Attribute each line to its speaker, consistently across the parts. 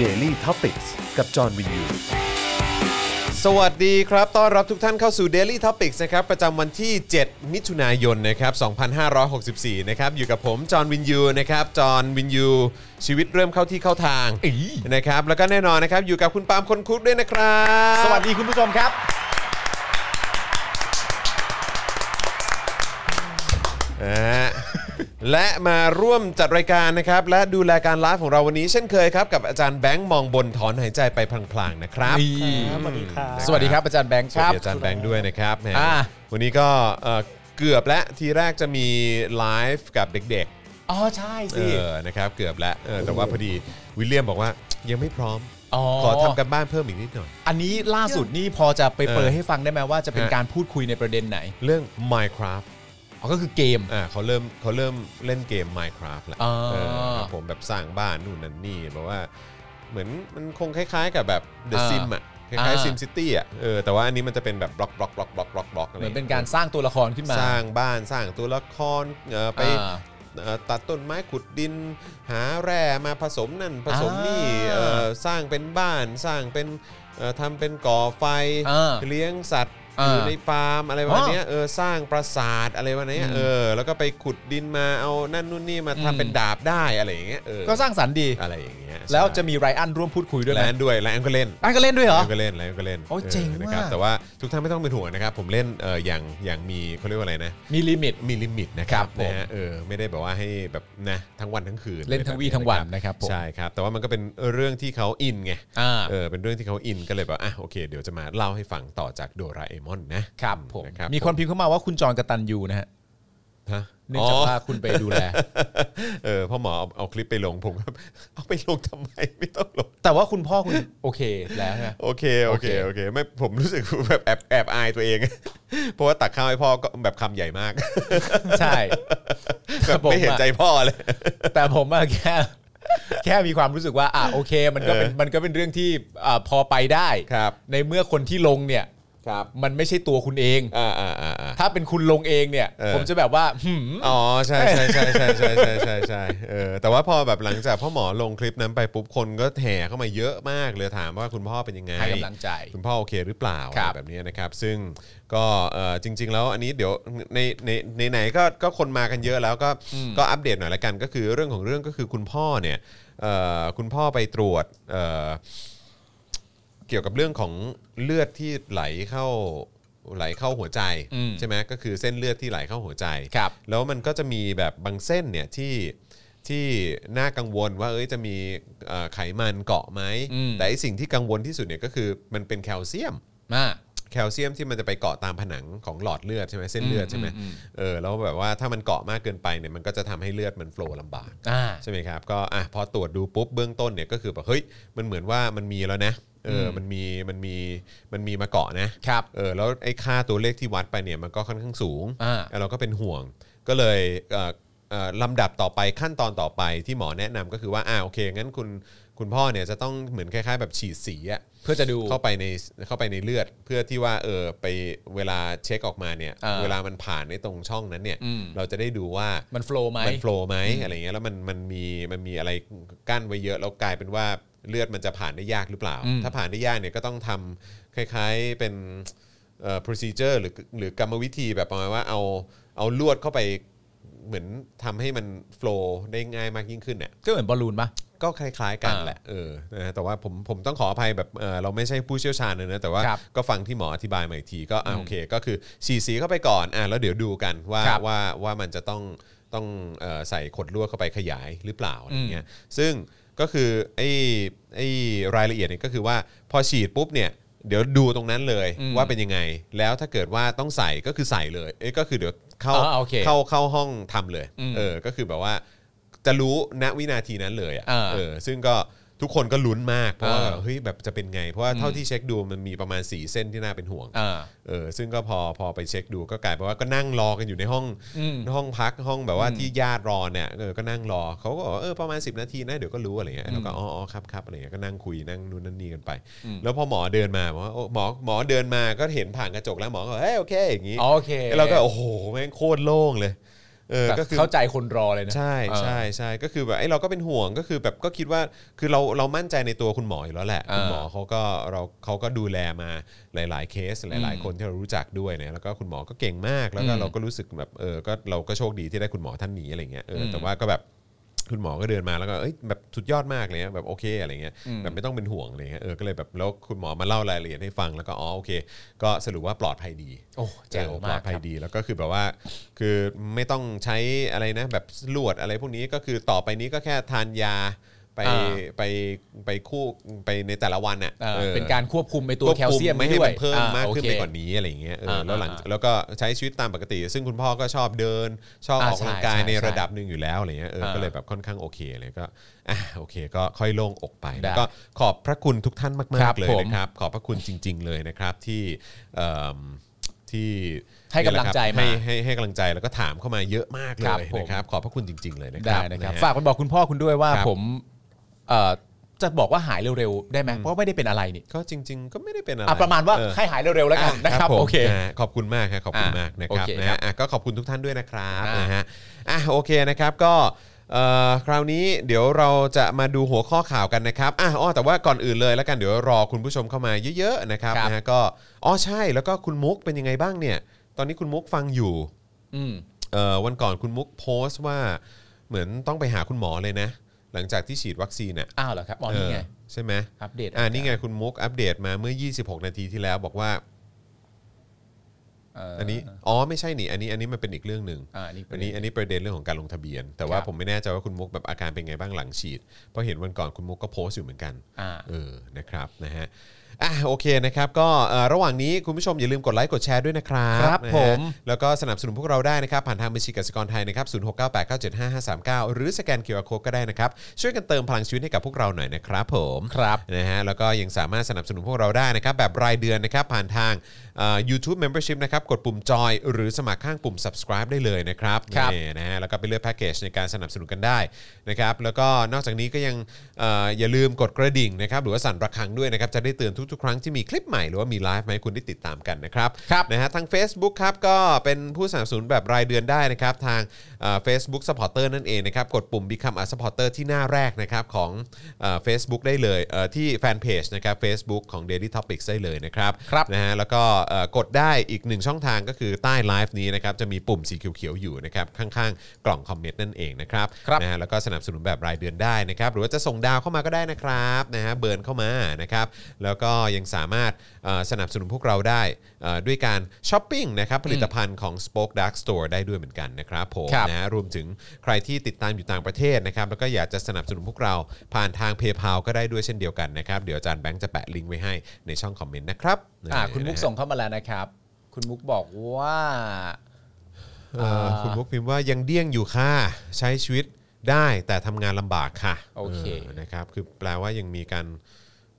Speaker 1: Daily t o p i c กกับจอห์นวินยู
Speaker 2: สวัสดีครับ ต้อนรับทุกท่านเข้าสู่ Daily Topics นะครับ ประจำวันที่ 7 มิถุนายน นะครับ 2564 นะครับ อยู่กับผม จอห์นวินยู นะครับ จอห์นวินยู ชีวิตเริ่มเข้าที่เข้าทาง
Speaker 1: อี๋
Speaker 2: นะครับ แล้วก็แน่นอนนะครับ อยู่กับคุณปาล์มคนคุกด้วยนะครับ
Speaker 3: สวัสดีคุณผู้ชมครับ
Speaker 2: นะฮะและมาร่วมจัดรายการนะครับ และดูแลการไลฟ์ของเราวันนี้เช่นเคยครับ กับอาจารย์แบงค์มองบนถอนหายใจไปพลางๆ นะครับ
Speaker 3: สวัสดีครับ
Speaker 2: นะ
Speaker 3: สวัสดีครับอาจารย์แบงค์
Speaker 2: ส
Speaker 3: ค
Speaker 2: วัส
Speaker 3: รับ
Speaker 2: ดีอาจารย์แบงค์ด้วยนะครับแหม
Speaker 3: อ่า
Speaker 2: วันนี้ก็เอ่อเกือบแล้วทีแรกจะมีไลฟ์กับเด็ก
Speaker 3: อ๋อใช่
Speaker 2: ๆเอ
Speaker 3: สิ
Speaker 2: อนะครับเกือบแล้วเออแต่ว่าพอดีวิลเลียมบอกว่ายังไม่พร้อม
Speaker 3: อ๋อ
Speaker 2: ขอทำกันบ้านเพิ่มอีกนิดหน่อย
Speaker 3: อันนี้ล่าสุดนี่พอจะไปเปิ
Speaker 2: เอ
Speaker 3: ด
Speaker 2: อ
Speaker 3: ให้ฟังได้ไหมว่าจะเป็น
Speaker 2: ฮะ
Speaker 3: การพูดคุยในประเด็นไหน
Speaker 2: เรื่อง Minecraft
Speaker 3: อ๋อก็คือเกม
Speaker 2: อ่าเขาเริ่มเขาเริ่มเล่นเกม Minecraft แล้ว
Speaker 3: อ๋อ
Speaker 2: เออครับผมแบบสร้างบ้านนู่นนั่นนี่แบบว่า เหมือนมันคงคล้ายๆกับแบบ The
Speaker 3: อ่า
Speaker 2: Sim อ่ะคล้ายๆ Sim City อ่ะเออแต่ว่าอันนี้มันจะเป็นแบบบล็อกบล็อกบล็อกบล็อกบล็อกบล็อกอะไร
Speaker 3: เหมือนเป็นการสร้างตัวละครขึ้นมา
Speaker 2: สร้างบ้านสร้างตัวละครเอ่อไป
Speaker 3: อ่า
Speaker 2: เอ่อตัดต้นไม้ขุดดิน หาแร่มาผสมนั่นผสมนี่
Speaker 3: อ่า
Speaker 2: เอ่อสร้างเป็นบ้านสร้างเป็นเอ่อทำเป็นก่อไฟ
Speaker 3: อ่า
Speaker 2: เลี้ยงสัตว์
Speaker 3: อ่า
Speaker 2: อยู่ในฟาร์มอะไรประมาณ
Speaker 3: อ๋อ
Speaker 2: เนี้ยเออสร้างปราสาทอะไรประมาณเนี้ยเออแล้วก็ไปขุดดินมาเอานั่นนู่นนี่มา
Speaker 3: อืม
Speaker 2: ทำเป็นดาบได้อะไรอย่างเงี้ยเออ
Speaker 3: ก็สร้างสรรค์ดี
Speaker 2: อะไรอย่างเงี้ย
Speaker 3: แล้วจะ
Speaker 2: ใช่
Speaker 3: มีไรอันร่วมพูดคุยด้วยไห
Speaker 2: แล
Speaker 3: ม
Speaker 2: นด์ด้วยแลนด์ก็เล่น
Speaker 3: อันก็เล่นด้วยเหร
Speaker 2: แล
Speaker 3: อ
Speaker 2: นด์ก็เล่นแลนด์ก็เล่น
Speaker 3: โอ้ยเจ๋ง
Speaker 2: ออนะครับ
Speaker 3: ว่ะ
Speaker 2: แต่ว่าทุกท่านไม่ต้องเป็นห่วงนะครับ ผมเล่นเอออย่างอย่างมีเขาเรียกว่าอะไรนะ
Speaker 3: มีลิมิต
Speaker 2: มีลิมิตนะครับ
Speaker 3: ครับผม
Speaker 2: นะฮะเออไม่ได้แบบว่าให้แบบนะทั้งวันทั้งคืน
Speaker 3: เล่นทั้งวี่ทั้งวันนะครับผม
Speaker 2: ใช่ครับ แต่ว่ามันก็เป็นเรื่องที่เขาอินไง
Speaker 3: อ่า
Speaker 2: เออเป็นเรื่องที่เขาอินก็เลยแบบอ่ะโอเค เดี๋ยวจะมาเล่าให้ฟังต่อจากโดราเอมอนนะครับ
Speaker 3: ผม
Speaker 2: นะครับ
Speaker 3: มีคนพิมพ์เข้ามาว่าคุณจอนกตันยูนะฮะ
Speaker 2: ฮะ
Speaker 3: เนื่อง
Speaker 2: อ๋อ
Speaker 3: จากว่าคุณไปดูแล
Speaker 2: เออพ่อหมอเอาเอาคลิปไปลงผมครับ เอาไปลงทำไมไม่ต้องลง
Speaker 3: แต่ว่าคุณพ่อคุณโอเคแล้วใช่ไหม
Speaker 2: โอเคโอเคโอ
Speaker 3: โอเค
Speaker 2: เคไม่ผมรู้สึกแบบแอบแอบอายตัวเอง เพราะว่าตักข้าวให้พ่อก็แบบคำใหญ่มาก
Speaker 3: ใช่
Speaker 2: แบบไม่เห็นใจพ่อเลย
Speaker 3: แต่ผมอะแค่แค่มีความรู้สึกว่าอ่ะโอเคมันก็เป็น
Speaker 2: เออ
Speaker 3: มันก็เป็นเรื่องที่อ่ะพอไปได้
Speaker 2: ครับ
Speaker 3: ในเมื่อคนที่ลงเนี่ย
Speaker 2: ครับ
Speaker 3: มันไม่ใช่ตัวคุณเอง
Speaker 2: อ่าอ่าอ่าอ่า
Speaker 3: ถ้าเป็นคุณลงเองเนี่ย
Speaker 2: เออ
Speaker 3: ผมจะแบบว่าหืม
Speaker 2: อ๋อใช่ใช่ใช่ใช่ใช่ใช่ใช่ใช่เออแต่ว่าพอแบบหลังจากพ่อหมอลงคลิปนั้นไปปุ๊บคนก็แห่เข้ามาเยอะมากเลยถามว่าคุณพ่อเป็นยังไง
Speaker 3: ให้กำลังใจ
Speaker 2: คุณพ่อโอเคหรือเปล่า
Speaker 3: ครั
Speaker 2: อะ
Speaker 3: บ
Speaker 2: ไรแบบนี้นะครับซึ่งก็เออจริง ๆ แล้วอันนี้เดี๋ยวในในในไหนก็ก็คนมากันเยอะแล้วก็ก็อัปเดตหน่อยละกันก็คือเรื่องของเรื่องก็คือคุณพ่อเนี่ยเอ่อคุณพ่อไปตรวจเอ่อเกี่ยวกับเรื่องของเลือดที่ไหลเข้าไหลเข้าหัวใจ
Speaker 3: อืม
Speaker 2: ใช่ไหมก็คือเส้นเลือดที่ไหลเข้าหัวใจ
Speaker 3: ครับ
Speaker 2: แล้วมันก็จะมีแบบบางเส้นเนี่ยที่ที่น่ากังวลว่าเอ้ยจะมีเอ่อไขมันเกาะไหม
Speaker 3: อืม
Speaker 2: แต่ไอ้สิ่งที่กังวลที่สุดเนี่ยก็คือมันเป็นแคลเซียม
Speaker 3: มา
Speaker 2: แคลเซียมที่มันจะไปเกาะตามผนังของหลอดเลือดใช่ไหมเส้นเลือดใช่ไหม
Speaker 3: อืมอืม
Speaker 2: เออแล้วแบบว่าถ้ามันเกาะมากเกินไปเนี่ยมันก็จะทำให้เลือดมันโฟลว์ลำบาก
Speaker 3: อ่า
Speaker 2: ใช่ไหมครับก็อ่ะพอตรวจดูปุ๊บเบื้องต้นเนี่ยก็คือแบบเฮ้ยมันเหมือนว่ามันมีแล้วนะเอออ
Speaker 3: ม
Speaker 2: มันมีมันมีมันมีมาเกาะนะครับ เออแล้วไอ้ค่าตัวเลขที่วัดไปเนี่ยมันก็ค่อนข้างสูง
Speaker 3: อ่า
Speaker 2: แล้วเราก็เป็นห่วง ก็เลยเอ่อเอ่อลำดับต่อไปขั้นตอนต่อไปที่หมอแนะนำก็คือว่าอ่าโอเคงั้นคุณคุณพ่อเนี่ยจะต้องเหมือนคล้ายๆ แบบฉีดสีอะ
Speaker 3: เพื่อจะดู
Speaker 2: เข้าไปในเข้าไปในเลือดเพื่อที่ว่าเออไปเวลาเช็คออกมาเนี่ย
Speaker 3: อ่า
Speaker 2: เวลามันผ่านในตรงช่องนั้นเนี่ย
Speaker 3: อืม
Speaker 2: เราจะได้ดูว่ามั
Speaker 3: มันโฟล์ไหม
Speaker 2: นโฟลว์ไหมอะไรเงี้ยแล้วมันมันมีมันมีอะไรกั้นไว้เยอะแล้วกลายเป็นว่าเลือดมันจะผ่านได้ยากหรือเปล่า
Speaker 3: อืม
Speaker 2: ถ้าผ่านได้ยากเนี่ยก็ต้องทำคล้ายๆเป็นเอ่อ procedure หรือหรือกรรมวิธีแบบประมาณว่าเอาเอาลวดเข้าไปเหมือนทำให้มันโฟลว์ได้ง่ายมากยิ่งขึ้นเนี่ย
Speaker 3: ก็เหมือนบอลลูนปะ
Speaker 2: ก็คล้ายๆกัน
Speaker 3: อ่า
Speaker 2: แหละเออนะฮะแต่ว่าผมผมต้องขออภัยแบบเออเราไม่ใช่ผู้เชี่ยวชาญเลยนะแต่ว่า
Speaker 3: ครับ
Speaker 2: ก็ฟังที่หมออธิบายมาอีกทีก็อ่า
Speaker 3: อืม
Speaker 2: โอเค ก็คือฉีดสีเข้าไปก่อนอ่าแล้วเดี๋ยวดูกันว่า
Speaker 3: ครับ
Speaker 2: ว่าว่ามันจะต้องต้องเอ่อใส่ขดลวดเข้าไปขยายหรือเปล่าอะไรเงี้ยซึ่งก็คือไอ้ไอ้รายละเอียดเนี่ยก็คือว่าพอฉีดปุ๊บเนี่ยเดี๋ยวดูตรงนั้นเลย
Speaker 3: อืม
Speaker 2: ว่าเป็นยังไง แล้วถ้าเกิดว่าต้องใส่ก็คือใส่เลยเอ้ยก็คือเดี๋ยวเข้า
Speaker 3: อ่าโอเค
Speaker 2: เข้าเข้าห้องทำเลย
Speaker 3: อืม
Speaker 2: เออก็คือแบบว่าจะรู้ณวินาทีนั้นเลย
Speaker 3: อ่า
Speaker 2: อะ่ะเออ เออซึ่งก็ทุกคนก็ลุ้นมากเพราะว่า
Speaker 3: เออ
Speaker 2: แบบเฮ้ยแบบจะเป็นไง เพราะว่าเท่าที่เช็คดูมันมีประมาณ 4 เส้นที่น่าเป็นห่วง
Speaker 3: อ่า
Speaker 2: เออซึ่งก็พอพอไปเช็คดูก็กลายเป็นว่าก็นั่งรอกันอยู่ในห้อง
Speaker 3: อืม
Speaker 2: ห้องพักห้องแบบว่าที่ญาติรอเนี่ยเออก็นั่งรอเขาก็บอกว่าเออประมาณ 10 นาทีนะเดี๋ยวก็รู้อะไรเงี้ยแล้วก็อ๋ออ๋อครับครับอะไรเงี้ยก็นั่งคุยนั่งนู่นนั่นนี่กันไป
Speaker 3: อืม
Speaker 2: แล้วพอหมอเดินมาบอกว่าโอ้หมอหมอเดินมาก็เห็นผ่านกระจกแล้วหมอก็บอกเฮ้ยโอเคอย่างงี้
Speaker 3: อ๋อโอเค
Speaker 2: เราก็โอ้โหแม่งโคตรโล่งเลย เออ
Speaker 3: แบบ
Speaker 2: ก็คือ
Speaker 3: เข้าใจคนรอเลยนะ
Speaker 2: ใช่ใช่ใช่ก็คือแบบไอ้เราก็เป็นห่วงก็คือแบบก็คิดว่าคือเราเรามั่นใจในตัวคุณหมออยู่แล้วแหละ
Speaker 3: อ่า
Speaker 2: คุณหมอเขาก็เราเขาก็ดูแลมาหลาย ๆ เคสหลาย ๆ คนที่เรารู้จักด้วยนะแล้วก็คุณหมอก็เก่งมากแล้วก็
Speaker 3: อืม
Speaker 2: เราก็รู้สึกแบบเออก็เราก็โชคดีที่ได้คุณหมอท่านนี้อะไรเงี้ยเอออ
Speaker 3: ม
Speaker 2: แต่ว่าก็แบบคุณหมอก็เดินมาแล้วก็เอ้ยแบบสุดยอดมากเลยนะแบบโอเคอะไรเงี้ยแบบไม่ต้องเป็นห่วงอะไรเงี้ยเออก็เลยแบบแล้วคุณหมอมาเล่ารายละเอียดให้ฟังแล้วก็อ๋อโอเค ก็สรุปว่าปลอดภัยดี
Speaker 3: โอ้แจ๋ว
Speaker 2: เออ
Speaker 3: มา
Speaker 2: ป
Speaker 3: ก
Speaker 2: ลอดภัย
Speaker 3: ครับ
Speaker 2: ดีแล้วก็คือแบบว่า คือไม่ต้องใช้อะไรนะแบบลวดอะไรพวกนี้ก็คือต่อไปนี้ก็แค่ทานยาไป
Speaker 3: อ่า
Speaker 2: ไปไปคู่ไปในแต่ละวันอ่ะ
Speaker 3: เออ
Speaker 2: ออ
Speaker 3: เป็นการควบคุมไปตัว
Speaker 2: วบ
Speaker 3: แคลเซียม
Speaker 2: ไม่ให้
Speaker 3: ด้ว
Speaker 2: มั
Speaker 3: ย
Speaker 2: นเพิ่ม
Speaker 3: อ่
Speaker 2: มาก
Speaker 3: โอ
Speaker 2: ขึ้น
Speaker 3: เค
Speaker 2: ไปกว่านี้อะไรอย่างเงี้ยเอออา แล้วหลัง
Speaker 3: อ่า
Speaker 2: แล้วก็ใช้ชีวิตตามปกติ ซึ่งคุณพ่อก็ชอบเดิน ชอบอ
Speaker 3: อ่า
Speaker 2: อกกำลังกาย
Speaker 3: ใช่
Speaker 2: ใน
Speaker 3: ใช่
Speaker 2: ระดับหนึ่งอยู่แล้วอะไรเงี้ยเออ
Speaker 3: อ่า
Speaker 2: ก็เลยแบบค่อนข้างโอเคเลยก็อ่ะโอเค ก็ค่อยโล่งอกไป
Speaker 3: ได้
Speaker 2: แล้วก็ขอบพระคุณทุกท่าน
Speaker 3: ค
Speaker 2: มา
Speaker 3: รั
Speaker 2: ก
Speaker 3: บ
Speaker 2: ๆเลย
Speaker 3: ผม
Speaker 2: นะครับ ขอบพระคุณจริง ๆ เลยนะครับที่เอิ่มที่
Speaker 3: ให้กำลังใจมา
Speaker 2: ให้ให้ให้กำลังใจแล้วก็ถามเข้ามาเยอะมากเล
Speaker 3: ครับ
Speaker 2: ย
Speaker 3: ผม
Speaker 2: นะครับขอบพระคุณจริง ๆ เลยนะค
Speaker 3: ได้
Speaker 2: รั
Speaker 3: นะครับ
Speaker 2: ฮ
Speaker 3: ฝากไปบอกคุณพ่อคุณด้วยว่า
Speaker 2: ครับ
Speaker 3: ผมเอ่อจะบอกว่าหายเร็วๆได้ไหมเพราะไม่ได้เป็นอะไรนี่
Speaker 2: ก็จริง ๆ ก็ไม่ได้เป็นอะไร
Speaker 3: อ่ะประมาณว่า
Speaker 2: เออ
Speaker 3: ให้หายเร็วๆแล้วกันนะครับ
Speaker 2: ผม
Speaker 3: โอเค
Speaker 2: นะฮะขอบคุณมากครับขอบคุณ
Speaker 3: อ่ะ
Speaker 2: มากนะครับ
Speaker 3: โอเค
Speaker 2: นะ
Speaker 3: ครั
Speaker 2: ฮะ
Speaker 3: บ
Speaker 2: อ่ะก็ขอบคุณทุกท่านด้วยนะครับ
Speaker 3: อ่ะ
Speaker 2: นะฮะอ่ะโอเคนะครับก็เอ่อคราวนี้เดี๋ยวเราจะมาดูหัวข้อข่าวกันนะครับอ่ะอ้อแต่ว่าก่อนอื่นเลยแล้วกันเดี๋ยวรอคุณผู้ชมเข้ามาเยอะๆนะครับนะฮะก็อ๋อใช่แล้วก็คุณมุกเป็นยังไงบ้างเนี่ย ตอนนี้คุณมุกฟังอยู่
Speaker 3: อืม
Speaker 2: เอ่อวันก่อนคุณมุกโพสต์ว่าเหมือนต้องไปหาคุณหมอเลยนะ หลังจากที่ฉีดวัคซีนอ่ะ
Speaker 3: อ้าวเหรอครับอ๋อนี่ไง
Speaker 2: เออใช่ไหม
Speaker 3: อัปเดต
Speaker 2: อ่านี่ไงคุณมุกอัปเดตมาเมื่อ 26 นาทีที่แล้วบอกว่า
Speaker 3: เ
Speaker 2: อันนี้อ๋อไม่ใช่นี่อันนี้อันนี้มันเป็นอีกเรื่องหนึ่ง
Speaker 3: อ่านี่เป็
Speaker 2: อั
Speaker 3: น
Speaker 2: นนี้อันนี้ประเด็นเรื่องของการลงทะเบียน แต่ว่า
Speaker 3: ครับ
Speaker 2: ผมไม่แน่ใจว่าคุณมุกแบบอาการเป็นไงบ้างหลังฉีดเพราะเห็นวันก่อนคุณมุกก็โพสต์อยู่เหมือนกัน
Speaker 3: อ่า
Speaker 2: เออนะครับนะฮะอ่ะโอเคนะครับก็เอ่อระหว่างนี้คุณผู้ชมอย่าลืมกดไลค์กดแชร์ด้วยนะครับ
Speaker 3: ครับ
Speaker 2: นะฮะ
Speaker 3: ผม
Speaker 2: แล้วก็สนับสนุนพวกเราได้นะครับผ่านทางบัญชีกสิกรไทยนะครับศูนย์หกเก้หรือสแกนเคอร์โคก็ได้นะครับช่วยกันเติมพลังชีวิตให้กับพวกเราหน่อยนะครับผม
Speaker 3: ครับ
Speaker 2: นะฮะแล้วก็ยังสามารถสนับสนุนพวกเราได้นะครับแบบรายเดือนนะครับผ่านทางยูทูบเมมเบอร์ชิพนะครับกดปุ่มจอยหรือสมัครข้างปุ่ม subscribe ได้เลยนะครับ
Speaker 3: ครับ
Speaker 2: นี่นะฮะแล้วก็ไปเลือกแพ็กเกจในการสนับสนุนกันได้นะครับแล้วก็นอกจากนี้ก็ยังเอ่ออย่าลืมกดกระดิ่งนะครับหรือว่าสั่นระฆังด้วยนะครับจะได้เตือนทุกๆ ครั้งที่มีคลิปใหม่หรือว่ามีไลฟ์มาให้คุณได้ติดตามกันนะครับ
Speaker 3: ครับ
Speaker 2: นะฮะทาง Facebook ครับก็เป็นผู้สนับสนุนแบบรายเดือนได้นะครับทางเฟซบุ๊กสปอร์เตอร์นั่นเองนะครับกดปุ่ม Become a supporter ที่หน้าแรกนะครับของเฟซบุ๊กได้เลยเอ่อที่แฟนเพจนะครับ Facebook ของ Daily Topics ได้เลยนะครับ
Speaker 3: ครับ
Speaker 2: นะฮะแล้วก็เอ่อกดได้อีกหนึ่งช่องทางก็คือใต้ไลฟ์นี้นะครับจะมีปุ่มสีเขียวๆอยู่นะครับข้างๆ กล่องคอมเมนต์นั่นเองนะครับ
Speaker 3: ครับ
Speaker 2: นะฮะแล้วก็สนับสนุนแบบรายเดือนได้นะครับหรือว่าจะส่งดาวเข้ามาก็ได้นะครับนะฮะเบิร์นเข้ามานะครับแล้วก็ยังสามารถเอ่อสนับสนุนพวกเราได้เอ่อด้วยการช้อปปิ้งนะครับผลิตภัณฑ์ของ Spoke Dark Store ได้ด้วยเหมือนกันนะครับผม
Speaker 3: ครับ
Speaker 2: นะฮะรวมถึงใครที่ติดตามอยู่ต่างประเทศนะครับแล้วก็อยากจะสนับสนุนพวกเราผ่านทาง PayPal ก็ได้ด้วยเช่นเดียวกันนะครับเดี๋ยวอาจารย์แบงค์จะแปะลิงก์ไว้ให้ในช่องคอมเมนต์นะครับ
Speaker 3: อ่าคุณมุก
Speaker 2: นะฮะ
Speaker 3: ส่งเข้ามาแล้วนะครับ คุณมุกบอกว่า
Speaker 2: เอ่อ
Speaker 3: อ่า
Speaker 2: คุณมุกพิมพ์ว่ายังเดี้ยงอยู่ค่ะ ใช้ชีวิตได้แต่ทำงานลำบากค่ะ
Speaker 3: โอเค
Speaker 2: นะครับคือแปลว่ายังมีการ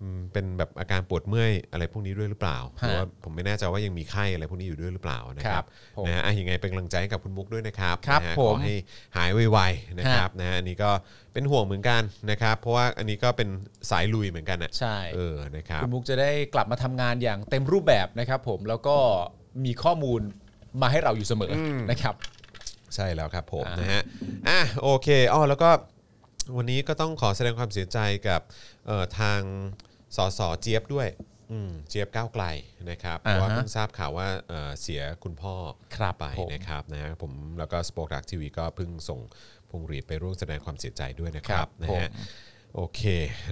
Speaker 2: อืมเป็นแบบอาการปวดเมื่อยอะไรพวกนี้ด้วยหรือเปล่าหรือว่าผมไม่แน่ใจว่ายังมีไข้อะไรพวกนี้อยู่ด้วยหรือเปล่านะค
Speaker 3: ครั
Speaker 2: รับบ
Speaker 3: ผม
Speaker 2: นะฮะอ่ะยังไงเป็นกำลังใจให้กับคุณมุกด้วยนะครับ
Speaker 3: ครับ
Speaker 2: นะฮะ
Speaker 3: ผ
Speaker 2: ข
Speaker 3: ม
Speaker 2: อให้หายไวๆนะครับนะฮะอันนี้ก็เป็นห่วงเหมือนกันนะครับ เพราะว่าอันนี้ก็เป็นสายลุยเหมือนกันอ่ะ
Speaker 3: ใช่
Speaker 2: เออนะครับ
Speaker 3: คุณมุกจะได้กลับมาทำงานอย่างเต็มรูปแบบนะครับผมแล้วก็มีข้อมูลมาให้เราอยู่เสมออนะครับ
Speaker 2: ใช่แล้วครับผม
Speaker 3: อ่าน
Speaker 2: นะฮะ อ่ะโอเคอ๋อแล้วก็วันนี้ก็ต้องขอแสดงความเสียใจกับเอ่อทางสสเจี๊ยบด้วยอืมเจี๊ยบก้าวไกลนะครับ เพราะว่าเพิ่งทราบข่าวว่าเอ่อเสียคุณพ่อ
Speaker 3: ครับ
Speaker 2: ไป
Speaker 3: ผม
Speaker 2: นะครับนะฮะผมแล้วก็สปอคดักทีวีก็เพิ่งส่งพวงหรีดไปร่วมแสดงความเสียใจด้วยนะครั
Speaker 3: ครับ บ
Speaker 2: นะฮะ
Speaker 3: ผม
Speaker 2: โอเค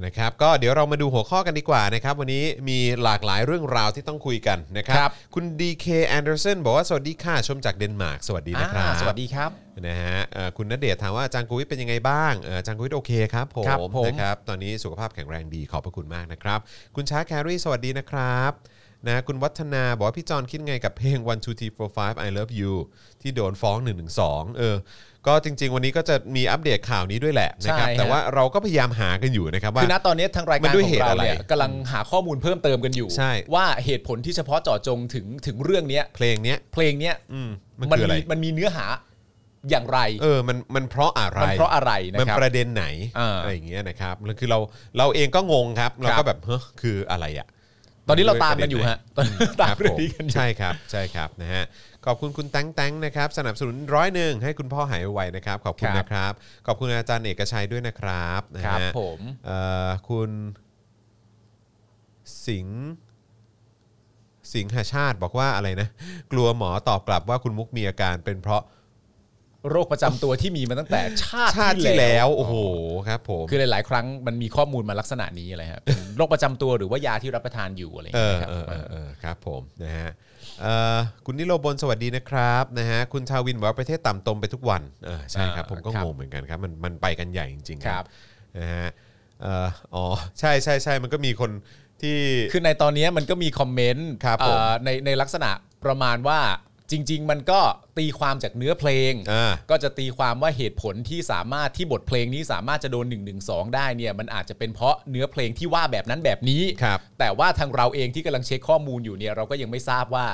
Speaker 2: นะครับ ก็เดี๋ยวเรามาดูหัวข้อกันดีกว่านะครับ วันนี้มีหลากหลายเรื่องราวที่ต้องคุยกันนะครับ
Speaker 3: ครับ
Speaker 2: คุณ DK Anderson บอกว่าสวัสดีค่ะชมจากเดนมาร์กสวัสดีนะครั
Speaker 3: อ่า
Speaker 2: บ
Speaker 3: สวัสดีครับ
Speaker 2: นะฮะเอ่อคุณณเดชน์ถามว่าอาจารย์กุวิทย์เป็นยังไงบ้างเอ่ออาจารย์กุวิทย์โอเคครับผม
Speaker 3: ครับผม
Speaker 2: นะครับตอนนี้สุขภาพแข็งแรงดีขอบพระคุณมากนะครับ คุณช้าแครี่สวัสดีนะครับนะคุณวัฒนาบอกว่าพี่จอนคิดไงกับเพลง one two three four five I love you ที่โดนฟ้อง1นึเออก็จริง ๆ วันนี้ก็จะมีอัปเดตข่าวนี้ด้วยแหละนะครับ
Speaker 3: ใช่ฮะ
Speaker 2: แต่ว่าเราก็พยายามหากันอยู่นะครับว่า
Speaker 3: คือณตอนนี้ทางราย
Speaker 2: มั
Speaker 3: การ
Speaker 2: นด้วย
Speaker 3: ขอ
Speaker 2: เห
Speaker 3: ง
Speaker 2: ตุ
Speaker 3: เรา
Speaker 2: อะไร
Speaker 3: เนี่ยกำลังหาข้อมูลเพิ่มเติมกันอยู่
Speaker 2: ใช่
Speaker 3: ว่าเหตุผลที่เฉพาะเจาะจงถึงถึงเรื่องเนี้ย
Speaker 2: เพลงเนี้ย
Speaker 3: เพลงเนี้ย
Speaker 2: อืมมันคืออะไร
Speaker 3: มีมันมีเนื้อหาอย่างไร
Speaker 2: เออมันมันเพราะอะไร
Speaker 3: มัเพราะอะไรนะ
Speaker 2: มัน
Speaker 3: ครับ
Speaker 2: ประเด็นไหน
Speaker 3: อ่า
Speaker 2: อะไรอย่างเงี้ยนะครับแล้วคือเราเราเองก็งงครับ เรา
Speaker 3: ครั
Speaker 2: ก็
Speaker 3: บ
Speaker 2: แบบเฮ้อคืออะไรอ่ะ
Speaker 3: ตอนนี้เราตามกันอยู่ฮะตอนนี้ตาม
Speaker 2: ครับ
Speaker 3: เรื่
Speaker 2: ผ
Speaker 3: อง
Speaker 2: ม
Speaker 3: นี้กันอยู่
Speaker 2: ใช่ครับใช่ครับนะฮะขอบคุณคุณแตงแตงนะครับสนับสนุนร้อยหนึ่งให้คุณพ่อหายไวๆนะครับขอบคุณ
Speaker 3: ครับ
Speaker 2: นะครับ ขอบคุณอาจารย์เอกชัยด้วยนะครับนะ
Speaker 3: ค
Speaker 2: ฮะ
Speaker 3: รับผม
Speaker 2: เอ่อคุณสิงห์สิงหชาติบอกว่าอะไรนะ กลัวหมอตอบกลับว่าคุณมุกมีอาการเป็นเพราะ
Speaker 3: โรคประจำตัวที่มีมาตั้งแต่ชาติ
Speaker 2: ชาติที่แล้วโอ้โหครับผม
Speaker 3: คือหลาย ๆ ครั้งมันมีข้อมูลมาลักษณะนี้อะไรฮะเป็นโรคประจำตัวหรือว่ายาที่รับประทานอยู่อะไรอย่าง
Speaker 2: เออย
Speaker 3: เงี้ครับ
Speaker 2: เออเออเออครับผมนะฮะเอ่อคุณนิโรบลสวัสดีนะครับนะฮะคุณชาววินบอกว่าประเทศต่ำตมไปทุกวันเออใช่ครับผมก็งงเหมือนกันครับมันมันไปกันใหญ่จริงๆ
Speaker 3: ครับ
Speaker 2: นะฮะเอ่ออ๋อใช่ใช่ใช่มันก็มีคนที่
Speaker 3: คือในตอนนี้มันก็มีคอมเมนต์
Speaker 2: ครับผม
Speaker 3: เอ่อในในลักษณะประมาณว่าจริง ๆ มันก็ตีความจากเนื้อเพลง
Speaker 2: อ่า
Speaker 3: ก็จะตีความว่าเหตุผลที่สามารถที่บทเพลงนี้สามารถจะโดน1นึได้เนี่ยมันอาจจะเป็นเพราะเนื้อเพลงที่ว่าแบบนั้นแบบนี้
Speaker 2: ครับ
Speaker 3: แต่ว่าทางเราเองที่กำลังเช็คข้อมูลอยู่เนี่ยเราก็ยังไม่ทราบว่า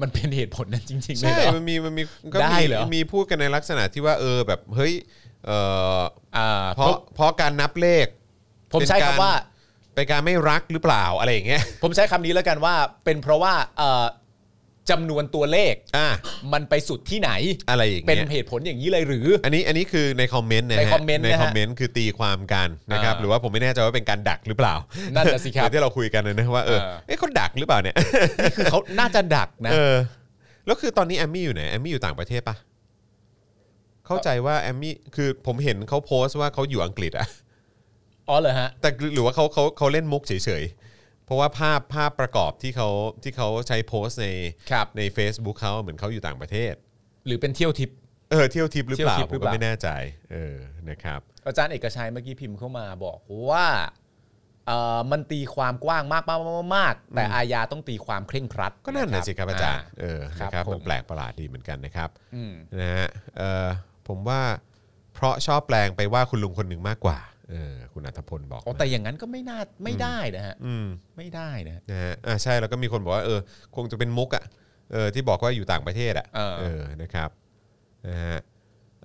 Speaker 3: มันเป็นเหตุผลนั้นจริงๆเลย
Speaker 2: ใช่
Speaker 3: เหรอ
Speaker 2: มันมี มันมี ก็
Speaker 3: ได้
Speaker 2: มี
Speaker 3: เหรอ
Speaker 2: มีพูดกันในลักษณะที่ว่า เออ แบบ เฮ้ย เออ
Speaker 3: อ่า
Speaker 2: เพราะ เพราะการนับเลข
Speaker 3: ผมใช้คำว่า
Speaker 2: เป็นการไม่รักหรือเปล่า อะไรอย่างเงี้ย
Speaker 3: ผมใช้คำนี้แล้วกันว่า เป็นเพราะว่าเอ่อจำนวนตัวเลข
Speaker 2: อ่ะ
Speaker 3: มันไปสุดที่ไหน
Speaker 2: อะไรอย่าง
Speaker 3: เป็น
Speaker 2: เงี้ย
Speaker 3: เหตุผลอย่างนี้เลยหรือ
Speaker 2: อันนี้ อันนี้คือในคอมเมนต์นะฮะ
Speaker 3: ในคอมเมนต์นะฮะ
Speaker 2: ในคอมเมนต์คือตีความกันนะครับ
Speaker 3: อ่า
Speaker 2: หรือว่าผมไม่แน่ใจว่าเป็นการดักหรือเปล่า
Speaker 3: นั่
Speaker 2: นั่
Speaker 3: นน่ะสิครับ
Speaker 2: ที่เราคุยกันนะว่า เออ
Speaker 3: เออ
Speaker 2: เอ๊ะเขาดักหรือเปล่าเนี่ย
Speaker 3: คือเขาน่าจะดักนะ
Speaker 2: เออ แล้วคือตอนนี้แอมมี่อยู่ไหน แอมมี่อยู่ต่างประเทศปะเข้าใจว่าแอมมี่ คือผมเห็นเขาโพสต์ว่าเขาอยู่อังกฤษอะ
Speaker 3: อ๋อเหรอฮะ
Speaker 2: แต่หรือว่าเขาเขาเขาเล่นมุกเฉยๆ เพราะว่าภาพภาพประกอบที่เขาที่เขาใช้โพสต์ใน
Speaker 3: ครับ
Speaker 2: ใน Facebook เขาเหมือนเขาอยู่ต่างประเทศ
Speaker 3: หรือเป็นเที่ยวทิป
Speaker 2: เออเที่ยวทิพย์หรือเปล่า
Speaker 3: เที่ยวทิพ
Speaker 2: ผ
Speaker 3: ย์หรือ
Speaker 2: มก็
Speaker 3: เปล่า
Speaker 2: ไม่แน่ใจเออนะครับ
Speaker 3: อาจารย์เอกชัยเมื่อกี้พิมพ์เข้ามาบอกว่าเอ่อมันตีความกว้างมากมากๆๆๆๆแต่อาญาต้องตีความเคร่งครัด
Speaker 2: ก็นั่น
Speaker 3: ค
Speaker 2: น่ะ
Speaker 3: บ
Speaker 2: สิครับอาจารย์เออ
Speaker 3: ครั
Speaker 2: นะ
Speaker 3: บ
Speaker 2: ครับ
Speaker 3: ผ
Speaker 2: มั
Speaker 3: ม
Speaker 2: นแปลกประหลาดดีเหมือนกันนะครับ
Speaker 3: อืม
Speaker 2: นะฮะเออผมว่าเพราะชอบแปลงไปว่าคุณลุงคนหนึ่งมากกว่าเออคุณอัธพลบอก
Speaker 3: อ๋อแต่อย่างนั้นก็ไม่น่าไม่ได้นะฮะ
Speaker 2: อืม
Speaker 3: ไม่ได้นะฮะ
Speaker 2: นะฮะอ่าใช่แล้วก็มีคนบอกว่าเออคงจะเป็นมุกอะ่ะเออที่บอกว่าอยู่ต่างประเทศ
Speaker 3: เออ
Speaker 2: อะ่ะเออนะครับนะฮะ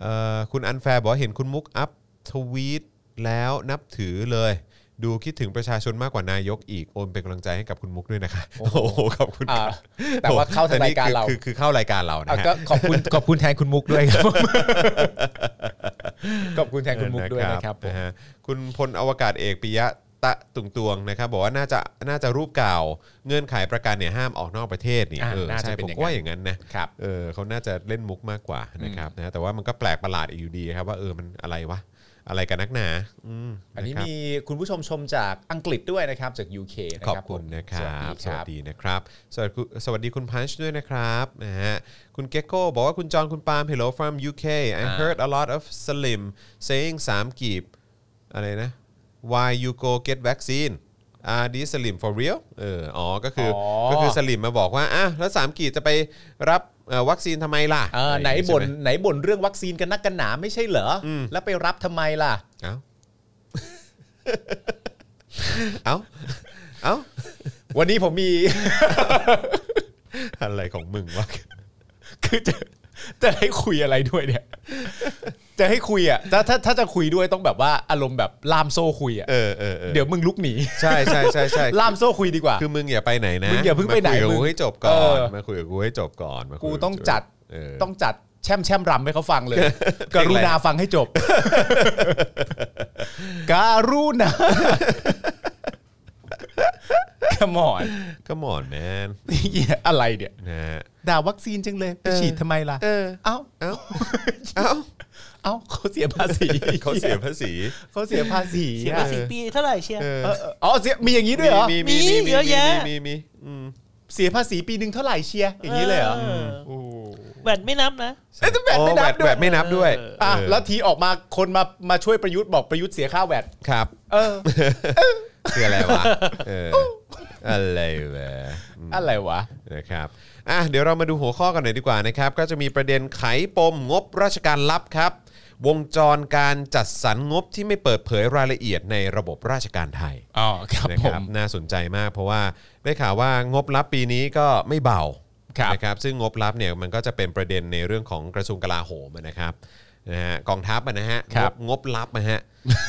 Speaker 2: เอ่อคุณอันแฟร์บอกว่าเห็นคุณมุกอัพทวีตแล้วนับถือเลย ดูคิดถึงประชาชนมากกว่านายกอีกโอนเป็นกำลังใจให้กับคุณมุกด้วยนะคะโอ้โหขอบคุณ ค
Speaker 3: อ่า
Speaker 2: รับ
Speaker 3: แต่ว่าเข้าทา
Speaker 2: อัน
Speaker 3: งรา
Speaker 2: นี้
Speaker 3: ยการ
Speaker 2: คือ
Speaker 3: เรา
Speaker 2: คือคือเข้ารายการเรานะ
Speaker 3: อ่ะ
Speaker 2: ฮะ
Speaker 3: ก็ขอบคุณขอบคุณแทนคุณมุก ด้วยครับ ขอบคุณแทนคุณมุกด้วยนะครับผม
Speaker 2: นะฮะคุณพลอวกาศเอกปิยะตะตุงตวงนะครับบอกว่าน่าจะน่าจะรูปเก่าเงื่อนไขประกันเนี่ยห้ามออกนอกประเทศนี่
Speaker 3: อ่า
Speaker 2: เออ
Speaker 3: น่าจะ
Speaker 2: ใช่
Speaker 3: เป็น
Speaker 2: ผม
Speaker 3: อย่าง
Speaker 2: ก็ว่าอ
Speaker 3: นั้น
Speaker 2: ย่างนั้นนะ
Speaker 3: ครับ
Speaker 2: เออเขาน่าจะเล่นมุกมากกว่านะครับนะแต่ว่ามันก็แปลกประหลาดอีกอยู่ดีครับว่าเออมันอะไรวะอะไรกันนักหนาอืม
Speaker 3: อันนี้
Speaker 2: ะครับ
Speaker 3: มีคุณผู้ชมชมจากอังกฤษด้วยนะครับ จาก UK นะ
Speaker 2: ขอ
Speaker 3: ครับ
Speaker 2: คุณ
Speaker 3: ผม
Speaker 2: นะครับ
Speaker 3: สวัสดีครับ
Speaker 2: ดีนะครับสวัสดีคุณสวัสดีคุณพันช์ด้วยนะครับนะฮะคุณเก k โก้บอกว่าคุณจอนคุณปาล์ม hello from UK I
Speaker 3: อ่า
Speaker 2: heard a lot of Slim saying สามกีบอะไรนะ why you go get vaccine are these slim for real เอออ๋อก็คืออ
Speaker 3: อ
Speaker 2: ก็คือสลิมมาบอกว่าอ่ะแล้วสามกีบจะไปรับเอ่อวัคซีนทำไมล่ะ
Speaker 3: เออไหน
Speaker 2: อะรอย่างงี้ใช่
Speaker 3: บ่น
Speaker 2: ม
Speaker 3: ไหนบ่นเรื่องวัคซีนกันนักกันหนาไม่ใช่เหรออ
Speaker 2: ม
Speaker 3: แล้วไปรับทำไมล่ะ
Speaker 2: เอ้า เอ้า เอ้า
Speaker 3: วันนี้ผมมี
Speaker 2: อะไรของมึงวะ
Speaker 3: คือจะจะให้คุยอะไรด้วยเนี่ย จะให้คุยอ่ะถ้าถ้าถ้าจะคุยด้วยต้องแบบว่าอารมณ์แบบล่ามโซ่คุยอ่ะ
Speaker 2: เออเออเออ
Speaker 3: เดี๋ยวมึงลุกหนี
Speaker 2: ใช่ใช่ใช่ใช่
Speaker 3: ล่ามโซ่คุยดีกว่า
Speaker 2: คือมึงอย่าไปไหนนะ
Speaker 3: มึงอย่าเพิ่งไปไหน
Speaker 2: มคุยกับ
Speaker 3: มึง
Speaker 2: กูให้จบก่อน
Speaker 3: เออ
Speaker 2: มาคุยกับกูให้จบก่อนมาคุยบ
Speaker 3: กูต้องจัด
Speaker 2: เออ
Speaker 3: ต้องจัดแช่มแช่มรำให้เขาฟังเลย
Speaker 2: เพ
Speaker 3: ก
Speaker 2: ลงอะไร
Speaker 3: รุณาฟังให้จบ การุณาขมอน
Speaker 2: ก็หมอนแมน
Speaker 3: เหี้ยอะไรเนี่ย
Speaker 2: นะฮะ
Speaker 3: ด่าวัคซีนจังเลยไป
Speaker 2: เออ
Speaker 3: ฉีดทำไมล่ะ
Speaker 2: เออ
Speaker 3: เอ้า
Speaker 2: เอ้า เอ้า
Speaker 3: เอ้าเขา เสียภาษี
Speaker 2: เขาเสียภาษี
Speaker 3: เขาเสียภาษี
Speaker 4: เสีย
Speaker 3: อะ
Speaker 4: ภาษีปีเท่าไหร่เชียร์
Speaker 2: เออ
Speaker 3: เออเอออ๋อเสียมีอย่างนี้ด้วยเหรอ
Speaker 2: มีมี
Speaker 4: มี
Speaker 2: มี
Speaker 4: เยอะแยะ
Speaker 2: มีมีมีอืม
Speaker 3: เสียภาษีปีหนึ่งเท่าไหร่เชียร์อย่างนี้เลยเหรอโอ้โห
Speaker 4: แบตไม่นับนะ
Speaker 3: เอ้ยแต่แวดไม่
Speaker 2: โอ้
Speaker 3: นับด้ว
Speaker 2: แวย ดแวดไม่นับด้วย
Speaker 3: อ่ะ
Speaker 2: เออ
Speaker 3: แล้วทีออกมาคนมามาช่วยประยุทธ์บอกประยุทธ์เสียค่าแวด
Speaker 2: ครับ
Speaker 3: เออ
Speaker 2: คือ อะไรวะ เออ อะไรวะอืม
Speaker 3: อะไรวะ
Speaker 2: นะครับ อ่ะ เดี๋ยวเรามาดูหัวข้อกันหน่อยดีกว่านะครับ ก็จะมีประเด็นไขปมงบราชการลับครับ วงจรการจัดสรรงบที่ไม่เปิดเผยรายละเอียดในระบบราชการไทย
Speaker 3: อ๋อครับ
Speaker 2: นะ
Speaker 3: ผ
Speaker 2: ครับ
Speaker 3: ม
Speaker 2: น่าสนใจมากเพราะว่าได้ข่าวว่างบลับปีนี้ก็ไม่เบา
Speaker 3: ครับ
Speaker 2: นะครับ ซึ่งงบลับเนี่ยมันก็จะเป็นประเด็นในเรื่องของกระทรวงกลาโหมนะครับ นะฮะกองทัพอะนะฮะ
Speaker 3: ค
Speaker 2: ง
Speaker 3: รับ
Speaker 2: งบลับนะฮะ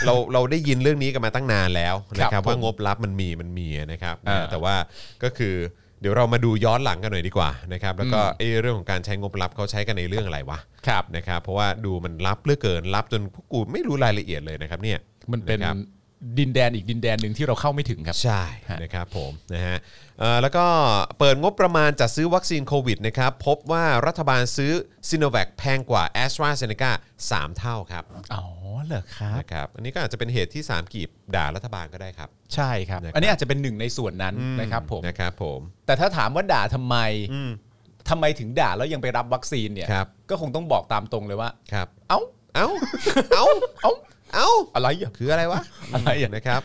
Speaker 2: เราเราได้ยินเรื่องนี้กันมาตั้งนานแล้วนะค
Speaker 3: ครั
Speaker 2: รับบ
Speaker 3: ผม
Speaker 2: ว่างบลับมันมีมันมีนะครับ
Speaker 3: อ่า
Speaker 2: แต่ว่าก็คือเดี๋ยวเรามาดูย้อนหลังกันหน่อยดีกว่านะครับแล้วก็
Speaker 3: อืม
Speaker 2: เอ้เรื่องของการใช้งบลับเขาใช้กันในเรื่องอะไรวะ
Speaker 3: ครับ
Speaker 2: นะครับเพราะว่าดูมันลับเหลือเกินลับจนพวกกูไม่รู้รายละเอียดเลยนะครับเนี่ย
Speaker 3: มันเป็นะครับ ดินแดนอีกดินแดนหนึ่งที่เราเข้าไม่ถึงครับ
Speaker 2: ใช่
Speaker 3: ฮะ
Speaker 2: นะครับผมนะฮะเอ่อแล้วก็เปิดงบประมาณจัดซื้อวัคซีนโควิดนะครับพบว่ารัฐบาลซื้อซิโนแวคแพงกว่า a s t r a z เซ e c a 3 เท่าครับ
Speaker 3: อ๋อเหรอครับ
Speaker 2: นะครับอันนี้ก็อาจจะเป็นเหตุที่ 3 กีบด่ารัฐบาลก็ได้ครับ
Speaker 3: ใช่ครับ
Speaker 2: นะครับ
Speaker 3: อันนี้อาจจะเป็นหนึ่งในส่วนนั้นนะครับผม
Speaker 2: นะครับผม
Speaker 3: แต่ถ้าถามว่าด่าทำไม
Speaker 2: อืม
Speaker 3: ทำไมถึงด่าแล้วยังไปรับวัคซีนเนี่ย
Speaker 2: ครับ
Speaker 3: ก็คงต้องบอกตามตรงเลยว่า
Speaker 2: ครับ
Speaker 3: เอ้า
Speaker 2: เอ้า เอ้า
Speaker 3: เอ้า
Speaker 2: เอ้า
Speaker 3: อะไรอ่ะ
Speaker 2: คืออะไรวะ
Speaker 3: อะไรอ่ะ
Speaker 2: นะครับ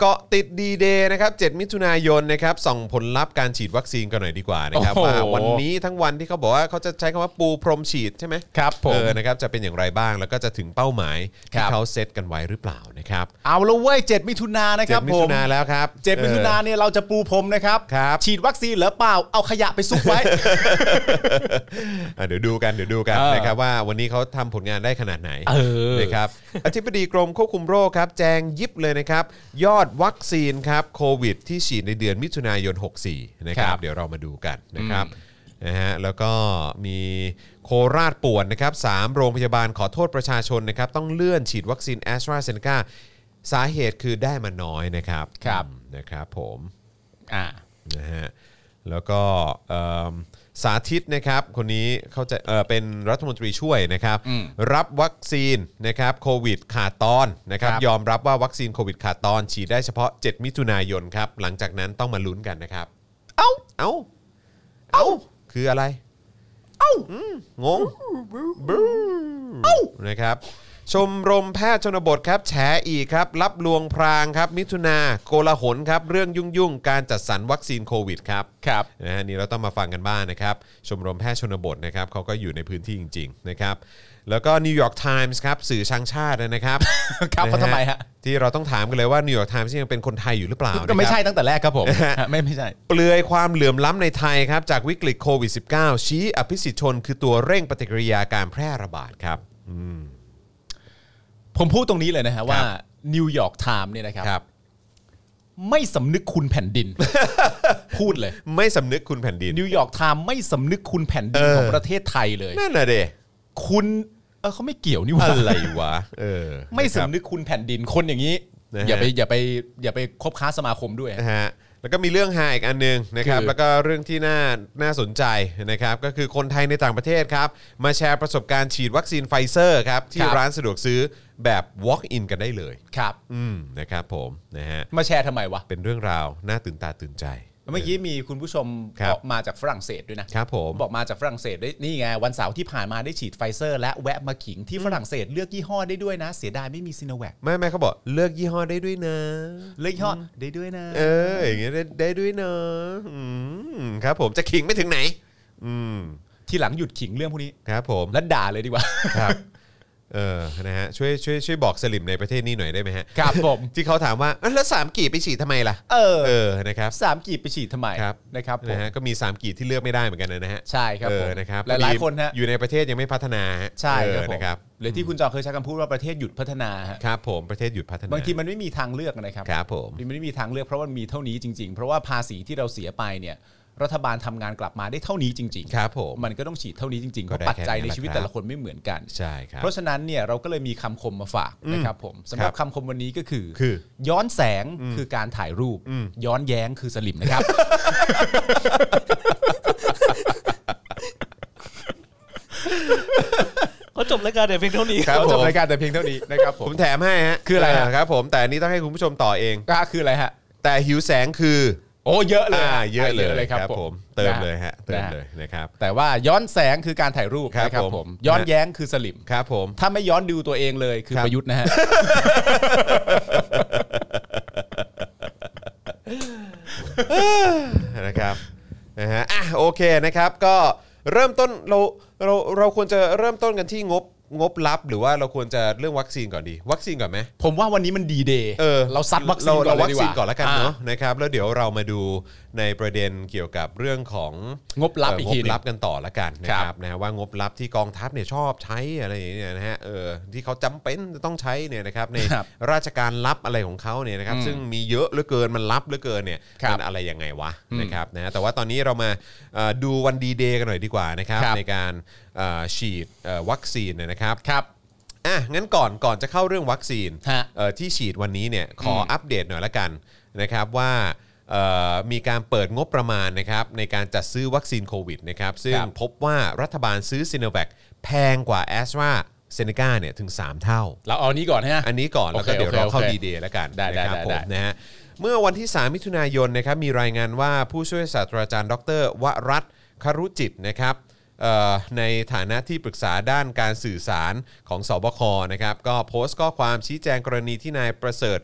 Speaker 2: เกาะติดดีเดย์นะครับ 7 มิถุนายนนะครับส่องผลลัพธ์การฉีดวัคซีนกันหน่อยดีกว่านะครับ
Speaker 3: โอ้โห
Speaker 2: ว่าวันนี้ทั้งวันที่เขาบอกว่าเขาจะใช้คำว่าปูพรมฉีดใช่ไหม
Speaker 3: ครับผม
Speaker 2: เออ นะครับ จะเป็นอย่างไรบ้าง แล้วก็จะถึงเป้าหมาย
Speaker 3: ค
Speaker 2: ที่
Speaker 3: รับ
Speaker 2: เขาเซตกันไว้หรือเปล่านะครับ
Speaker 3: เอาละเว้ยเจ็ดมิถุนายนนะค
Speaker 2: เจ็
Speaker 3: รั
Speaker 2: ด
Speaker 3: บ
Speaker 2: มิ
Speaker 3: ผ
Speaker 2: ถุ
Speaker 3: ม
Speaker 2: นาแล้วครับ
Speaker 3: เจ็ดมิถุนายน
Speaker 2: เอ
Speaker 3: เนี่ยเราจะปูพรมนะครับ
Speaker 2: ครับ
Speaker 3: ฉีดวัคซีนเหรือเปล่า เอาขยะไปซุกไว้
Speaker 2: ออ่ะเดี๋ยวดูกัน เดี๋ยวดูกัน
Speaker 3: เออ
Speaker 2: นะครับว่าวันนี้เขาทำผลงานได้ขนาดไหน
Speaker 3: เออ
Speaker 2: นะครับ อธิบดีกรมควบคุมโรคครับ แจงยิบเลยนะครับ ยอดวัคซีนครับโควิด ที่ฉีดในเดือนมิถุนายน 64 นะครับ
Speaker 3: ครับ
Speaker 2: เดี๋ยวเรามาดูกันนะครับนะฮะ แล้วก็มีโคราชป่วนนะครับสามโรงพยาบาลขอโทษประชาชนนะครับ ต้องเลื่อนฉีดวัคซีนแอสตราเซเนกาสาเหตุคือได้มาน้อยนะครับ
Speaker 3: ครับ
Speaker 2: อืมนะครับผม
Speaker 3: อ่า
Speaker 2: นะฮะแล้วก็เอิ่มสาธิตนะครับคนนี้เขาใจะเอ่อเป็นรัฐมนตรีช่วยนะครับ รับวัคซีนนะครับโควิดขาดตอนนะครับ
Speaker 3: ครับ
Speaker 2: ยอมรับว่าวัคซีนโควิดขาดตอน ฉีดได้เฉพาะ 7 มิถุนายนครับ หลังจากนั้นต้องมาลุ้นกันนะครับ
Speaker 3: เอ้า
Speaker 2: เอ้า เอ้า คืออะไร
Speaker 3: เอ้า
Speaker 2: งงบูนะครับ ชมรมแพทย์ชนบทครับแฉอีกครับรับลวงพรางครับ มิถุนาโกลาหลครับ เรื่องยุ่งยุ่งๆการจัดสรรวัคซีนโควิดครับ
Speaker 3: ครับ
Speaker 2: นะฮะนี่เราต้องมาฟังกันบ้างนะครับ ชมรมแพทย์ชนบทนะครับเขาก็อยู่ในพื้นที่จริง ๆ นะครับ แล้วก็นิวยอร์กไทมส์ครับสื่อช่างชาติ นะครับ
Speaker 3: ครับเขาทำไมฮะ
Speaker 2: ที่เราต้องถามกันเลยว่านิวยอร์กไทมส์ยังเป็นคนไทยอยู่หรือเปล่านะครับ
Speaker 3: ก็ไม่ใช่ตั้งแต่แรกครับผมฮะไม่ไม่ใช่
Speaker 2: เปลือยความเหลื่อมล้ำในไทยครับ จากวิกฤตโควิด -19 ชี้อภิสิทธิชนคือตัวเร่งปฏิกิริยาการแพร่ระบาดครับ
Speaker 3: ผมพูดตรงนี้เลยนะฮะว่า
Speaker 2: ครับ
Speaker 3: นิวยอร์กไทม์เนี่ยนะครับ
Speaker 2: ครับ
Speaker 3: ไม่สำนึกคุณแผ่นดิ น พูดเลย
Speaker 2: ไม่สำนึกคุณแผ่นดิน
Speaker 3: นิวยอร์กไทม์ไม่สำนึกคุณแผ่นดิ
Speaker 2: เอนอ
Speaker 3: ของประเทศไทยเลย
Speaker 2: นั่นน่ะเด
Speaker 3: คุณเออเขาไม่เกี่ยวนี่หว่า
Speaker 2: อะไรวะ เออ
Speaker 3: ไม่
Speaker 2: ะครับ
Speaker 3: สำนึกคุณแผ่นดินคนอย่างนี้
Speaker 2: นะฮะ
Speaker 3: อย่าไปอย่าไปอย่าไปคบค้าสมาคมด้วย
Speaker 2: นะฮะแล้วก็มีเรื่องหาอีกอันหนึงนะครับ
Speaker 3: คือ
Speaker 2: แล้วก็เรื่องที่น่าน่าสนใจนะครับ ก็คือคนไทยในต่างประเทศครับ มาแชร์ประสบการณ์ฉีดวัคซีนไฟเซอร์ครับ ที่
Speaker 3: ครับ
Speaker 2: ร้านสะดวกซื้อแบบ walk in กันได้เลย
Speaker 3: ครับ
Speaker 2: อืมนะครับผมนะฮะ
Speaker 3: มาแชร์ทำไมวะ
Speaker 2: เป็นเรื่องราวน่าตื่นตาตื่นใจ
Speaker 3: เมื่อกี้มีคุณผู้ชม
Speaker 2: ครับ
Speaker 3: บอกมาจากฝรั่งเศสด้วยนะครับ
Speaker 2: ผม
Speaker 3: บอกมาจากฝรั่งเศสได้นี่ไงวันเสาร์ที่ผ่านมาได้ฉีดไฟเซอร์ และแวะมาขิงที่ฝรั่งเศสเลือกยี่ห้อได้ด้วยนะ เสียดายไม่มีซีโนแวค
Speaker 2: ไม่ไม่เขาบอกเลือกยี่ห้อได้ด้วยนะ
Speaker 3: เลือกยี่ห้อได้ด้วยนะ
Speaker 2: เอออย่างเงี้ยได้ได้ด้วยเนอะอืมครับผมจะขิงไม่ถึงไหน อืม
Speaker 3: ทีหลังหยุดขิงเรื่องพวกนี้
Speaker 2: ครับผม
Speaker 3: และด่าเลยดีกว่า
Speaker 2: ครับเออนะฮะช่วยช่วยช่วยบอกสลิมในประเทศนี้หน่อยได้ไหมฮะ
Speaker 3: ครับผม
Speaker 2: ที่เขาถามว่าอ่ะแล้วสามกีบไปฉีดทำไมล่ะ
Speaker 3: เออ
Speaker 2: เออนะครับ
Speaker 3: สามกีบไปฉีดทำไม
Speaker 2: ครับ
Speaker 3: นะครับผม
Speaker 2: นะฮะก็มีสามกีบที่เลือกไม่ได้เหมือนกันนะฮะ
Speaker 3: ใช่ครับ
Speaker 2: เอ
Speaker 3: ผ
Speaker 2: อ
Speaker 3: ม
Speaker 2: นะครับ
Speaker 3: หลายหลา
Speaker 2: พ
Speaker 3: ย
Speaker 2: อดี
Speaker 3: คนฮะ
Speaker 2: อยู่ในประเทศยังไม่พัฒนาฮะ
Speaker 3: ใช่
Speaker 2: เอ
Speaker 3: ครับ
Speaker 2: อ
Speaker 3: ผม
Speaker 2: นะครับ
Speaker 3: หรือที่คุณจอเคยใช้คำพูดว่าประเทศหยุดพัฒนาฮะ
Speaker 2: ครับผมประเทศหยุดพัฒนา
Speaker 3: บางทีมันไม่มีทางเลือกนะครับ
Speaker 2: ครับผม
Speaker 3: มันไม่มีทางเลือกเพราะว่ามีเท่านี้จริง ๆ เพราะว่าภาษีที่เราเสียไปเนี่ยรัฐบาลทำงานกลับมาได้เท่านี้จริง
Speaker 2: ครับผม
Speaker 3: มันก็ต้องฉีดเท่านี้จริงๆเพ
Speaker 2: ก็ได้
Speaker 3: ราะปัจจัยในชีวิต
Speaker 2: แค่นั้
Speaker 3: แต่
Speaker 2: นแหละ
Speaker 3: ละคนไม่เหมือนกัน
Speaker 2: ใช่ครับ
Speaker 3: เพราะฉะนั้นเนี่ยเราก็เลยมีคำคมมาฝากนะครับผมสำหรับคำคมวันนี้ก็คือ
Speaker 2: คือ
Speaker 3: ย้อนแสงคือการถ่ายรูป ย้อนแย้งคือสลิมนะครับ
Speaker 4: เขาจบรายการเดี๋ยวเพียงเท่านี้
Speaker 2: ครับ
Speaker 3: เราจ
Speaker 2: ผ
Speaker 3: บ
Speaker 2: ม
Speaker 3: รายการแต่เพียงเท่านี้นะครับผ
Speaker 2: ผม มแถมให้ฮะ
Speaker 3: คืออะไรฮะ
Speaker 2: เครับผมแต่อันนี้ต้องให้คุณผู้ชมต่อเอง
Speaker 3: ก็ คืออะไรฮะ
Speaker 2: แต่หิวแสงคือ
Speaker 3: โอ้เยอะเลย
Speaker 2: อ่าเยอะเลย
Speaker 3: ครับผม
Speaker 2: เติม
Speaker 3: นะ
Speaker 2: เลยฮะเติม
Speaker 3: น
Speaker 2: เลยนะครับ
Speaker 3: แต่ว่าย้อนแสงคือการถ่ายรูป
Speaker 2: ครับ
Speaker 3: นะครับ
Speaker 2: ผม
Speaker 3: ผม ย้อน
Speaker 2: นะ
Speaker 3: แย้งคือสลิม
Speaker 2: ครับผม
Speaker 3: ถ้าไม่ย้อนดูตัวเองเลยคือ
Speaker 2: ครับ
Speaker 3: ประยุทธ์นะฮะ
Speaker 2: นะครับนะฮะอ่ะโอเคนะครับก็เริ่มต้นเราเราเราควรจะเริ่มต้นกันที่งบ งบลับหรือว่าเราควรจะเรื่องวัคซีนก่อนดี วัคซีนก่อนไหม
Speaker 3: ผมว่าวันนี้มันดีเดย์
Speaker 2: เออ
Speaker 3: เราซัดวัคซีน
Speaker 2: เรา
Speaker 3: ก่อ
Speaker 2: เรา
Speaker 3: นเลย
Speaker 2: วั
Speaker 3: ดี
Speaker 2: ค
Speaker 3: ก
Speaker 2: ซี
Speaker 3: ว่าน
Speaker 2: ก่อนละกันเนาะ
Speaker 3: อ่
Speaker 2: นะครับแล้วเดี๋ยวเรามาดูในประเด็นเกี่ยวกับเรื่องของ
Speaker 3: งบลับ
Speaker 2: เอ่อ
Speaker 3: อีก
Speaker 2: ง
Speaker 3: ทีห
Speaker 2: บ
Speaker 3: นึ่ง
Speaker 2: ลับกันต่อละกันนะค
Speaker 3: ครั
Speaker 2: รับบ นะฮะว่างบลับที่กองทัพเนี่ยชอบใช้อะไรอย่างเงี้ยนะฮะเออที่เขาจำเป็นจะต้องใช้เนี่ยนะครับในราชการลับอะไรของเขาเนี่ยนะครับซึ่งมีเยอะเหลือเกินมันลับเหลือเกินเนี่ยมันอะไรยังไงวะนะครับนะฮะแต่ว่าตอนนี้เรามาเอ่อดูวันดีเดย์กันหน่อยดีกว่านะครับในการเอ่อฉีดเอ่อวัคซีนเนยนะครับครับอ่ะงั้นก่อนก่อนจะเข้าเรื่องวัคซีน
Speaker 3: ฮะ
Speaker 2: เอ่อที่ฉีดวันนี้เนี่ยขออัปเดตหน่อยละกันนะครับว่าเอ่อมีการเปิดงบประมาณนะครับในการจัดซื้อวัคซีนโควิดนะครับซึ่งพบว่ารัฐบาลซื้อซิโนแวคแพงกว่าแอสตราเซเนกาเนี่ยถึง 3 เท่า
Speaker 3: เราเอาอันนี้ก่อนใช่ไหม
Speaker 2: อันนี้ก่อน แล้วก็
Speaker 3: โอเค
Speaker 2: เดี๋ยวเราเข้า
Speaker 3: โอเค
Speaker 2: ดีเดย์แล้วกัน
Speaker 3: ได้ได้
Speaker 2: นะครับ
Speaker 3: ได้
Speaker 2: ผม
Speaker 3: ได้
Speaker 2: นะฮะเมื่อวันที่ 3 มิถุนายนนะครับมีรายงานว่าผู้ช่วยศาสตราจารย์ ดรวรัตน์ครุจิตนะครับเอ่อในฐานะที่ปรึกษาด้านการสื่อสารของสบคนะครับก็โพสต์ข้อความชี้แจงกรณีที่นายประเสริฐ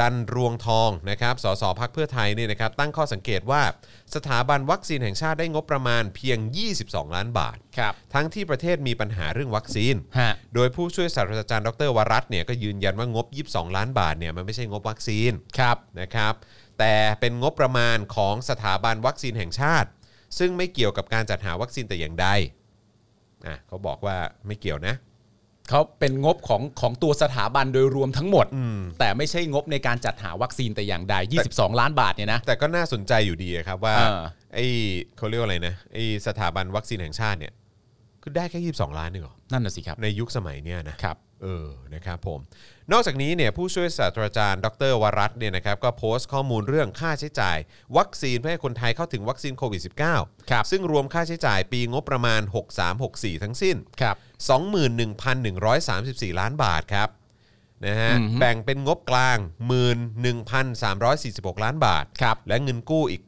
Speaker 2: จันทร์รวงทองนะครับสสพักเพื่อไทยเนี่ยนะครับตั้งข้อสังเกตว่าสถาบันวัคซีนแห่งชาติได้งบประมาณเพียง 22 ล้านบาท
Speaker 3: ครับ
Speaker 2: ทั้งที่ประเทศมีปัญหาเรื่องวัคซีน
Speaker 3: ฮะ
Speaker 2: โดยผู้ช่วยศาสตราจารย์ดรวรัตน์เนี่ยก็ยืนยันว่างบ 22 ล้านบาทเนี่ยมันไม่ใช่งบวัคซีน
Speaker 3: ครับ
Speaker 2: นะครับ แต่เป็นงบประมาณของสถาบันวัคซีนแห่งชาติ ซึ่งไม่เกี่ยวกับการจัดหาวัคซีนแต่อย่างใดอ่ะเขาบอกว่าไม่เกี่ยวนะ
Speaker 3: เขาเป็นงบของของตัวสถาบันโดยรวมทั้งหมด แต่ไม่ใช่งบในการจัดหาวัคซีนแต่อย่างใด 22 ล้านบาทเนี่ยนะ
Speaker 2: แต่ก็น่าสนใจอยู่ดีอะครับว่า
Speaker 3: เออ
Speaker 2: ไอ้เขาเรียกว่าอะไรนะไอ้สถาบันวัคซีนแห่งชาติเนี่ยคือได้แค่ 22 ล้านเองเหรอ
Speaker 3: นั่นน่ะสิครับ
Speaker 2: ในยุคสมัยเนี่ยนะ
Speaker 3: ครับ
Speaker 2: เออ นะครับผม นอกจากนี้เนี่ยผู้ช่วยศาสตราจารย์ ดรวรัตน์เนี่ยนะครับก็โพสต์ข้อมูลเรื่องค่าใช้จ่าย วัคซีนเพื่อให้คนไทยเข้าถึงวัคซีนโควิด -19
Speaker 3: ครับ
Speaker 2: ซึ่งรวมค่าใช้จ่ายปีงบประมาณ 6364 ทั้งสิ้น
Speaker 3: ครับ
Speaker 2: 21,134 ล้านบาทครับนะฮะแบ่งเป็นงบกลาง 11,346 ล้านบาท
Speaker 3: ครับ
Speaker 2: และเงินกู้อีก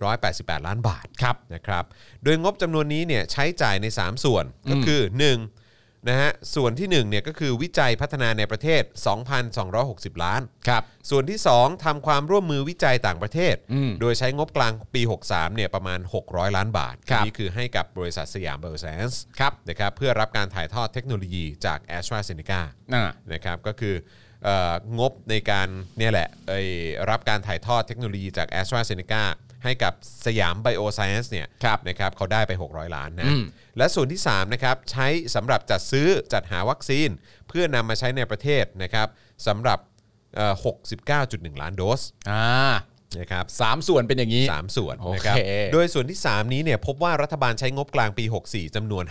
Speaker 2: 9,788 ล้านบาท
Speaker 3: ครับ
Speaker 2: นะครับ โดยงบจำนวนนี้เนี่ยใช้จ่ายใน 3 ส่วนก็คือ1นะฮะส่วนที่1เนี่ยก็คือวิจัยพัฒนาในประเทศ 2,260 ล้าน
Speaker 3: ครับ
Speaker 2: ส่วนที่ 2ทำความร่วมมือวิจัยต่างประเทศ โดยใช้งบกลางปี 63เนี่ยประมาณ 600 ล้านบาท
Speaker 3: ครับ
Speaker 2: อันนี่คือให้กับบริษัทสยามเบอร์แซนส์
Speaker 3: ครับ
Speaker 2: นะครับเพื่อรับการถ่ายทอดเทคโนโลยีจาก a s t r a z e ซ e c a
Speaker 3: อ่า
Speaker 2: นะครับก็คือเอองบในการเนี่ยแหละไอ้รับการถ่ายทอดเทคโนโลยีจาก a s t r a z e ซ e c a ให้กับสยามไบโอไซเอนซ์เนี่ย
Speaker 3: ครับ
Speaker 2: นะครับเขาได้ไป 600 ล้าน
Speaker 3: อื
Speaker 2: นะ
Speaker 3: ม
Speaker 2: และส่วนที่3นะครับใช้สำหรับจัดซื้อจัดหาวัคซีน เพื่อนำมาใช้ในประเทศนะครับสำหรับเอ่อ69.1 ล้านโดส
Speaker 3: อ่า
Speaker 2: นะครับ
Speaker 3: สามส่วนเป็นอย่างนี้
Speaker 2: สามส่วน
Speaker 3: โอเค
Speaker 2: นะครับ โดยส่วนที่ 3 นี้เนี่ยพบว่ารัฐบาลใช้งบกลางปี 64จำนวน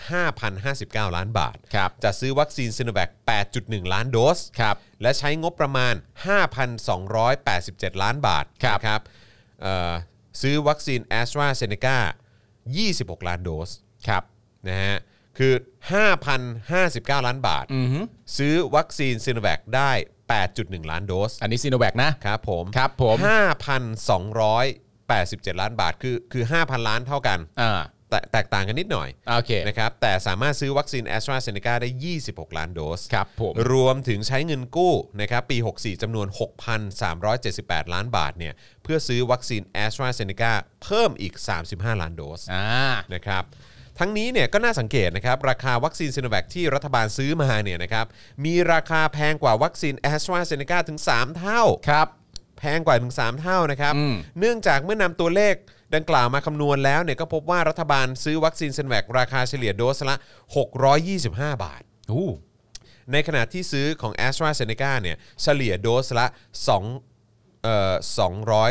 Speaker 2: 5,059 ล้านบาท
Speaker 3: ครับ
Speaker 2: จะซื้อวัคซีนซิโนแวค8.1 ล้านโดส
Speaker 3: ครับ
Speaker 2: และใช้งบประมาณ 5,287 ล้านบาท
Speaker 3: ครับ
Speaker 2: นะครับเอ่อซื้อวัคซีนแอสตราเซเนกา26 ล้านโดส
Speaker 3: ครับ
Speaker 2: นะฮะ คือ 5,059 ล้านบาท
Speaker 3: อือหือ
Speaker 2: ซื้อวัคซีนซิโนแวคได้ 8.1 ล้านโดส
Speaker 3: อันนี้ซีโนแวคนะ
Speaker 2: ครับผม
Speaker 3: ครับผม
Speaker 2: 5,287 ล้านบาท คือ คือ 5,000 ล้านเท่ากัน
Speaker 3: อ่า
Speaker 2: แต่แตกต่างกันนิดหน่อย
Speaker 3: โอเค
Speaker 2: นะครับ แต่สามารถซื้อวัคซีนแอสตราเซเนกาได้ 26 ล้านโดส
Speaker 3: ครับผม
Speaker 2: รวมถึงใช้เงินกู้นะครับปี 64จำนวน 6,378 ล้านบาทเนี่ยเพื่อซื้อวัคซีนแอสตราเซเนกาเพิ่มอีก 35 ล้านโดส
Speaker 3: อ่า
Speaker 2: นะครับทั้งนี้เนี่ยก็น่าสังเกตนะครับราคาวัคซีนซ i โนแวคที่รัฐบาลซื้อมาเนี่ยนะครับมีราคาแพงกว่าวัคซีนแอสตราเซเนกาถึง 3 เท่า
Speaker 3: ครับ
Speaker 2: แพงกว่าถึง 3 เท่านะครับ
Speaker 3: อืม
Speaker 2: เนื่องจากเมื่อนำตัวเลขดังกล่าวมาคำนวณแล้วเนี่ยก็พบว่ารัฐบาลซื้อวัคซีนเซนแวคราคาเฉลี่ยโดสละ 625 บาท
Speaker 3: อู้
Speaker 2: ในขณะที่ซื้อของ a s t r a z e ซ e c a เนี่ยเฉลี่ยโดสละ2เอ่อ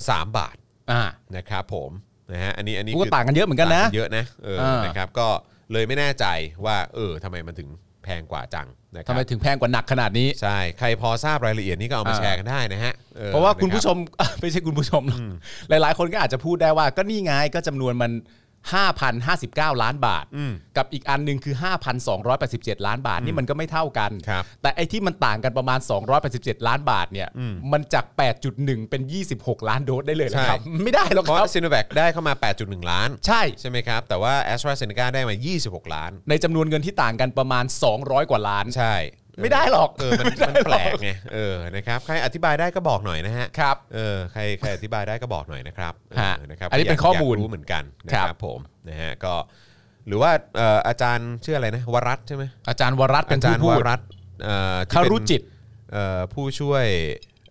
Speaker 2: 203 บาท
Speaker 3: อ่า
Speaker 2: นะครับผมนะฮะอันนี้อันนี้
Speaker 3: อู้ก็ต่างกันเยอะเหมือนกันนะ
Speaker 2: ต่างเยอะนะเออ
Speaker 3: อ่าน
Speaker 2: นะครับก็เลยไม่แน่ใจว่าเออทำไมมันถึงแพงกว่าจังนะค
Speaker 3: ทำ
Speaker 2: รับ
Speaker 3: ไมถึงแพงกว่าหนักขนาดนี้
Speaker 2: ใช่ใครพอทราบรายละเอียดนี้ก็เอามา
Speaker 3: อ่า
Speaker 2: แชร์กันได้นะฮะออ
Speaker 3: เพราะว่าคุณ
Speaker 2: นรับ
Speaker 3: ผู้ชม ไม่ใช่คุณผู้ชมหรอกหลาย ๆ คนก็อาจจะพูดได้ว่า ก็นี่ไงก็จำนวนมัน 5,059 ล้านบาท กับอีกอันหนึงคือ 5,287 ล้านบาท นี่มันก็ไม่เท่ากัน
Speaker 2: ครับ
Speaker 3: แต่ไอ้ที่มันต่างกันประมาณ 287 ล้านบาทเนี่ย มันจาก 8.1 เป็น 26 ล้านโดสได้เลยนะครับ ไม่ได้หรอก
Speaker 2: เพ
Speaker 3: ค
Speaker 2: ราะ
Speaker 3: รับ
Speaker 2: ซีโนแวคได้เข้ามา 8.1 ล้าน
Speaker 3: ใช่
Speaker 2: ใช่ไหมครับ แต่ว่า a s t r a z e ซ e c a ได้มา 26 ล้าน
Speaker 3: ในจำนวนเงินที่ต่างกันประมาณ 200 กว่าล้าน
Speaker 2: ใช่
Speaker 3: ไม่ได้หรอก
Speaker 2: เออมันมันแปลกไงเออนะครับใครอธิบายได้ก็บอกหน่อยนะฮะ
Speaker 3: ครับ
Speaker 2: เออใครใครอธิบายได้ก็บอกหน่อยนะครับ
Speaker 3: ฮะ
Speaker 2: เออนะครับ
Speaker 3: อันนี้เป็น
Speaker 2: ยาก
Speaker 3: ข้อมูล
Speaker 2: ยากรู้เหมือนกันนะค
Speaker 3: ครั
Speaker 2: รับบ ผมนะฮะก็ หรือว่าเอ่ออาจารย์ชื่ออะไรนะวรัตน์ใช่ไหม
Speaker 3: อาจารย์วรัตน์เป็
Speaker 2: อาน จา
Speaker 3: ผู้
Speaker 2: รย์ว
Speaker 3: พูด
Speaker 2: รัตน์เอ่อที่
Speaker 3: คา
Speaker 2: เป็น
Speaker 3: รุจิต
Speaker 2: เอ่อผู้ช่วย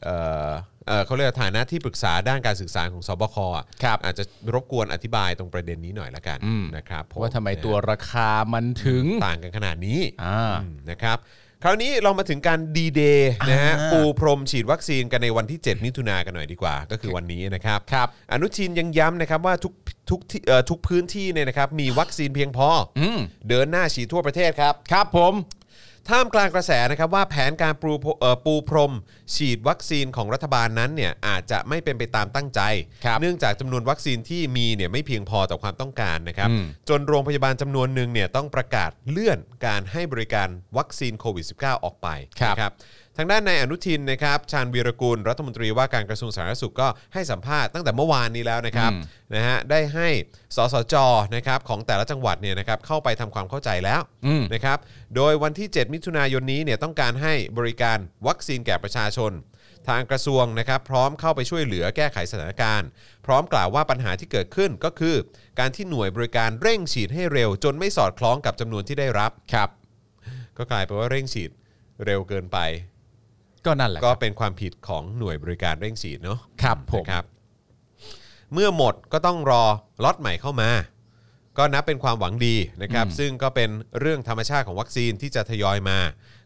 Speaker 2: เอ่อเอ่อเขาเรียกว่าฐานะที่ปรึกษาด้านการสื่อสารของสบคอ่ะ
Speaker 3: ครับ
Speaker 2: อาจจะรบกวนอธิบายตรงประเด็นนี้หน่อยละกันนะครับผ
Speaker 3: ว่าทำไมตัวราคามันถึง
Speaker 2: ต่างกันขนาดนี้
Speaker 3: อ่า
Speaker 2: อืมนะครับคราวนี้เรามาถึงการดีเดย์นะฮะ
Speaker 3: อ่า
Speaker 2: ปูพรมฉีดวัคซีนกันในวันที่ 7 มิถุนากันหน่อยดีกว่า ก็คือวันนี้นะครับ
Speaker 3: ครับ
Speaker 2: อนุชินยังย้ำนะครับว่าทุกทุกที่เอ่อทุกพื้นที่เนี่ยนะครับมีวัคซีนเพียงพออ
Speaker 3: ม
Speaker 2: เดินหน้าฉีดทั่วประเทศครับ
Speaker 3: ครับผม
Speaker 2: ท่ามกลางกระแสนะครับว่าแผนการปูพรเอ่อปูพรม ฉีดวัคซีนของรัฐบาลนั้นเนี่ยอาจจะไม่เป็นไปตามตั้งใจ
Speaker 3: ครับ
Speaker 2: เนื่องจากจำนวนวัคซีนที่มีเนี่ยไม่เพียงพอต่อความต้องการนะครับ
Speaker 3: อืม
Speaker 2: จนโรงพยาบาลจำนวนหนึ่งเนี่ยต้องประกาศเลื่อนการให้บริการวัคซีนโควิด -19 ออกไปนะครับทางด้านนายอนุทินนะครับชาญวีรกุลรัฐมนตรีว่าการกระทรวงสาธารณสุขก็ให้สัมภาษณ์ตั้งแต่เมื่อวานนี้แล้วนะครับนะฮะได้ให้สสจนะครับของแต่ละจังหวัดเนี่ยนะครับเข้าไปทำความเข้าใจแล้ว
Speaker 3: อืม
Speaker 2: นะครับ โดยวันที่ 7 มิถุนายนนี้เนี่ยต้องการให้บริการวัคซีนแก่ประชาชน ทางกระทรวงนะครับพร้อมเข้าไปช่วยเหลือแก้ไขสถานการณ์ พร้อมกล่าวว่าปัญหาที่เกิดขึ้นก็คือ การที่หน่วยบริการเร่งฉีดให้เร็ว จนไม่สอดคล้องกับจำนวนที่ได้รับครับ ก็กลายเป็นว่าเร่งฉีดเร็วเกินไป
Speaker 3: ก็นั่นแหละ
Speaker 2: ก็เป็นความผิดของหน่วยบริการเร่งฉีดเนาะ
Speaker 3: ครับผม
Speaker 2: นะครับเมื่อหมดก็ต้องรอล็อตใหม่เข้ามา ก็นับเป็นความหวังดีนะครับ ซึ่งก็เป็นเรื่องธรรมชาติของวัคซีนที่จะทยอยมา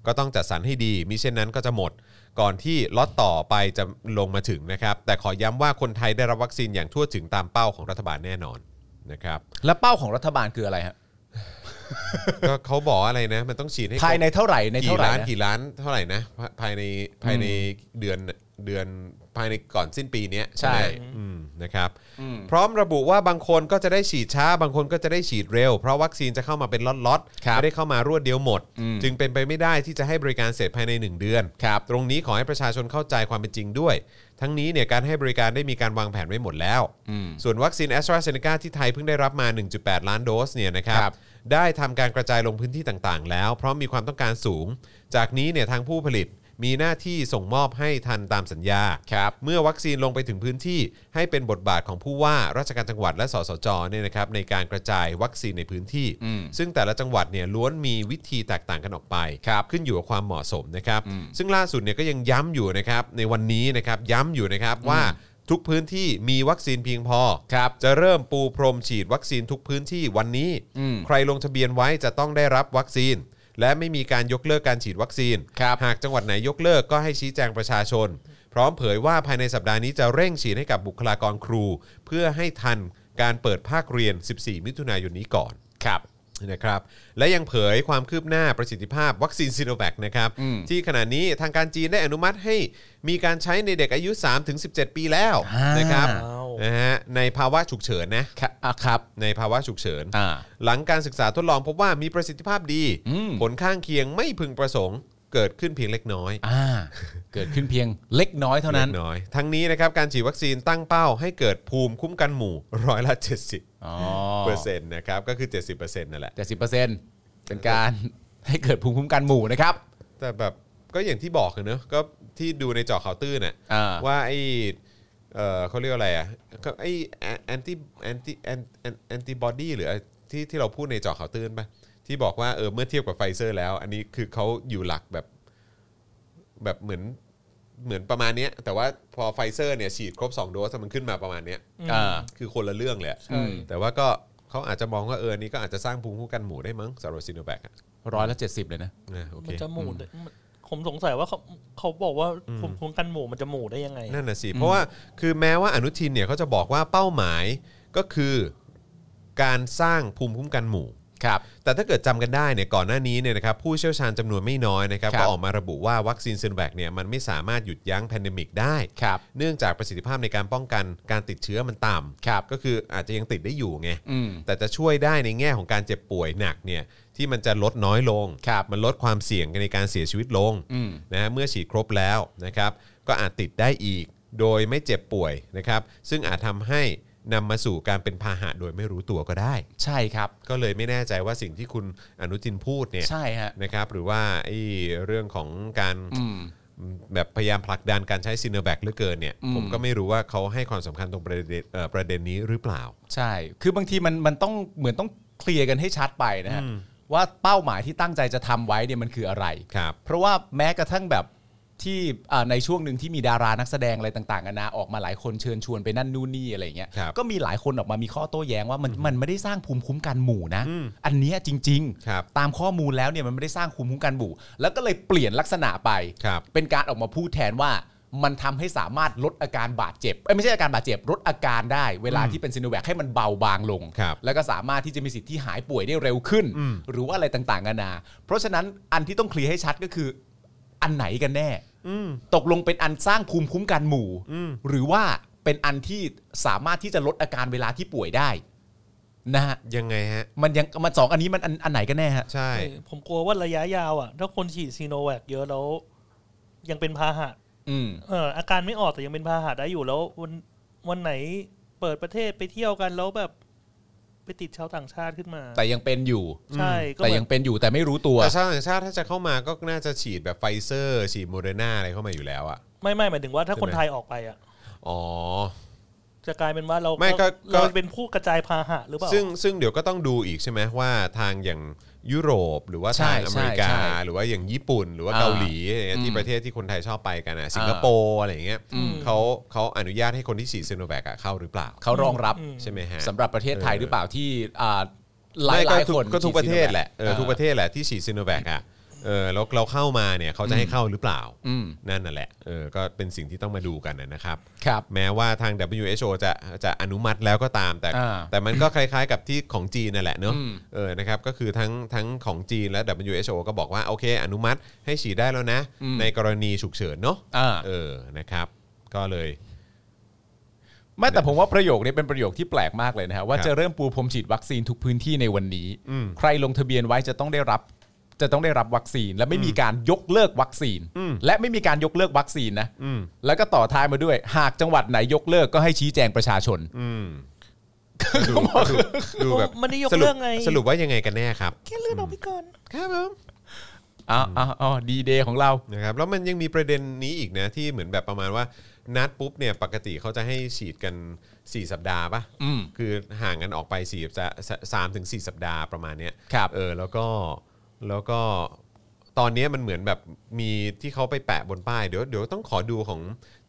Speaker 2: ก็ต้องจัดสรรให้ดีมิเช่นนั้นก็จะหมด ก่อนที่ล็อตต่อไปจะลงมาถึงนะครับ แต่ขอย้ำว่าคนไทยได้รับวัคซีนอย่างทั่วถึงตามเป้าของรัฐบาลแน่นอน นะครับ
Speaker 3: แล้วเป้าของรัฐบาลคืออะไรฮะ
Speaker 2: ก็เขาบอกอะไรนะ มันต้องฉีดให้ครบ
Speaker 3: ภายในเท่าไหร่ใน
Speaker 2: กี่
Speaker 3: เท่าไหร่
Speaker 2: ล้าน
Speaker 3: นะ
Speaker 2: กี่ล้านเท่าไหร่นะภาภายในภายในเดือนเดือนภายในก่อนสิ้นปีเนี้ยไหมอืมนะครับ
Speaker 3: อืม
Speaker 2: พร้อมระบุว่าบางคนก็จะได้ฉีดช้า บางคนก็จะได้ฉีดเร็ว เพราะวัคซีนจะเข้ามาเป็นล็อตๆ
Speaker 3: ครับ
Speaker 2: ไม่ได้เข้ามารวดเดียวหมด
Speaker 3: อืม
Speaker 2: จึงเป็นไปไม่ได้ที่จะให้บริการเสร็จภายใน 1 เดือน
Speaker 3: ครับ
Speaker 2: ตรงนี้ขอให้ประชาชนเข้าใจความเป็นจริงด้วย ทั้งนี้เนี่ยการให้บริการได้มีการวางแผนไว้หมดแล้ว
Speaker 3: อืม
Speaker 2: ส่วนวัคซีนแอสตราเซเนกาที่ไทยเพิ่งได้รับมา 1.8 ล้านโดสเนี่ยนะครับ
Speaker 3: ครับ
Speaker 2: ได้ทำการกระจายลงพื้นที่ต่างๆ แล้ว เพราะมีความต้องการสูง จากนี้เนี่ยทางผู้ผลิตมีหน้าที่ส่งมอบให้ทันตามสัญญา
Speaker 3: ครับ
Speaker 2: เมื่อวัคซีนลงไปถึงพื้นที่ให้เป็นบทบาทของผู้ว่าราชการจังหวัดและสสจเนี่ยนะครับในการกระจายวัคซีนในพื้นที่
Speaker 3: อืม
Speaker 2: ซึ่งแต่ละจังหวัดเนี่ยล้วนมีวิธีแตกต่างกันออกไป
Speaker 3: ครับ
Speaker 2: ขึ้นอยู่กับความเหมาะสมนะครับ ซึ่งล่าสุดเนี่ยก็ยังย้ำอยู่นะครับในวันนี้นะครับย้ำอยู่นะครับว่าทุกพื้นที่มีวัคซีนเพียงพอ
Speaker 3: ครับ
Speaker 2: จะเริ่มปูพรมฉีดวัคซีนทุกพื้นที่วันนี้
Speaker 3: อืม
Speaker 2: ใครลงทะเบียนไว้จะต้องได้รับวัคซีน และไม่มีการยกเลิกการฉีดวัคซีน
Speaker 3: ครับ
Speaker 2: หากจังหวัดไหนยกเลิกก็ให้ชี้แจงประชาชน พร้อมเผยว่าภายในสัปดาห์นี้จะเร่งฉีดให้กับบุคลากรครู เพื่อให้ทันการเปิดภาคเรียน 14 มิถุนายนนี้ก่อน
Speaker 3: ครับ
Speaker 2: นะครับและยังเผยความคืบหน้าประสิทธิภาพวัคซีนซีโนแวคนะครับ
Speaker 3: อืม
Speaker 2: ที่ขณะนี้ทางการจีนได้อนุมัติให้มีการใช้ในเด็กอายุ 3-17 ปีแล้ว
Speaker 3: อ่าน
Speaker 2: นะครับ
Speaker 4: ว้าว
Speaker 2: นะฮะในภาวะฉุกเฉินนะ
Speaker 3: ครับอ่ะครับ
Speaker 2: ในภาวะฉุกเฉิน
Speaker 3: อ่า
Speaker 2: หลังการศึกษาทดลองพบว่ามีประสิทธิภาพดี
Speaker 3: อืม
Speaker 2: ผลข้างเคียงไม่พึงประสงค์เกิดขึ้นเพียงเล็กน้อย
Speaker 3: อ่า เกิดขึ้นเพียงเล็กน้อยเท่านั้น
Speaker 2: ล็กน้อย ทั้งนี้นะครับการฉีดวัคซีนตั้งเป้าให้เกิดภูมิคุ้มกันหมู่ร้อยละ70
Speaker 3: อ๋อ
Speaker 2: เปอร์เซ็นต์นะครับก็คือ 70%นั่นแหละ
Speaker 3: แต่สิบเปอร์เซ็นต์เป็นการ ให้เกิดภูมิคุ้มกันหมู่นะครับ
Speaker 2: แต่แบบก็อย่างที่บอกอะเนอะก็ที่ดูในเจอข่าวตื้นน่ะ
Speaker 3: อ่า
Speaker 2: ว่าไอเออเขาเรียกว่าอะไรอ่ะก็ไอแอนตี้แอนตี้แอนแอนติบอดีหรืออะไรที่ที่เราพูดในเจอข่าวตื้นปะที่บอกว่าเออเมื่อเทียบกับไฟเซอร์แล้ว อันนี้คือเขาอยู่หลักแบบแบบเหมือนเหมือนประมาณเนี้ยแต่ว่าพอไฟเซอร์เนี่ยฉีดครบ 2 โดสมันขึ้นมาประมาณเนี้ย
Speaker 3: อ่า
Speaker 2: คือคนละเรื่องเลยอะ
Speaker 3: ใช่
Speaker 2: แต่ว่าก็เขาอาจจะมองว่าเอออนนี้ก็อาจจะสร้างภูมิคุ้มกันหมู่ได้มั้งสำหรับซิโนแวคอ่ะ
Speaker 3: ร้อยละเจ็ดสิบเลยนะ
Speaker 2: นะโอเค
Speaker 4: มันจะหมูได้มันผมสงสัยว่าเขาเขาบอกว่าภูมิคุ้มกันหมูมันจะหมูได้ยังไง
Speaker 2: นั่นน่ะสิ เพราะว่าคือแม้ว่าอนุทินเนี่ยเขาจะบอกว่าเป้าหมายก็คือการสร้างภูมิคุ้มกันหมู่
Speaker 3: ครับ
Speaker 2: แต่ถ้าเกิดจำกันได้เนี่ยก่อนหน้านี้เนี่ยนะครับผู้เชี่ยวชาญจำนวนไม่น้อยนะครับ
Speaker 3: ครับ
Speaker 2: ก็ออกมาระบุว่าวัคซีนซิโนแวคเนี่ยมันไม่สามารถหยุดยั้งแพนเดมิกได้
Speaker 3: ครับ
Speaker 2: เนื่องจากประสิทธิภาพในการป้องกันการติดเชื้อมันต่ำ
Speaker 3: ครับ
Speaker 2: ก็คืออาจจะยังติดได้อยู่ไง
Speaker 3: อืม
Speaker 2: แต่จะช่วยได้ในแง่ของการเจ็บป่วยหนักเนี่ยที่มันจะลดน้อยลง
Speaker 3: ครับ
Speaker 2: มันลดความเสี่ยงในการเสียชีวิตลง
Speaker 3: อืม
Speaker 2: นะฮะเมื่อฉีดครบแล้วนะครับ ก็อาจติดได้อีก โดยไม่เจ็บป่วยนะครับ ซึ่งอาจทำให้นำมาสู่การเป็นพาหะโดยไม่รู้ตัวก็ได้
Speaker 3: ใช่ครับ
Speaker 2: ก็เลยไม่แน่ใจว่าสิ่งที่คุณอนุทินพูดเนี่ย
Speaker 3: ใช่ฮะ
Speaker 2: นะครับหรือว่าไอ้เรื่องของการ
Speaker 3: อืม
Speaker 2: แบบพยายามผลักดันการใช้ซีเนอร์แบคเหลือเกินเนี่ย
Speaker 3: อืม
Speaker 2: ผมก็ไม่รู้ว่าเขาให้ความสำคัญตรงประเด็นเอ่อประเด็นนี้หรือเปล่า
Speaker 3: ใช่ คือบางทีมันมันต้องเหมือนต้อง เคลียร์กันให้ชัดไปนะฮะว่าเป้าหมายที่ตั้งใจจะทำไว้เนี่ยมันคืออะไร
Speaker 2: ครับ
Speaker 3: เพราะว่าแม้กระทั่งแบบที่อ่าในช่วงหนึ่งที่มีดารานักแสดงอะไรต่างๆกันานาออกมาหลายคนเชิญชวนไปนั่นนู่นนี่อะไรอย่างเงี้ย
Speaker 2: ครับ
Speaker 3: ก็มีหลายคนออกมามีข้อโต้แย้งว่ามันมันไม่ได้สร้างภูมิคุ้มกันหมู่นะ อันเนี้ยจริง
Speaker 2: ครับ
Speaker 3: ตามข้อมูลแล้วเนี่ยมันไม่ได้สร้างภูมิคุ้มกันหมู่ แล้วก็เลยเปลี่ยนลักษณะไป
Speaker 2: ครับ
Speaker 3: เป็นการออกมาพูดแทนว่ามันทำให้สามารถลดอาการบาดเจ็บเอ้ยไม่ใช่อาการบาดเจ็บลดอาการได้ เวลาที่เป็นซิโนแวคให้มันเบาบางลง
Speaker 2: ครับ
Speaker 3: แล้วก็สามารถที่จะมีสิทธิ์ที่หายป่วยได้เร็วขึ้น หรือว่าอะไรต่างๆนานา เพราะฉะนั้นอันที่ต้องเคลียร์ให้ชัดก็คืออันไหนกันแน่ตกลงเป็นอันสร้างภูมิคุ้มกันหมู่ หรือว่าเป็นอันที่สามารถที่จะลดอาการเวลาที่ป่วยได้นะฮะ
Speaker 2: ยังไงฮะ
Speaker 3: มันยังมันสองอันนี้มันอันอันไหนกันแน่ฮะ
Speaker 2: ใช่
Speaker 4: เออผมกลัวว่าระยะยาวอ่ะ ถ้าคนฉีดซีโนแวคเยอะแล้ว ยังเป็นพาหะ
Speaker 3: อืม
Speaker 4: เอออาการไม่ออกแต่ยังเป็นพาหะได้อยู่แล้ววันวันไหนเปิดประเทศไปเที่ยวกันแล้วแบบ ไปติดชาวต่างชาติขึ้นมา
Speaker 3: แต่ยังเป็นอยู่
Speaker 4: ใช่ก็
Speaker 3: แต่
Speaker 4: เหมื
Speaker 3: ยั
Speaker 4: อน
Speaker 3: งเป็นอยู่แต่ไม่รู้ตัว
Speaker 2: แต่ชาติต่างชาติถ้าจะเข้ามาก็น่าจะฉีดแบบไฟเซอร์ ฉีดโมเดอร์นาอะไรเข้ามาอยู่แล้วอ่ะ
Speaker 4: ไม่ไม่หมายถึงว่าถ้า
Speaker 2: ใช่ไหม
Speaker 4: คนไทยออกไปอ่ะ
Speaker 2: อ๋อ
Speaker 4: จะกลายเป็นว่าเรา
Speaker 2: ไม่ก็ก็
Speaker 4: เราเป็นผู้กระจายพาหะหรือเปล่า
Speaker 2: ซึ่งซึ่งเดี๋ยวก็ต้องดูอีกใช่ไหมว่าทางอย่างยุโรปหรือว่า
Speaker 3: ใช่
Speaker 2: ทางอเมริกา
Speaker 3: ใช่ใช่
Speaker 2: หรือว่าอย่างญี่ปุ่น หรือว่า
Speaker 3: อ่า
Speaker 2: เกาหลีอะไรเงี้ย
Speaker 3: อืม
Speaker 2: ที่ประเทศที่คนไทยชอบไปกันนะสิงคโปร์อะไรอย่างเงี้ยเขาเขาอนุญาตให้คนที่ฉีดซีโนแวคอะเข้าหรือเปล่า
Speaker 3: เขารองรับ
Speaker 2: ใช่ไหมฮะ
Speaker 3: สำหรับประเทศไทยหรือเปล่าที่อ่าหลา
Speaker 2: ไม่
Speaker 3: ยห
Speaker 2: ก็
Speaker 3: ลาย
Speaker 2: ทุก
Speaker 3: คน
Speaker 2: ก็ทุก
Speaker 3: ฉีด
Speaker 2: ประเทศแหละเออ
Speaker 3: ซีโนแค
Speaker 2: ทุกประเทศแหละที่ฉีดซีโนแวคอะเออแล้วเราเข้ามาเนี่ยเขาจะให้เข้าหรือเปล่า
Speaker 3: อืม
Speaker 2: นั่นน่ะแหละเออก็เป็นสิ่งที่ต้องมาดูกันนะนะครับ
Speaker 3: ครับ
Speaker 2: แม้ว่าทาง WHO จะจะอนุมัติแล้วก็ตามแต่
Speaker 3: อ่า
Speaker 2: แต่มันก็คล้ายๆกับที่ของจีนนั่นแหละเนอะ
Speaker 3: อืม
Speaker 2: เออนะครับก็คือทั้งทั้งของจีนและ WHO ก็บอกว่าโอเค อนุมัติให้ฉีดได้แล้วนะ
Speaker 3: อืม
Speaker 2: ในกรณีฉุกเฉินเนอะ
Speaker 3: อ่า
Speaker 2: เออนะครับ ก็เลย
Speaker 3: ไม่แต่ผมว่าประโยคนี้เป็นประโยคที่แปลกมากเลยนะฮะว่า
Speaker 2: ครับ
Speaker 3: จะเริ่มปูพรมฉีดวัคซีนทุกพื้นที่ในวันนี้ ใครลงทะเบียนไว้จะต้องได้รับ จะต้องได้รับวัคซีน และไม่มีการยกเลิกวัคซีน
Speaker 2: อืม
Speaker 3: และไม่มีการยกเลิกวัคซีนนะ
Speaker 2: อืม
Speaker 3: แล้วก็ต่อท้ายมาด้วย หากจังหวัดไหนยกเลิกก็ให้ชี้แจงประชาชน
Speaker 2: อื มดูดูดูแบบ
Speaker 4: มันได้ยก
Speaker 2: สรุป
Speaker 4: เรื่องไง
Speaker 2: สรุปว่ายังไงกันแน่ครับ
Speaker 4: แค่เลื่อนออกไปก่อน
Speaker 2: ครับผม
Speaker 3: อ้าวอ้าวอ้าวดีเดย์ของเรา
Speaker 2: นะครับแล้วมันยังมีประเด็นนี้อีกนะที่เหมือนแบบประมาณว่า นัดปุ๊บเนี่ยปกติเขาจะให้ฉีดกัน 4 สัปดาห์ปะ
Speaker 3: อืม
Speaker 2: คือห่างกันออกไป4สัปดาห์สามถึง4สัปดาห์ประมาณเนี้ย
Speaker 3: ครับ
Speaker 2: เออแล้วก็แล้วก็ตอนเนี้ยมันเหมือนแบบมีที่เขาไปแปะบนป้ายเดี๋ยวเดี๋ยวต้องขอดูของ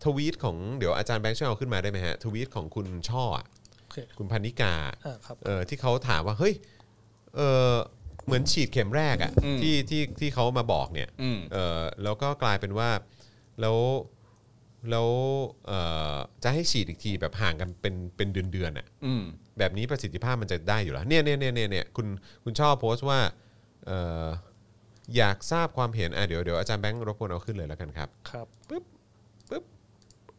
Speaker 2: ทวีตของเดี๋ยวอาจารย์แบงค์ช่วยเอาขึ้นมาได้ไหมฮะทวีตของคุณช่ออะ
Speaker 4: โอเค
Speaker 2: คุณพันนิกา
Speaker 4: อ่าครับ
Speaker 2: เออที่เขาถามว่าเฮ้ยเออเหมือนฉีดเข็มแรกอะ
Speaker 3: อืม
Speaker 2: ที่ที่ที่เขามาบอกเนี่ย
Speaker 3: อืม
Speaker 2: เออแล้วก็กลายเป็นว่าแล้วแล้วเอ่อจะให้ฉีดอีกทีแบบห่างกันเป็นเป็นเดือนเดือนๆอะ
Speaker 3: อืม
Speaker 2: แบบนี้ประสิทธิภาพมันจะได้อยู่แล้วเนี่ยเนี่ยเนี่ยเนี่ยเนี่ยคุณคุณชอบโพสต์ว่าเอ่ออยากทราบความเห็นอ่ะเดี๋ยวเดี๋ยวอาจารย์แบงค์รบกวนเอาขึ้นเลยแล้วกันครับ
Speaker 4: ครับ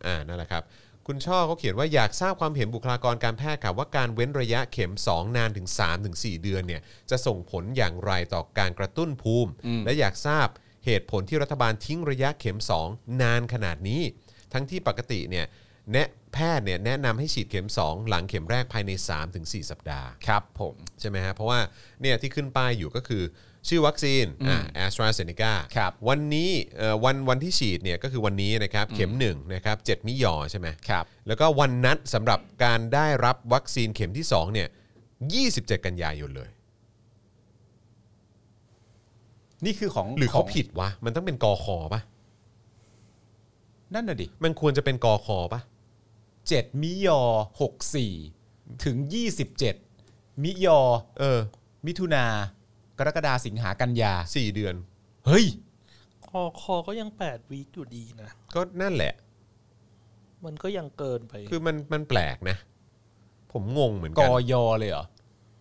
Speaker 2: อ่านั่นแหละครับ คุณช่อเขาเขียนว่าอยากทราบความเห็นบุคลากรการแพทย์ค่ะว่าการเว้นระยะเข็ม 2 นานถึง 3-4 เดือนเนี่ยจะส่งผลอย่างไรต่อการกระตุ้นภูมิ และอยากทราบเหตุผลที่รัฐบาลทิ้งระยะเข็ม 2 นานขนาดนี้ ทั้งที่ปกติเนี่ยแนะแพทย์เนี่ยแนะนำให้ฉีดเข็ม 2 หลังเข็มแรกภายใน 3-4 สัปดาห์
Speaker 3: ครับผม
Speaker 2: ใช่ไหมฮะเพราะว่าเนี่ยที่ขึ้นป้ายอยู่ก็คือชื่อวัคซีนแอสตราเซเนกา
Speaker 3: ครับ
Speaker 2: วันนี้เอ่อวันวันที่ฉีดเนี่ยก็คือวันนี้นะครับเข็ม1นะครับ7มิยอใช่ไหม
Speaker 3: ครับ
Speaker 2: แล้วก็วันนัดสำหรับการได้รับวัคซีนเข็มที่2เนี่ย27 กันยายนเลย
Speaker 3: นี่คือของ
Speaker 2: หรือเขา
Speaker 3: ง
Speaker 2: ผิดวะ มันต้องเป็นกอคอปะ
Speaker 3: นั่นน่ะดิ
Speaker 2: มันควรจะเป็นกอคอปะ
Speaker 3: 7มิยอ64 ถึง 27 มิยอ
Speaker 2: เออ
Speaker 3: มิถุนากรกฎาสิงหากันยา
Speaker 2: สี่เดือน
Speaker 3: เฮ้ย
Speaker 4: คอคอก็ยังแปดวีคอยู่ดีนะ
Speaker 2: ก็นั่นแหละ
Speaker 4: มันก็ยังเกินไป
Speaker 2: คือมันมันแปลกนะ ผมงงเหมือน
Speaker 3: ก
Speaker 2: กัน
Speaker 3: ยเลยเหรอ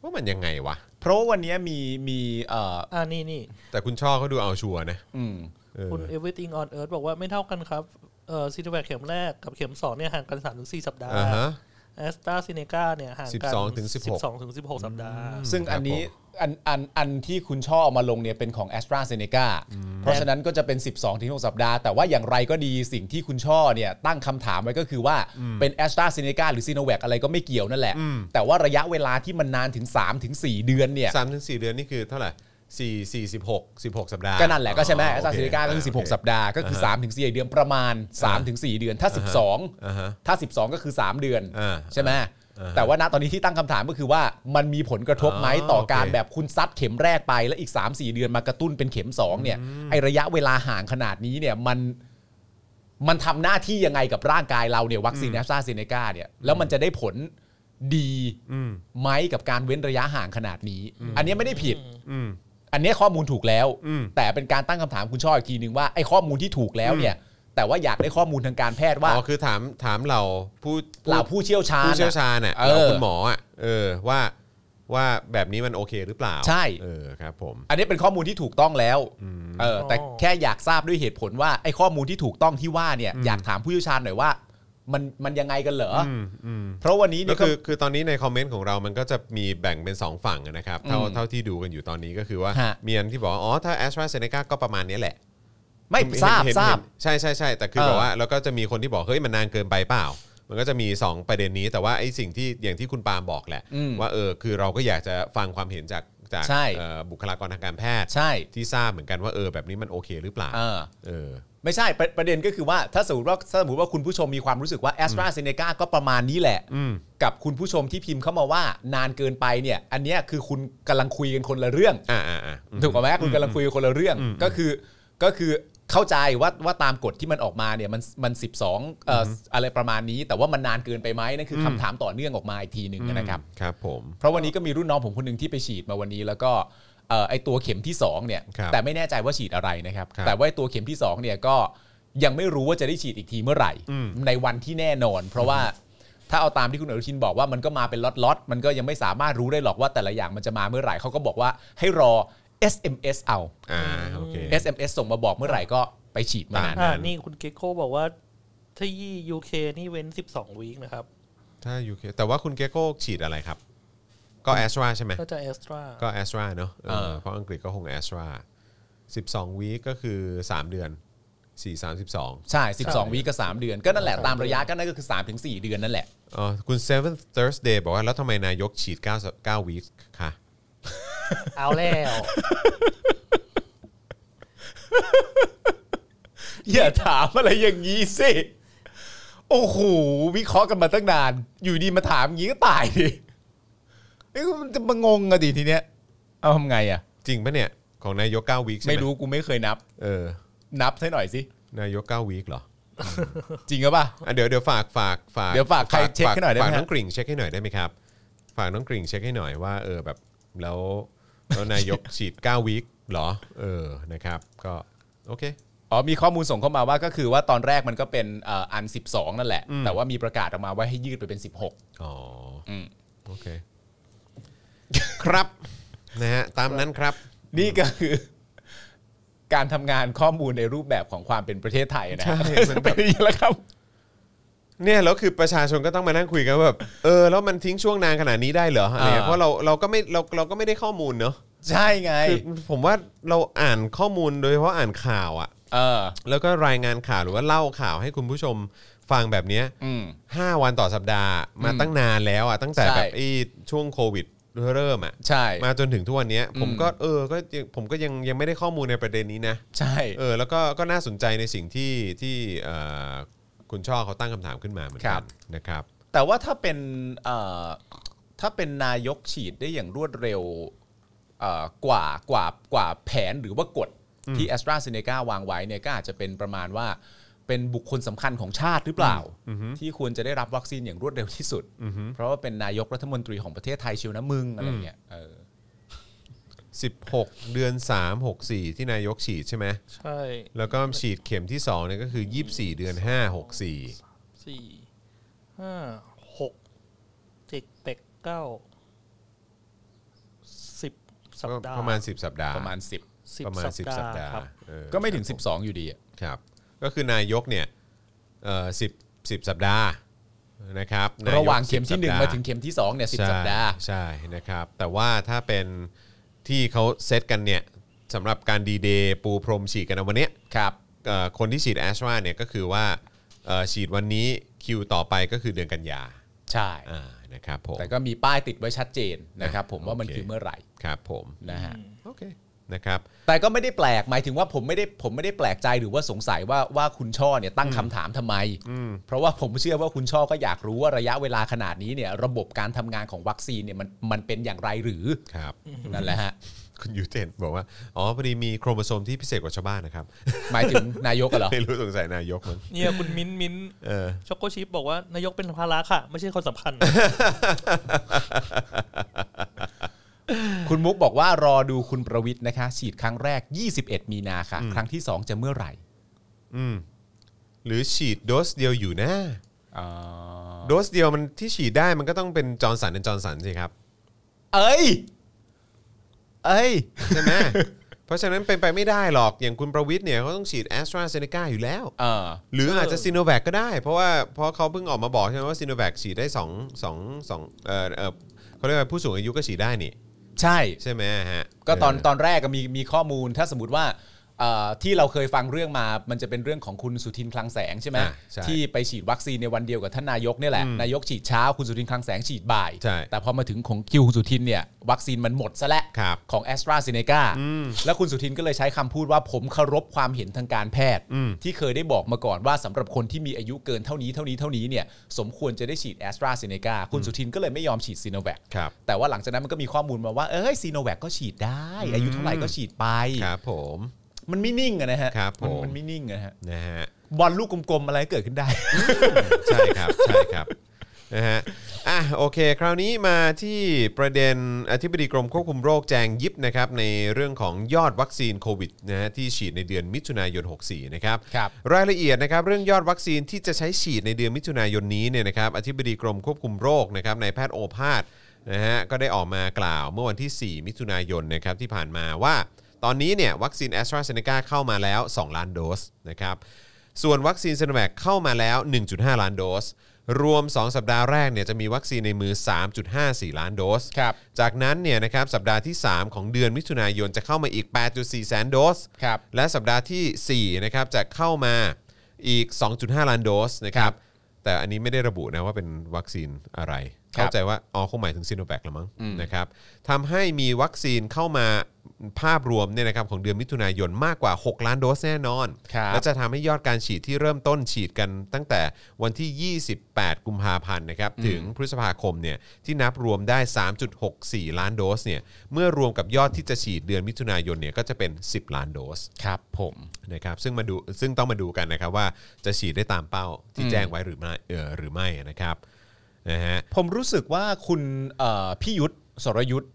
Speaker 2: ว่ามันยังไงวะ
Speaker 3: เพราะว่าวันเนี้ยมีมีเอ่อ
Speaker 4: อ่านี่นี่
Speaker 2: แต่คุณช่อเขาดูเอาชัวร์นะ
Speaker 3: อืม
Speaker 2: เออ
Speaker 4: คุณ everything on earth บอกว่าไม่เท่ากันครับ เอ่อซีโนแวคเข็มแรกกับเข็มสองเนี่ยห่างกันสามถึงสี่สัปดาห์
Speaker 2: อ่าฮะ
Speaker 4: แอสตราเซเนกาเนี่ยห่างกัน
Speaker 2: 12ถึง16
Speaker 4: สิบสองถึงสิบหกสัปดาห์
Speaker 3: ซึ่งอันนี้อันอันอันที่คุณช่อเอามาลงเนี่ยเป็นของ a s t r a z e ซ e c a เพราะฉะนั้นก็จะเป็น 12ถึง6สัปดาห์ แต่ว่าอย่างไรก็ดีสิ่งที่คุณช่อเนี่ยตั้งคำถามไว้ก็คือว่าเป็น a s t r a z e ซ e c a หรือ s i n o v a c อะไรก็ไม่เกี่ยวนั่นแหละ แต่ว่าระยะเวลาที่มันนานถึง3ถึง4เดือนเนี่ย
Speaker 2: สามถึงสี่เดือนนี่คือเท่าไหร่สี่สี่สิบหกสิบหกสัปดาห์
Speaker 3: ก็นั่นแหละก็ใช่ไหม
Speaker 2: อ๋
Speaker 3: แอ
Speaker 2: อ
Speaker 3: สตราเซเนกา
Speaker 2: โอ
Speaker 3: ก็
Speaker 2: เค
Speaker 3: คือ
Speaker 2: โเ
Speaker 3: 16 สัปดาห์ก็คือ3ถึง4เดือนประมาณ3ถึง4เดือนถ้า
Speaker 2: อ่าฮะ
Speaker 3: 12 ถ้า 12 ก็คือ 3 เดือน
Speaker 2: อ่า
Speaker 3: ใช่ไหม
Speaker 2: อ่าฮะ
Speaker 3: แต่ว่าณตอนนี้ที่ตั้งคำถามก็คือว่ามันมีผลกระทบไหม
Speaker 2: อ๋อ
Speaker 3: ต่อการ
Speaker 2: โอเค
Speaker 3: แบบคุณซัดเข็มแรกไปแล้วอีก 3 4 เดือนมากระตุ้นเป็นเข็ม 2 เนี่ยไอระยะเวลาห่างขนาดนี้เนี่ยมันมันทำหน้าที่ยังไงกับร่างกายเราเนี่ยวัคซีนแอสตราเซเนกาเนี่ยแล้วมันจะได้ผลดี
Speaker 2: อืม
Speaker 3: ไหมกับการเว้นระยะห่างขนาดนี้ อันเนี้ยไม่ได้ผิด
Speaker 2: อืม
Speaker 3: อันเนี้ยข้อมูลถูกแล้ว
Speaker 2: อืม
Speaker 3: แต่เป็นการตั้งคำถามคุณช่ออีกทีหนึ่งว่าไอ้ข้อมูลที่ถูกแล้วเนี่ย แต่ว่าอยากได้ข้อมูลทางการแพทย์ว่า
Speaker 2: อ๋อคือถามถามเราผู้
Speaker 3: เหล่าผู้เชี่ยวชาญ
Speaker 2: ผู้เชี่ยว
Speaker 3: อะ
Speaker 2: ชาญเนี่ย
Speaker 3: เออ
Speaker 2: เราคุณหมออ่ะเออว่าว่าแบบนี้มันโอเคหรือเปล่า
Speaker 3: ใช่
Speaker 2: เออครับผม
Speaker 3: อันนี้เป็นข้อมูลที่ถูกต้องแล้วเออแต่
Speaker 4: อ๋อ
Speaker 3: แค่อยากทราบด้วยเหตุผลว่าไอ้ข้อมูลที่ถูกต้องที่ว่าเนี่ยอยากถามผู้เชี่ยวชาญหน่อยว่า มันมันยังไงกันเหรออ
Speaker 2: อืมอืม
Speaker 3: เพราะวันนี้
Speaker 2: ก็
Speaker 3: เนี่ยก็
Speaker 2: คือคือตอนนี้ในคอมเมนต์ของเรามันก็จะมีแบ่งเป็น 2 ฝั่งนะครับเท่า
Speaker 3: อืม
Speaker 2: เท่าที่ดูกันอยู่ตอนนี้ก็คือว่า
Speaker 3: ฮะ
Speaker 2: มีอันที่บอกว่าอ๋อถ้า a s t r a z e ซ e c a ก็ประมาณเนี้ยแหละ
Speaker 3: ไม่
Speaker 2: เห็น
Speaker 3: ทราบ
Speaker 2: เห็น
Speaker 3: ทราบ
Speaker 2: เห็นใช่ใช่ใช่แต่คือ
Speaker 3: เออ
Speaker 2: แบบว่าแล้วก็จะมีคนที่บอกเฮ้ยมันนานเกินไปเปล่า มันก็จะมี 2 ประเด็นนี้ แต่ว่าไอ้สิ่งที่อย่างที่คุณปาล์มบอกแหละ
Speaker 3: อืม
Speaker 2: ว่าเออคือเราก็อยากจะฟังความเห็นจากจาก
Speaker 3: ใช่
Speaker 2: เอ่อบุคลากรทางการแพทย์
Speaker 3: ใช่
Speaker 2: ที่ทราบเหมือนกันว่าเออแบบนี้มันโอเคหรือเปล่า
Speaker 3: เออ
Speaker 2: เออ
Speaker 3: ไม่ใช่ประประเด็นก็คือว่าถ้าสมมติว่าถ้าสมมติว่าคุณผู้ชมมีความรู้สึกว่าแอสตราเซเนกาก็ประมาณนี้แหละ
Speaker 2: อืม
Speaker 3: กับคุณผู้ชมที่พิมพ์เข้ามาว่านานเกินไปเนี่ย อันเนี้ยคือคุณกำลังคุยกันคนละเรื่อง
Speaker 2: อ่าอ่าอ่าอืม
Speaker 3: ถูกไหมคุณกำลังคุยกันคนละเรื่อง
Speaker 2: อืม
Speaker 3: ก็คือก็คือเข้าใจว่าว่าตามกฎที่มันออกมาเนี่ยมันมันสิบสองอะไรประมาณนี้ แต่ว่ามันนานเกินไปไหมนั่นคืออ
Speaker 2: ม
Speaker 3: คำถามต่อเนื่องออกมาอีกทีหนึ่งนะครับ
Speaker 2: ครับผม
Speaker 3: เพราะวันนี้ก็มีรุ่นน้องผมคนหนึ่งที่ไปฉีดมาวันนี้ แล้วก็เอ่อไอตัวเข็มที่สองเนี่ย
Speaker 2: ครับ
Speaker 3: แต่ไม่แน่ใจว่าฉีดอะไรนะครับ
Speaker 2: ครับ
Speaker 3: แต่ว่าไอ้ตัวเข็มที่สองเนี่ยก็ยังไม่รู้ว่าจะได้ฉีดอีกทีเมื่อไหร่
Speaker 2: อืม
Speaker 3: ในวันที่แน่นอน เพราะว่าถ้าเอาตามที่คุณอนุทินบอกว่ามันก็มาเป็นล็อตๆมันก็ยังไม่สามารถรู้ได้หรอกว่าแต่ละอย่างมันจะมาเมื่อไหร่เขาก็บอกว่าให้รอ SMS เอา
Speaker 2: อ่าโอเค
Speaker 3: SMS ส่งมาบอกเมื่อไหร่ก็ไปฉีดมานั้น
Speaker 2: อ่
Speaker 4: อ่านี่คุณเกโก้บอกว่าที่ยูเคนี่เว้นสิบสองวีคนะครับ
Speaker 2: ถ้ายูเคแต่ว่าคุณเกโก้ฉีดอะไรครับ ก็แอสตราใช่ไหม
Speaker 4: ก็จะแอสตรา
Speaker 2: ก็แอสตราเนอะเออ
Speaker 3: เออ
Speaker 2: เพราะอังกฤษก็คงแอสตรา12 วีคก็คือ 3 เดือน 4 32
Speaker 3: ใช่ 12 วีคกับ3เดือน ก็นั่นแหละตามระยะก็นั่นก็คือ3ถึง4เดือนนั่นแหละ
Speaker 2: อ๋อคุณ Seventh Thursday บอกว่า แล้วทำไมนายกฉีด9 9วีคคะ
Speaker 4: เอาแล้ว
Speaker 3: อย่าถามอะไรอย่างนี้สิ โอ้โห วิเคราะห์กันมาตั้งนาน อยู่ดีมาถามอย่างนี้ก็ตายดิเอ้ยมันจะมางงอะดิทีเนี้ย เอาทำไงอะ
Speaker 2: จริงปะเนี่ย ของนายก9วีคใช่ไหม
Speaker 3: ไม่รู้กูไม่เคยนับ
Speaker 2: เออ
Speaker 3: นับให้หน่อยสิ
Speaker 2: นายก9วีคเหรอ
Speaker 3: จริงหรือเปล่า
Speaker 2: อ่ะเดี๋ยวเดี๋ยวฝากฝากฝาก
Speaker 3: เดี๋ยวฝากใครเช็คให้หน่อยได้ไหม
Speaker 2: ฝาก
Speaker 3: ฮะ
Speaker 2: น้องกริ่งเช็คให้หน่อยได้ไหมครับ ฝากน้องกริ่งเช็คให้หน่อยว่าเออแบบแล้วแล้วนายกฉีด9วีคเหรอ เออนะครับ ก็โอเค
Speaker 3: อ๋อมีข้อมูลส่งเข้ามาว่าก็คือว่าตอนแรกมันก็เป็นเอ่ออัน 12 นั่นแหละ แต่ว่ามีประกาศออกมาไว้ให้ยืดไปเป็น 16
Speaker 2: อ๋ออ
Speaker 3: ม
Speaker 2: โอเค ครับ นะฮะ ตามนั้นครับ
Speaker 3: นี่ก็คือ การทำงานข้อมูลในรูปแบบของความเป็นประเทศไทยนะ
Speaker 2: ใช่
Speaker 3: ฮะ
Speaker 2: มันแบ
Speaker 3: เป็น
Speaker 2: บ
Speaker 3: อย่างนี้แล้วครับ
Speaker 2: เนี่ยแล้วคือประชาชนก็ต้องมานั่งคุยกันว่าแบบเออแล้วมันทิ้งช่วงนานขนาดนี้ได้เหรออะไรเงี้ย
Speaker 3: อ่า
Speaker 2: เพราะเราเราก็ไม่เราเราก็ไม่ได้ข้อมูลเนอะ
Speaker 3: ใช่ไง
Speaker 2: คือผมว่าเราอ่านข้อมูลโดยเฉพาะอ่านข่าวอะ
Speaker 3: เออ
Speaker 2: แล้วก็รายงานข่าวหรือว่าเล่าข่าวให้คุณผู้ชมฟังแบบเนี้ย
Speaker 3: อืม
Speaker 2: ห้าวันต่อสัปดาห์มาตั้งนานแล้วอะตั้งแต่
Speaker 3: ใช่
Speaker 2: แบบไอ้ช่วงโควิดเริ่มอะ
Speaker 3: ใช่
Speaker 2: มาจนถึงทุกวันเนี้ยผม
Speaker 3: อืม
Speaker 2: ก็เออก็ยังผมก็ยังยังไม่ได้ข้อมูลในประเด็นนี้นะ
Speaker 3: ใช่
Speaker 2: เออแล้วก็ก็น่าสนใจในสิ่งที่ที่เอ่อคุณช่อเขาตั้งคำถามขึ้นมาเหมือน
Speaker 3: ครั
Speaker 2: กับ นนะครับ
Speaker 3: แต่ว่าถ้าเป็นเอ่อถ้าเป็นนายกฉีดได้อย่างรวดเร็วเอ่อกว่ากว่ากว่าแผนหรือว่ากฎที่แอสตราเซเนกาวางไว้เนี่ยก็อาจจะเป็นประมาณว่าเป็นบุคคลสำคัญของชาติหรือเปล่า ที่ควรจะได้รับวัคซีนอย่างรวดเร็วที่สุด เพราะว่าเป็นนายกรัฐมนตรีของประเทศไทยเชียวนะมึงอะไรเงี้ยเออ
Speaker 2: 16 เดือน 3 6 4 ที่นายกฉีดใช่ไหม
Speaker 4: ใช่
Speaker 2: แล้วก็ฉีดเข็มที่2เนี่ยก็คือ 24 เดือน 5 6
Speaker 4: สี่ห้าหกเจ็ดแปดเก้าสิบ
Speaker 2: 4
Speaker 4: สัป
Speaker 2: ก็
Speaker 4: ดาห์
Speaker 2: ประมาณ 10 สัปดาห์
Speaker 3: ประมาณ
Speaker 4: สิบ
Speaker 2: ประมาณ 10 สัปดาห์
Speaker 4: ครับ
Speaker 2: เออ
Speaker 3: 10 ก็ไม่ถึง 12 อยู่ดีอะ
Speaker 2: ครับ ก็คือนายกเนี่ยเอ่อ10 10 สัปดาห์นะครับนยก
Speaker 3: ระหว่างเข็มที่หนึ่ง
Speaker 2: 10สัปดห์
Speaker 3: มาถึงเข็มที่สองเนี่ยสิ
Speaker 2: ใช่
Speaker 3: สัปดาห์
Speaker 2: ใช่นะครับ แต่ว่าถ้าเป็นที่เขาเซตกันเนี่ยสำหรับการดีเดย์ปูพรมฉีดกันนะวันเนี้ย
Speaker 3: ครับ
Speaker 2: เอ่อคนที่ฉีดแอสตราเนี่ยก็คือว่าเอ่อฉีดวันนี้คิวต่อไปก็คือเดือนกันยา
Speaker 3: ใช่
Speaker 2: อ่านะครับผม
Speaker 3: แต่ก็มีป้ายติดไว้ชัดเจนนะครับผมว่ามัน
Speaker 2: โอเค
Speaker 3: คือเมื่อไหร่
Speaker 2: ครับผม
Speaker 3: นะฮะ
Speaker 2: โอเค นะครับ
Speaker 3: แต่ก็ไม่ได้แปลกหมายถึงว่าผมไม่ได้ผมไม่ได้แปลกใจหรือว่าสงสัยว่าว่าคุณช่อเนี่ยตั้งคำถามทำไม เพราะว่าผมเชื่อว่าคุณช่อก็อยากรู้ว่าระยะเวลาขนาดนี้เนี่ยระบบการทำงานของวัคซีนเนี่ยมันมันเป็นอย่างไรหรือ
Speaker 2: ครับ
Speaker 3: นั่นแหละฮะ
Speaker 2: คุณยูเจนบอกว่า อ๋อ พอดีมีโครโมโซมที่พิเศษกว่าชาวบ้านนะครับ
Speaker 3: หมายถึงนายกอะเหรอ
Speaker 2: ไม่รู้สงสัยนายกมั้ง
Speaker 4: เนี่ยคุณมิ้นท์มิ้นท์
Speaker 2: เออ
Speaker 4: ช็อกโกชิปบอกว่านายกเป็นภาระค่ะ ไม่ใช่คนสำคัญ
Speaker 3: คุณมุกบอกว่ารอดูคุณประวิทย์นะคะ ฉีดครั้งแรก 21 มีนาค่ะ ครั้งที่ 2 จะเมื่อไหร่
Speaker 2: อืม หรือฉีดโดสเดียวอยู่นะ
Speaker 3: อ๋อ
Speaker 2: โดสเดียวมันที่ฉีดได้มันก็ต้องเป็นจอร์นสันและจอร์นสันสิครับ
Speaker 3: เอ้ยเอ้ย
Speaker 2: ใช่ไหม เพราะฉะนั้นเป็นไปไม่ได้หรอก อย่างคุณประวิทย์เนี่ยเขาต้องฉีดแอสตราเซเนกาอยู่แล้ว
Speaker 3: เออ
Speaker 2: หรืออาจจะซีโนแวคก็ได้ เพราะว่าเพราะเขาเพิ่งออกมาบอกใช่ไหมว่าซีโนแวคฉีดได้สองสองสองเออเออเขาเรียกว่าผู้สูงอายุก็ฉีดได้นี่
Speaker 3: ใช่
Speaker 2: ใช่ไหมฮะ
Speaker 3: ก็ตอน
Speaker 2: เ
Speaker 3: ตอนแรกก็มีมีข้อมูลถ้าสมมติว่าเอ่อที่เราเคยฟังเรื่องมา มันจะเป็นเรื่องของคุณสุทินคลังแสงใช่ไหม
Speaker 2: อ่าใช่
Speaker 3: ที่ไปฉีดวัคซีนในวันเดียวกับท่านนายกเนี่ยแหละนายกฉีดเช้าคุณสุทินคลังแสงฉีดบ่าย
Speaker 2: ใช่
Speaker 3: แต่พอมาถึงของคิวคุณสุทินเนี่ยวัคซีนมันหมดซะแล้ว
Speaker 2: ครับ
Speaker 3: ของแอสตราเซเนกาแล้วคุณสุทินก็เลยใช้คำพูดว่าผมเคารพความเห็นทางการแพทย์
Speaker 2: อืม
Speaker 3: ที่เคยได้บอกมาก่อนว่าสำหรับคนที่มีอายุเกินเท่านี้เท่านี้เท่านี้เนี่ยสมควรจะได้ฉีดแอสตราเซเนกาคุณสุทินก็เลยไม่ยอมฉีดซีโนแวค
Speaker 2: ครับ
Speaker 3: แต่ว่าหลังจากนั้นมันก็มีข้อมูลมาว่า เอ้ยซีโนแวคก็ฉีดได้ อายุเท่าไหร่ก็ฉีดไป
Speaker 2: ครับผม
Speaker 3: มันไม่นิ่งอะนะฮะ
Speaker 2: ครับ
Speaker 3: มัน
Speaker 2: ผม
Speaker 3: มันไม่นิ่งอะฮะ
Speaker 2: นะฮะ
Speaker 3: บอลลูกกลมๆอะไรก็เกิดขึ้นได้
Speaker 2: ใช่ครับ ใช่ครับ นะฮะอ่ะโอเค คราวนี้มาที่ประเด็นอธิบดีกรมควบคุมโรคแจงยิบนะครับในเรื่องของยอดวัคซีนโควิดนะฮะที่ฉีดในเดือนมิถุนายน 64 นะครับ
Speaker 3: ครับ
Speaker 2: รายละเอียดนะครับเรื่องยอดวัคซีนที่จะใช้ฉีดในเดือนมิถุนายนนี้เนี่ยนะครับอธิบดีกรมควบคุมโรคนะครับนายแพทย์โอภาสนะฮะก็ได้ออกมากล่าวเมื่อวันที่ 4 มิถุนายนนะครับที่ผ่านมาว่า ตอนนี้เนี่ยวัคซีนแอสตราเซเนกาเข้ามาแล้ว 2 ล้านโดสนะครับส่วนวัคซีนซ i โนแวคเข้ามาแล้ว 1.5 ล้านโดส รวม 2 สัปดาห์แรกเนี่ยจะมีวัคซีนในมือ 3.54 ล้านโดส
Speaker 3: ครับ
Speaker 2: จากนั้นเนี่ยนะครับสัปดาห์ที่ 3 ของเดือนมิถุนายนจะเข้ามาอีก 8.4 แสนโดส
Speaker 3: ครับ
Speaker 2: และสัปดาห์ที่ 4 นะครับจะเข้ามาอีก 2.5 ล้านโดสนะครับแต่อันนี้ไม่ได้ระบุนะว่าเป็นวัคซีนอะไร
Speaker 3: ครับ
Speaker 2: เข้าใจว่าอ๋อคงหมายถึงซีโนแวคละมั้งนะครับทำให้มีวัคซีนเข้ามาภาพรวมเนี่ยนะครับของเดือนมิถุนายนมากกว่า 6 ล้านโดสแน่นอน
Speaker 3: ครับ
Speaker 2: และจะทำให้ยอดการฉีดที่เริ่มต้นฉีดกันตั้งแต่วันที่ 28 กุมภาพันธ์นะครับถึงพฤษภาคมเนี่ยที่นับรวมได้ 3.64 ล้านโดสเนี่ยเมื่อรวมกับยอดที่จะฉีดเดือนมิถุนายนเนี่ยก็จะเป็น 10 ล้านโดส
Speaker 3: ครับผม
Speaker 2: นะครับซึ่งมาดูซึ่งต้องมาดูกันนะครับว่าจะฉีดได้ตามเป้าที่แจ้งไว้หรือไม่เออหรือไม่นะครับนะฮะ
Speaker 3: ผมรู้สึกว่าคุณเอ่อพี่ยุทธสรยุทธ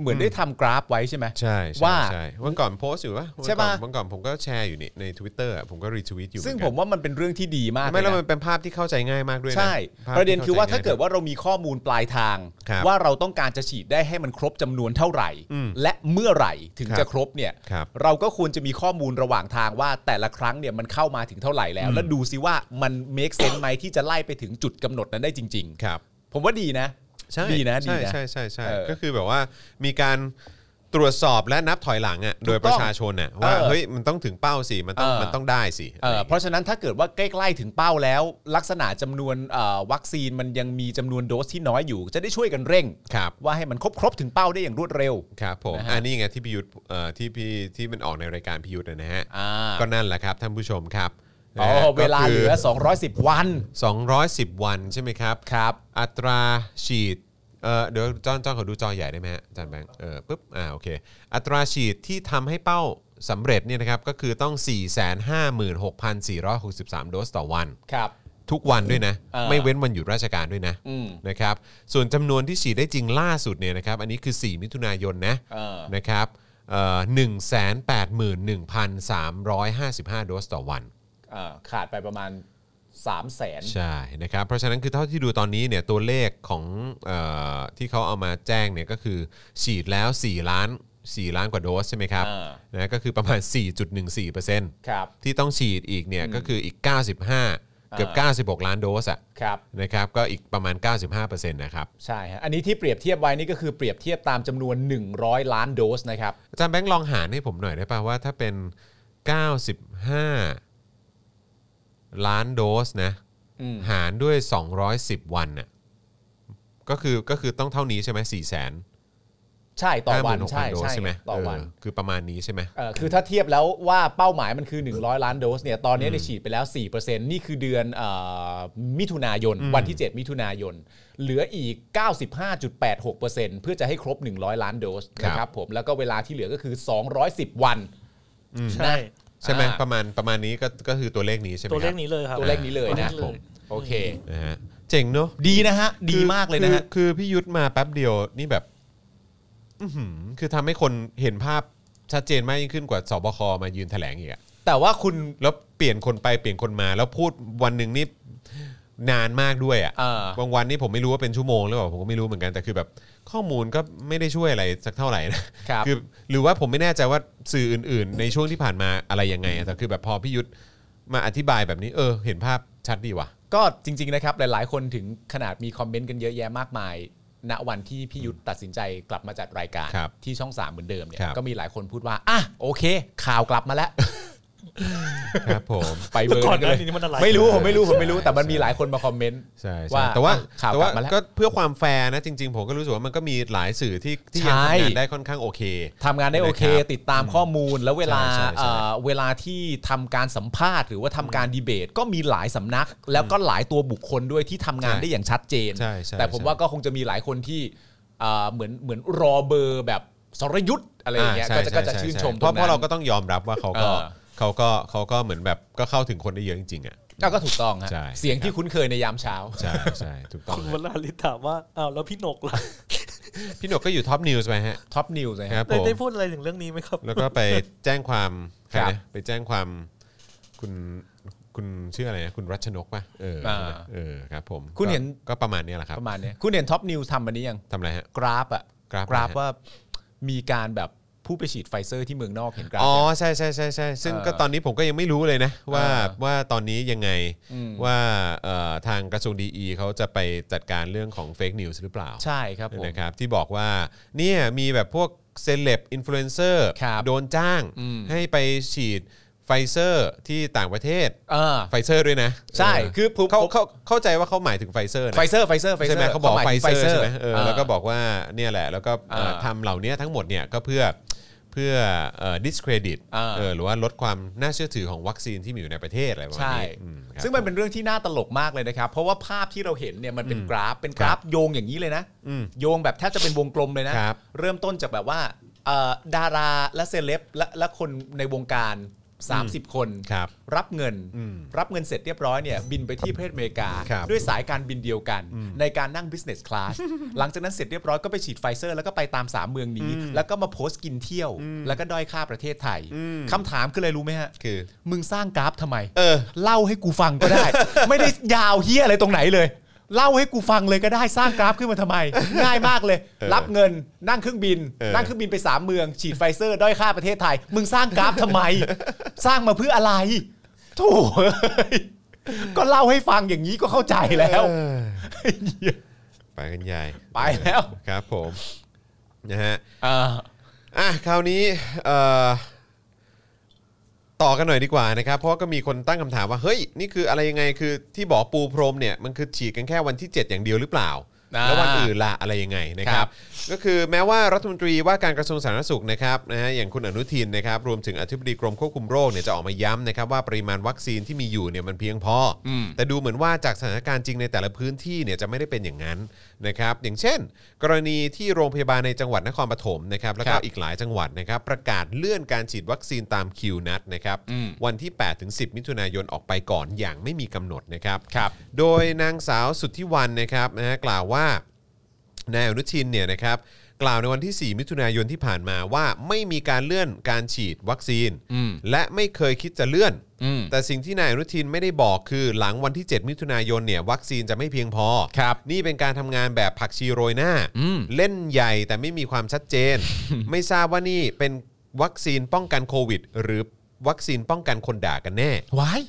Speaker 3: เหมือนได้ทำกราฟไว้ใช่ไหม
Speaker 2: ใช่ใช่
Speaker 3: ว่า
Speaker 2: ใช่วันก่อนโพสต์อยู่ปะวันก่อน
Speaker 3: ใช่ปะ
Speaker 2: วันก่อนผมก็แชร์อยู่นี่ใน Twitter อะผมก็รีทวิตอยู่
Speaker 3: ซึ่ง
Speaker 2: เหอน
Speaker 3: ผ
Speaker 2: กัน
Speaker 3: มว่ามันเป็นเรื่องที่ดีมาก
Speaker 2: ไม่แล้ว
Speaker 3: เลย
Speaker 2: มั
Speaker 3: นะ
Speaker 2: นเป็นภาพที่เข้าใจง่ายมากด้วยนะ
Speaker 3: ใช่
Speaker 2: ภพ
Speaker 3: ประเด็น
Speaker 2: ที่
Speaker 3: คือว่าถ้า
Speaker 2: ข้ใจง่ย
Speaker 3: เกิดว่าเรามีข้อมูลปลายทาง
Speaker 2: ครับ
Speaker 3: ว่าเราต้องการจะฉีดได้ให้มันครบจำนวนเท่าไหร่ และเมื่อไหร่ถึง
Speaker 2: ครับ
Speaker 3: จะครบเนี่ย
Speaker 2: ครับ
Speaker 3: เราก็ควรจะมีข้อมูลระหว่างทางว่าแต่ละครั้งเนี่ยมันเข้ามาถึงเท่าไหร่แล้ว แล้วดูซิว่ามัน make sense ไหมที่จะไล่ไปถึงจุดกำหนดนั้นได้จริง
Speaker 2: ครับ
Speaker 3: ๆ ผมว่าดีนะ
Speaker 2: ใช่
Speaker 3: ดีนะดี
Speaker 2: ใช่
Speaker 3: นะ
Speaker 2: ใช่ใช่ใช่
Speaker 3: เออ
Speaker 2: ก็คือแบบว่ามีการตรวจสอบและนับถอยหลังอ่ะโดยประชาชนอ่ะว่า
Speaker 3: เออ
Speaker 2: เฮ้ยมันต้องถึงเป้าสิมันต้อง
Speaker 3: เออ
Speaker 2: มันต้องได้สิ
Speaker 3: เออเพราะฉะนั้นถ้าเกิดว่าใกล้ๆถึงเป้าแล้ว ลักษณะจำนวนเอ่อวัคซีนมันยังมีจำนวนโดสที่น้อยอยู่ จะได้ช่วยกันเร่ง
Speaker 2: ครับ
Speaker 3: ว่าให้มันครบครบๆถึงเป้าได้อย่างรวดเร็ว
Speaker 2: ครับผม
Speaker 3: นะฮะ
Speaker 2: อันนี้ไงที่พิยุทธ์เอ่อที่พี่ที่มันออกในรายการพิยุทธ์นะฮะ
Speaker 3: อ่า
Speaker 2: ก็นั่นแหละครับท่านผู้ชมครับ
Speaker 3: อ๋อ
Speaker 2: นะฮะ
Speaker 3: เวลาเหลือ
Speaker 2: ก็คื
Speaker 3: 210 วัน
Speaker 2: 210 วันใช่ไหมครับ
Speaker 3: ครับ
Speaker 2: อัตราฉีดเอ่อเดี๋ยวจอนจอนขอดูจอใหญ่ได้ไหมฮะอาจานแบงค์เออปุ๊บอ่าโอเค อัตราฉีดที่ทำให้เป้าสำเร็จเนี่ยนะครับก็คือต้อง 456,463 โดสต่อวัน
Speaker 3: ครับ
Speaker 2: ทุกวันด้วยนะ
Speaker 3: อ่า
Speaker 2: ไม่เว้นวันหยุดราชการด้วยนะ
Speaker 3: อืม
Speaker 2: นะครับส่วนจำนวนที่ฉีดได้จริงล่าสุดเนี่ยนะครับอันนี้คือ 4 มิถุนายนนะ
Speaker 3: อ่าน
Speaker 2: นะครับหนึ่งแสนแปดหมื่นหนึ่งพันสามร้อยห้าสิบห้าโดสต่อวัน
Speaker 3: อ่าขาดไปประมาณ 3 0 0 0 0 0
Speaker 2: ใช่นะครับเพราะฉะนั้นคือเท่าที่ดูตอนนี้เนี่ยตัวเลขของเออที่เขาเอามาแจ้งเนี่ยก็คือฉีดแล้ว4ล้าน4ล้านกว่าโดสใช่ไหมครับ
Speaker 3: อ่า
Speaker 2: นะก็คือประมาณ 4.14%
Speaker 3: ครับ
Speaker 2: ที่ต้องฉีดอีกเนี่ยก็คืออีก 95 เกือบ 96 ล้านโดสอะ
Speaker 3: ครับ
Speaker 2: นะครับก็อีกประมาณ 95%นะครับ
Speaker 3: ใช่ฮะ อันนี้ที่เปรียบเทียบไว้นี่ก็คือเปรียบเทียบตามจำนวน 100 ล้านโดสนะครับ
Speaker 2: อาจารย์แบงค์ลองหารให้ผมหน่อยได้ป่ะว่าถ้าเป็น 95 ล้านโดสนะ
Speaker 3: อืม
Speaker 2: หารด้วย 210 วันน่ะก็คือก็คือต้องเท่านี้ใช่ไหมสี่แสน
Speaker 3: ใช่ต่อวัน
Speaker 2: 56,000
Speaker 3: ใช่
Speaker 2: โดส
Speaker 3: ใช่
Speaker 2: ใช่ไหม
Speaker 3: ต่อวัน
Speaker 2: เคือประมาณนี้ใช่ไหม
Speaker 3: เอ่อคือถ้าเทียบแล้วว่าเป้าหมายมันคือ 100 ล้านโดสเนี่ยตอนนี้เนี่ยฉีดไปแล้ว 4%นี่คือเดือนเอ่อมิถุนายน วันที่ 7 มิถุนายน เหลืออีก 95.86%เพื่อจะให้ครบ 100 ล้านโดสนะครับผมแล้วก็เวลาที่เหลือก็คือ 210 วัน
Speaker 4: ใช่
Speaker 2: ใช่ไหม
Speaker 3: อ่า
Speaker 2: ประมาณประมาณนี้ก็ก็คือตัวเลขนี้ใช่ไหม
Speaker 4: ตัวเล
Speaker 2: ครั
Speaker 4: ข
Speaker 2: บ
Speaker 4: นี้เลยครับ
Speaker 3: ตัวเลขนี้เลย
Speaker 2: ครั
Speaker 3: นะ
Speaker 2: บผม
Speaker 3: โอเค
Speaker 2: นะฮะเจ๋งเนอะ
Speaker 3: ดีนะฮะ ดีมากเลยนะฮะ
Speaker 2: คือคือพี่ยุทธมาแป๊บเดียวนี่แบบ อื้อหือคือทำให้คนเห็นภาพชัดเจนมากยิ่งขึ้นกว่าสบคมายืนแถลงอีกอะ
Speaker 3: แต่ว่าคุณ
Speaker 2: แล้วเปลี่ยนคนไปเปลี่ยนคนมาแล้วพูดวันหนึ่งนี่นานมากด้วยอะ
Speaker 3: อ่า
Speaker 2: บางวันนี่ผมไม่รู้ว่าเป็นชั่วโมงหรือเปล่าผมก็ไม่รู้เหมือนกันแต่คือแบบข้อมูลก็ไม่ได้ช่วยอะไรสักเท่าไหร่นะครับ อหรือว่าผมไม่แน่ใจว่าสื่ออื่น ๆ ในช่วงที่ผ่านมาอะไรยังไงอะแต่คือแบบพอพี่ยุทธมาอธิบายแบบนี้ เออ เห็นภาพชัดดีว่ะ
Speaker 3: ก็จริง ๆ นะครับ หลาย ๆ คนถึงขนาดมีคอมเมนต์กันเยอะแยะมากมาย ณวันที่พี่ยุทธตัดสินใจกลับมาจัดรายการ
Speaker 2: ครับ
Speaker 3: ที่ช่องสามเหมือนเดิมเนี่ย
Speaker 2: ครับ
Speaker 3: ก็มีหลายคนพูดว่า อ่ะ โอเค ข่าวกลับมาแล้ว
Speaker 2: ครับผม
Speaker 3: ไปเบ
Speaker 4: แต่
Speaker 3: อร์
Speaker 4: ก่อนห
Speaker 3: กั
Speaker 4: น้าน นี้
Speaker 3: เลย
Speaker 4: มันอะไร
Speaker 3: ไม่รู้ผมไม่รู้ผม
Speaker 2: ใช่
Speaker 3: ไม่รู้แต่มัน
Speaker 2: ใช่
Speaker 3: มีหลายคนมาคอมเมนต์
Speaker 2: ใช่ใช่
Speaker 3: ว่า
Speaker 2: แต่ว่า
Speaker 3: อ่ะข่าว
Speaker 2: แต่
Speaker 3: กลั
Speaker 2: ว่า
Speaker 3: บมาแล้ว
Speaker 2: ก็เพื่อความแฟร์นะจริง ๆ ผมก็รู้สึกว่ามันก็มีหลายสื่อที่ที่ยัง
Speaker 3: ใช่
Speaker 2: ทำงานได้ค่อนข้างโอเค
Speaker 3: ทำงานได้โอเค
Speaker 2: นะครับ
Speaker 3: ติดตามข้อมูล แล้วเวลา
Speaker 2: ใช่ใช่ใช่
Speaker 3: เอ่อเวลาที่ทำการสัมภาษณ์หรือว่าทำการดีเบต ก็มีหลายสำนัก แล้วก็หลายตัวบุคคลด้วยที่ทำงานได้อย่างชัดเจน
Speaker 2: ใช่ใช่
Speaker 3: แต่ผม
Speaker 2: ใช่
Speaker 3: ว่าก็คงจะมีหลายคนที่เอ่อเหมือนเหมือนรอเบอร์แบบสรยุทธ์อะไรอย่างเงี้ย
Speaker 2: ใ
Speaker 3: ก็จะ
Speaker 2: ใ
Speaker 3: ก็จะชื่นชม
Speaker 2: ใเพราะ
Speaker 3: ง
Speaker 2: เพ
Speaker 3: นั้น
Speaker 2: ราะเราก็ต้องยอมรับว่าเขาก็
Speaker 3: เออ
Speaker 2: เขาก็เขาก็เหมือนแบบก็เข้าถึงคนได้เยอะจริงๆอ่ะ
Speaker 3: อ่ะก็ถูกต้องฮะ
Speaker 2: ใช่
Speaker 3: เสียงที่คุ้นเคยในยามเช้า
Speaker 2: ใช่ใช่ถูกต้อง
Speaker 4: คุณว
Speaker 2: ฮะ
Speaker 4: ราลิศถามว่าอ้าวแล้วพี่หนกล่ะ
Speaker 2: พี่หนกก็อยู่ท็อปนิวส์ไปฮะ
Speaker 3: ท็อปนิวส์นะ
Speaker 2: ค
Speaker 3: ค
Speaker 2: รั
Speaker 3: รับบ
Speaker 2: ผ
Speaker 4: ได้
Speaker 2: ม
Speaker 4: ได้พูดอะไรถึงเรื่องนี้ไหมครับ
Speaker 2: แล้วก็ ไปแจ้งความใครนะไปแจ้งความคุณคุณชื่ออะไรนะคุณรัชนกป่ะเอออา เออครับผม
Speaker 3: คุณเห็น
Speaker 2: ก็ก็ประมาณเนี้ยแหละครับ
Speaker 3: ประมาณเนี้ยคุณเห็นท็อปนิวส์ทำอันนี้ยัง
Speaker 2: ทำอะไรฮะ
Speaker 3: กราฟอะ
Speaker 2: กราฟ
Speaker 3: กราฟ
Speaker 2: อะไรฮะ
Speaker 3: ว่ามีการแบบผู้ไปฉีดไฟเซอร์ที่เมืองนอกเห็นกราฟ
Speaker 2: อ๋อ
Speaker 3: ไหม
Speaker 2: ใช่ใช่ใช่ใช่ซึ่ง
Speaker 3: เออ
Speaker 2: ก็ตอนนี้ผมก็ยังไม่รู้เลยนะ ว่า
Speaker 3: เออ
Speaker 2: ว่าตอนนี้ยังไง
Speaker 3: อืม
Speaker 2: ว่าเอ่อทางกระทรวงดีอีเขาจะไปจัดการเรื่องของเฟกนิวส์หรือเปล่า
Speaker 3: ใช่ครับผม
Speaker 2: นะครับที่บอกว่าเนี่ยมีแบบพวกเซเลบอินฟลูเอนเซอร์
Speaker 3: ครับ
Speaker 2: โดนจ้าง
Speaker 3: อืม
Speaker 2: ให้ไปฉีดไฟเซอร์ที่ต่างประเทศ
Speaker 3: เออ
Speaker 2: ไฟเซอร์ด้วยนะ
Speaker 3: ใช่
Speaker 2: เ
Speaker 3: คือผม
Speaker 2: เขาเขาเข้าใจว่าเขาหมายถึงไฟเซอร์นะ
Speaker 3: ไฟเซอร์ไฟเซอร์ไฟเซอร์
Speaker 2: ใช่ไหมเขาบอก
Speaker 3: หมย
Speaker 2: ไฟ
Speaker 3: ถึง
Speaker 2: เซอร์ใช่ไหม
Speaker 3: Pfizer
Speaker 2: เออแล้วก็บอกว่าเนี่ยแหละแล้วก็เอ่อ
Speaker 3: เออ
Speaker 2: ทำเหล่านี้ทั้งหมดเนี่ยก็เพื่อเพื่อเอ่อ discredit
Speaker 3: เออ
Speaker 2: เออหรือว่าลดความน่าเชื่อถือของวัคซีนที่มีอยู่ในประเทศอะไรประมาณ
Speaker 3: ใช่
Speaker 2: นี้อืมครับ
Speaker 3: ซึ่งมันเป็นเรื่องที่น่าตลกมากเลยนะครับ เพราะว่าภาพที่เราเห็นเนี่ยมันเป็นกราฟ เป็นกราฟโยงอย่างนี้เลยนะ
Speaker 2: อืม
Speaker 3: โยงแบบแทบจะเป็นวงกลมเลยนะ
Speaker 2: ครับ
Speaker 3: เริ่มต้นจากแบบว่าเอ่อดาราและเซเลบและและคนในวงการ 30 คน
Speaker 2: ครับ
Speaker 3: รับเงิน
Speaker 2: อืม
Speaker 3: รับเงินเสร็จเรียบร้อยเนี่ยบินไปที่ประเทศอเมริกา
Speaker 2: ครับ
Speaker 3: ด้วยสายการบินเดียวกัน ในการนั่ง business class หลังจากนั้นเสร็จเรียบร้อยก็ไปฉีดไฟเซอร์ แล้วก็ไปตามสามเมืองนี้ แล้วก็มาโพสต์กินเที่ยว แล้วก็ด้อยค่าประเทศไทย
Speaker 2: อืม
Speaker 3: คำถามคืออะไรรู้ไหมฮะ
Speaker 2: คือ
Speaker 3: มึงสร้างกราฟทำไม
Speaker 2: เออ
Speaker 3: เล่าให้กูฟังก็ ได้ ไม่ได้ยาวเฮียอะไรตรงไหนเลย เล่าให้กูฟังเลยก็ได้สร้างกราฟขึ้นมาทำ ไม ง่ายมากเลย รับเงินนั่งเครื่องบิน
Speaker 2: เออ
Speaker 3: นั่งเครื่องบินไปสามเมือง ฉีดไฟเซอร์ด้อยค่าประเทศไทย มึงสร้างกราฟท ำไม สร้างมาเพื่ออะไรโถ่เอ้ย ก็เล่าให้ฟังอย่างนี้ก็เข้าใจแล้ว
Speaker 2: เออไปกันใหญ่
Speaker 3: ไปแล้ว
Speaker 2: ครับผมนะฮะ
Speaker 3: อ่า
Speaker 2: อ่ะคราวนี้เอ่อต่อกันหน่อยดีกว่านะครับ เพราะว่าก็มีคนตั้งคำถามว่าเฮ้ยนี่คืออะไรยังไงคือที่บอกปูพรมเนี่ยมันคือฉีดกันแค่วันที่ 7 อย่างเดียวหรือเปล่า
Speaker 3: อ่า
Speaker 2: แล้ววันอื่นละอะไรยังไงนะค
Speaker 3: ครั
Speaker 2: รับ
Speaker 3: บ
Speaker 2: ก็คือแม้ว่ารัฐมนตรีว่าการกระทรวงสาธารณสุขนะครับนะฮะอย่างคุณอนุทินนะครับรวมถึงอธิบดีกรมควบคุมโรคเนี่ยจะออกมาย้ำนะครับว่าปริมาณวัคซีนที่มีอยู่เนี่ยมันเพียงพออแต่ดูเหมือนว่าจากสถานการณ์จริงในแต่ละพื้นที่เนี่ยจะไม่ได้เป็นอย่างนั้นนะครับอย่างเช่น กรณีที่โรงพยาบาลในจังหวัดนครปฐมนะครับแล้ว
Speaker 3: ค
Speaker 2: ก็
Speaker 3: รับ
Speaker 2: อีกหลายจังหวัดนะครับประกาศเลื่อนการฉีดวัคซีนตามคิวนัดนะครับวันที่8ถึง10 มิถุนายนออกไปก่อนอย่างไม่มีกำหนดนะครับ
Speaker 3: ครับ
Speaker 2: โดยนางสาวสุทธิวันนะครับนะฮะกล่าวว่า นายอนุชินเนี่ยนะครับกล่าวในวันที่ 4 มิถุนายนที่ผ่านมาว่าไม่มีการเลื่อนการฉีดวัคซีน
Speaker 3: อืม
Speaker 2: และไม่เคยคิดจะเลื่อน
Speaker 3: อืม
Speaker 2: แต่สิ่งที่นายอนุทินไม่ได้บอกคือหลังวันที่ 7 มิถุนายนเนี่ยวัคซีนจะไม่เพียงพอ
Speaker 3: ครับ
Speaker 2: นี่เป็นการทำงานแบบผักชีโรยหน้า
Speaker 3: อืม
Speaker 2: เล่นใหญ่แต่ไม่มีความชัดเจ น ไม่ทราบว่านี่เป็นวัคซีนป้องกันโควิด หรือวัคซีนป้องกันคนด่ากันแน่
Speaker 3: ว้าย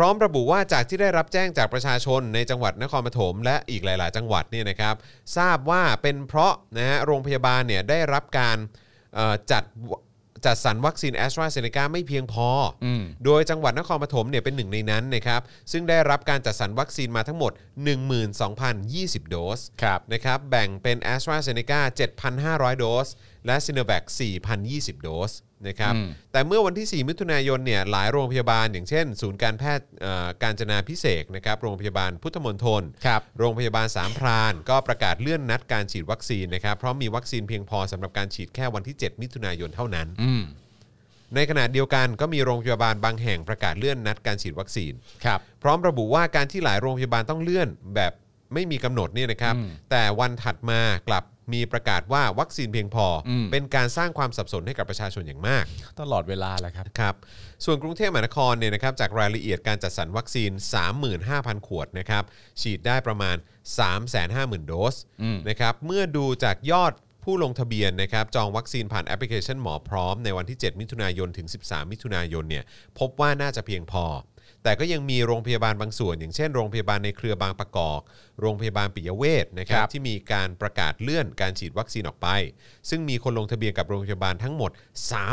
Speaker 2: พร้อมระบุว่าจากที่ได้รับแจ้งจากประชาชนในจังหวัดนครปฐมและอีกหลาย ๆ จังหวัดเนี่ยนะครับ ทราบว่าเป็นเพราะนะฮะโรงพยาบาลเนี่ยได้รับการเอ่อจัด จัดสรรวัคซีนแอสตราเซเนกาไม่เพียงพออ
Speaker 3: ม
Speaker 2: โดยจังหวัดนครปฐมเนี่ยเป็นหนึ่งในนั้นนะครับ ซึ่งได้รับการจัดสรรวัคซีนมาทั้งหมด 12,020 โดส
Speaker 3: ครับ
Speaker 2: นะครับแบ่งเป็น a s t r a z e ซ e c a 7,500 โดส และ s i n o v a c 4,020 โดสนะครับ
Speaker 3: อืม
Speaker 2: แต่เมื่อวันที่ 4 มิถุนายนเนี่ยหลายโรงพยาบาล อย่างเช่น ศูนย์การแพทย์เอ่อการจนาพิเศษกนะครับโรงพยาบาลพุทธมณฑล
Speaker 3: ครับ
Speaker 2: โรงพยาบาลสามพราน ก็ประกาศเลื่อนนัดการฉีดวัคซีนนะครับเพราะมีวัคซีนเพียงพอสำหรับการฉีดแค่วันที่ 7 มิถุนายนเท่านั้น
Speaker 3: อืม
Speaker 2: ในขณะเดียวกันก็มีโรงพยาบาลบางแห่งประกาศเลื่อนนัดการฉีดวัคซีน
Speaker 3: ครับ
Speaker 2: พร้อมระบุว่าการที่หลายโรงพยาบาลต้องเลื่อนแบบไม่มีกำหนดเนี่ยนะครับ
Speaker 3: อืม
Speaker 2: แต่วันถัดมากลับมีประกาศว่าวัคซีนเพียงพออ
Speaker 3: ม
Speaker 2: เป็นการสร้างความสับสนให้กับประชาชนอย่างมาก
Speaker 3: ตลอดเวลาแหละครับ
Speaker 2: ครับส่วนกรุงเทพมหานครเนี่ยนะครับจากรายละเอียดการจัดสรรวัคซีน 35,000 ขวดนะครับฉีดได้ประมาณ 350,000 โดส
Speaker 3: อืม
Speaker 2: นะครับเมื่อดูจากยอดผู้ลงทะเบียนนะครับจองวัคซีนผ่านแอปพลิเคชันหมอพร้อมในวันที่ 7 มิถุนายนถึง 13 มิถุนายนเนี่ยพบว่าน่าจะเพียงพอ แต่ก็ยังมีโรงพยาบาลบางส่วน อย่างเช่นโรงพยาบาลในเครือบางประกอบ โรงพยาบาลปิยเวชนะครับ
Speaker 3: ครับ
Speaker 2: ที่มีการประกาศเลื่อนการฉีดวัคซีนออกไป ซึ่งมีคนลงทะเบียนกับโรงพยาบาลทั้งหมด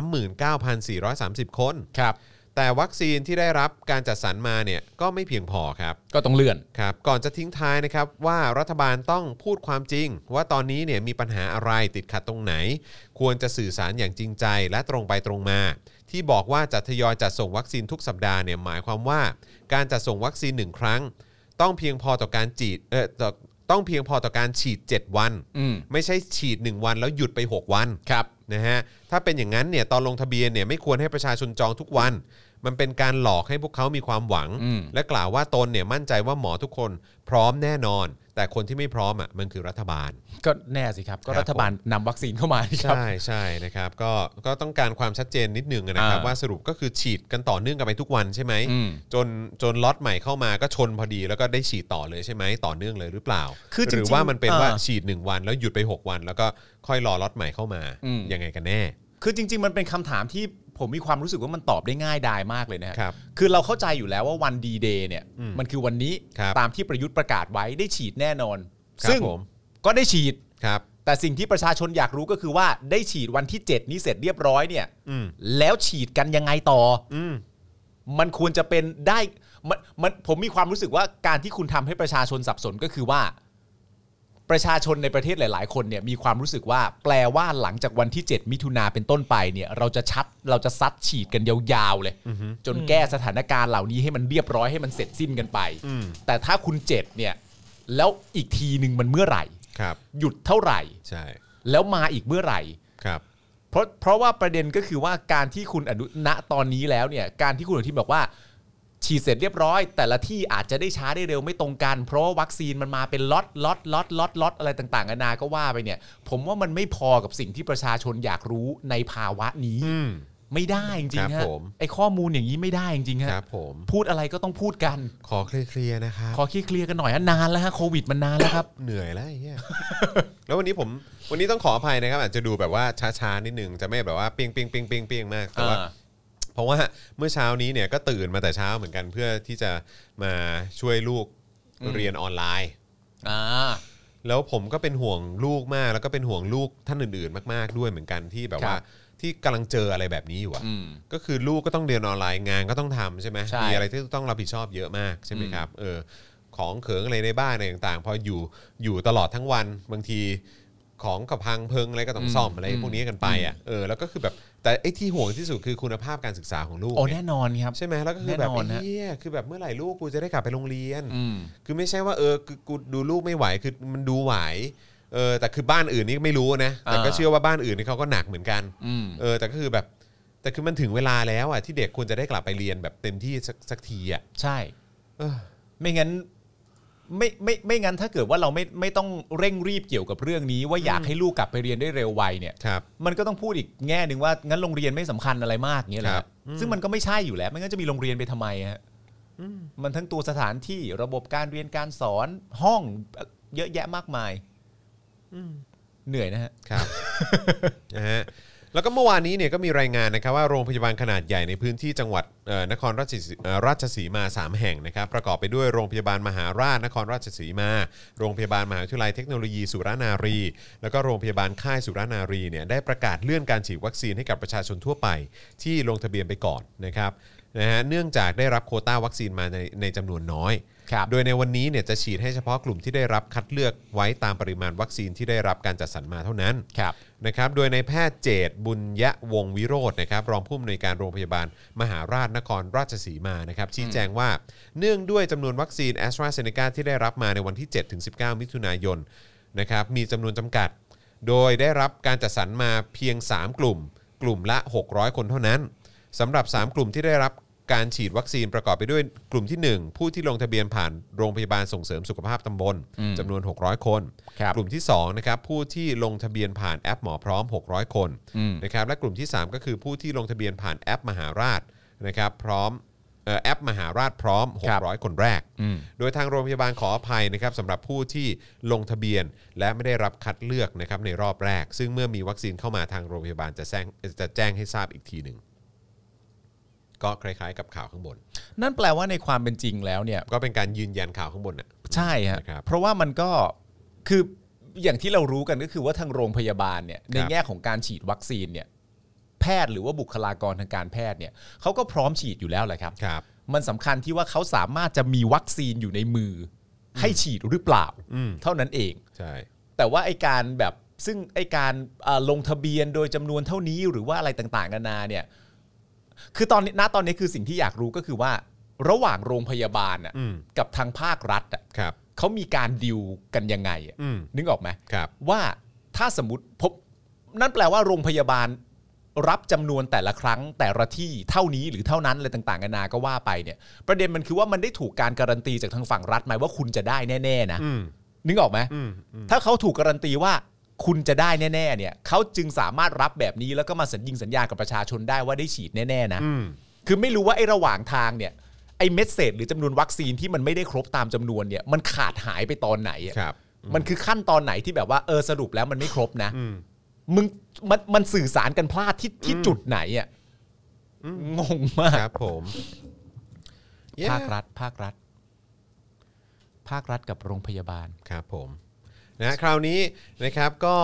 Speaker 2: 39,430 คน
Speaker 3: ครับ
Speaker 2: แต่วัคซีนที่ได้รับการจัดสรรมาเนี่ยก็ไม่เพียงพอครับ
Speaker 3: ก็ต้องเลื่อน
Speaker 2: ครับก่อนจะทิ้งท้ายนะครับว่ารัฐบาลต้องพูดความจริง ว่าตอนนี้เนี่ยมีปัญหาอะไรติดขัดตรงไหน ควรจะสื่อสารอย่างจริงใจและตรงไปตรงมา ที่บอกว่าจะทยอยจัดส่งวัคซีนทุกสัปดาห์เนี่ยหมายความว่า การจัดส่งวัคซีนหนึ่งครั้ง ต้องเพียงพอต่อการฉีดเออต่อต้องเพียงพอต่อการฉีด 7 วัน
Speaker 3: อืม
Speaker 2: ไม่ใช่ฉีด 1 วันแล้วหยุดไป 6 วัน
Speaker 3: ครับ
Speaker 2: นะฮะถ้าเป็นอย่างนั้นเนี่ยตอนลงทะเบียนเนี่ยไม่ควรให้ประชาชนจองทุกวัน มันเป็นการหลอกให้พวกเขามีความหวัง
Speaker 3: อืม
Speaker 2: และกล่าวว่าตนเนี่ยมั่นใจว่าหมอทุกคนพร้อมแน่นอน แต่คนที่ไม่พร้อมอ่ะมันคือรัฐบาล
Speaker 3: ก็แน่สิครับ ก็
Speaker 2: ครับ
Speaker 3: รัฐบาลนำวัคซีนเข้ามานี่ครับ
Speaker 2: ใช่ใช่นะครับก็ก็ต้องการความชัดเจนนิดหนึงนะครับ
Speaker 3: อ่า
Speaker 2: ว่าสรุปก็คือฉีดกันต่อเนื่องกันไปทุกวันใช่ไหม
Speaker 3: อืม
Speaker 2: จนจนล็อตใหม่เข้ามาก็ชนพอดีแล้วก็ได้ฉีดต่อเลยใช่ไหมต่อเนื่องเลยหรือเปล่า
Speaker 3: คือ
Speaker 2: ห
Speaker 3: จริ
Speaker 2: รื
Speaker 3: งๆ
Speaker 2: อว่ามันเป็นว่า
Speaker 3: อ่า
Speaker 2: ฉีดหนึ่งวันแล้วหยุดไปหกวัน แล้วก็ค่อยรอล็อตใหม่เข้ามา
Speaker 3: อืม
Speaker 2: ยังไงกันแน่
Speaker 3: คือจริง ๆ มันเป็นคำถามที่ผมมีความรู้สึกว่ามันตอบได้ง่ายดายมากเลยนะฮะ
Speaker 2: ครับ
Speaker 3: คือเราเข้าใจอยู่แล้วว่าวันดีเดย์เนี่ย มันคือวันนี้
Speaker 2: ครับ
Speaker 3: ตามที่ประยุทธ์ประกาศไว้ได้ฉีดแน่นอน
Speaker 2: ครับ
Speaker 3: ซึ่ง
Speaker 2: ผม
Speaker 3: ก็ได้ฉีด
Speaker 2: ครับ
Speaker 3: แต่สิ่งที่ประชาชนอยากรู้ก็คือว่าได้ฉีดวันที่ 7 นี้เสร็จเรียบร้อยเนี่ย
Speaker 2: อืม
Speaker 3: แล้วฉีดกันยังไงต่อ
Speaker 2: อืม
Speaker 3: มันควรจะเป็นได้มันมันผมมีความรู้สึกว่าการที่คุณทำให้ประชาชนสับสนก็คือว่า ประชาชนในประเทศหลาย ๆ คนเนี่ยมีความรู้สึกว่า แปลว่าหลังจากวันที่ 7 มิถุนาเป็นต้นไปเนี่ย เราจะชัดเราจะซัดฉีดกันยาวๆเลย จนแก้สถานการณ์เหล่านี้ให้มันเรียบร้อยให้มันเสร็จสิ้นกันไป
Speaker 2: อืม
Speaker 3: แต่ถ้าคุณเจ็ดเนี่ย แล้วอีกทีหนึ่งมันเมื่อไหร่
Speaker 2: ครับ
Speaker 3: หยุดเท่าไหร่
Speaker 2: ใช่
Speaker 3: แล้วมาอีกเมื่อไหร่
Speaker 2: ครับ
Speaker 3: เพราะเพราะว่าประเด็นก็คือว่าการที่คุณอนุณตอนนี้แล้วเนี่ยการที่คุณอนุทินบอกว่า ฉีดเสร็จเรียบร้อย แต่ละที่อาจจะได้ช้าได้เร็วไม่ตรงกัน เพราะว่าวัคซีนมันมาเป็นล็อตล็อตล็อตล็อตล็อตอะไรต่างๆนานาก็ว่าไปเนี่ย ผมว่ามันไม่พอกับสิ่งที่ประชาชนอยากรู้ในภาวะนี้
Speaker 2: อืม
Speaker 3: ไม่ได้จริ
Speaker 2: ครับ
Speaker 3: งๆฮะ
Speaker 2: ผม
Speaker 3: ไอข้อมูลอย่างนี้ไม่ได้จริงๆฮะ
Speaker 2: ครับผม
Speaker 3: พูดอะไรก็ต้องพูดกัน
Speaker 2: ขอเคลียร์ๆนะครับ
Speaker 3: ขอเคลียร์ๆกันหน่อยฮะนานแล้วฮะโควิดมันนานแล้วครับ
Speaker 2: เหนื่อยแล้วไอ้เหี้ย แล้ววันนี้ผมวันนี้ต้องขออภัยนะครับ อาจจะดูแบบว่าช้าๆนิดนึงจะไม่แบบว่าเปียงเปียงเปียงเปียงเปียงมากแต่ว่า เพราะว่าเมื่อเช้านี้เนี่ยก็ตื่นมาแต่เช้าเหมือนกันเพื่อที่จะมาช่วยลูก
Speaker 3: อืม
Speaker 2: เรียนออนไลน์
Speaker 3: อ่า
Speaker 2: แล้วผมก็เป็นห่วงลูกมาก แล้วก็เป็นห่วงลูกท่านอื่นๆ มาก ๆ ด้วยเหมือนกันที่แบบว่า
Speaker 3: ครับ
Speaker 2: ที่กำลังเจออะไรแบบนี้อยู่อะ
Speaker 3: อืม
Speaker 2: ก็คือลูกก็ต้องเรียนออนไลน์งานก็ต้องทำใช่ไหม
Speaker 3: ใช่
Speaker 2: มีอะไรที่ต้องรับผิดชอบเยอะมากใช่ไหมครับเออของเขิงอะไรในบ้านอะไรต่างๆ พออยู่อยู่ตลอดทั้งวันบางทีของกระพังเพิงอะไรก็ต้องซ่อม
Speaker 3: อืม
Speaker 2: อะไรพวกนี้กันไปอ่ะเออแล้วก็คือแบบแต่ไอ้ที่ห่วงที่สุดคือคุณภาพการศึกษาของลูก
Speaker 3: โอ้
Speaker 2: เนี่ย
Speaker 3: แน่นอนครับ
Speaker 2: ใช่ไหมแล้วก็คือแบบ
Speaker 3: แน่นอนฮะ
Speaker 2: เฮียคือแบบเมื่อไหร่ลูกกูจะได้กลับไปโรงเรียน
Speaker 3: อืม
Speaker 2: คือไม่ใช่ว่าเออคือกูดูลูกไม่ไหวคือมันดูไหวเออแต่คือบ้านอื่นนี่ไม่รู้นะแต่ก็
Speaker 3: อ่า
Speaker 2: เชื่อว่าบ้านอื่นนี่เขาก็หนักเหมือนกัน
Speaker 3: อืม
Speaker 2: เออแต่ก็คือแบบแต่คือมันถึงเวลาแล้วอ่ะที่เด็กควรจะได้กลับไปเรียนแบบเต็มที่สักสักทีอ่ะ
Speaker 3: ใช่
Speaker 2: เออ
Speaker 3: ไม่งั้นไม่ไม่ไม่งั้นถ้าเกิดว่าเราไม่ไม่ต้องเร่งรีบเกี่ยวกับเรื่องนี้ ว่าอยากให้ลูกกลับไปเรียนได้เร็ววัยเนี่ย
Speaker 2: ครับ
Speaker 3: มันก็ต้องพูดอีกแง่หนึ่งว่างั้นโรงเรียนไม่สำคัญอะไรมากอย่างเงี้ยแหละ
Speaker 2: ค
Speaker 3: ค
Speaker 2: รั
Speaker 3: รั
Speaker 2: บบ อืม
Speaker 3: ซึ่งมันก็ไม่ใช่อยู่แล้ว ไม่งั้นจะมีโรงเรียนไปทำไมฮะมันทั้งตัวสถานที่ระบบการเรียนการสอนห้องเยอะแยะมากมายเหนื่อยนะฮะ
Speaker 2: ครับ นะฮะ แล้วก็เมื่อวานนี้เนี่ยก็มีรายงานนะครับว่าโรงพยาบาลขนาดใหญ่ในพื้นที่จังหวัดเอ่อนครราชสีเอ่อราชสีมา 3 แห่งนะครับประกอบไปด้วยโรงพยาบาลมหาราชนครราชสีมา โรงพยาบาลมหาวิทยาลัยเทคโนโลยีสุรานารี แล้วก็โรงพยาบาลค่ายสุรานารีเนี่ยได้ประกาศเลื่อนการฉีดวัคซีนให้กับประชาชนทั่วไป ที่ลงทะเบียนไปก่อนนะครับนะฮะเนื่องจากได้รับโควต้าวัคซีนมาในในจำนวนน้อย
Speaker 3: ครับ
Speaker 2: โดยในวันนี้เนี่ยจะฉีดให้เฉพาะกลุ่มที่ได้รับคัดเลือกไว้ตามปริมาณวัคซีนที่ได้รับการจัดสรรมาเท่านั้น
Speaker 3: ครับ
Speaker 2: นะครับ โดยในายแพทย์เจตบุญยะวงศ์วิโรจน์นะครับรองผู้อำนวยการโรงพยาบาลมหาราชนครราชสีมานะครับชี้แจงว่าเนื่องด้วยจำนวนวัคซีนแอสตราเซเนกาที่ได้รับมาในวันที่ 7-19 มิถุนายนนะครับมีจำนวนจำกัด โดยได้รับการจัดสรรมาเพียง 3 กลุ่ม กลุ่มละ 600 คนเท่านั้นสำหรับ 3 กลุ่มที่ได้รับการฉีดวัคซีนประกอบไปด้วยกลุ่มที่ 1 ผู้ที่ลงทะเบียนผ่านโรงพยาบาลส่งเสริมสุขภาพตำบลจำนวน 600 คน
Speaker 3: ครับ
Speaker 2: กลุ่มที่2นะครับผู้ที่ลงทะเบียนผ่านแอปหมอพร้อม 600 คนนะครับและกลุ่มที่ 3 ก็คือผู้ที่ลงทะเบียนผ่านแอปมหาราชนะครับพร้อมเอ่อแอปมหาราชพร้อม 600 คนแรก โดยทางโรงพยาบาลขออภัยนะครับสำหรับผู้ที่ลงทะเบียนและไม่ได้รับคัดเลือกนะครับในรอบแรก ซึ่งเมื่อมีวัคซีนเข้ามาทางโรงพยาบาลจะแจ้งจะแจ้งให้ทราบอีกทีหนึ่งก็คล้ายๆ กับข่าวข้างบน
Speaker 3: นั่นแปลว่าในความเป็นจริงแล้วเนี่ย
Speaker 2: ก็เป็นการยืนยันข่าวข้างบนน่ะ
Speaker 3: ใช่ฮะ
Speaker 2: นะครับ
Speaker 3: เพราะว่ามันก็คืออย่างที่เรารู้กันก็คือว่าทางโรงพยาบาลเนี่ย
Speaker 2: ค
Speaker 3: ใน
Speaker 2: รับ
Speaker 3: แง่ของการฉีดวัคซีนเนี่ยแพทย์หรือว่าบุคลากรทางการแพทย์เนี่ยเขาก็พร้อมฉีดอยู่แล้วแหละครับ
Speaker 2: ครับ
Speaker 3: มันสำคัญที่ว่าเขาสามารถจะมีวัคซีนอยู่ในมืออให้ฉีดหรือเปล่า
Speaker 2: อืม
Speaker 3: เท่านั้นเอง
Speaker 2: ใช่
Speaker 3: แต่ว่าไอการแบบซึ่งไอการเอ่อลงทะเบียนโดยจำนวนเท่านี้หรือว่าอะไรต่างๆนานาเนี่ยคือตอนนี้ณตอนนี้คือสิ่งที่อยากรู้ก็คือว่า ระหว่างโรงพยาบาลน่ะ
Speaker 2: อืม
Speaker 3: กับทางภาครัฐอ่ะ
Speaker 2: ครับ
Speaker 3: เขามีการดิวกันยังไงอะ
Speaker 2: อืม
Speaker 3: นึกออกไหม
Speaker 2: ครับ
Speaker 3: ว่าถ้าสมมติพบนั่นแปลว่าโรงพยาบาลรับจำนวนแต่ละครั้งแต่ละที่เท่านี้หรือเท่านั้นอะไรต่างๆกันานาก็ว่าไปเนี่ย ประเด็นมันคือว่ามันได้ถูกการการันตีจากทางฝั่งรัฐไหมว่าคุณจะได้แน่ๆนะ
Speaker 2: อืม
Speaker 3: นึกออกไหม
Speaker 2: อืมอืม
Speaker 3: ถ้าเขาถูกการันตีว่าคุณจะได้แน่ๆเนี่ยเขาจึงสามารถรับแบบนี้แล้วก็มาสัญญิงสัญญากับประชาชนได้ว่าได้ฉีดแน่ๆนะ
Speaker 2: อืม
Speaker 3: คือไม่รู้ว่าไอ้ระหว่างทางเนี่ยไอ้เม็ดเศษหรือจำนวนวัคซีนที่มันไม่ได้ครบตามจำนวนเนี่ยมันขาดหายไปตอนไหนอะ
Speaker 2: ครับ
Speaker 3: มันคือขั้นตอนไหนที่แบบว่าเออสรุปแล้วมันไม่ครบนะ
Speaker 2: อืม
Speaker 3: มึงมันมันสื่อสารกันพลาดที่ที่จุดไหนอ่ะงงมาก
Speaker 2: ครับผม
Speaker 3: ภาครัฐ ภาครัฐ ภาครัฐกับโรงพยาบาล
Speaker 2: ครับผมนะคราวนี้นะครับก็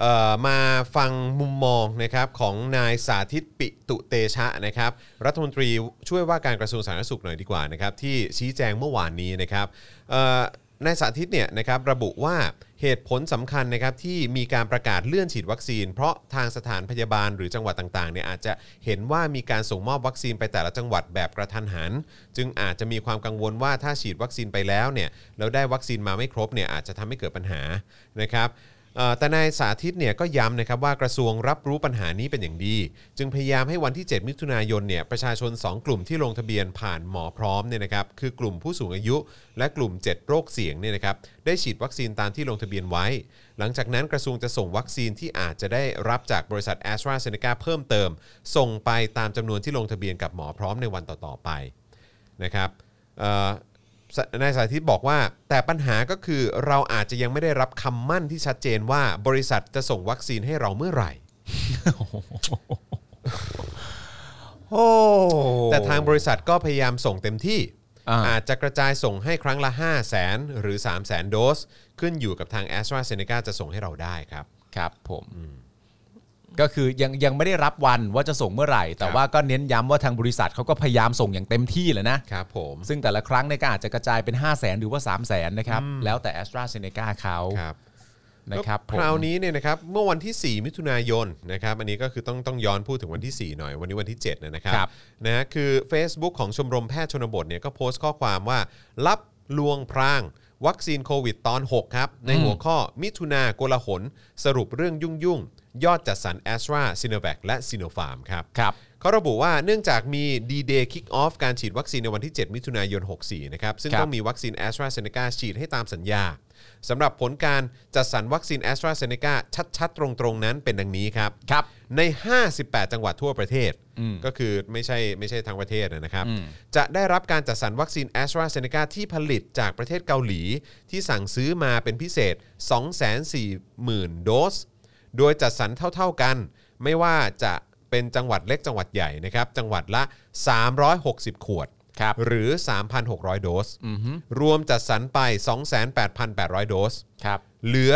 Speaker 2: เอ่อมาฟังมุมมองนะครับของนายสาธิตปิตุเตชะนะครับรัฐมนตรีช่วยว่าการกระทรวงสาธารณสุขหน่อยดีกว่านะครับที่ชี้แจงเมื่อวานนี้นะครับเอ่อนายสาธิตเนี่ยนะครับระบุว่าเหตุผลสำคัญนะครับที่มีการประกาศเลื่อนฉีดวัคซีน เพราะทางสถานพยาบาลหรือจังหวัดต่างๆเนี่ยอาจจะเห็นว่ามีการส่งมอบวัคซีนไปแต่ละจังหวัดแบบกระทันหัน จึงอาจจะมีความกังวลว่าถ้าฉีดวัคซีนไปแล้วเนี่ยแล้วได้วัคซีนมาไม่ครบเนี่ยอาจจะทำให้เกิดปัญหานะครับเอ่อแต่นายสาธิตเนี่ยก็ย้ำนะครับว่ากระทรวงรับรู้ปัญหานี้เป็นอย่างดี จึงพยายามให้วันที่ 7 มิถุนายนเนี่ยประชาชน 2 กลุ่มที่ลงทะเบียนผ่านหมอพร้อมเนี่ยนะครับคือกลุ่มผู้สูงอายุ และกลุ่ม 7 โรคเสี่ยงเนี่ยนะครับได้ฉีดวัคซีนตามที่ลงทะเบียนไว้ หลังจากนั้นกระทรวงจะส่งวัคซีนที่อาจจะได้รับจากบริษัทแอสตราเซเนกาเพิ่มเติม ส่งไปตามจำนวนที่ลงทะเบียนกับหมอพร้อมในวันต่อๆไป นะครับเอ่อสนายสาธิตบอกว่า แต่ปัญหาก็คือเราอาจจะยังไม่ได้รับคำมั่นที่ชัดเจนว่าบริษัทจะส่งวัคซีนให้เราเมื่อไหร่
Speaker 3: โอ้
Speaker 2: แต่ทางบริษัทก็พยายามส่งเต็มที่
Speaker 3: อ่า
Speaker 2: อาจจะกระจายส่งให้ครั้งละ 5 0 0 0 0 0 หรือ 3 0 0 0 0 0 โดส ขึ้นอยู่กับทาง a s t r a z เซ e c a จะส่งให้เราได้ครับ
Speaker 3: ครับผมก็คือยังยังไม่ได้รับวันว่าจะส่งเมื่อไหร่ แต่
Speaker 2: ครับ
Speaker 3: ว่าก็เน้นย้ำว่าทางบริษัทเขาก็พยายามส่งอย่างเต็มที่แหละนะ
Speaker 2: ครับผม
Speaker 3: ซึ่งแต่ละครั้งเนี่ยก็อาจจะกระจายเป็น 5 0 0แสนหรือว่า 3 0 0แสนนะครับ แล้วแต่ a s t r a z e ซ e c a เขา
Speaker 2: ครับ
Speaker 3: นะครับ
Speaker 2: แล้วคราว
Speaker 3: ผม
Speaker 2: นี้เนี่ยนะครับเมื่อวันที่ 4 มิถุนายนนะครับอันนี้ก็คือต้องต้องย้อนพูดถึงวันที่ 4 หน่อย วันนี้วันที่ 7 นะครั
Speaker 3: ครับ
Speaker 2: นะฮะคือ Facebook ของชมรมแพทย์ชนบทเนี่ยก็โพสต์ข้อความว่า รับลวงพราง วัคซีนโควิดตอน 6 ครับ ในหัวข้อมิถุนาโกลาหล สรุปเรื่องยุ่งยุ่งๆ ยอดจัดสรรแอสตราซิ n o v ว c และซิโนฟาร์มครับ
Speaker 3: ครับ
Speaker 2: เขาระบุว่าเนื่องจากมี D-Day Kick Off การฉีดวัคซีนในวันที่ 7 มิถุนายน 64 นะครับ ซึ่ง
Speaker 3: ครับ
Speaker 2: ต้องมีวัคซีน a s t r a z เซ e c a ฉีดให้ตามสัญญาสำหรับผลการจัดสรรวัคซีน a s t r a z เซ e c a ชัดๆ ตรงๆ นั้นเป็นดังนี้ครับ
Speaker 3: ครับ
Speaker 2: ใน 58 จังหวัดทั่วประเทศ ก็คือไม่ใช่ไม่ใช่ทั้งประเทศนะครับ จะได้รับการจัดสรรวัคซีน a s t r a z เซ e c a ที่ผลิตจากประเทศเกาหลี ที่สั่งซื้อมาเป็นพิเศษ 240,000 โดส โดยจัดสรรเท่าๆกัน ไม่ว่าจะเป็นจังหวัดเล็กจังหวัดใหญ่นะครับจังหวัดละ 360 ขวด
Speaker 3: ครับ
Speaker 2: หรือ 3,600 โดส
Speaker 3: อือฮึ
Speaker 2: รวมจัดสรรไป 28,800 โดส
Speaker 3: ครับ
Speaker 2: เหลือ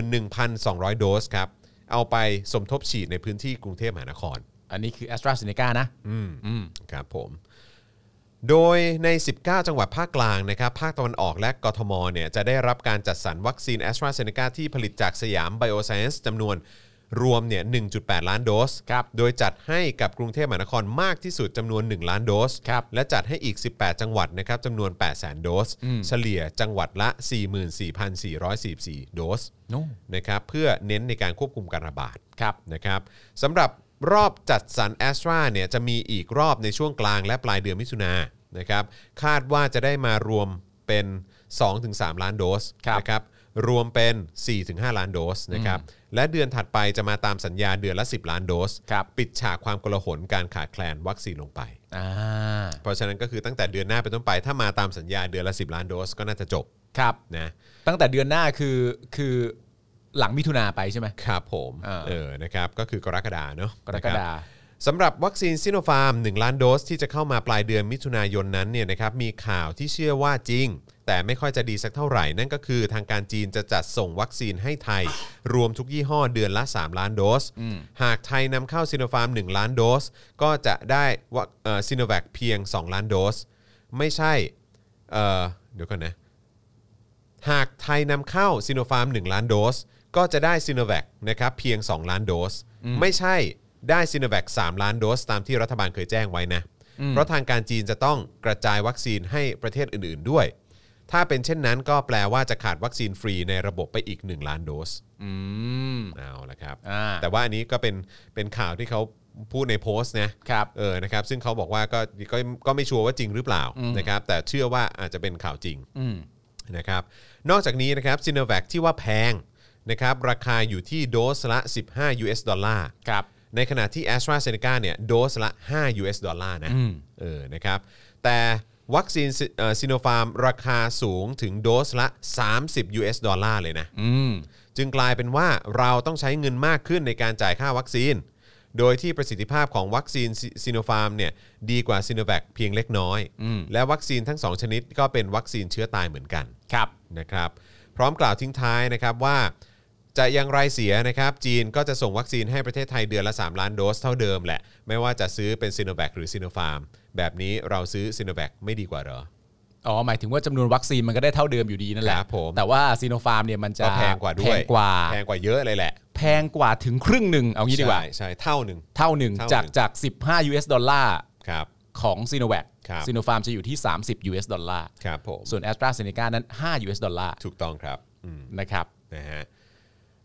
Speaker 2: 31,200 โดสครับ เอาไปสมทบฉีดในพื้นที่กรุงเทพมหานคร
Speaker 3: อันนี้คือแอสตราเซเนกานะ
Speaker 2: อืม
Speaker 3: อืม
Speaker 2: ครับผม โดยใน 19 จังหวัดภาคกลางนะครับ ภาคตะวันออกและกทมเนี่ยจะได้รับการจัดสรรวัคซีนแอสตราเซเนกาที่ผลิตจากสยามไบโอไซเอนซ์จำนวนรวมเนี่ย 1.8 ล้านโดส
Speaker 3: ครับ
Speaker 2: โดยจัดให้กับกรุงเทพมหานครมากที่สุดจำนวน 1 ล้านโดส
Speaker 3: ครับ
Speaker 2: และจัดให้อีก 18 จังหวัดนะครับจำนวน 8 0 0 0 0 0 โดส เฉลี่ยจังหวัดละ 44,444 โดส
Speaker 3: โน่
Speaker 2: นะครับเพื่อเน้นในการควบคุมการระบาด
Speaker 3: ครับ
Speaker 2: นะครับสำหรับรอบจัดสรรแอสตราเนี่ยจะมีอีกรอบในช่วงกลางและปลายเดือนมิถุนายนนะครับคาดว่าจะได้มารวมเป็น 2-3 ล้านโดส
Speaker 3: ครับ
Speaker 2: นะครับรวมเป็น 4-5 ล้านโดสนะครับและเดือนถัดไปจะมาตามสัญญาเดือนละ 10 ล้านโดส
Speaker 3: ครับ
Speaker 2: ปิดฉากความกลาหนการขาดแคลนวัคซีนลงไป
Speaker 3: อ่า
Speaker 2: เพราะฉะนั้นก็คือตั้งแต่เดือนหน้าเป็นต้นไป ถ้ามาตามสัญญาเดือนละ 10 ล้านโดสก็น่าจะจบ
Speaker 3: ครับ
Speaker 2: นะ
Speaker 3: ตั้งแต่เดือนหน้าคือคือหลังมิถุนาไปใช่ไหม
Speaker 2: ครับผม
Speaker 3: อ่า
Speaker 2: เออนะครับก็คือกรกฎาเนาะ
Speaker 3: กรก
Speaker 2: นะครับ
Speaker 3: ฎา
Speaker 2: สำหรับวัคซีนซิโนฟาร์ม 1 ล้านโดสที่จะเข้ามาปลายเดือนมิถุนายนนั้นเนี่ยนะครับมีข่าวที่เชื่อว่าจริง แต่ไม่ค่อยจะดีสักเท่าไหร่ นั่นก็คือทางการจีนจะจัดส่งวัคซีนให้ไทย รวมทุกยี่ห้อเดือนละ 3 ล้านโดส หากไทยนำเข้าซิโนฟาร์ม 1 ล้านโดส ก็จะได้วัคเอ่อซิโนแวคเพียง 2 ล้านโดส ไม่ใช่เอ่อเดี๋ยวก่อนนะ หากไทยนำเข้าซิโนฟาร์ม 1 ล้านโดส ก็จะได้ซิโนแวคนะครับเพียง 2 ล้านโดส ไม่ใช่ได้ซิโนแวค3ล้านโดส ตามที่รัฐบาลเคยแจ้งไว้นะ เพราะทางการจีนจะต้องกระจายวัคซีนให้ประเทศอื่น ๆ ด้วย ถ้าเป็นเช่นนั้นก็แปลว่าจะขาดวัคซีนฟรีในระบบไปอีก 1 ล้านโดส
Speaker 3: อืม
Speaker 2: เอาละครับ
Speaker 3: อ่า
Speaker 2: แต่ว่าอันนี้ก็เป็นเป็นข่าวที่เขาพูดในโพสต์นะ
Speaker 3: ครับ
Speaker 2: เออ นะครับ ซึ่งเขาบอกว่าก็ก็ก็ไม่ชัวร์ว่าจริงหรือเปล่านะครับ แต่เชื่อว่าอาจจะเป็นข่าวจริง
Speaker 3: อืม
Speaker 2: นะครับ นอกจากนี้นะครับซิน o v ว c ที่ว่าแพงนะครับ ราคาอยู่ที่โดสละ 15 US ดอลลาร์
Speaker 3: ครับ
Speaker 2: ในขณะที่ a s t r a z เซ e c a เนี่ยโดสละ 5 US ดอลลาร์นะ
Speaker 3: อืม
Speaker 2: เออ นะครับ แต่วัคซีนซิโนฟาร์มราคาสูงถึงโดสละ 30 US ดอลลาร์เลยนะ
Speaker 3: อืม
Speaker 2: จึงกลายเป็นว่าเราต้องใช้เงินมากขึ้นในการจ่ายค่าวัคซีน โดยที่ประสิทธิภาพของวัคซีนซิโนฟาร์มเนี่ยดีกว่าซิโนแวคเพียงเล็กน้อย และวัคซีนทั้ง 2 ชนิดก็เป็นวัคซีนเชื้อตายเหมือนกัน
Speaker 3: ครับ
Speaker 2: นะครับพร้อมกล่าวทิ้งท้ายนะครับว่าจะอย่างไรเสียนะครับจีนก็จะส่งวัคซีนให้ประเทศไทยเดือนละ 3 ล้านโดสเท่าเดิมแหละ ไม่ว่าจะซื้อเป็นซิโนแวคหรือซิโนฟาร์มแบบนี้เราซื้อซิโนแวคไม่ดีกว่าเหรอ
Speaker 3: อ๋อ หมายถึงว่าจำนวนวัคซีนมันก็ได้เท่าเดิมอยู่ดีนั่นแหละ
Speaker 2: ครับผม
Speaker 3: แต่ว่าซีโนฟาร์มเนี่ยมันจะ
Speaker 2: ก็แพงกว่าด้วย
Speaker 3: แพงกว่า
Speaker 2: แพงกว่าเยอะเลยแหละ
Speaker 3: แพงกว่าถึงครึ่งหนึ่ง เอางี้ดีกว่า
Speaker 2: ใช่ใช่เท่าหนึ่ง
Speaker 3: เท่าหนึ่ง
Speaker 2: เท่า
Speaker 3: จาก
Speaker 2: หนึ่ง
Speaker 3: จาก 15 US ดอลลาร์
Speaker 2: ครับ
Speaker 3: ของซีโนแวค
Speaker 2: ครับ
Speaker 3: ซีโนฟาร์มจะอยู่ที่ 30 US ดอลลาร์
Speaker 2: ครับผม
Speaker 3: ส่วนแอสตราเซเนกานั้น 5 US ดอลลาร์
Speaker 2: ถูกต้องครับอืม
Speaker 3: นะครับ
Speaker 2: นะฮะ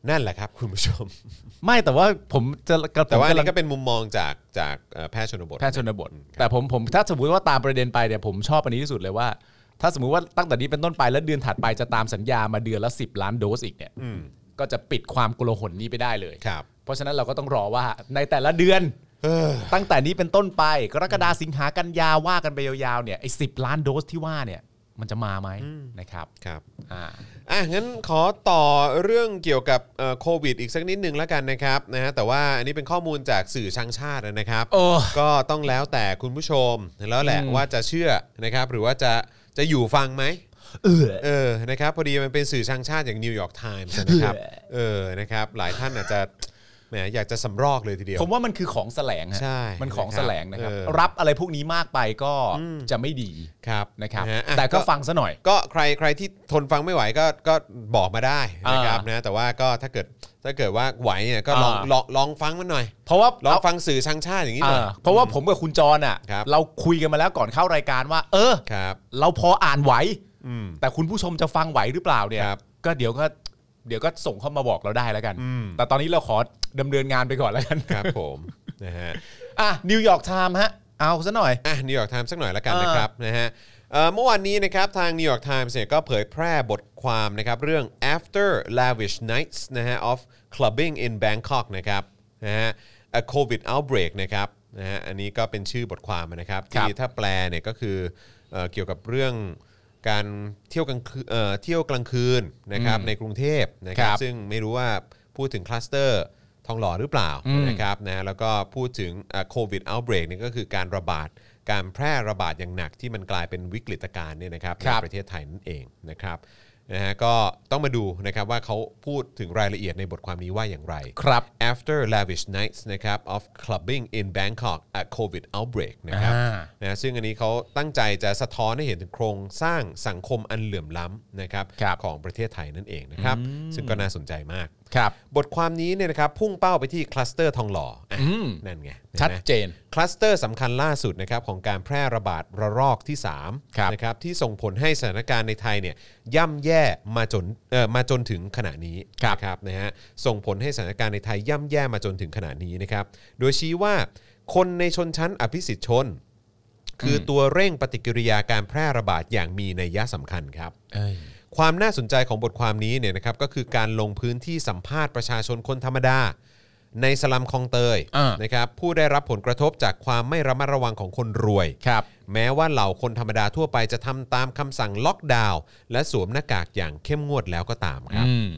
Speaker 2: นั่นแหละครับคุณผู้ชม
Speaker 3: ไม่แต่ว่าผมจะผม
Speaker 2: แต่ว่าอัน
Speaker 3: กำลั
Speaker 2: นี่
Speaker 3: ง
Speaker 2: ก็เป็นมุมมองจากจากเอ่อแพทย์ชนบท
Speaker 3: แพทย์ชนบท แต่ผมผมถ้าสมมติว่าตามประเด็นไปเนี่ยผมชอบอันนี้ที่สุดเลยว่า ถ้าสมมุติว่าตั้งแต่นี้เป็นต้นไปแล้วเดือนถัดไปจะตามสัญญามาเดือนละ 10 ล้านโดสอีกเนี่ย
Speaker 2: อืม
Speaker 3: ก็จะปิดความโกลาหลนี้ไปได้เลย
Speaker 2: ครับ
Speaker 3: เพราะฉะนั้นเราก็ต้องรอว่าในแต่ละเดือนตั้งแต่นี้เป็นต้นไปกรกฎาสิงหากันยาว่ากันไปยาวๆเนี่ยไอ้สิล้านโดสที่ว่าเนี่ย มันจะมาไหมนะครับ
Speaker 2: ครับ
Speaker 3: อ่า
Speaker 2: อ่ะงั้นขอต่อเรื่องเกี่ยวกับเอ่อโควิดอีกสักนิดหนึ่งแล้วกันนะครับนะฮะแต่ว่าอันนี้เป็นข้อมูลจากสื่อช่างชาตินะครับ
Speaker 3: โอ้
Speaker 2: ก็ต้องแล้วแต่คุณผู้ชมแล้วแหละ
Speaker 3: อืม
Speaker 2: ว่าจะเชื่อนะครับ หรือว่าจะจะอยู่ฟังไหม
Speaker 3: เออ
Speaker 2: เออ นะครับ พอดีมันเป็นสื่อช่างชาติอย่างนิวยอร์กไทมส์นะครับ
Speaker 3: เออ
Speaker 2: เออ นะครับ หลายท่านอาจจะ แหม อยากจะสำรอกเลยทีเดียว
Speaker 3: ผมว่ามันคือของแสลงฮะ
Speaker 2: ใช่
Speaker 3: มันของแสลงนะครับ
Speaker 2: เออ
Speaker 3: รับอะไรพวกนี้มากไปก็
Speaker 2: อืม
Speaker 3: จะไม่ดี
Speaker 2: ครับ
Speaker 3: นะครับ
Speaker 2: ฮอ่ะ
Speaker 3: แต่ก็ฟังซะหน่อย
Speaker 2: ก็ใครใครที่ทนฟังไม่ไหวก็ก็บอกมาได้นะครับ
Speaker 3: อ่าน
Speaker 2: นะแต่ว่าก็ถ้าเกิดถ้าเกิดว่าไหวเนี่ยก็ลอง
Speaker 3: อ่า
Speaker 2: ลองลองฟังมันหน่อย
Speaker 3: เพราะว่า
Speaker 2: ลอง
Speaker 3: เอา
Speaker 2: ฟังสื่อช่างชาติอย่างนี้หน่อย
Speaker 3: อ่าเพราะว่าผมกับคุณจรอ่ะ
Speaker 2: ครับ
Speaker 3: เราคุยกันมาแล้วก่อนเข้ารายการว่า เออ
Speaker 2: ครับ
Speaker 3: เราพออ่านไหว
Speaker 2: อืม
Speaker 3: แต่คุณผู้ชมจะฟังไหวหรือเปล่าเนี่ย
Speaker 2: ครับ
Speaker 3: ก็เดี๋ยวก็เดี๋ยวก็ส่งเข้ามาบอกเราได้แล้วกัน
Speaker 2: อืม
Speaker 3: แต่ตอนนี้เราขอดำเนินงานไปก่อนแล้วกัน
Speaker 2: ครับผมนะฮะ
Speaker 3: อ่ะนิวยอร์กไทม์ฮะ เอาซะหน่อย
Speaker 2: อ่ะนิวยอร์กไทม์สักหน่อยละกัน
Speaker 3: อ่าน
Speaker 2: นะครับนะฮะเอ่อเมื่อวานนี้นะครับทางนิวยอร์กไทม์เนี่ยก็เผยแพร่บทความนะครับเรื่อง after lavish nights นะฮะ of clubbing in Bangkok นะครับนะฮะ a covid outbreak นะครับนะฮะอันนี้ก็เป็นชื่อบทความนะครับ
Speaker 3: ครั
Speaker 2: ที่
Speaker 3: บ
Speaker 2: ถ้าแปลเนี่ยก็คือเอ่อเกี่ยวกับเรื่องการเที่ยวกลางคืนเอ่อเที่ยวกลางคืนนะครับในกรุงเทพนะครั
Speaker 3: ครับ บ
Speaker 2: ซึ่งไม่รู้ว่าพูดถึงคลัสเตอร์ ทองหล่อหรือเปล่า
Speaker 3: อืม
Speaker 2: นะครับนะแล้วก็พูดถึงโควิด outbreak นี่ก็คือการระบาดการแพร่ระบาดอย่างหนักที่มันกลายเป็นวิกฤตการณ์เนี่ยนะครับ
Speaker 3: ครับ
Speaker 2: ในประเทศไทยนั่นเองนะครับนะฮะก็ต้องมาดูนะครับว่าเขาพูดถึงรายละเอียดในบทความนี้ว่าอย่างไร
Speaker 3: ครับ
Speaker 2: after lavish nights นะครับ of clubbing in Bangkok at COVID outbreak นะครับ
Speaker 3: อ่า
Speaker 2: นะซึ่งอันนี้เขาตั้งใจจะสะท้อนให้เห็นถึงโครงสร้างสังคมอันเหลื่อมล้ำนะครับของประเทศไทยนั่นเองนะครับ ซึ่งก็น่าสนใจมาก
Speaker 3: ครับ
Speaker 2: บทความนี้เนี่ยนะครับพุ่งเป้าไปที่คลัสเตอร์ทองหล่ออ่ะนั่นไงห็นไหม
Speaker 3: ชัดเจน
Speaker 2: คลัสเตอร์สำคัญล่าสุดนะครับของการแพร่ระบาดระลอกที่
Speaker 3: ครับ
Speaker 2: 3นะครับที่ส่งผลให้สถานการณ์ในไทยเนี่ยย่ำแย่มาจนเอ่อมาจนถึงขณะนี้นะครับนะฮะส่งผลให้สถานการณ์ในไทยย่ำแย่มาจนถึงขณะนี้นะครับโดยชี้ว่าคนในชนชั้นอภิสิทธิชน คือตัวเร่งปฏิกิริยาการแพร่ระบาดอย่างมีนัยยะสำคัญครับ
Speaker 3: เอ้ย
Speaker 2: ความน่าสนใจของบทความนี้เนี่ยนะครับก็คือการลงพื้นที่สัมภาษณ์ประชาชนคนธรรมดา ในสลัมคลองเตย
Speaker 3: อ่า
Speaker 2: นะครับผู้ได้รับผลกระทบจากความไม่ระมัดระวังของคนรวย
Speaker 3: ครับ
Speaker 2: แม้ว่าเหล่าคนธรรมดาทั่วไปจะทำตามคำสั่งล็อกดาวน์และสวมหน้ากากอย่างเข้มงวดแล้วก็ตามครับ
Speaker 3: อืม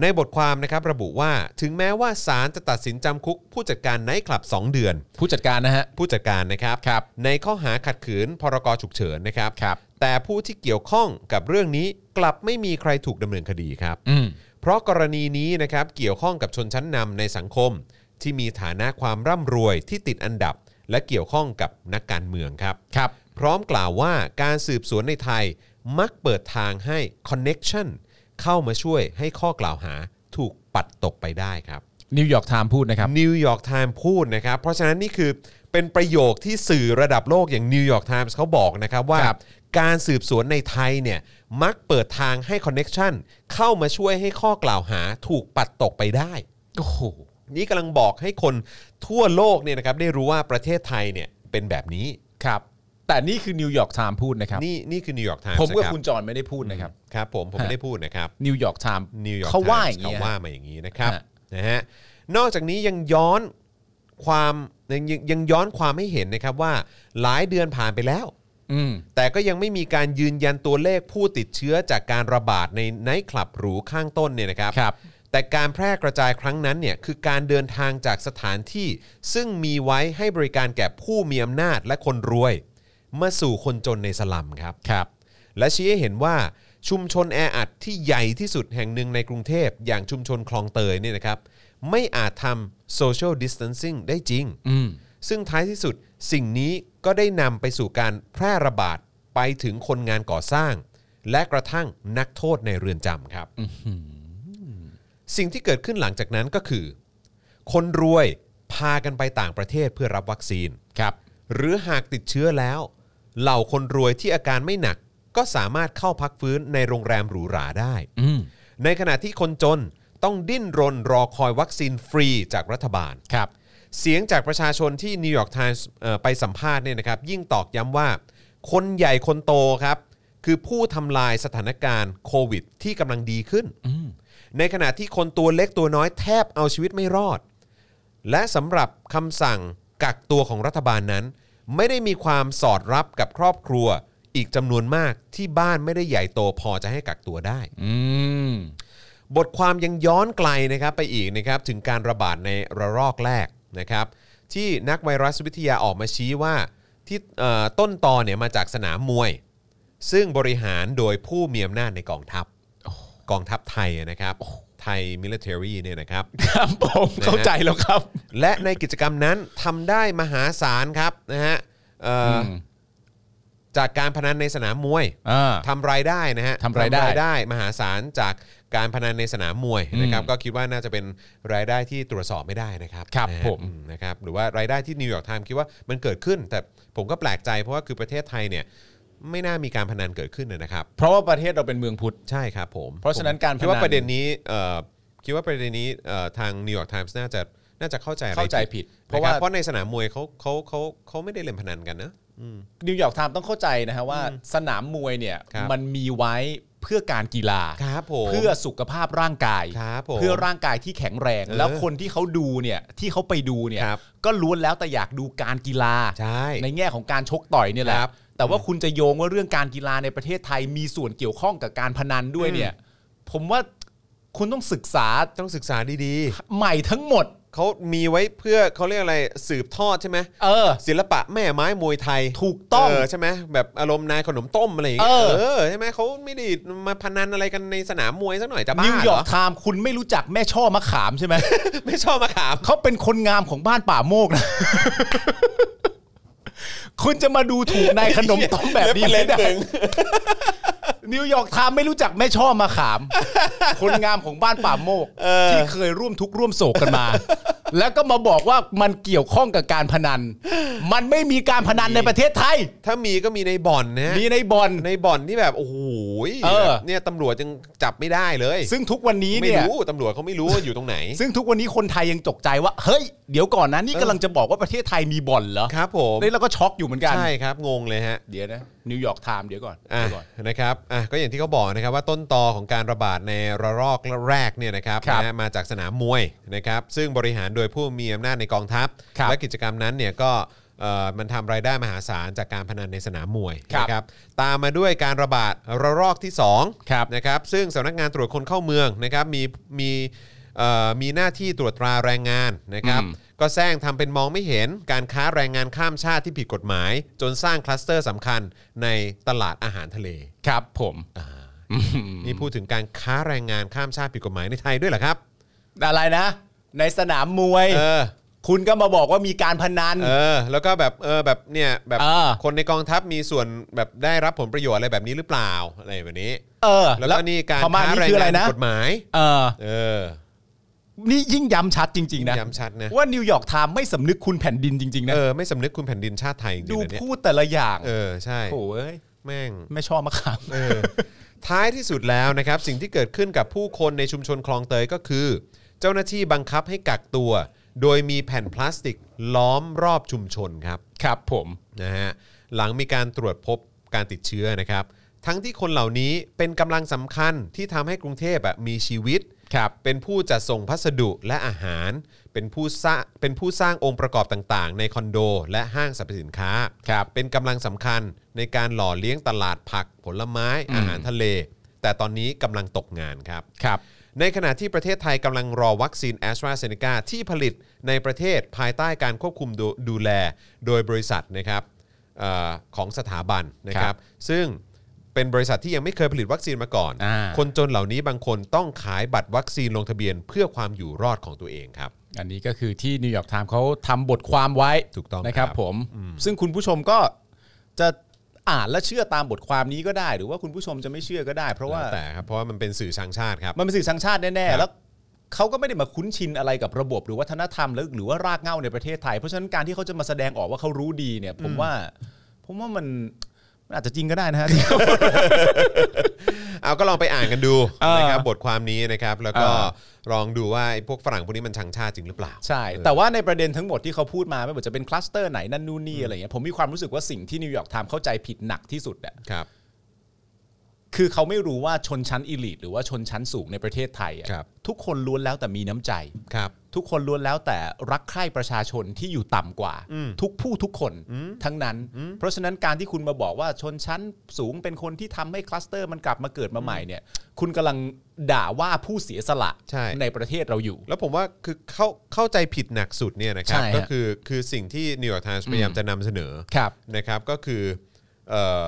Speaker 2: ในบทความนะครับระบุว่าถึงแม้ว่าศาลจะตัดสินจำคุก ผู้จัดการไนท์คลับ 2 เดือน
Speaker 3: ผู้จัดการนะฮะ
Speaker 2: ผู้จัดการนะครับ
Speaker 3: ครับ
Speaker 2: ในข้อหาขัดขืนพรกฉุกเฉินนะครับ
Speaker 3: ครับ
Speaker 2: แต่ผู้ที่เกี่ยวข้องกับเรื่องนี้กลับไม่มีใครถูกดำเนินคดีครับ
Speaker 3: อืม
Speaker 2: เพราะกรณีนี้นะครับเกี่ยวข้องกับชนชั้นนำในสังคม ที่มีฐานะความร่ำรวยที่ติดอันดับ และเกี่ยวข้องกับนักการเมืองครับ
Speaker 3: ครับ
Speaker 2: พร้อมกล่าวว่าการสืบสวนในไทยมักเปิดทางให้คอนเน็กชันเข้ามาช่วยให้ข้อกล่าวหาถูกปัดตกไปได้ครับ
Speaker 3: นิวยอร์กไทม์พูดนะครับ
Speaker 2: นิวยอร์กไทม์พูดนะครับ เพราะฉะนั้นนี่คือเป็นประโยคที่สื่อระดับโลกอย่างนิวยอร์กไทม์เขาบอกนะครับว่า
Speaker 3: ครับ
Speaker 2: การสืบสวนในไทยเนี่ยมักเปิดทางให้คอนเน็กชันเข้ามาช่วยให้ข้อกล่าวหาถูกปัดตกไปได้
Speaker 3: โอ้โห
Speaker 2: นี่กำลังบอกให้คนทั่วโลกเนี่ยนะครับได้รู้ว่าประเทศไทยเนี่ยเป็นแบบนี้
Speaker 3: ครับ แต่นี่คือนิวยอร์กไทม์พูดนะครับ
Speaker 2: นี่นี่คือนิวยอร์กไทม์
Speaker 3: ผมกับคุณจรไม่ได้พูดนะครับ
Speaker 2: ครับผมผมไม่ได้พูดนะครับ
Speaker 3: นิวยอร์กไทม์
Speaker 2: นิวยอร์ก
Speaker 3: เขาว่า
Speaker 2: ไท
Speaker 3: อย่าง
Speaker 2: เขา
Speaker 3: เงี้ย
Speaker 2: ว่ามาอย่างนี้นะครับ
Speaker 3: ฮะ
Speaker 2: นะฮะนอกจากนี้ยังย้อนความยังยังยังย้อนความให้เห็นนะครับว่าหลายเดือนผ่านไปแล้ว
Speaker 3: อืม
Speaker 2: แต่ก็ยังไม่มีการยืนยันตัวเลขผู้ติดเชื้อจากการระบาดในไนท์คลับหรูข้างต้นเนี่ยนะครับ
Speaker 3: ครับ
Speaker 2: แต่การแพร่กระจายครั้งนั้นเนี่ยคือการเดินทางจากสถานที่ ซึ่งมีไว้ให้บริการแก่ผู้มีอำนาจและคนรวย มาสู่คนจนในสลัมครับ
Speaker 3: ครับ
Speaker 2: และชี้ให้เห็นว่าชุมชนแออัดที่ใหญ่ที่สุดแห่งหนึ่งในกรุงเทพ อย่างชุมชนคลองเตยเนี่ยนะครับ ไม่อาจทำ social distancing ได้จริง
Speaker 3: อืม
Speaker 2: ซึ่งท้ายที่สุดสิ่งนี้ก็ได้นำไปสู่การแพร่ระบาดไปถึงคนงานก่อสร้าง และกระทั่งนักโทษในเรือนจำครับ สิ่งที่เกิดขึ้นหลังจากนั้นก็คือ คนรวยพากันไปต่างประเทศเพื่อรับวัคซีน
Speaker 3: ครับ
Speaker 2: หรือหากติดเชื้อแล้ว เหล่าคนรวยที่อาการไม่หนัก ก็สามารถเข้าพักฟื้นในโรงแรมหรูหราได้
Speaker 3: อืม
Speaker 2: ในขณะที่คนจนต้องดิ้นรนรอคอยวัคซีนฟรีจากรัฐบาล
Speaker 3: ครับ
Speaker 2: เสียงจากประชาชนที่นิวยอร์กไทมส์ไปสัมภาษณ์เนี่ยนะครับ ยิ่งตอกย้ำว่า คนใหญ่คนโตครับ คือผู้ทำลายสถานการณ์โควิดที่กำลังดีขึ้น ในขณะที่คนตัวเล็กตัวน้อยแทบเอาชีวิตไม่รอด และสำหรับคำสั่งกักตัวของรัฐบาลนั้น ไม่ได้มีความสอดรับกับครอบครัว อีกจำนวนมากที่บ้านไม่ได้ใหญ่โตพอจะให้กักตัวได้
Speaker 3: อืม
Speaker 2: บทความยังย้อนไกลนะครับไปอีกนะครับถึงการระบาดในระลอกแรกนะครับที่นักไวรัสวิทยาออกมาชี้ว่าที่เอ่อต้นตอเนี่ยมาจากสนามมวย ซึ่งบริหารโดยผู้มีอำนาจในกองทัพกองทัพไทยนะครับไทยมิลิเทอรี่เนี่ยนะครับ
Speaker 3: ครับผม เข้าใจแล้วครับ
Speaker 2: และในกิจกรรมนั้นทำได้มหาศาลครับนะฮะเอ่ออ
Speaker 3: ม
Speaker 2: จากการพนันในสนามมวย
Speaker 3: อ่า
Speaker 2: ทำรายได้นะฮะ
Speaker 3: ทำรายได้
Speaker 2: มหาศาลจากการพนันในสนามมวยนะครับ
Speaker 3: อืม
Speaker 2: ก็คิดว่าน่าจะเป็นรายได้ที่ตรวจสอบไม่ได้นะครับ
Speaker 3: ครับ
Speaker 2: นะฮะ
Speaker 3: ผม
Speaker 2: อืนะครับหรือว่ารายได้ที่นิวยอร์กไทม์คิดว่ามันเกิดขึ้น แต่ผมก็แปลกใจเพราะว่าคือประเทศไทยเนี่ยไม่น่ามีการพนันเกิดขึ้นนะครับ
Speaker 3: เพราะว่าประเทศเราเป็นเมืองพุทธ
Speaker 2: ใช่ครับผม
Speaker 3: เพราะฉะนั้นการ
Speaker 2: ผมคิดว่า
Speaker 3: พนัน
Speaker 2: ประเด็นนี้เอ่อคิดว่าประเด็นนี้เอ่อทางนิวยอร์กไทม์น่าจะน่าจะเข้าใจอะไร
Speaker 3: เข้าใจผิด
Speaker 2: นคบ
Speaker 3: เพราะว่า
Speaker 2: เพราะในสนามมวยเขาเขาเขาเขาไม่ได้เล่นพนันกันนะ
Speaker 3: นิวยอร์กไทม์ต้องเข้าใจนะฮะว่าสนามมวยเนี่ย
Speaker 2: ครับ
Speaker 3: มันมีไว้เพื่อการกีฬา
Speaker 2: ครับผม
Speaker 3: เพื่อสุขภาพร่างกาย
Speaker 2: ครับผม
Speaker 3: เพื่อร่างกายที่แข็งแรง
Speaker 2: เออ
Speaker 3: แล้วคนที่เขาดูเนี่ยที่เขาไปดูเนี่ย
Speaker 2: ครับ
Speaker 3: ก็ล้วนแล้วแต่อยากดูการกีฬา
Speaker 2: ใช่
Speaker 3: ในแง่ของการชกต่อยเนี่ยแหละ
Speaker 2: ครับ
Speaker 3: แต่ว่าคุณจะโยงว่าเรื่องการกีฬาในประเทศไทยมีส่วนเกี่ยวข้องกับการพนันด้วยเนี่ย ผมว่า คุณต้องศึกษา
Speaker 2: ต้องศึกษาดี
Speaker 3: ใหม่ทั้งหมด
Speaker 2: ๆ เขามีไว้เพื่อเขาเรียกอะไรสืบทอดใช่ไหม
Speaker 3: เออ
Speaker 2: ศิลปะแม่ไม้มวยไทย
Speaker 3: ถูกต้อง
Speaker 2: เใช่ไหมแบบอารมณ์นายขนมต้มอะไรอย่างเงี้ย
Speaker 3: เออ
Speaker 2: เออใช่ไหมเขาไม่ได้มาพนันอะไรกันในสนามมวยสักหน่อยจะบ้า
Speaker 3: นิวย
Speaker 2: เหร
Speaker 3: อ
Speaker 2: อ
Speaker 3: ร์กไทม์คุณไม่รู้จักแม่ช่อมะขามใช่ไหม
Speaker 2: ไม่ชอบมาขาม
Speaker 3: เขาเป็นคนงามของบ้านป่าโมกนะ คุณจะมาดูถูกนายขนมต้มแบบนี้ไม่ได้ นิวยอร์กไทม์ไม่รู้จักแม่ช่อมา ขาม คนงามของบ้านป่าโมก ที่เคยร่วมทุกข์ร่วมโศกกันมา แล้วก็มาบอกว่ามันเกี่ยวข้องกับการพนัน มันไม่มีการพนันในประเทศไทย
Speaker 2: ถ้ามีก็มีในบ่อนนะ
Speaker 3: มีในบอล
Speaker 2: ในบ่อนที่แบบโอ้โห
Speaker 3: เออ
Speaker 2: แบบเนี่ยตำรวจยังจับไม่ได้เลย
Speaker 3: ซึ่งทุกวันนี้
Speaker 2: ไม่
Speaker 3: เนี่ย
Speaker 2: รู้ตำรวจเขาไม่รู้ว่าอยู่ตรงไหน
Speaker 3: ซึ่งทุกวันนี้คนไทยยังตกใจว่า เฮ้ย เดี๋ยวก่อนนะนี่
Speaker 2: เออ
Speaker 3: กำลังจะบอกว่าประเทศไทยมีบ่อนเหรอ
Speaker 2: ครับผม
Speaker 3: นี่เราก็ช็อกอยู่เหมือนกัน
Speaker 2: ใช่ครับงงเลยฮะ
Speaker 3: เดี๋ยวนะ นิวยอร์กไทม์เดี๋ยวก่อน
Speaker 2: อ่ะ
Speaker 3: เดี๋ยวก่อน
Speaker 2: นะครับอ่ะก็อย่างที่เขาบอกนะครับว่าต้นตอของการระบาดในระลอกแรกเนี่ยนะครับ
Speaker 3: ครับ
Speaker 2: นะฮะมาจากสนามมวยนะครับซึ่งบริหารโดยผู้มีอำนาจในกองทัพ
Speaker 3: ครับ
Speaker 2: และกิจกรรมนั้นเนี่ยก็เอ่อมันทำรายได้มหาศาลจากการพนันในสนามมวย
Speaker 3: ครับ
Speaker 2: นะครับตามมาด้วยการระบาดระลอกที่2
Speaker 3: ครับ
Speaker 2: นะครับซึ่งสำนักงานตรวจคนเข้าเมืองนะครับมีมีเอ่อมีหน้าที่ตรวจตราแรงงานนะครับ
Speaker 3: อืม
Speaker 2: ก็แซงทำเป็นมองไม่เห็นการค้าแรงงานข้ามชาติที่ผิดกฎหมาย จนสร้างคลัสเตอร์สำคัญในตลาดอาหารทะเล
Speaker 3: ครับผม
Speaker 2: นี่พูดถึงการค้าแรงงานข้ามชาติผิดกฎหมายในไทยด้วยเหรอครับ
Speaker 3: อะไรนะ ในสนามมวย
Speaker 2: เออ
Speaker 3: คุณก็มาบอกว่ามีการพนัน
Speaker 2: เออ แล้วก็แบบเออแบบเนี่ยแบบ
Speaker 3: เออ
Speaker 2: คนในกองทัพมีส่วนแบบได้รับผลประโยชน์อะไรแบบนี้หรือเปล่าอะไรแบบนี้
Speaker 3: เออ
Speaker 2: แล้วก็นี่การ
Speaker 3: พม่า
Speaker 2: ค้าแร
Speaker 3: นี่
Speaker 2: ง
Speaker 3: คืออะไร
Speaker 2: งาน
Speaker 3: นะ
Speaker 2: ผิดกฎหมาย
Speaker 3: เออ
Speaker 2: เออ
Speaker 3: นี่ยิ่งย้ำชัดจริง ๆ นะ
Speaker 2: ย้ำชัดนะ
Speaker 3: ว่านิวยอร์กไทม์ไม่สำนึกคุณแผ่นดินจริง ๆ นะ
Speaker 2: เออไม่สำนึกคุณแผ่นดินชาติไทยจริ
Speaker 3: ดู
Speaker 2: งๆนะเนี่ย
Speaker 3: พูดแต่ละอย่าง
Speaker 2: เออใช่
Speaker 3: โอ้ย
Speaker 2: แม่ง
Speaker 3: ไม่ชอบมะขาม
Speaker 2: เออท้ายที่สุดแล้วนะครับ สิ่งที่เกิดขึ้นกับผู้คนในชุมชนคลองเตยก็คือ เจ้าหน้าที่บังคับให้กักตัว โดยมีแผ่นพลาสติกล้อมรอบชุมชนครับ
Speaker 3: ครับผม
Speaker 2: นะฮะหลังมีการตรวจพบการติดเชื้อนะครับ ทั้งที่คนเหล่านี้เป็นกำลังสำคัญที่ทำให้กรุงเทพอะมีชีวิต
Speaker 3: ครับ
Speaker 2: เป็นผู้จัดส่งพัสดุและอาหาร เป็นผู้สร้างเป็นผู้สร้างองค์ประกอบต่างๆ ในคอนโด และห้างสรรพสินค้า
Speaker 3: ครับ
Speaker 2: เป็นกำลังสำคัญในการหล่อเลี้ยงตลาดผักผลไม้
Speaker 3: อืม
Speaker 2: อาหารทะเล แต่ตอนนี้กำลังตกงานครับ
Speaker 3: ครับ
Speaker 2: ในขณะที่ประเทศไทยกำลังรอวัคซีนแอสตราเซเนกาที่ผลิตในประเทศภายใต้การควบคุมดูดแล โดยบริษัทนะครับเออของสถาบันนะค
Speaker 3: ครั
Speaker 2: รับบ ซึ่งเป็นบริษัทที่ยังไม่เคยผลิตวัคซีนมาก่อน
Speaker 3: อ่า
Speaker 2: คนจนเหล่านี้บางคนต้องขายบัตรวัคซีนลงทะเบียนเพื่อความอยู่รอดของตัวเองครับ
Speaker 3: อันนี้ก็คือที่นิวยอร์กไทม์เขาทำบทความไว้
Speaker 2: ถูกต้อง
Speaker 3: นะครับ
Speaker 2: ครับ
Speaker 3: ผม ซึ่งคุณผู้ชมก็จะอ่านและเชื่อตามบทความนี้ก็ได้ หรือว่าคุณผู้ชมจะไม่เชื่อก็ได้ เพราะว่า
Speaker 2: แล้วแต่ครับเพราะว่ามันเป็นสื่อทางชาติครับ
Speaker 3: มันเป็นสื่อสังชาติแน่
Speaker 2: ครับ
Speaker 3: ๆแล้วเขาก็ไม่ได้มาคุ้นชินอะไรกับระบบหรือวัฒนธรรมหรือหรือว่ารากเหง้าในประเทศไทย เพราะฉะนั้นการที่เขาจะมาแสดงออกว่าเขารู้ดีเนี่ย ผมว่า ผมว่ามันมันอาจจะจริงก็ได้นะ ฮะ
Speaker 2: เอาก็ลองไปอ่านกันดู
Speaker 3: เออ
Speaker 2: นะครับบทความนี้นะครับแล้วก็
Speaker 3: เออ
Speaker 2: ลองดูว่าไอ้พวกฝรั่งพวกนี้มันชังชาติจริงหรือเปล่า
Speaker 3: ใช่ แต่ว่าในประเด็นทั้งหมดที่เขาพูดมาไม่ว่าจะเป็นคลัสเตอร์ไหนนั่นนู่นนี่อะไรเงี้ยผมมีความรู้สึกว่าสิ่งที่นิวยอร์กไทม์เข้าใจผิดหนักที่สุดอะ
Speaker 2: ครับ
Speaker 3: คือเขาไม่รู้ว่าชนชั้นอีลิทหรือว่าชนชั้นสูงในประเทศไทยอะ
Speaker 2: ครับ
Speaker 3: ทุกคนล้วนแล้วแต่มีน้ำใจ
Speaker 2: ครับ
Speaker 3: ทุกคนล้วนแล้วแต่รักใคร่ประชาชนที่อยู่ต่ำกว่า ทุกผู้ทุกคนทั้งนั้น เพราะฉะนั้นการที่คุณมาบอกว่าชนชั้นสูงเป็นคนที่ทำให้คลัสเตอร์มันกลับมาเกิดมาใหม่เนี่ย คุณกำลังด่าว่าผู้เสียสละ
Speaker 2: ใช่
Speaker 3: ประเทศเราอยู่
Speaker 2: แล้วผมว่าคือเข้าเข้าใจผิดหนักสุดเนี่ยนะครับ
Speaker 3: ใช่ฮะ
Speaker 2: ก็คือคือสิ่งที่นิวยอร์กไทมส์พยายามจะนำเสนอ
Speaker 3: ครับ
Speaker 2: นะครับก็คือเอ่อ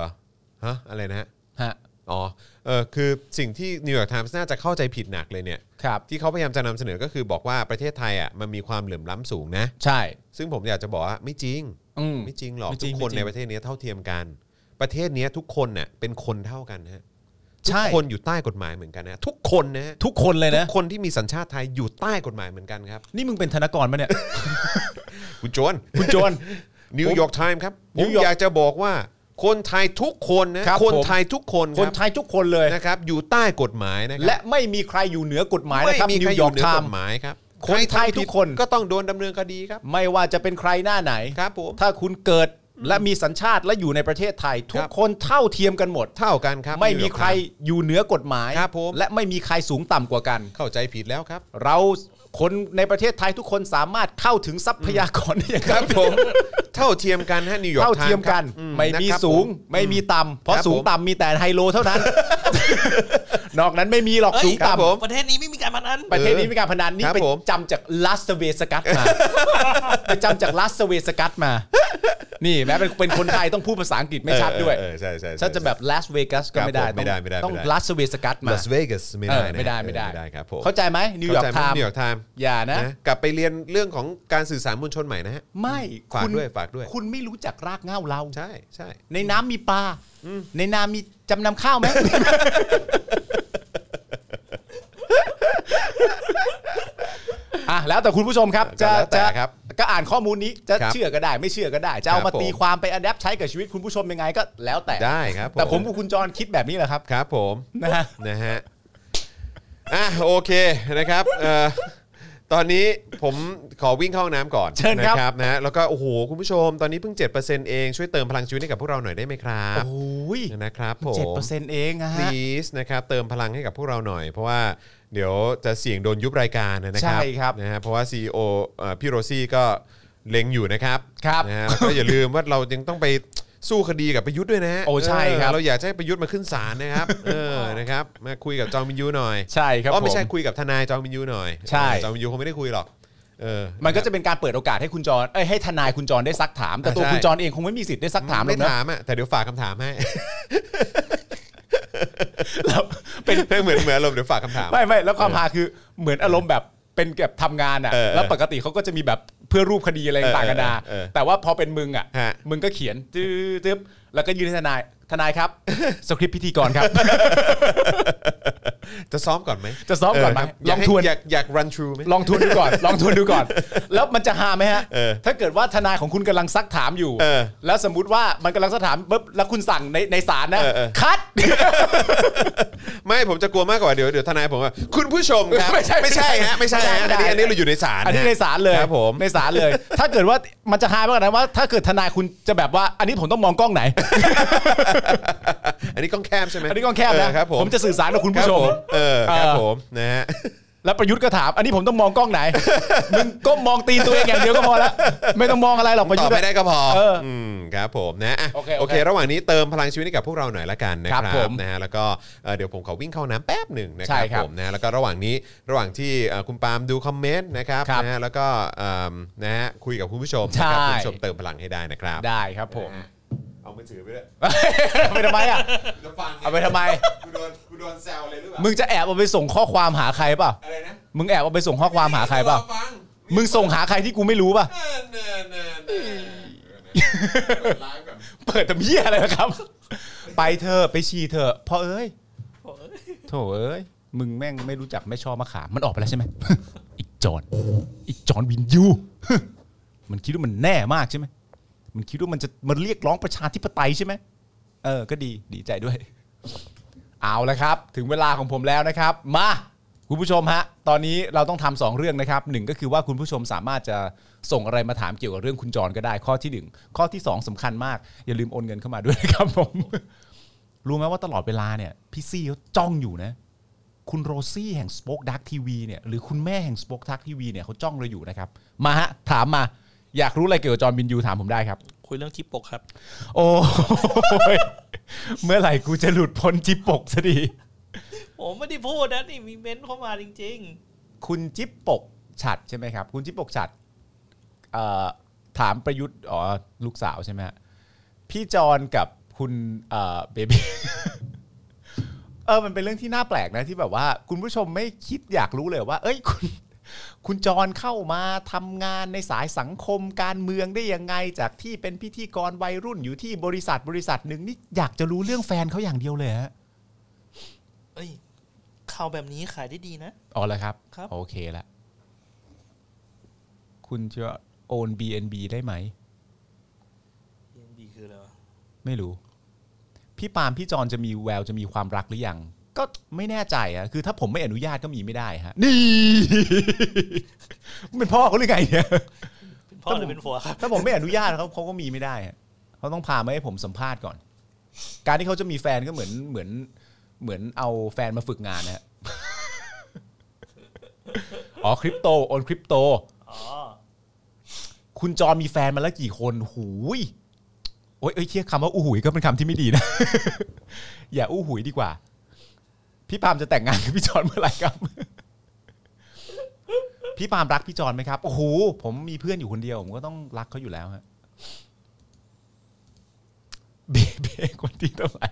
Speaker 2: ฮะอะไรนะฮะ
Speaker 3: ฮะ
Speaker 2: อ๋อเออคือสิ่งที่นิวยอร์กไทมส์น่าจะเข้าใจผิดหนักเลยเนี่ย
Speaker 3: ครับ
Speaker 2: ที่เขาพยายามจะนำเสนอก็คือบอกว่าประเทศไทยอ่ะมันมีความเหลื่อมล้ำสูงนะ
Speaker 3: ใช่
Speaker 2: ซึ่งผมอยากจะบอกว่าไม่จริง
Speaker 3: อืม
Speaker 2: ไม่จริงหรอก
Speaker 3: ไม่จริ
Speaker 2: ทุ
Speaker 3: ง
Speaker 2: กคน
Speaker 3: ไม่จริง
Speaker 2: ในประเทศเนี้ยเท่าเทียมกัน ประเทศเนี้ยทุกคนเน่ยเป็นคนเท่ากันนะฮะทุ
Speaker 3: ใช่
Speaker 2: กคนอยู่ใต้กฎหมายเหมือนกันนะทุกคนนะฮะ
Speaker 3: ทุกคนเลย
Speaker 2: ทุ
Speaker 3: นะ
Speaker 2: กคนที่มีสัญชาติไทยอยู่ใต้กฎหมายเหมือนกันครับ
Speaker 3: นี่มึงเป็นธนกร ปะเนี่ย
Speaker 2: คุณโจน
Speaker 3: คุณโจน
Speaker 2: นิวยอร์กไทม์ครับผ
Speaker 3: นิ
Speaker 2: ม
Speaker 3: วยอร์ก
Speaker 2: อยากจะบอกว่าคนไทยทุกคนนะครับ คน
Speaker 3: ผม
Speaker 2: ไทยทุกคน
Speaker 3: คน
Speaker 2: ค
Speaker 3: ไท
Speaker 2: รับ
Speaker 3: ยทุกคนเลย
Speaker 2: นะครับ อยู่ใต้กฎหมายนะครั
Speaker 3: และไม่มีใครอยู่เหนือกฎหมาย
Speaker 2: ไม่
Speaker 3: นะครับ
Speaker 2: มี
Speaker 3: นิ
Speaker 2: ใครอ
Speaker 3: ว
Speaker 2: ย
Speaker 3: อยู่ ร์ก
Speaker 2: เหนือ
Speaker 3: ไท
Speaker 2: ก
Speaker 3: ม์
Speaker 2: ฎหมายครับ
Speaker 3: คนไทย
Speaker 2: ใรำผิด
Speaker 3: ทุกคน
Speaker 2: ก็ต้องโดนดำเนินคดีครับ
Speaker 3: ไม่ว่าจะเป็นใครหน้าไหน
Speaker 2: ครับผม
Speaker 3: ถ้าคุณเกิดและมีสัญชาติและอยู่ในประเทศไทย ทุกคนเท่าเทียมกันหมด
Speaker 2: เท่ากันครับ
Speaker 3: ไม่มี
Speaker 2: New York
Speaker 3: ใคร
Speaker 2: Times
Speaker 3: อยู่เหนือกฎหมาย
Speaker 2: ครับผม
Speaker 3: และไม่มีใครสูงต่ำกว่ากัน
Speaker 2: เข้าใจผิดแล้วครับ
Speaker 3: เราคนในประเทศไทยทุกคนสามารถเข้าถึงทรัพยากรได้อย่าง
Speaker 2: ครับผม
Speaker 3: เ
Speaker 2: เท่าเทียมกันฮะนิวยอร์ก
Speaker 3: ท่าเทียมกัน ไม่มีสูง ไม่มีต่ำเพราะ
Speaker 2: ครับ
Speaker 3: สูง
Speaker 2: ผม
Speaker 3: ต่ำมีแต่ไฮโลเท่านั้น นอกนั้นไม่มีหรอก
Speaker 5: เอ้ย
Speaker 3: สูง
Speaker 2: ครับผ
Speaker 3: ต่ำ
Speaker 2: ม
Speaker 5: ประเทศนี้ไม่มีการพนัน
Speaker 3: ประเทศนี้มีการพนันนี่
Speaker 2: ครับ
Speaker 3: ไป
Speaker 2: ผม
Speaker 3: จำจากลาสเวสกัสมา ไปจำจากลาสเวสกัสมา นี่แม้เป็นเป็นคนไทยต้องพูดภาษาอังกฤษไม่ชัดด้วย
Speaker 2: เออเออใช่ใช่ใช่
Speaker 3: ถ้าจะแบบลาสเวกัสก็
Speaker 2: ครับ
Speaker 3: ไม่ได้
Speaker 2: ผมไม่ได้ไม่ได้
Speaker 3: ต้อง
Speaker 2: ไม่ได้
Speaker 3: ลาสเวสกัสมา
Speaker 2: ลาสเวกัสไม่
Speaker 3: เอ
Speaker 2: ได้
Speaker 3: อ
Speaker 2: นะ
Speaker 3: ไม่ได้ไม่ได้
Speaker 2: เออไม่ได้ครับผม
Speaker 3: เข้าใจไหมนิวยอร์ก
Speaker 2: เข้า
Speaker 3: ไท
Speaker 2: ใจไห
Speaker 3: ม์
Speaker 2: นิวยอร์กไทม์
Speaker 3: อย่านะ
Speaker 2: นะกลับไปเรียนเรื่องของการสื่อสารมวลชนใหม่นะฮะ
Speaker 3: ไม่
Speaker 2: ฝาก
Speaker 3: คุณ
Speaker 2: ด้วยฝากด้วย
Speaker 3: คุณไม่รู้จักรากเหง้าเรา
Speaker 2: ใช่ใช่
Speaker 3: ในน้ำมีปลาในนามีจำนำ ข้าวไหม อ่ะแล้วแต่คุณผู้ชมครับ จะ
Speaker 2: แล้วแต่
Speaker 3: จะ
Speaker 2: ครับ
Speaker 3: ก็อ่านข้อมูลนี้จะ
Speaker 2: ครับ
Speaker 3: เชื่อก็ได้ ไม่เชื่อก็ได้ จะเอา
Speaker 2: ครั
Speaker 3: มา
Speaker 2: บผม
Speaker 3: ตีความไปอัดแอปใช้กับชีวิตคุณผู้ชมยังไงก็แล้วแต่
Speaker 2: ได้ครับ
Speaker 3: แต่ผมกับคุณจรคิดแบบนี้แหละครับ
Speaker 2: ครับผม
Speaker 3: นะฮะ
Speaker 2: นะฮะ อ่ะโอเคนะครับเอ่อตอนนี้ผมขอวิ่งเข้าห้องน้ำก่อน
Speaker 3: เชิญครับ
Speaker 2: นะครับนะแล้วก็โอ้โหคุณผู้ชม ตอนนี้เพิ่ง 7%เองช่วยเติมพลังชีวิตให้กับพวกเราหน่อยได้ไหมครับ
Speaker 3: โอ้ย
Speaker 2: นะครับผม
Speaker 3: เจ็ดเปอร์เซ็นต์เองอะฮะ
Speaker 2: please นะครับเติมพลังให้กับพวกเราหน่อย เพราะว่าเดี๋ยวจะเสี่ยงโดนยุบรายการนะครับ
Speaker 3: ใช่ครับ
Speaker 2: นะฮะเพราะว่า CEO เอ่อพี่โรซี่ก็เล็งอยู่นะครับ
Speaker 3: ครับ
Speaker 2: นะฮะแล้วก็อย่าลืมว่าเรายังต้องไปสู้คดีกับประยุทธ์ด้วยนะฮะ
Speaker 3: โอ้ใช่ครับ
Speaker 2: เออเราอยากจะให้ประยุทธ์มาขึ้นศาลนะครับ เออนะครับมาคุยกับจองมินยูหน่อย
Speaker 3: ใช่ครับ
Speaker 2: อ๋อ
Speaker 3: ผ
Speaker 2: ไม่
Speaker 3: ม
Speaker 2: ใช่คุยกับทนายจองมินยูหน่อย
Speaker 3: ใช่
Speaker 2: เออจองมินยูคงไม่ได้คุยหรอกเออ
Speaker 3: มันก็จะเป็นการเปิดโอกาสให้คุณจรเอ้ยให้ทนายคุณจรได้ซักถาม แต่ตัว
Speaker 2: ใช่
Speaker 3: คุณจรเองคงไม่มีสิทธิ์ได้ซักถามหรอก
Speaker 2: ไม่
Speaker 3: นะ
Speaker 2: ถามอ่ะแต่เดี๋ยวฝากคำถามให้
Speaker 3: แล้วเป็น
Speaker 2: เหมือนเหมือนอารมณ์เดี๋ยวฝากคำถาม
Speaker 3: ไม่ไม่แล้วความฮาคือเหมือนอารมณ์แบบเป็นแบบทำงานอ่ะ
Speaker 2: เออเออ
Speaker 3: แล้วปกติเขาก็จะมีแบบเพื่อรูปคดีอะไรต่างๆกันานา
Speaker 2: เออเออเออ
Speaker 3: แต่ว่าพอเป็นมึงอ่ะ
Speaker 2: ฮะ
Speaker 3: มึงก็เขียนจื๊อจึ๊บแล้วก็ยืนให้ทนายทนาย ครับ สคริปต์พิธีกรครับ
Speaker 2: จะซ้อมก่อนไหม
Speaker 3: จะซ้อมก่อนไหม
Speaker 2: เครับยาก
Speaker 3: ลองทวน
Speaker 2: อยากอยาก run through ไหม
Speaker 3: ลองทวนดูก่อน ลองทวนดูก่อน แล้วมันจะฮาไหมฮะ
Speaker 2: เออ
Speaker 3: ถ้าเกิดว่าทนายของคุณกำลังซักถามอยู่
Speaker 2: เออ
Speaker 3: แล้วสมมติว่ามันกำลังซักถามปุ๊บแล้วคุณสั่งในในศาลนะ
Speaker 2: เออเออ
Speaker 3: คัด
Speaker 2: ไม่ผมจะกลัวมากกว่าเดี๋ยวเดี๋ยวทนายผมว่าคุณผู้ชมครับ
Speaker 3: ไม่ใช่
Speaker 2: ไม่ใช่ฮะไม่ใช่ฮะอั
Speaker 3: ไม่
Speaker 2: น
Speaker 3: ได้
Speaker 2: นี้อัน
Speaker 3: ไม่ได้
Speaker 2: นี้เราอยู่ในศาล
Speaker 3: อันนี้
Speaker 2: ะ
Speaker 3: ในศาลเลย
Speaker 2: ครับผม
Speaker 3: ในศาลเลย ถ้าเกิดว่ามันจะฮามากกว่านั้นว่า ถ้าเกิดทนายคุณจะแบบว่า อันนี้ผมต้องมองกล้องไหน
Speaker 2: อันนี้กล้องแคบใช่ไหม
Speaker 3: อั
Speaker 2: อั
Speaker 3: นนี้กล้องแคบนะ
Speaker 2: ครับผม
Speaker 3: ผมจะสื่อสารกับคุณ
Speaker 2: ค
Speaker 3: ผู้
Speaker 2: รับ
Speaker 3: ชม
Speaker 2: ผมเออ
Speaker 3: เออ
Speaker 2: ครับผมนะฮะ
Speaker 3: แล้วประยุทธ์ก็ถาม อันนี้ผมต้องมองกล้องไหน มึงก้มมองตีนตัวเองอย่างเดียวก็พอละไม่ต้องมองอะไรหรอกประ
Speaker 2: ต
Speaker 3: ยุ
Speaker 2: อบ
Speaker 3: ทธ์
Speaker 2: ไม่ได้ก็พอ
Speaker 3: เอออื
Speaker 2: มครับผมนะะ
Speaker 3: โอเค
Speaker 2: โอ
Speaker 3: โอ
Speaker 2: เค
Speaker 3: เค
Speaker 2: ระหว่างนี้เติมพลังชีวิตให้กับพวกเราหน่อยละกันนะค
Speaker 3: ครั
Speaker 2: รับบ
Speaker 3: ผม
Speaker 2: นะฮะแล้วก็เอ่อเดี๋ยวผมขอวิ่งเข้าน้ำแป๊บหนึ่งนะค
Speaker 3: ใช่
Speaker 2: รับ
Speaker 3: ครับ
Speaker 2: ผมนะฮะแล้วก็ระหว่างนี้ระหว่างที่เอ่อคุณปาล์มดูคอมเมนต์นะครับ
Speaker 3: ครับ
Speaker 2: นะฮะแล้วก็เอิ่มนะฮะคุยกับคุณผู้ชมนะครับคุณ
Speaker 3: ใช่
Speaker 2: ผู้ชมเติมพลังให้ได้นะครับ
Speaker 3: ได้ครับผม
Speaker 2: เอามือถือไปด้วย
Speaker 3: เอาไปทำไมอ่ะ
Speaker 2: จะฟังนี่ย
Speaker 3: เอาไปทำไม
Speaker 2: กูโดนกูโดนแซวอะไรหรือเปล่า
Speaker 3: มึงจะแอบเอาไปส่งข้อความหาใครเปล่า
Speaker 2: อะไรนะ
Speaker 3: มึงแอบเอาไปส่งข้อความหาใครเปล่า
Speaker 2: ฟัง
Speaker 3: มึงส่งหาใครที่กูไม่รู้ป่ะ
Speaker 2: เออเนอเนอเนอเปิดไลฟ์ก่อน
Speaker 3: เปิดทำเหี้ยอะไรนะครับ ไปเธอะไปฉี่เธอะพ่อเอ้ย โถเอ้ย มึงแม่งไม่รู้จักไม่ชอบมะขาม มันออกไปแล้วใช่ไหม อีกจอนอีกจอนวินยู มันคิดว่ามันแน่มากใช่ไหม มันคิดว่ามันจะมันเรียกร้องประชาธิปไตยใช่ไหม เออ ก็ดีดีใจด้วย เอาละครับ ถึงเวลาของผมแล้วนะครับ มาคุณผู้ชมฮะ ตอนนี้เราต้องทำสองเรื่องนะครับหนึ่งก็คือว่าคุณผู้ชมสามารถจะส่งอะไรมาถามเกี่ยวกับเรื่องคุณจรก็ได้ข้อที่หนึ่งข้อที่สองสำคัญมาก อย่าลืมโอนเงินเข้ามาด้วยนะครับ ผม รู้ไหมว่าตลอดเวลาเนี่ยพี่ซี่เขาจ้องอยู่นะ คุณโรซี่แห่ง Spoke Dark TV เนี่ยหรือคุณแม่แห่ง Spoke Dark TV เนี่ยเขาจ้องเราอยู่นะครับ มาฮะ ถามมา อยากรู้อะไรเกี่ยวกับจอร์นบินยูถามผมได้ครับ
Speaker 4: คุยเรื่องจิปปกครับ
Speaker 3: โอ้ย เมื่อไหร่กูจะหลุดพ้นจิปปกสักที
Speaker 4: ผมไม่ได้พูดนะนี่มีเม้นต์เข้ามาจริง
Speaker 3: คุณจิปปกฉัดใช่ไหมครับ คุณจิปปกฉัดเอ่อถามประยุทธ์อ๋อลูกสาวใช่ไหมฮะพี่จอนกับคุณเอ่อเบบี้ เออมันเป็นเรื่องที่น่าแปลกนะที่แบบว่า คุณผู้ชมไม่คิดอยากรู้เลยว่า เอ้ยคุณ คุณจรเข้ามาทำงานในสายสังคมการเมืองได้ยังไง จากที่เป็นพิธีกรวัยรุ่นอยู่ที่บริษัทบริษัทหนึ่งนี่อยากจะรู้เรื่องแฟนเขาอย่างเดียวเลยฮะ
Speaker 4: ๆ เอ้ยข่าวแบบนี้ขายได้ดีนะ
Speaker 3: อ๋อแล้วครับ
Speaker 4: ครับ
Speaker 3: โอเคละ คุณจะโอน BNB ได้ไหม
Speaker 4: BNB คืออะไรวะ
Speaker 3: ไม่รู้ พี่ปาล์มพี่จอนจะมีแววจะมีความรักหรือยัง ก็ไม่แน่ใจอะคือถ้าผมไม่อนุญาตก็มีไม่ได้ฮะ นี่ เป็นพ่อเขาหรือไงเนี่ย
Speaker 4: เป็นพ่อหรือเป็นผัวครับ
Speaker 3: ถ้าผมไม่อนุญาตเขาเขาก็มีไม่ได้อะเขาต้องพามาให้ผมสัมภาษณ์ก่อน การที่เขาจะมีแฟนก็เหมือนเหมือนเหมือนเอาแฟนมาฝึกงานนะ ฮะ อ๋อคริปโตโอนคริปโต
Speaker 4: อ๋อ
Speaker 3: คุณจอมีแฟนมาแล้วกี่คนหูย โอ้ยเอ้ยเทียคำว่าอู้หุยก็เป็นคำที่ไม่ดีนะ อย่าอู้หุยดีกว่า พี่ปาล์มจะแต่งงานกับพี่จอนเมื่อไหร่ครับ พี่ปาล์มรักพี่จอนไหมครับโอ้โหผมมีเพื่อนอยู่คนเดียว ผมก็ต้องรักเขาอยู่แล้วฮะ เบเบคนที่เท่าไหร่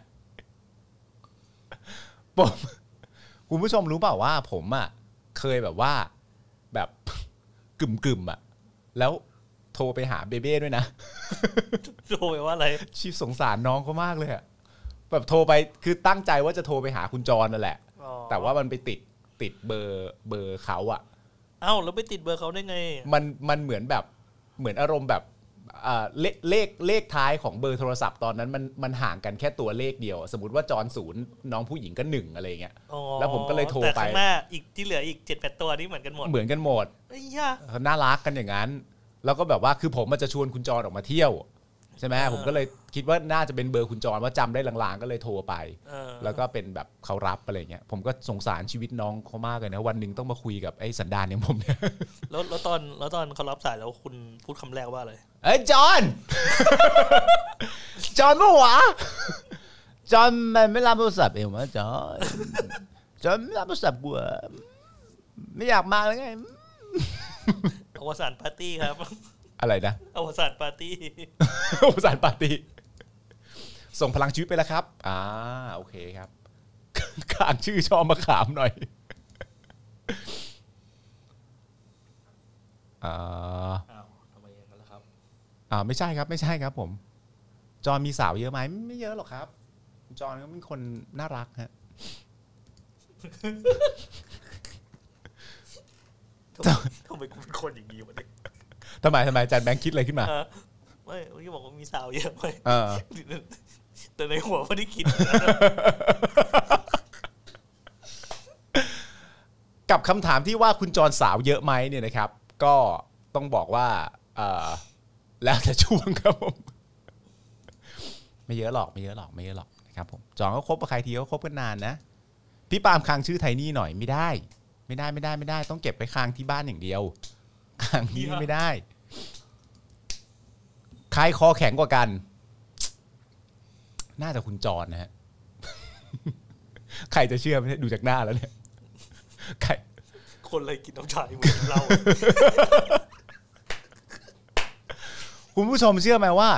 Speaker 3: ผมคุณผู้ชมรู้เปล่าว่า ผมอ่ะเคยแบบว่า แบบ กึ่มกึ่มๆอ่ะ แล้วโทรไปหาเบเบ้ด้วยนะ
Speaker 4: โดยว่าอะไร
Speaker 3: ชีพสงสารน้องเขามากเลยอะแบบโทรไปคือตั้งใจว่าจะโทรไปหาคุณจรนั่นแหละ
Speaker 4: อ๋อ
Speaker 3: แต่ว่ามันไปติดติดเบอร์เบอร์เขาอะ
Speaker 4: เอ้าแล้วไปติดเบอร์เขาได้ไง
Speaker 3: มันมันเหมือนแบบเหมือนอารมณ์แบบอ่าเลขเลขเลขท้ายของเบอร์โทรศัพท์ตอนนั้นมันมันห่างกันแค่ตัวเลขเดียว สมมติว่าจรศูนย์น้องผู้หญิงก็หนึ่งอะไรอย่างเงี้ย
Speaker 4: อ๋อ
Speaker 3: แล้วผมก็เลยโทรไป
Speaker 4: แต่ข้างหน้าอีกที่เหลืออีกเจ็ดแปดตัวนี่เหมือนกันหมด
Speaker 3: เหมือนกันหมด
Speaker 4: ไอ้ยะ
Speaker 3: เขาน่ารักกันอย่างนั้น แล้วก็แบบว่าคือผมมันจะชวนคุณจรออกมาเที่ยว ใช่ไหมผมก็เลยคิดว่าน่าจะเป็นเบอร์คุณจรว่าจำได้ลางๆ ก็เลยโทรไป
Speaker 4: เออ
Speaker 3: แล้วก็เป็นแบบเขารับอะไรเงี้ยผมก็สงสารชีวิตน้องเขามากเลยนะวันหนึ่งต้องมาคุยกับไอ้สันดานอย่างผมเนี่ย
Speaker 4: แล้วแล้วตอนแล้วตอนเขารับสายแล้วคุณพูดคำแรกว่าอะไร
Speaker 3: เอ้ยจ อนจอนเมื่อวะจอนมันไม่รับโทรศัพท์เองวะจอนจอนไม่รับโทรศัพท์กูเหรอไม่อยากมาแล้วไง
Speaker 4: อวสานปาร์ตี้ ครับ
Speaker 3: อะไรนะ
Speaker 4: อวสานปาร์ตี้
Speaker 3: ประสานปาร์ตี้ส่งพลังชีวิตไปแล้วครับ อ่า โอเคครับ กางชื่อชอบมาขามหน่อย อ่า
Speaker 4: อ้าวทำไมอย่างนั้นล่ะครับ
Speaker 3: อ่า ไม่ใช่ครับ ไม่ใช่ครับผม จอนมีสาวเยอะไหมไม่เยอะหรอกครับ จอนก็เป็นคนน่ารักฮะ
Speaker 4: ทำไมกูเป็นคนอย่างนี้วะเนี่ย
Speaker 3: ทำไมทำไมอาจารย์แบงค์คิดอะไร ขึ้นมา
Speaker 4: ฮะไม่เมื่อกี้บอกว่ามีสาวเยอะไหม
Speaker 3: เออ
Speaker 4: แต่ในหัวไม่ได้คิด
Speaker 3: กับคำถามที่ว่าคุณจรสาวเยอะไหมเนี่ยนะครับ ก็ต้องบอกว่าเอ่อแล้วแต่ช่วงครับผมไม่เยอะหรอกไม่เยอะหรอกไม่เยอะหรอกนะครับผมจองก็คบกับใครทีก็คบกันนานนะพี่ปาล์มค้างชื่อไทนี่หน่อยไม่ได้ ไม่ได้ไม่ได้ไม่ได้ ต้องเก็บไปค้างที่บ้านอย่างเดียวค้างที่นี่ไม่ได้ใครคอแข็งกว่ากัน น่าจะคุณจรนะฮ ะ ใครจะเชื่อไหมเนี่ยดูจากหน้าแล้วเนี่ยใคร
Speaker 4: คนเลยกินน้ำชาเหมือนกินเหล้าอะ
Speaker 3: คุณผู้ชมเชื่อไหมว่า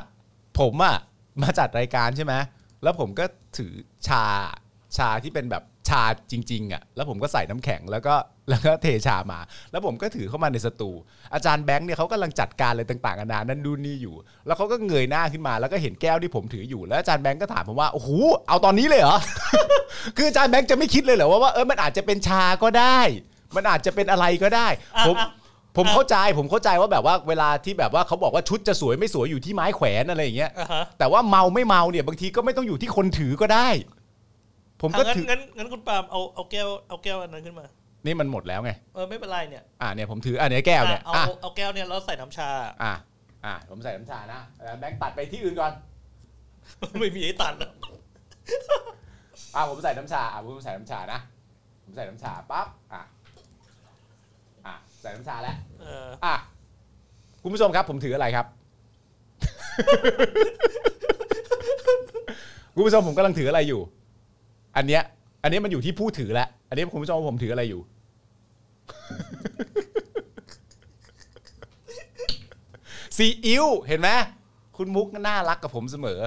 Speaker 3: ผมอะมาจัดรายการใช่ไหมแล้วผมก็ถือชาชาที่เป็นแบบชาจริงๆอะแล้วผมก็ใส่น้ำแข็งแล้วก็ แล้วก็เทชามา แล้วผมก็ถือเข้ามาในสตูอาจารย์แบงค์เนี่ยเขากำลังจัดการอะไรต่างๆนานานั่นดูนนี่อยู่ แล้วเขาก็เงยหน้าขึ้นมา แล้วก็เห็นแก้วที่ผมถืออยู่แล้วอาจารย์แบงค์ก็ถามผมว่าโอ้โหเอาตอนนี้เลยเหรอ คืออาจารย์แบงค์จะไม่คิดเลยเหรอว่าว่าเออมันอาจจะเป็นชาก็ได้ มันอาจจะเป็นอะไรก็ได้ผมผมเข้าใจผมเข้าใจว่าแบบว่าเวลาที่แบบว่าเขาบอกว่าชุดจะสวยไม่สวยอยู่ที่ไม้แขวนอะไรอย่างเงี้ย
Speaker 4: อ่ะฮะ
Speaker 3: แต่ว่าเมาไม่เมาเนี่ยบางทีก็ไม่ต้องอยู่ที่คนถือก็ได้ ผมก็
Speaker 4: อ่ะงั้น
Speaker 3: ถือ
Speaker 4: งั้นงั้นคุณปาล์มเอาเอาแก้วเอาแก้วอันนั้นขึ้นมา
Speaker 3: นี่มันหมดแล้วไง
Speaker 4: เออไม่เป็นไรเนี่ย
Speaker 3: อ่าเนี่ยผมถืออ่าเนี่ยแก้วเนี่ย
Speaker 4: อ่ะเอา
Speaker 3: อ่ะ
Speaker 4: เอาแก้วเนี่ยแล้วใส่น้ำชา
Speaker 3: อ่ะอ่ะผมใส่น้ำชานะอาจารย์แบงค์ตัดไปที่อื่นก่อน
Speaker 4: ไม่มีไอ้ตันอะ
Speaker 3: อ่ะผมใส่น้ำชาอ่ะผมใส่น้ำชานะผมใส่น้ำชาปั๊บอ่ะอ่ะใส่น้ำชาแล้ว
Speaker 4: เออ
Speaker 3: อ่ะคุณผู้ชมครับผมถืออะไรครับ คุณผู้ชมผมกำลังถืออะไรอยู่ อันเนี้ย อันเนี้ยมันอยู่ที่ผู้ถือแล้วอันนี้คุณผู้ชมว่าผมถืออะไรอยู่ ซีอิ๊วเห็นไหมคุณมุกน่ารักกับผมเสมอ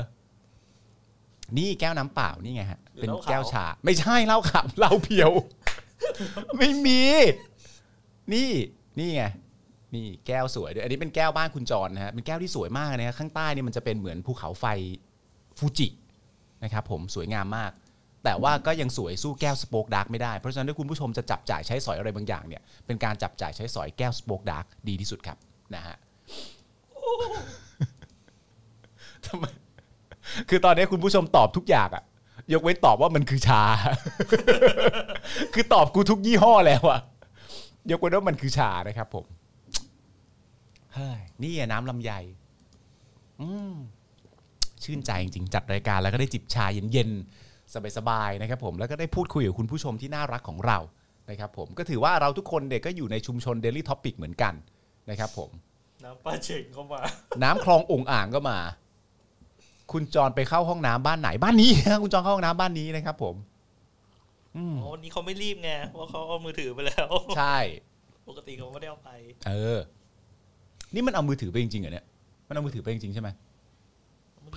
Speaker 3: นี่แก้วน้ำเปล่านี่ไงฮะ เป็นแก้วชา ไม่ใช่เหล้าขาวเหล้าเพี ยว ไม่มี นี่นี่ไง นี่แก้วสวยด้วย อันนี้เป็นแก้วบ้านคุณจรนะฮะ เป็นแก้วที่สวยมากนะฮะข้างใต้เนี่ยมันจะเป็นเหมือนภูเขาไฟฟูจินะครับผมสวยงามมาก แต่ว่าก็ยังสวยสู้แก้วสโปกดาร์กไม่ได้ เพราะฉะนั้นถ้าคุณผู้ชมจะจับจ่ายใช้สอยอะไรบางอย่างเนี่ยเป็นการจับจ่ายใช้สอยแก้วสโปกดาร์กดีที่สุดครับนะฮะทำไมคือตอนนี้คุณผู้ชมตอบทุกอย่างอะยกเว้นตอบว่ามันคือชา คือตอบกูทุกยี่ห้อแล้วอะ ยกเว้นว่ามันคือชานะครับผม เฮ้ย นี่อะน้ำลำไย อืม ชื่นใจจริงๆ จัดรายการแล้วก็ได้จิบชาเย็นๆ สบายๆ นะครับผม แล้วก็ได้พูดคุยกับคุณผู้ชมที่น่ารักของเรา นะครับผม ก็ถือว่าเราทุกคนเด็กก็อยู่ในชุมชน Daily Topic เหมือนกัน นะครับผม
Speaker 4: น้ำปลาเฉ่งเข้ามา
Speaker 3: น้ำคลององอ่างก็มา คุณจรไปเข้าห้องน้ำบ้านไหน บ้านนี้ คุณจรเข้าห้องน้ำบ้านนี้นะครับผม
Speaker 4: อ๋อวันนี้เขาไม่รีบไงเพราะเขาเอามือถือไปแล้ว
Speaker 3: ใช่
Speaker 4: ปกติเขาไม่ได้เอาไป
Speaker 3: เออ นี่มันเอามือถือไปจริงๆเหรอเนี่ย มันเอามือถือไปจริงๆใช่ไหม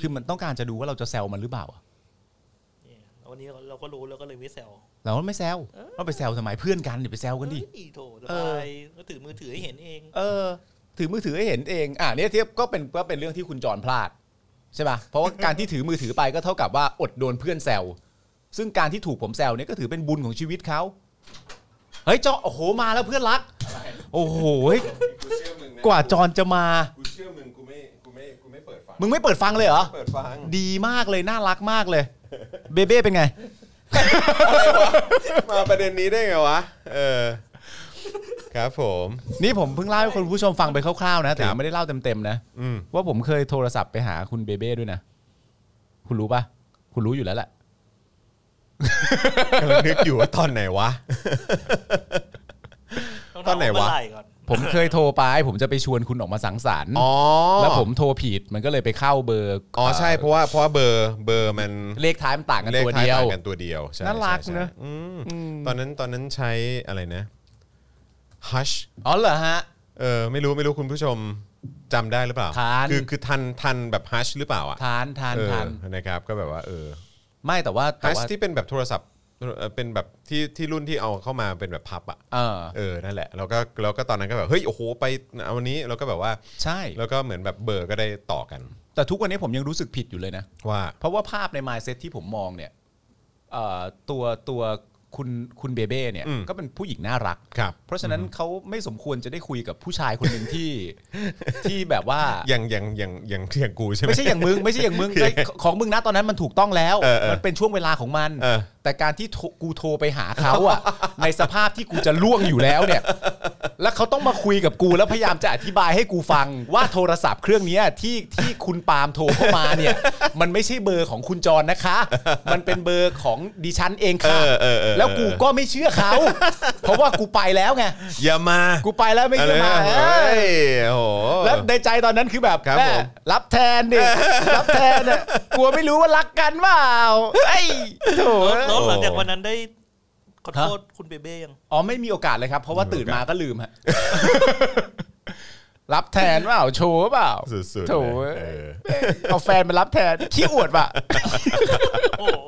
Speaker 3: คือมันต้องการจะดูว่าเราจะแซวมันหรือเปล่าอะ
Speaker 4: เนี่ยวันนี้เราก็รู้เราก็เลยไม่แซว
Speaker 3: เราไม่แซวเราไปแซวทำไมเพื่อนกันอย่าไปแซวกันดิ
Speaker 4: เฮ้ยโถ
Speaker 3: เอบ
Speaker 4: สา
Speaker 3: อ
Speaker 4: ยก็ถือมือถือให้เห็นเอง
Speaker 3: เออ ถือมือถือให้เห็นเอง อ่ะเนี่ยเทียบก็เป็นก็เป็นเรื่องที่คุณจรพลาดใช่ป่ะ เพราะว่า การที่ถือมือถือไปก็เท่ากับว่าอดโดนเพื่อนแซว ซึ่งการที่ถูกผมแซวเนี่ยก็ถือเป็นบุญของชีวิตเขา เฮ้ยจอโอ้โหมาแล้วเพื่อนรัก โอ้โหย
Speaker 2: กูเชื่อมึงนะ
Speaker 3: กว่าจรจะมา
Speaker 2: กูเชื่อมึงกูไม่กูไม่กูไม่เปิดฟัง
Speaker 3: มึงไม่เปิดฟังเลยเหรอ
Speaker 2: เปิดฟัง
Speaker 3: ดีมากเลยน่ารักมากเลย เบเบ้เป็นไง
Speaker 2: มาประเด็นนี้ได้ไงวะเออครับผม
Speaker 3: นี่ผมเพิ่งเล่าให้คุณผู้ชมฟังไปคร่าวๆนะแต่
Speaker 2: ครับ
Speaker 3: ยังไม่ได้เล่าเต็มๆนะ
Speaker 2: อืม
Speaker 3: ว่าผมเคยโทรศัพท์ไปหาคุณเบเบ้ด้วยนะ คุณรู้ปะคุณรู้อยู่แล้วแหละ
Speaker 2: กำลังนึกอยู่ว่าตอนไหนวะ
Speaker 4: ต้อง
Speaker 2: ตอนไหนวะ
Speaker 4: เาเมื่ร่ก่อน
Speaker 3: ผมเคยโทรไป ผมจะไปชวนคุณออกมาสังสรรค์
Speaker 2: อ๋อ
Speaker 3: แล้วผมโทรผิดมันก็เลยไปเข้าเบอร์
Speaker 2: อ๋อใช่เพราะว่าเพราะว่าเบอร์เบอร์มัน
Speaker 3: เลขท้ายมันต่างกัน
Speaker 2: เลข
Speaker 3: ตัว
Speaker 2: ท้าย
Speaker 3: เดียว
Speaker 2: ต่างกันตัวเดียวใช่
Speaker 3: น่ารัก
Speaker 2: ใช่
Speaker 3: เนอะ
Speaker 2: ใช่อืมตอนนั้นตอนนั้นใช้อะไรนะ Hush
Speaker 3: อ๋อเหรอฮะ
Speaker 2: เออไม่รู้ไม่รู้คุณผู้ชมจำได้หรือเปล่า
Speaker 3: ทัน
Speaker 2: คือคือทันทันแบบ Hush หรือเปล่าอ่ะ
Speaker 3: ทานทาน
Speaker 2: เออ
Speaker 3: ทาน
Speaker 2: นะครับก็แบบว่าเออ
Speaker 3: ไม่แต่ว่าแต่
Speaker 2: ฮัช
Speaker 3: ว่า
Speaker 2: ที่เป็นแบบโทรศัพท์เอ่อเป็นแบบที่ที่รุ่นที่เอาเข้ามาเป็นแบบพับอ่ะ
Speaker 3: เออ
Speaker 2: เออนั่นแหละแล้วก็แล้วก็ตอนนั้นก็แบบเฮ้ยโอ้โหไปเอาวันนี้เราก็แบบว่า
Speaker 3: ใช่
Speaker 2: แล้วก็เหมือนแบบเบอร์ก็ได้ต่อกัน
Speaker 3: แต่ทุกวันนี้ผมยังรู้สึกผิดอยู่เลยนะ
Speaker 2: ว่า
Speaker 3: เพราะว่าภาพใน mindset ที่ผมมองเนี่ยเอ่อตัวตัวคุณคุณเบเบ้เนี่ย
Speaker 2: อืม
Speaker 3: ก็เป็นผู้หญิงน่ารัก
Speaker 2: ครับ
Speaker 3: เพราะฉะนั้นเขาไม่สมควรจะได้คุยกับผู้ชายคนหนึ่งที่ ที่แบบว่า
Speaker 2: อย่างอย่างอย่างอย่างอย่างกูใช่ไหม
Speaker 3: ไม่ใช่อย่างมึง ไม่ใช่ อย่างมึงไอ้ของมึงนะตอนนั้นมันถูกต้องแล้ว
Speaker 2: เออเออ
Speaker 3: มันเป็นช่วงเวลาของมัน
Speaker 2: เออ
Speaker 3: แต่การที่โทรกูโทรไปหาเขาอะ ในสภาพที่กูจะล่วงอยู่แล้วเนี่ย แล้วเขาต้องมาคุยกับกูแล้วพยายามจะอธิบายให้กูฟัง ว่าโทรศัพท์เครื่องเนี้ยที่ที่คุณปาล์มโทรเข้ามา เนี่ย มันไม่ใช่เบอร์ของคุณจรนะคะ มันเป็นเบอร์ของดิฉันเอง
Speaker 2: เอ
Speaker 3: ค่ะ
Speaker 2: อเออเออ
Speaker 3: แล้วกูก็ไม่เชื่อเขา เพราะว่ากูไปแล้วไง
Speaker 2: อย่ามา
Speaker 3: กูไปแล้วไม่
Speaker 2: อะ
Speaker 3: เชื่อมา
Speaker 2: นะ
Speaker 3: เอ
Speaker 2: เฮ้
Speaker 3: ้ย
Speaker 2: ยโอ้โห
Speaker 3: แล้วในใจตอนนั้นคือแบบ
Speaker 2: ครับ
Speaker 3: แม่
Speaker 2: ผม
Speaker 3: รับแทน ดิ รับแทนน่ะกลัวไม่รู้ว่ารักกันเปล่าเฮ้ยโถ
Speaker 4: แล้วหลังจากวันนั้นได้ขอโทษคุณเบเบ้ยัง
Speaker 3: อ๋อไม่มีโอกาสเลยครับ เพราะว่าตื่นมาก็ลืมฮะ รับแทนเปล่าโชว์เปล่า
Speaker 2: สุดๆ
Speaker 3: โถ
Speaker 2: เลยเออ
Speaker 3: เอาแฟนมารับแทนขี้อวดว่ะ
Speaker 4: โอ้โห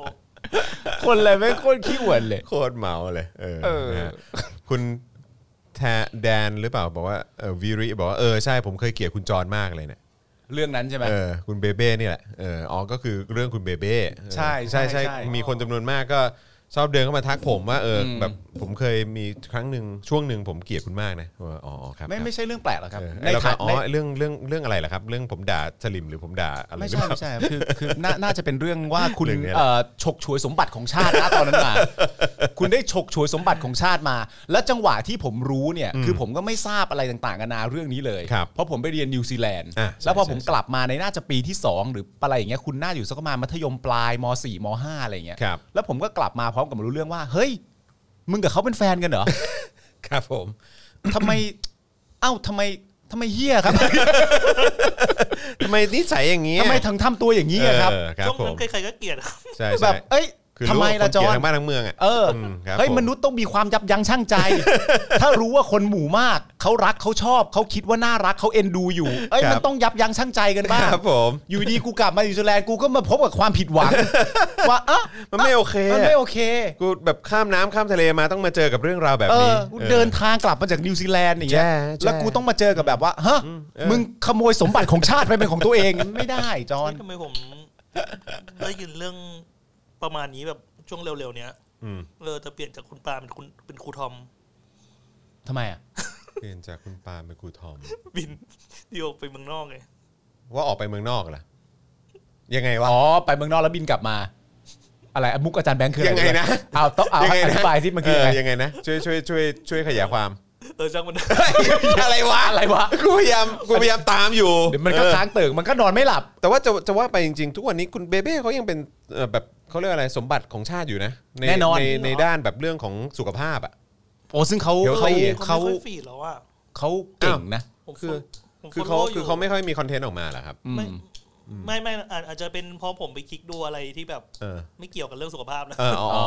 Speaker 3: คนเลยไม่งโคนขี้อวดเลย
Speaker 2: โคตรเมาเลยเออ
Speaker 3: เออ
Speaker 2: นะฮะคุณแทแดนหรือเปล่าบอกว่าเออวิริบอกว่าเออใช่ผมเคยเกลียดคุณจรมากเลยเนี่ย
Speaker 3: เรื่องนั้นใช่ไหม
Speaker 2: เออคุณเบเบ้นี่แหละเอออ๋อก็คือเรื่องคุณเบเบ้เออ
Speaker 3: ใช่ใช่
Speaker 2: ใช่ใช่
Speaker 3: ใช่
Speaker 2: มีคนจำนวนมากก็ชอบเดินเข้ามาทักผมว่าเอออแบบผมเคยมีครั้งหนึ่งช่วงหนึ่งผมเกลียดคุณมากนะว่าอ๋ออ๋อครับ
Speaker 3: ไม่ไม่ใช่เรื่องแปลกหรอกค
Speaker 2: ครั
Speaker 3: รั
Speaker 2: บบ เออ
Speaker 3: ใน
Speaker 2: แล้วก็
Speaker 3: ฐา
Speaker 2: อ๋อ
Speaker 3: ใน
Speaker 2: เรื่องเรื่องเรื่องอะไรล่ะครับ เรื่องผมด่าสลิมหรือผมด่าอะไร
Speaker 3: ไม่
Speaker 2: หรือ
Speaker 3: ใช่
Speaker 2: เปล่า
Speaker 3: ไม่ใช่ครับคือคือน่าน่าจะเป็นเรื่องว่าคุณ
Speaker 2: เรื่องเนี้ย
Speaker 3: เอ่อฉกฉวยสมบัติของชาติ นะตอนนั้นมา คุณได้ฉกฉวยสมบัติของชาติมา และจังหวะที่ผมรู้เนี่ยคือผมก็ไม่ทราบอะไรต่างๆกันานาเรื่องนี้เลย
Speaker 2: ครับ
Speaker 3: เพราะผมไปเรียนนิวซีแลนด์
Speaker 2: อ่ะใช่
Speaker 3: แล้วพอผม
Speaker 2: ใช่ใช่
Speaker 3: กลับมาในน่าจะปีที่ 2 หรืออะไรอย่างเงี้ยคุณน่าอยู่สักประมาณมัธยมปลายม .4 ม .5 อะไรอย่างเงี้ย
Speaker 2: ครับ
Speaker 3: แล้วผมก็กลับมาพร้อมกับรู้เรื่องว่า เฮ้ย มึงกับเขาเป็นแฟน กันเหรอ
Speaker 2: ครับผม
Speaker 3: ทำไมเอ้าทำไมทำไมเฮี ยครับ
Speaker 2: ทำไมนิสัยอย่างนี้ย
Speaker 3: ทำไมถึงทำตัวอย่างนี้อะครับ
Speaker 2: เออครับ
Speaker 4: ช่วง
Speaker 2: ผ
Speaker 4: นั้
Speaker 2: ม
Speaker 4: นใครๆก็เกลียดอะ
Speaker 2: ใช่
Speaker 3: แบ
Speaker 2: ใช่
Speaker 3: บเอ้ย
Speaker 2: คือ
Speaker 3: ทำ
Speaker 2: รู้
Speaker 3: ไม
Speaker 2: ว่าคน
Speaker 3: ล่ะจ
Speaker 2: เกลียด
Speaker 3: อน
Speaker 2: ทั้งบ้านทั้งเมืองอ่ะ
Speaker 3: เออ
Speaker 2: มครับ
Speaker 3: เฮ้ย
Speaker 2: ผม
Speaker 3: มนุษย์ต้องมีความยับยั้งชั่งใจ ถ้ารู้ว่าคนหมู่มาก เขารักเขาชอบเขาคิดว่าน่ารักเขาเอ็นดูอยู่เอ้ยมันต้องยับยั้งชั่งใจกันบ้าง
Speaker 2: ครับผม
Speaker 3: อยู่ดีกูกลับมาอยู่สแลนด์กูก็มาพบกับความผิดหวัง ว่าเอ่ะ
Speaker 2: มันไม่โอเค
Speaker 3: มันไม่โอเค
Speaker 2: กูแบบข้ามน้ำข้ามทะเลมาต้องมาเจอกับเรื่องราวแบบ
Speaker 3: เอ
Speaker 2: นี้
Speaker 3: อกูเดิน
Speaker 2: ออ
Speaker 3: ทางกลับมาจากนิวซีแลนด์อย่างเงี้ย
Speaker 2: แย่แย่
Speaker 3: แล้วกูต้องมาเจอกับแบบว่าฮะมึงขโมยสมบัติของชาติไปเป็นของตัวเองไม่ได้จอน
Speaker 4: เฮ้ยทำไมผมได้ยินเรื่องประมาณนี้แบบช่วงเร็วๆเนี้ย
Speaker 2: อืม
Speaker 4: เออจะเปลี่ยนจากคุณปาเป็นคุณเป็นครูทอม
Speaker 3: ทำไมอ่ะ
Speaker 2: เปลี่ยนจากคุณปาล์มเป็นครูทอม
Speaker 4: บิน เดียวไปเมืองนอกไง
Speaker 2: ว่าออกไปเมืองนอกเหรอ ยังไงวะ
Speaker 3: อ๋อไปเมืองนอกแล้วบินกลับมา อะไรอ่ะมุกอาจารย์แบงค์คืออะไร
Speaker 2: ยังไงนะ
Speaker 3: เอาต้องเอาอธิบายสิมันคือยังไง
Speaker 2: เยังไงนะ ช่วยช่วยช่วยช่วยขยายความ
Speaker 4: เออช่างมัน
Speaker 2: อะไรวะ
Speaker 3: อะไรวะ
Speaker 2: กูพยายามกูพยายามตามอยู่
Speaker 3: เดี๋ยวมันก็
Speaker 2: เออ
Speaker 3: ค้างเติ่งมันก็นอนไม่หลับ
Speaker 2: แต่ว่าจะจะว่าไปจริง ๆ ทุกวันนี้คุณเบเบ้เขายังเป็นเอ่อแบบเขาเรียกอะไรสมบัติของชาติอยู่นะใ
Speaker 3: แน่นอน
Speaker 2: ในในด้านแบบเรื่องของสุขภาพอ่ะ
Speaker 3: โอ้ซึ่งเขา
Speaker 2: เดี๋ยว
Speaker 3: เขา
Speaker 2: เขา
Speaker 3: เขา
Speaker 4: ไม่ค่อยฟีดแล้วอ่ะ
Speaker 3: เขาเก่งนะ
Speaker 4: ผม
Speaker 2: คือ
Speaker 4: ผม
Speaker 2: คือเขา
Speaker 4: follow
Speaker 2: คือเขาไม่ค่อยมีคอนเทนต์ออกมาเหรอครับ
Speaker 4: ไม่ ไม่ไม่อาจอาจจะเป็นเพราะผมไปคลิกดูอะไรที่แบบ
Speaker 2: เออ
Speaker 4: ไม่เกี่ยวกับเรื่องสุขภาพนะ
Speaker 2: เอออ๋ออ๋อ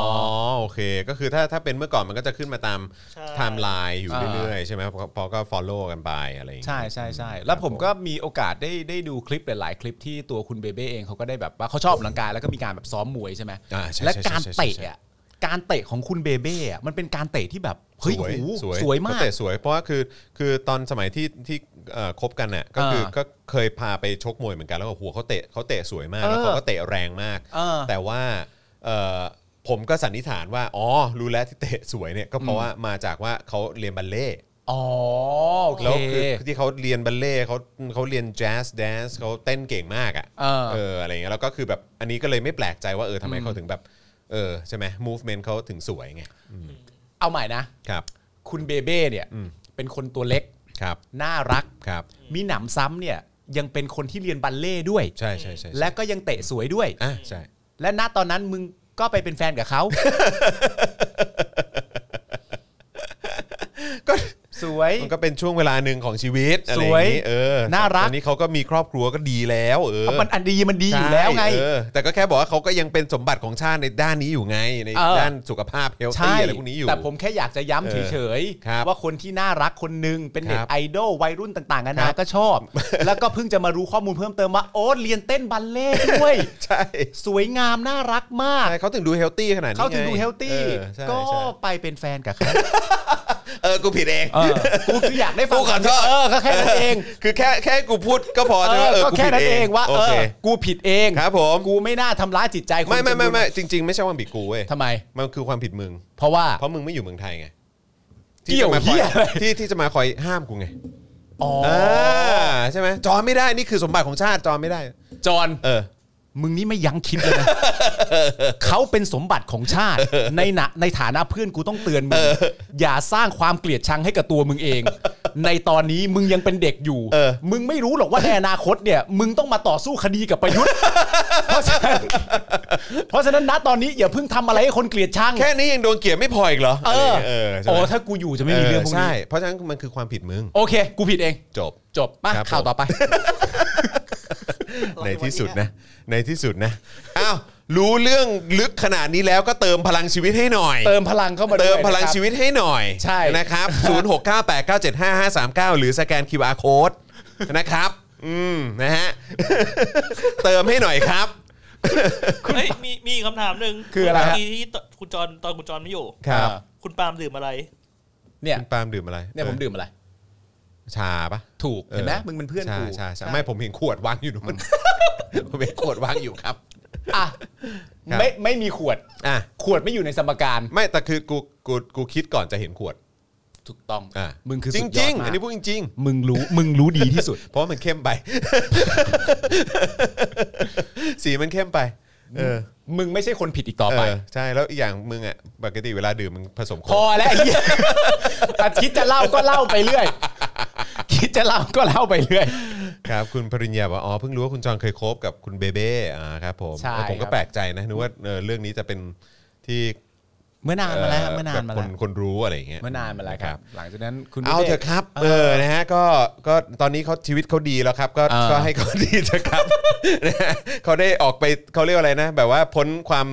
Speaker 2: โอเค ก็คือถ้าถ้าเป็นเมื่อก่อนมันก็จะขึ้นมาตาม
Speaker 4: ใช่
Speaker 2: ไทม์ไลน์อยู่เรื่อยๆใช่ไหมพอพอก็ follow กันไปอะไรอย่างเงี้ย
Speaker 3: ใช่ใช่ใช่แล้วผมก็มีโอกาสได้ได้ดูคลิปหลาย ๆ คลิปที่ตัวคุณเบเบ้เองเขาก็ได้แบบว่าเขาชอบออกกำลังกายแล้วก็มีการแบบซ้อมมวยใช่ไหม
Speaker 2: อ่าใช่ใช่
Speaker 3: และการ
Speaker 2: ใช่ใช่
Speaker 3: เตะอ่ะการเตะของคุณเบเบ้อ่ะมันเป็นการเตะที่แบบเฮ้ย
Speaker 2: สวย
Speaker 3: โอ้โห
Speaker 2: สวย
Speaker 3: สวยมาก
Speaker 2: เขเตะสวยเพราะว่าคือคือตอนสมัยที่ที่เอ่อคบกันเนี่ยก็คือ
Speaker 3: อ่า
Speaker 2: ก็เคยพาไปชกมวยเหมือนกันแล้วก็หัวเขาเตะเขาเตะสวยมากแล้วเขา
Speaker 3: เออ
Speaker 2: ก็เตะแรงมาก
Speaker 3: เออ
Speaker 2: แต่ว่าเอ่อผมก็สันนิษฐานว่าอ๋อรู้แล้วที่เตะสวยเนี่ยก็เพ
Speaker 3: อื
Speaker 2: ราะ
Speaker 3: ม
Speaker 2: ว่ามาจากว่าเขาเรียนบัลเล่ต์
Speaker 3: อ๋อโอเค
Speaker 2: แล้วคือที่เขาเรียนบัลเล่ต์เขาเขาเรียนแจ๊สแดนซ์เขาเต้นเก่งมากอ่ะ
Speaker 3: เออ
Speaker 2: เอออะไรเงี้ยแล้วก็คือแบบอันนี้ก็เลยไม่แปลกใจว่าเออทำไมเขาถึงแบบเออใช่ไหม movement เขาถึงสวยไง
Speaker 3: เอาใหม่นะครับ คุณเบเบ้เนี่ยเป็นคนตัวเล็ก
Speaker 2: ครับ
Speaker 3: น่ารัก
Speaker 2: ครับ
Speaker 3: มีหนำซ้ำเนี่ยยังเป็นคนที่เรียนบัลเล่ต์ด้วย
Speaker 2: ใช่ใช่ใช่ใช่
Speaker 3: และก็ยังเตะสวยด้วย
Speaker 2: อ่ะใช่
Speaker 3: และณตอนนั้นมึงก็ไปเป็นแฟนกับ เขา
Speaker 2: ก็
Speaker 3: สวย
Speaker 2: มันก็เป็นช่วงเวลาหนึ่งของชีวิตอะไรอ
Speaker 3: สวย
Speaker 2: ย่างนี้เออ
Speaker 3: น่ารัก
Speaker 2: ตอนนี้เขาก็มีครอบครัวก็ดีแล้วเออ
Speaker 3: มันอันดีมันดีอยู่แล้วไง
Speaker 2: ใช่เออแต่ก็แค่บอกว่าเขาก็ยังเป็นสมบัติของชาติในด้านนี้อยู่ไง ใน
Speaker 3: เออ
Speaker 2: ด้านสุขภาพเฮลตี้อะไรพวกนี้อยู่
Speaker 3: แต่ผมแค่อยากจะย้ำเฉย
Speaker 2: ครับ
Speaker 3: ๆ ว่าคนที่น่ารักคนหนึ่งเป็นเด็
Speaker 2: ค
Speaker 3: ก
Speaker 2: รับ
Speaker 3: ไอดอลวัยรุ่นต่างๆ
Speaker 2: ค
Speaker 3: นา
Speaker 2: รั
Speaker 3: นา
Speaker 2: บ
Speaker 3: ก็ชอบ แล้วก็เพิ่งจะมารู้ข้อมูลเพิ่มเติมว่าโอ๊ตเรียนเต้นบัลเล่ต์ ด้วย
Speaker 2: ใช่
Speaker 3: สวยงามน่ารักมาก
Speaker 2: ใช่ เขาถึงดูเฮลตี้ขนาดนี้
Speaker 3: เขาถึงดู
Speaker 2: ไ
Speaker 3: เฮลตี้
Speaker 2: ออใช่
Speaker 3: ก็
Speaker 2: ใช่
Speaker 3: ไปเป็นแฟนกับเขา
Speaker 2: เออ กูผิดเอง
Speaker 3: เออกูคืออยากได้ฟั
Speaker 2: กูขอโทษ
Speaker 3: เออก็แค่นั้นเอง
Speaker 2: คือแค่แค่กูพูดก็พอ
Speaker 3: เอ
Speaker 2: ใช่ไหม
Speaker 3: อ
Speaker 2: เออ
Speaker 3: ก็
Speaker 2: กู
Speaker 3: แค่
Speaker 2: ผิด
Speaker 3: นั้นเองว่า
Speaker 2: โอ
Speaker 3: เอ
Speaker 2: เค
Speaker 3: อ กูผิดเอง
Speaker 2: ครับผม
Speaker 3: กูไม่น่าทำร้ายจิตใจคน
Speaker 2: ไม่ไม่ไม่ไม่
Speaker 3: จำนวนาก
Speaker 2: จริง ๆ ไม่ใช่ความผิดกูเว้ย
Speaker 3: ทำไม
Speaker 2: มันคือความผิดมึง
Speaker 3: เพราะว่า
Speaker 2: เพราะมึงไม่อยู่เมืองไทยไง
Speaker 3: เกี่ยว
Speaker 2: ที่จะมาคอ
Speaker 3: เหี้ยอะไร
Speaker 2: ที่ที่จะมาคอยห้ามกูไง
Speaker 3: อ๋อ
Speaker 2: อ่าใช่ไหมจอไม่ได้นี่คือสมบัติของชาติจอไม่ได้
Speaker 3: จอน
Speaker 2: เออ
Speaker 3: มึงนี่ไม่ยั้งคิดเลยนะ เขาเป็นสมบัติของชาติ ในหนะในฐานะเพื่อนกูต้องเตือนมึง อย่าสร้างความเกลียดชังให้กับตัวมึงเอง ในตอนนี้มึงยังเป็นเด็กอยู่
Speaker 2: เออ
Speaker 3: มึงไม่รู้หรอกว่าในอนาคตเนี่ย มึงต้องมาต่อสู้คดีกับประยุทธ์ เพราะฉะนั้นเพราะฉะนั้นณตอนนี้อย่าเพิ่งทำอะไรให้คนเกลียดชัง
Speaker 2: แค่นี้ยังโดนเกลียดไม่พออีกเหรอ
Speaker 3: เออ
Speaker 2: เออใช่
Speaker 3: โอ้
Speaker 2: ไหม
Speaker 3: ถ้ากูอยู่จะไม่มีเรื่องพวก
Speaker 2: ใช่
Speaker 3: นี้
Speaker 2: เพราะฉะนั้นมันคือความผิดมึง
Speaker 3: โอเค กูผิดเอง
Speaker 2: จบ
Speaker 3: จบมา
Speaker 2: ครับผม
Speaker 3: ข่าว ต่อไป
Speaker 2: ในที่สุดนะ ในที่สุดนะอ้าวรู้เรื่องลึกขนาดนี้แล้วก็เติมพลังชีวิตให้หน่อย
Speaker 3: เติมพลังเข้ามาด้วย
Speaker 2: เติมพลัง
Speaker 3: นะครับ
Speaker 2: ชีวิตให้หน่อย
Speaker 3: ใช่
Speaker 2: นะครับ 0698975539 หรือสแกน QR code นะครับ อืมนะฮะ เติมให้หน่อยครับ
Speaker 4: เฮ้ยมีมีคำถามหนึ่ง
Speaker 3: คืออะไรฮะ
Speaker 4: เมื่กี้ที่ตคุณจอนตอนคุณจอนไม่อยู่
Speaker 2: ครับ
Speaker 4: คุณปาล์มดื่มอะไร
Speaker 3: เนี่ย
Speaker 2: คุณปาล์มดื่มอะไร
Speaker 3: เนี่ยผมดื่มอะไร
Speaker 2: ชาปะ
Speaker 3: ถูก
Speaker 2: เออ
Speaker 3: เห็นไหมมึงเป็นเพื่อน
Speaker 2: ใช่
Speaker 3: กู
Speaker 2: ใช่ใช่ไม่ผมเห็นขวดวางอยู่นู้น ผมเห็นขวดวางอยู่ครับ
Speaker 3: อ่ะ
Speaker 2: ครับ
Speaker 3: ไม่ไม่มีขวด
Speaker 2: อ่ะ
Speaker 3: ขวดไม่อยู่ในสมการ
Speaker 2: ไม่แต่คือกูกูกูคิดก่อนจะเห็นขวด
Speaker 3: ถูกต้อง
Speaker 2: อ่ะ
Speaker 3: มึงคือ
Speaker 2: จ
Speaker 3: สุดยอ
Speaker 2: ริ
Speaker 3: ด
Speaker 2: ง ๆ
Speaker 3: มาก
Speaker 2: อันนี้พูดจริง
Speaker 3: มึงรู้มึงรู้ดีที่ สุด
Speaker 2: ๆ เพราะมันเข้มไป สีมันเข้มไปเออ
Speaker 3: มึงไม่ใช่คนผิดอีกต่อไป
Speaker 2: เออใช่แล้วอีกอย่างมึงอ่ะปกติเวลาดื่มมึงผสมโค
Speaker 3: พอกแล้วไอ้เหี้ย แต่คิดจะเล่าก็เล่าไปเรื่อย คิดจะเล่าก็เล่าไปเรื่อย
Speaker 2: ครับ คุณปริญญาบอกว่าอ๋อเพิ่งรู้ว่าคุณจอนเคยคบกับคุณเบเบ้อ่าครับผม
Speaker 3: ใช่
Speaker 2: เออผมก็
Speaker 3: ครับ
Speaker 2: แปลกใจนะนึกว่าเออเรื่องนี้จะเป็นที่
Speaker 3: เมื่อนานมาแล้วเมื่อนานมา
Speaker 2: ค
Speaker 3: แล้
Speaker 2: น
Speaker 3: ว
Speaker 2: คนรู้อะไรอย่างเงี้ย
Speaker 3: เมื่อนานมาแล้วครับ หลังจากนั้นคุณ
Speaker 2: เอาเถ
Speaker 3: วิว
Speaker 2: อะ
Speaker 3: ก
Speaker 2: ครับ เออ นะฮะ ก็ ก็ ตอนนี้เขาชีวิตเขาดีแล้วครับ ก็
Speaker 3: เออ
Speaker 2: ก็ให้เขาดีเถอะครับ นะฮะเขาได้ออกไปเขาเรียกว่าอะไรนะ แบบว่าพ้นความ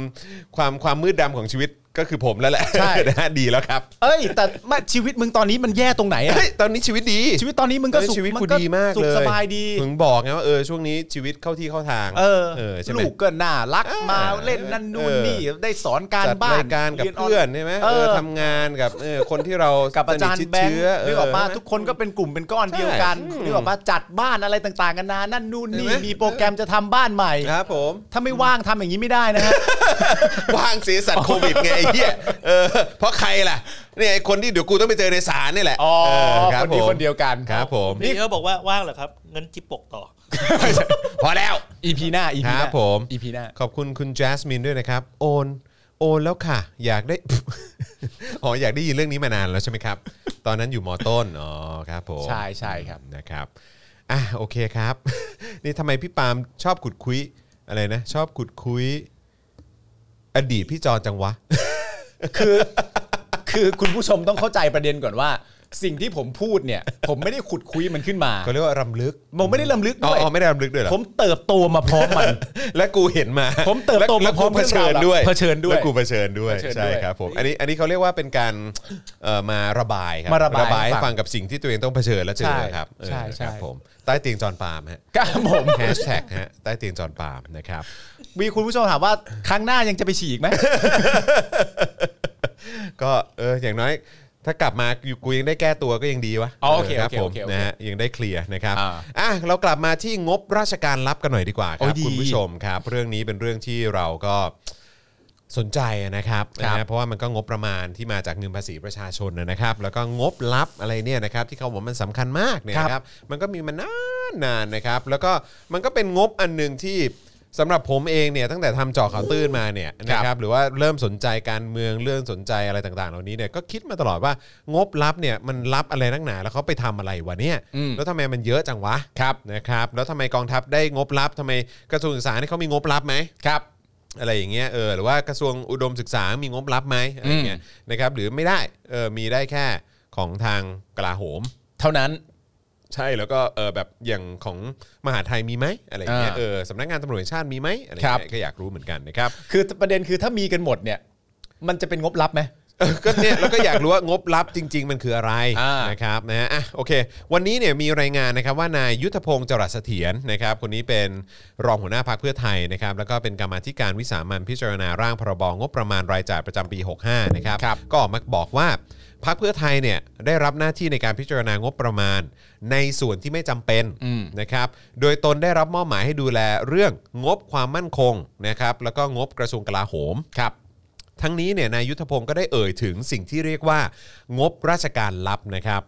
Speaker 2: ความ ความมืดดำของชีวิตก็คือผมแล้วแหละ
Speaker 3: ใช่
Speaker 2: นะฮะ ดีแล้วครับ
Speaker 3: เอ้ย แต่มาชีวิตมึงตอนนี้มันแย่ตรงไหนอะ
Speaker 2: เฮ้ย ตอนนี้ชีวิตดี
Speaker 3: ชีวิตตอนนี้มึง
Speaker 2: ต
Speaker 3: ก็
Speaker 2: อนนี้
Speaker 3: สุข
Speaker 2: ชีวิต
Speaker 3: น
Speaker 2: กูดีมาก
Speaker 3: สุ
Speaker 2: เล
Speaker 3: ข
Speaker 2: ย
Speaker 3: สบายดี
Speaker 2: ถึงบอกไงว่า เออ ช่วงนี้ชีวิตเข้าที่เข้าทาง
Speaker 3: เออ
Speaker 2: เออ ใช่ไหม
Speaker 3: ลูกก็น่ารัก
Speaker 2: อ่า
Speaker 3: มาเล่นนั่นนู่น
Speaker 2: เออ
Speaker 3: นี่ได้สอนการ
Speaker 2: จัด
Speaker 3: บ้าน
Speaker 2: รายการกับ
Speaker 3: รีย
Speaker 2: เพื่อนใช่ไหม
Speaker 3: เอ
Speaker 2: เออ
Speaker 3: อ
Speaker 2: ทำงานกับ เออ คนที่เรา
Speaker 3: กับอาจาร
Speaker 2: สนิ
Speaker 3: ย์
Speaker 2: ท
Speaker 3: แบง
Speaker 2: ชิด
Speaker 3: ค์
Speaker 2: เชื้อ
Speaker 3: นึกออกมา
Speaker 2: ใช่ไห
Speaker 3: ทุกคนก็เป็นกลุ่มเป็นก้อน
Speaker 2: ใช่
Speaker 3: เดียวกัน
Speaker 2: อืม
Speaker 3: นึกออกมาจัดบ้านอะไรต่างๆกันนานั่นนู่นนี่
Speaker 2: เห็นไหม
Speaker 3: มีโปรแกรมจะทำบ้านใหม่
Speaker 2: ครับผม
Speaker 3: ถ้าไม่ว่างทำอย่างนี้ไม่ได้นะ ฮะ
Speaker 2: ว่างสีสัตว์โควิดไงไอ้เหี้ยเออเพราะใครล่ะเนี่ยไอ้คนที่เดี๋ยวกูต้องไปเจอในศาลนี่แหละ
Speaker 3: อ๋อ
Speaker 2: เรับ
Speaker 3: คนนี้
Speaker 2: ผม
Speaker 3: คนเดียวกัน
Speaker 2: ครับผม
Speaker 4: นี่เขาบอกว่าว่างเหรอครับงั้นจิบปกต่อ
Speaker 2: พอแล้ว
Speaker 3: EP หน้า EP ห
Speaker 2: ครับ
Speaker 3: น้า
Speaker 2: ผม
Speaker 3: EP หน้า
Speaker 2: ขอบคุณคุณแจสมินด้วยนะครับ โอนโอนแล้วค่ะ อยากได้ อ๋ออยากได้ยินเรื่องนี้มานานแล้วใช่ไหมครับ ตอนนั้นอยู่มอต้นอ๋อครับผม
Speaker 3: ใช่ใช่ครับ
Speaker 2: นะครับอ่ะโอเคครับ นี่ทำไมพี่ปาล์มชอบขุดคุยอะไรนะ ชอบขุดคุย อดีตพี่จอนจังวะ
Speaker 3: คือคือคุณผู้ชมต้องเข้าใจประเด็นก่อนว่า สิ่งที่ผมพูด เนี่ย ผมไม่ได้ขุดคุยมันขึ้นมา
Speaker 2: ก็เรียกว่ารำลึก
Speaker 3: ผมไม่ได้ลำลึก
Speaker 2: อ๋อ
Speaker 3: ด้วย
Speaker 2: อ๋อไม่ได้รำลึกด้วยเหรอ
Speaker 3: ผมเติบโตมาพร้อมมัน
Speaker 2: และกูเห็นมา
Speaker 3: ผมเติบโต
Speaker 2: แล้ว
Speaker 3: มาพร้อม
Speaker 2: แล้วกูเผชิญด้วย
Speaker 3: เผชิญด้วย
Speaker 2: และกูเผชิญด้วย
Speaker 3: เผชิญด้วย
Speaker 2: ใช่ครับผมอันนี้อันนี้เขาเรียกว่าเป็นการเอ่อมาระบายครับ
Speaker 3: มาระบาย
Speaker 2: ให้
Speaker 3: ให้ฟัง
Speaker 2: ฟังกับสิ่งที่ตัวเองต้องเผชิญและเจ
Speaker 3: ใช่
Speaker 2: อครับเออ
Speaker 3: ใช่ใช่
Speaker 2: ครับผมใต้เตียงจอห์นปาล์มฮะ
Speaker 3: ครับผม
Speaker 2: แฮชแท็กฮะใต้เตียงจอห์นปาล์มนะครับ
Speaker 3: มีคุณผู้ชมถามว่าครั้งหน้ายังจะไปฉีกไหม
Speaker 2: ก็เอออย่างน้อยถ้ากลับมาอยู่กูยังได้แก้ตัวก็ยังดีวะ
Speaker 3: อ๋อโอเค
Speaker 2: ครับ
Speaker 3: โอเค
Speaker 2: ผม
Speaker 3: โอเคโอเค
Speaker 2: นะฮะยังได้เคลียร์นะครับ
Speaker 3: อ่า
Speaker 2: อ่ะเรากลับมาที่งบราชการรับกันหน่อยดีกว่าค
Speaker 3: โอ้
Speaker 2: รั
Speaker 3: ย
Speaker 2: บ
Speaker 3: ดี
Speaker 2: คุณผู้ชมครับ เรื่องนี้เป็นเรื่องที่เราก็สนใจนะครับ
Speaker 3: ครับ
Speaker 2: นะฮะเพราะว่ามันก็งบประมาณที่มาจากเงินภาษีประชาชนนะครับ แล้วก็งบลับอะไรเนี่ยนะครับ ที่เขาบอกมันสำคัญมากเนี่ย
Speaker 3: ครับ
Speaker 2: นะครับ มันก็มีมานานนานนะครับ แล้วก็มันก็เป็นงบอันหนึ่งที่สำหรับผมเองเนี่ยตั้งแต่ทำเจาะข่าวตื้นมาเนี่ยนะค
Speaker 3: ครั
Speaker 2: รับ บ นะครับหรือว่าเริ่มสนใจการเมืองเรื่องสนใจอะไรต่างๆ เหล่านี้เนี่ยก็คิดมาตลอดว่างบลับเนี่ยมันรับอะไรนักหนาแล้วเขาไปทำอะไรวะเนี่ย
Speaker 3: อืม
Speaker 2: แล้วทำไมมันเยอะจังวะ
Speaker 3: ครับ
Speaker 2: นะครับแล้วทำไมกองทัพได้งบลับทำไมกระทรวงศึกษาเนี่ยเขามีงบลับไหมครับ อะไรอย่างเงี้ยเออหรือว่ากระทรวงอุดมศึกษามีงบลับไหมอะไรอย่างเงี้ยนะครับหรือไม่ได้เออมีได้แค่ของทางกลาโหม
Speaker 3: เท่านั้น
Speaker 2: ใช่แล้วก็เออแบบอย่างของมหาดไทยมีไหมอะไรอย่างเงี้ย
Speaker 3: อ่า
Speaker 2: เออสำนักงานตำรวจแห่งชาติมีไหมอะไร
Speaker 3: ครับ
Speaker 2: เงี้ยก็อยากรู้เหมือนกันนะครับ
Speaker 3: คือประเด็นคือถ้ามีกันหมดเนี่ย มันจะเป็นงบลับไหม
Speaker 2: เออก็เนี่ยแล้วก็อยากรู้ว่างบลับจริง ๆ มันคืออะไร
Speaker 3: อ่าน
Speaker 2: นะครับนะฮะอ่ะโอเค วันนี้เนี่ยมีรายงานนะครับว่านายยุทธพงศ์จรัสเสถียรนะครับคนนี้เป็นรองหัวหน้าพักเพื่อไทยนะครับแล้วก็เป็นกรรมาธิการวิสามันพิจารณาร่างพรบงบประมาณรายจ่ายประจำปี 65นะครับก็ออกมาบอกว่าพักเพื่อไทยเนี่ยได้รับหน้าที่ในการพิจารณางบประมาณ ในส่วนที่ไม่จำเป็นนะครับโดยตนได้รับมอบหมายให้ดูแลเรื่องงบความมั่นคงนะครับแล้วก็งบกระทรวงกลาโหม ทั้งนี้เนี่ยนายยุทธพงศ์ก็ได้เอ่ยถึงสิ่งที่เรียกว่า งบราชการลับนะครับ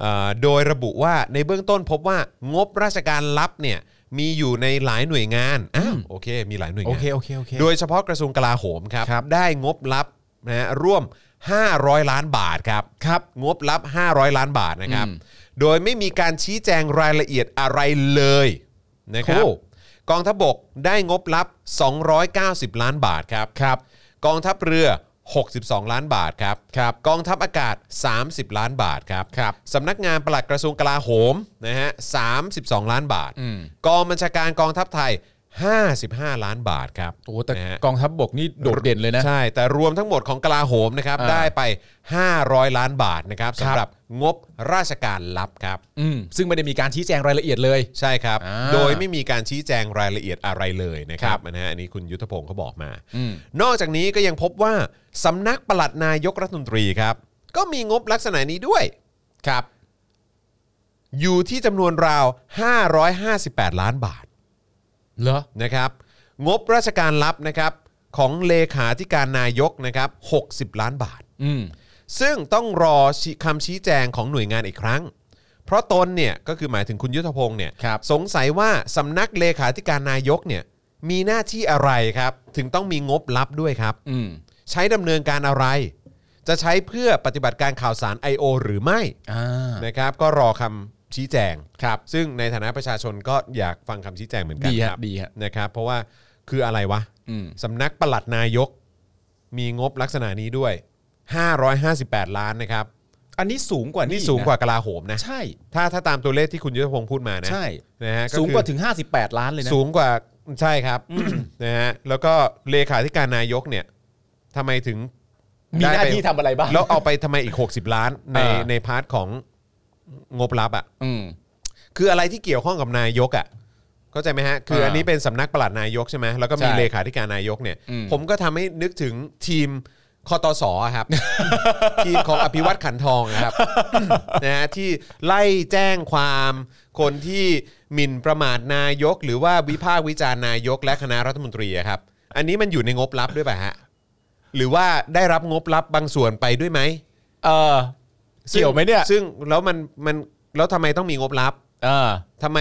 Speaker 2: เอ่อโดยระบุว่าในเบื้องต้นพบว่างบราชการลับเนี่ยมีอยู่ในหลายหน่วยงานอ้าวโอเค มีหลายหน่วยงาน
Speaker 3: โอเคโอเคโอเค
Speaker 2: โดยเฉพาะกระทรวงกลาโหมครับ
Speaker 3: ครับ
Speaker 2: ได้งบลับนะฮะร่วม 500 ล้านบาทครับครับ งบลับ 500 ล้านบาทนะครับ
Speaker 3: อืม
Speaker 2: โดยไม่มีการชี้แจงรายละเอียดอะไรเลยนะครับ
Speaker 3: โอ้
Speaker 2: กองทัพบกได้งบลับ 290 ล้านบาทครับครับ กองทัพเรือ 62 ล้านบาทครับครับกองทัพอากาศ 30 ล้านบาทครับครับสำนักงานปลัดกระทรวงกลาโหมนะฮะ32 ล้านบาท กองบัญชาการกองทัพไทย 55 ล้านบาทครับ
Speaker 3: โอ้แต่
Speaker 2: นะฮะ
Speaker 3: กองทัพบกนี่โดดเด่นเลยนะ
Speaker 2: ใช่ แต่รวมทั้งหมดของกลาโหมนะครับ
Speaker 3: อ่า
Speaker 2: ได้ไป 500 ล้านบาทนะครับ
Speaker 3: ครั
Speaker 2: สำ
Speaker 3: บ
Speaker 2: หรับงบราชการลับครับ
Speaker 3: อืมซึ่งไม่ได้มีการชี้แจงรายละเอียดเลย
Speaker 2: ใช่ครับ
Speaker 3: อ่า
Speaker 2: โดยไม่มีการชี้แจงรายละเอียดอะไรเลยนะครับ
Speaker 3: ครับ
Speaker 2: นะฮะอันนี้คุณยุทธพงศ์เขาบอกมา
Speaker 3: อืม
Speaker 2: นอกจากนี้ก็ยังพบว่าสำนักปลัดนายกรัฐมนตรีครับ ก็มีงบลักษณะนี้ด้วยครับ อยู่ที่จำนวนราว 558 ล้านบาท
Speaker 3: เหรอ
Speaker 2: นะครับงบราชการลับนะครับของเลขาธิการนายกนะครับ60 ล้านบาท
Speaker 3: อืม
Speaker 2: ซึ่งต้องรอชี้คำชี้แจงของหน่วยงานอีกครั้ง เพราะตนเนี่ยก็คือหมายถึงคุณยุทธพงศ์เนี่ย
Speaker 3: ครับ
Speaker 2: สงสัยว่าสำนักเลขาธิการนายกเนี่ยมีหน้าที่อะไรครับ ถึงต้องมีงบลับด้วยครับ
Speaker 3: อืม
Speaker 2: ใช้ดำเนินการอะไร จะใช้เพื่อปฏิบัติการข่าวสาร I.O. หรือไม่
Speaker 3: อ่า
Speaker 2: นะครับก็รอคำชี้แจงครับซึ่งในฐานะประชาชนก็อยากฟังคำชี้แจงเหมือนกัน
Speaker 3: ดีฮะ
Speaker 2: ครับ
Speaker 3: ดีฮะ
Speaker 2: นะครับเพราะว่าคืออะไรวะ
Speaker 3: อืม
Speaker 2: สำนักปลัดนายก มีงบลักษณะนี้ด้วย 558 ล้านนะครับ
Speaker 3: อันนี้สูงกว่า
Speaker 2: นี่
Speaker 3: นี่
Speaker 2: สูงกว่ากลาโหมนะ
Speaker 3: ใช่
Speaker 2: ถ้าถ้าตามตัวเลขที่คุณยุทธพงศ์พูดมานะ
Speaker 3: ใช่
Speaker 2: นะฮะ
Speaker 3: สูงกว่า
Speaker 2: คือ
Speaker 3: ถึง 58 ล้านเลยนะ
Speaker 2: สูงกว่าใช่ครับนะฮะแล้วก็เลขาธิการนายกเนี่ยทำไมถึง
Speaker 3: มีหน้า
Speaker 2: ด้ป
Speaker 3: ที่ทำอะไรบ้าง
Speaker 2: แล้วเอาไปทำไมอีก 60 ล้านใน
Speaker 3: อ่า
Speaker 2: ในพาร์ทของงบลับอ่ะ
Speaker 3: อืม
Speaker 2: คืออะไรที่เกี่ยวข้องกับนายกอ่ะเข้าใจไหมฮะคืออันนี้เป็นสำนักปลัดนายกใช่ไหมแล้วก็มี
Speaker 3: ใช่
Speaker 2: เลขาธิการนายกเนี่ย
Speaker 3: อืม
Speaker 2: ผมก็ทำให้นึกถึงทีมคอตสอะครับ ทีมของอภิวัตขันทองอะครับ นะฮะที่ไล่แจ้งความคนที่หมิ่นประมาทนายก หรือว่าวิพากษ์วิจารณ์นายกและคณะรัฐมนตรีอะครับ อันนี้มันอยู่ในงบลับด้วยป่ะฮะหรือว่าได้รับงบลับบางส่วนไปด้วยไหม
Speaker 3: เออ
Speaker 2: ซึ่ง
Speaker 3: เกี่ยวไหมเนี่ย
Speaker 2: ซึ่งแล้วมันมันแล้วทำไมต้องมีงบลับ
Speaker 3: เออ
Speaker 2: ทำไม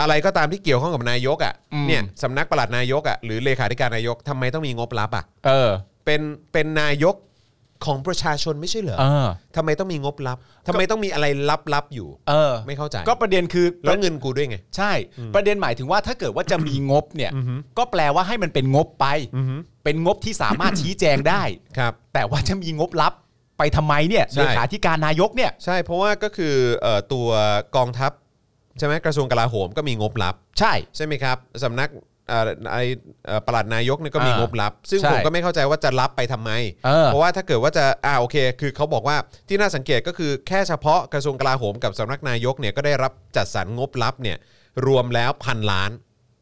Speaker 2: อะไรก็ตามที่เกี่ยวข้องกับนายกอ่ะ
Speaker 3: อืม
Speaker 2: เนี่ยสำนักปลัดนายกอ่ะหรือเลขาธิการนายกทำไมต้องมีงบลับอ่ะ
Speaker 3: เออ
Speaker 2: เป็นเป็นนายกของประชาชนไม่ใช่เหรอ
Speaker 3: เออ
Speaker 2: ทำไมต้องมีงบลับทำไมต้องมีอะไรลับลับๆอยู่
Speaker 3: เออ
Speaker 2: ไม่เข้าใจ
Speaker 3: ก็ประเด็นคือ
Speaker 2: แล้วเงินกูด้วยไง
Speaker 3: ใช่ ประเด็นหมายถึงว่าถ้าเกิดว่าจะมีงบเนี่ย ก็แปลว่าให้มันเป็นงบไป
Speaker 2: อือฮึ
Speaker 3: เป็นงบที่สามารถชี้แจงได้
Speaker 2: ครับ
Speaker 3: แต่ว่าจะมีงบลับ ไปทำไมเนี่ย
Speaker 2: ใช่
Speaker 3: เลขาธิการนายกเนี่ย
Speaker 2: ใช่เพราะว่าก็คือเอ่อตัวกองทัพใช่ไหมกระทรวงกลาโหมก็มีงบลับ
Speaker 3: ใช่
Speaker 2: ใช่ไหมครับสำนักเอ่อไอ้เอ่อประหลัดนายกเนี่ยก็มี
Speaker 3: อ่าง
Speaker 2: งบลับ ซึ่ง
Speaker 3: ใช่
Speaker 2: ผมก็ไม่เข้าใจว่าจะรับไปทำไม
Speaker 3: เออ
Speaker 2: เพราะว่าถ้าเกิดว่าจะอ่าโอเค คือเขาบอกว่าที่น่าสังเกตก็คือแค่เฉพาะกระทรวงกลาโหมกับสำนักนายกเนี่ยก็ได้รับจัดสรรงบลับเนี่ยรวมแล้วพันล้าน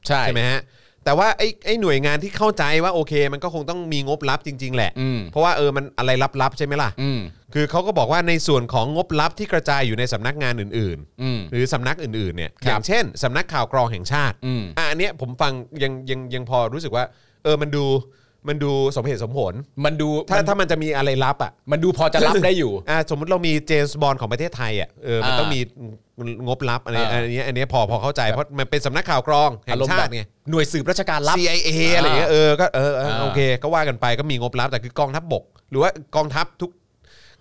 Speaker 3: ใช่
Speaker 2: ไหมฮะแต่ว่าไอ้ไอ้หน่วยงานที่เข้าใจว่าโอเค มันก็คงต้องมีงบลับจริง ๆ แหละ
Speaker 3: อืม
Speaker 2: เพราะว่าเออมันอะไรลับๆใช่ไหมล่ะ
Speaker 3: อืม
Speaker 2: คือเขาก็บอกว่าในส่วนของงบลับที่กระจายอยู่ในสำนักงานอื่น
Speaker 3: อืม
Speaker 2: หรือสำนักอื่นๆเนี่ย
Speaker 3: ครั
Speaker 2: อ
Speaker 3: บ
Speaker 2: ย่างเช่นสำนักข่าวกรองแห่งชาติ
Speaker 3: อืม
Speaker 2: อ่ะอันเนี้ยผมฟังยังยังยังพอรู้สึกว่า เออมันดูมันดูสมเหตุสมผล
Speaker 3: ันดู
Speaker 2: ถ้า
Speaker 3: มัน
Speaker 2: ถ้ามันจะมีอะไรลับอ่ะ
Speaker 3: มันดูพอจะรับได้อยู่
Speaker 2: อ่ะสมมุติเรามีเจมส์บอลของประเทศไทยอ่ะเออมัน
Speaker 3: อ่า
Speaker 2: ต้องมีงบลับอันเนี้ย
Speaker 3: อ่า
Speaker 2: อันเนี้ยอันเนี้ยพอพอเข้าใจเพราะมันเป็นสำนักข่าวกรองแห่
Speaker 3: อางรมณ์
Speaker 2: ชา
Speaker 3: แบบ
Speaker 2: ติไง
Speaker 3: หน่วยสืบราชการลับ
Speaker 2: CIA อะไรอย่างเงี้ยเออก็เออเออ
Speaker 3: อ่า
Speaker 2: โอเค ก็ว่ากันไปก็มีงบลับแต่คือกองทัพบก หรือว่ากองทัพทุก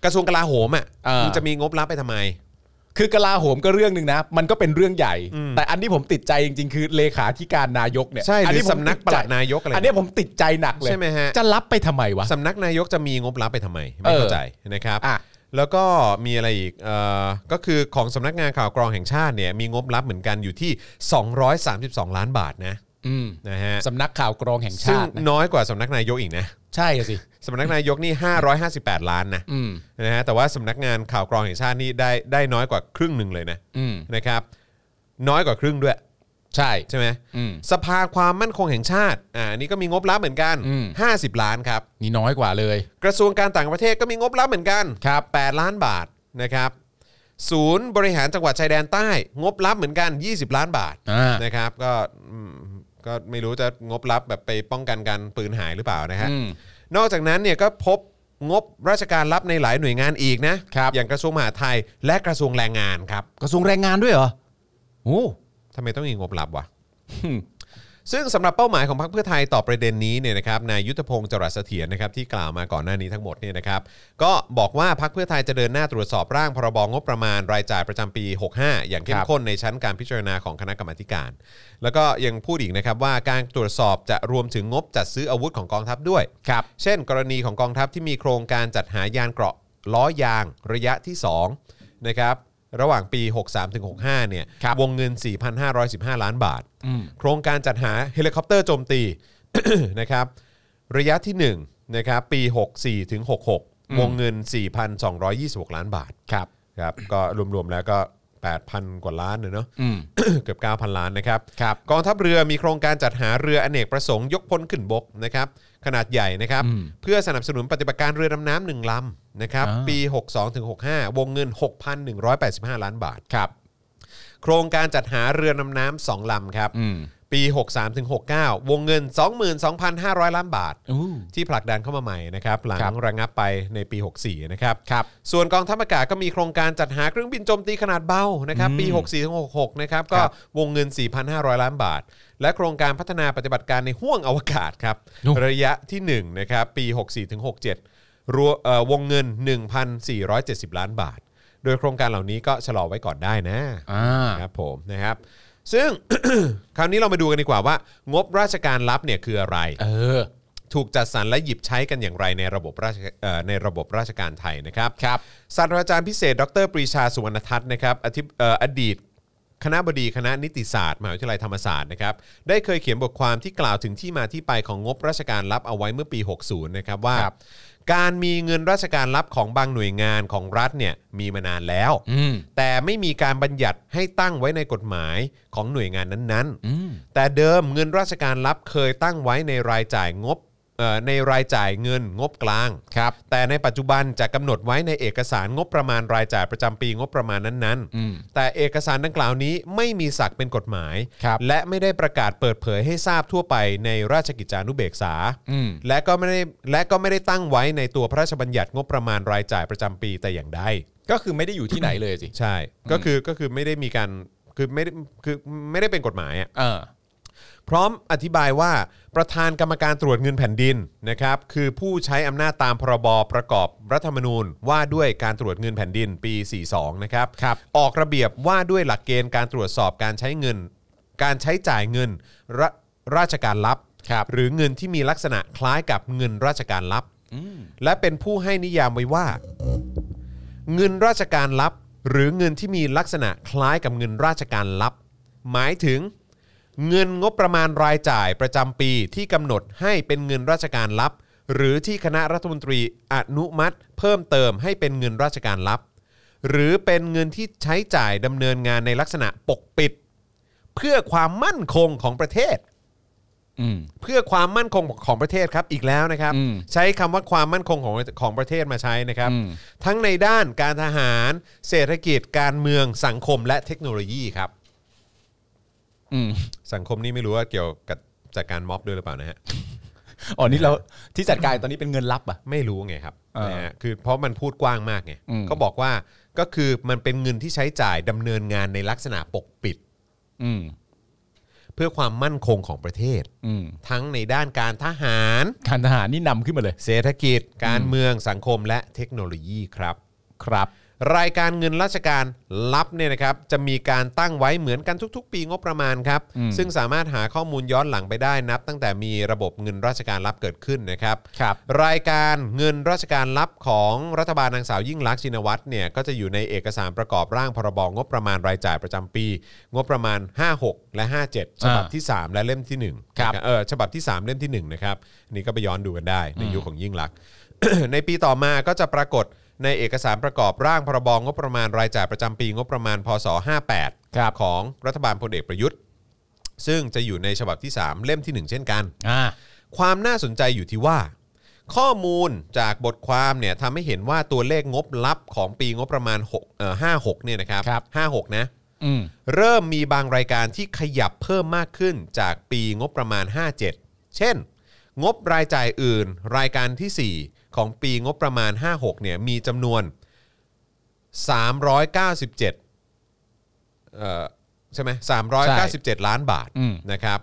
Speaker 2: กระทรวงกลาโหมอ่ะคุณจะมีงบลับไปทำไม
Speaker 3: คือกลาโหมก็เรื่องหนึ่งนะ มันก็เป็นเรื่องใหญ่ แต่อันที่ผมติดใจจริงๆ คือเลขาธิการนายกเนี่ย
Speaker 2: ใช่หรืออั
Speaker 3: นนี้ผม
Speaker 2: สำนักปลัดนายกอะไร
Speaker 3: อันนี้ผมติดใจหนักเลย
Speaker 2: ใช่ไหมฮะ
Speaker 3: จะรับไปทำไมวะ
Speaker 2: สำนักนายกจะมีงบลับไปทำไม ไม่เข้าใจนะครับ
Speaker 3: อ่ะ
Speaker 2: แล้วก็มีอะไรอีกเอ่อก็คือของสำนักงานข่าวกรองแห่งชาติเนี่ยมีงบลับเหมือนกันอยู่ที่ 232 ล้านบาทนะ
Speaker 3: อืม
Speaker 2: นะฮะ
Speaker 3: สำนักข่าวกรองแห่ง
Speaker 2: ซึ่ง
Speaker 3: ชาตินะ
Speaker 2: น้อยกว่าสำนักนายกอีกนะ
Speaker 3: ใช่อะสิ
Speaker 2: สำนักนายกนี่ 558 ล้านนะ
Speaker 3: อืม
Speaker 2: นะฮะแต่ว่าสำนักงานข่าวกรองแห่งชาตินี่ได้ได้น้อยกว่าครึ่งหนึ่งเลยนะ
Speaker 3: อืม
Speaker 2: นะครับน้อยกว่าครึ่งด้วย
Speaker 3: ใช่
Speaker 2: ใช่ไหม
Speaker 3: อืม
Speaker 2: สภาความมั่นคงแห่งชาติอ่าอันนี้ก็มีงบลับเหมือนกัน
Speaker 3: อืม
Speaker 2: 50 ล้านครับ
Speaker 3: นี่น้อยกว่าเลย
Speaker 2: กระทรวงการต่างประเทศก็มีงบรับเหมือนกัน
Speaker 3: ครับ
Speaker 2: 8ล้านบาทนะครับ ศูนย์บริหารจังหวัดชายแดนใต้ งบรับเหมือนกัน 20 ล้านบาท
Speaker 3: อ่า
Speaker 2: นะครับ ก็อืมก็ไม่รู้จะงบรับแบบไปป้องกันการปืนหายหรือเปล่านะฮะ
Speaker 3: อืม
Speaker 2: นอกจากนั้นเนี่ยก็พบงบราชการรับในหลายหน่วยงานอีกนะ
Speaker 3: ครับ
Speaker 2: อย่างกระทรวงมหาดไทยและกระทรวงแรงงานครับ
Speaker 3: กระทรวงแรงงานด้วยเหรอโอ้
Speaker 2: ทำไมต้องมีงบลับวะ
Speaker 3: อืม
Speaker 2: ซึ่งสำหรับเป้าหมายของพรรคเพื่อไทยต่อประเด็นนี้เนี่ยนะครับ นายยุทธพงศ์จรัสเสถียรนะครับที่กล่าวมาก่อนหน้านี้ทั้งหมดเนี่ยนะครับ ก็บอกว่าพรรคเพื่อไทยจะเดินหน้าตรวจสอบร่างพรบงบประมาณรายจ่ายประจำปี 65 อย่างเข้
Speaker 3: ค
Speaker 2: ม
Speaker 3: รับ
Speaker 2: ข้นในชั้นการพิจารณาของคณะกรรมาธิการ แล้วก็ยังพูดอีกนะครับว่าการตรวจสอบจะรวมถึงงบจัดซื้ออาวุธของกองทัพด้วย
Speaker 3: ครับ
Speaker 2: เช่น กรณีของกองทัพที่มีโครงการจัดหายานเกราะล้อยางระยะที่2นะครับระหว่างปี 63-65เนี่ย
Speaker 3: ครับ
Speaker 2: วงเงิน 4,515 ล้านบาท โครงการจัดหาเฮลิคอปเตอร์โจมตี นะครับระยะที่1นะครับปี 64-66ถึง66วงเงิน 4,226 ล้านบาท
Speaker 3: ครับ
Speaker 2: ครับก็รวมๆแล้วก็ 8,000 กว่าล้านนะเนา ะ
Speaker 3: อืม
Speaker 2: เกือบ 9,000 ล้านนะครับ
Speaker 3: ครับ
Speaker 2: กองทัพเรือมีโครงการจัดหาเรืออเนกประสงค์ยกพลขึ้นบกนะครับขนาดใหญ่นะครับ เพื่อสนับสนุนปฏิบัติการเรือดำน้ำหนึ่งลำนะครับ
Speaker 3: อ่า
Speaker 2: ปี 62-65 วงเงิน 6,185 ล้านบาท
Speaker 3: ครับ
Speaker 2: โครงการจัดหาเรือดำน้ำสองลำครับ
Speaker 3: อืม
Speaker 2: ปี 63-69 วงเงิน 22,500 ล้านบาท
Speaker 3: อู้
Speaker 2: ที่ผลักดันเข้ามาใหม่นะครับหลัง
Speaker 3: ครับ
Speaker 2: ระงับไปในปี 64 นะครับ
Speaker 3: ครับ
Speaker 2: ส่วนกองทัพอากาศก็มีโครงการจัดหาเครื่องบินโจมตีขนาดเบานะครับปี 64-66 นะครับ ก็
Speaker 3: ครับ
Speaker 2: วงเงิน 4,500 ล้านบาท และโครงการพัฒนาปฏิบัติการในห้วงอวกาศครับ
Speaker 3: โอ้
Speaker 2: ระยะที่ 1 นะครับ ปี 64-67รวมเอ่อวงเงิน 1,470 ล้านบาท โดยโครงการเหล่านี้ก็ชะลอไว้ก่อนได้นะ
Speaker 3: อ่า
Speaker 2: ครับผมนะครับ ซึ่ง คราวนี้เรามาดูกันดีกว่าว่างบราชการรับเนี่ยคืออะไร
Speaker 3: เออ
Speaker 2: ถูกจัดสรรและหยิบใช้กันอย่างไรในระบบราชเอ่อในระบบราชการไทยนะครับ
Speaker 3: ครับ
Speaker 2: ศาสตราจารย์พิเศษ ดรปรีชาสุวรรณทัศน์นะครับอธิบเอ่ออดีต คณะบดีคณะนิติศาสตร์มหาวิทยาลัยธรรมศาสตร์นะครับได้เคยเขียนบทความที่กล่าวถึงที่มาที่ไปของงบราชการรับเอาไว้เมื่อปี 60 นะครับว่า
Speaker 3: ครับ
Speaker 2: การมีเงินราชการรับของบางหน่วยงานของรัฐเนี่ยมีมานานแล้ว
Speaker 3: อืม
Speaker 2: แต่ไม่มีการบัญญัติให้ตั้งไว้ในกฎหมายของหน่วยงานนั้น
Speaker 3: อืม
Speaker 2: ๆ แต่เดิมเงินราชการรับเคยตั้งไว้ในรายจ่ายงบเอ่อในรายจ่ายเงินงบกลาง
Speaker 3: ครับ
Speaker 2: แต่ในปัจจุบันจะกำหนดไว้ในเอกสารงบประมาณรายจ่ายประจำปีงบประมาณนั้น
Speaker 3: อืม
Speaker 2: ๆ แต่เอกสารดังกล่าวนี้ไม่มีศักดิ์เป็นกฎหมาย
Speaker 3: ครับ
Speaker 2: และไม่ได้ประกาศเปิดเผยให้ทราบทั่วไปในราชกิจจานุเบกษา
Speaker 3: อืม
Speaker 2: และก็ไม่ได้และก็ไม่ได้ตั้งไว้ในตัวพระราชบัญญัติงบประมาณรายจ่ายประจำปีแต่อย่างใด
Speaker 3: ก็คือไม่ได้อยู่ที่ไหนเลยสิ
Speaker 2: ใช่ ก็คือก็คือไม่ได้มีการคือไม่ได้คือไม่ได้เป็นกฎหมายอ่ะ
Speaker 3: เออ
Speaker 2: พร้อมอธิบายว่าประธานกรรมการตรวจเงินแผ่นดินนะครับคือผู้ใช้อำนาจตามพรบประกอบรัฐธรรมนูญว่าด้วยการตรวจเงินแผ่นดินปี 42 นะครับ
Speaker 3: ครับ
Speaker 2: ออกระเบียบว่าด้วยหลักเกณฑ์การตรวจสอบการใช้เงิน การใช้จ่ายเงินราราชการลับ
Speaker 3: ครับ
Speaker 2: หรือเงินที่มีลักษณะคล้ายกับเงินราชการลับ และเป็นผู้ให้นิยามไว้ว่า เงินราชการรับ หรือเงินที่มีลักษณะคล้ายกับเงินราชการรับ หมายถึง เงินงบประมาณรายจ่ายประจำปีที่กำหนดให้เป็นเงินราชการรับ หรือที่คณะรัฐมนตรีอนุมัติ เพิ่มเติมให้เป็นเงินราชการรับ หรือเป็นเงินที่ใช้จ่ายดำเนินงานในลักษณะปกปิด เพื่อความมั่นคงของประเทศ
Speaker 3: อืม
Speaker 2: เพื่อความมั่นคงของประเทศครับอีกแล้วนะครับ
Speaker 3: อืม
Speaker 2: ใช้คำว่าความมั่นคงของของประเทศมาใช้นะครับ
Speaker 3: อืม
Speaker 2: ทั้งในด้านการทหาร เศรษฐกิจการเมืองสังคมและเทคโนโลยีครับ
Speaker 3: อืม
Speaker 2: สังคมนี่ไม่รู้ว่าเกี่ยวกับจากการม็อบด้วยหรือเปล่านะฮะ
Speaker 3: อ๋อนี่เราที่จัดการตอนนี้เป็นเงินรับอ่ะ
Speaker 2: ไม่รู้ไงครับ
Speaker 3: เออ
Speaker 2: นะฮะคือเพราะมันพูดกว้างมากไง
Speaker 3: อืม
Speaker 2: เขาบอกว่าก็คือมันเป็นเงินที่ใช้จ่ายดำเนินงานในลักษณะปกปิด
Speaker 3: อืม
Speaker 2: เพื่อความมั่นคงของประเทศ
Speaker 3: อืม
Speaker 2: ทั้งในด้านการทหาร
Speaker 3: การทหารนี่นำขึ้นมาเลย
Speaker 2: เศรษฐกิจ การเมืองสังคมและเทคโนโลยีครับ
Speaker 3: ครับ
Speaker 2: รายการเงินราชการรับเนี่ยนะครับจะมีการตั้งไว้เหมือนกันทุก ๆ ปีงบประมาณครับ
Speaker 3: อืม
Speaker 2: ซึ่งสามารถหาข้อมูลย้อนหลังไปได้นับ ตั้งแต่มีระบบเงินราชการรับเกิดขึ้นนะครับ
Speaker 3: ครับ
Speaker 2: รายการเงินราชการรับของรัฐบาลนางสาวยิ่งลักษณ์ชินวัตรเนี่ยก็จะอยู่ในเอกสารประกอบร่างพรบงบประมาณรายจ่ายประจำปี งบประมาณ 56 และ 57 ฉบับที่ 3 และเล่มที่1
Speaker 3: ครับ
Speaker 2: เออฉบับที่ 3 เล่มที่ 1 นะครับอันนี่ก็ไปย้อนดูกันได้ในยุคของยิ่งลักษณ์ ในปีต่อมาก็จะปรากฏในเอกสารประกอบร่างพรบงบประมาณรายจ่ายประจำปีงบประมาณพศ 58 ของรัฐบาลพลเอกประยุทธ์ ซึ่งจะอยู่ในฉบับที่ 3 เล่มทีหนึ่งเช่นกัน
Speaker 3: อ่า
Speaker 2: ความน่าสนใจอยู่ที่ว่า ข้อมูลจากบทความเนี่ยทำให้เห็นว่าตัวเลขงบลับของปีงบประมาณ6เอ่อ56เนี่ยนะครับ
Speaker 3: ครับ
Speaker 2: 56 นะ
Speaker 3: อืม
Speaker 2: เริ่มมีบางรายการที่ขยับเพิ่มมากขึ้นจากปีงบประมาณ 57 เช่น งบรายจ่ายอื่น รายการที่ 4 ของปีงบประมาณ 56เนี่ยมีจำนวน 397เอ่อใช่ไหม397 ล้านบาท
Speaker 3: อืม
Speaker 2: นะครับ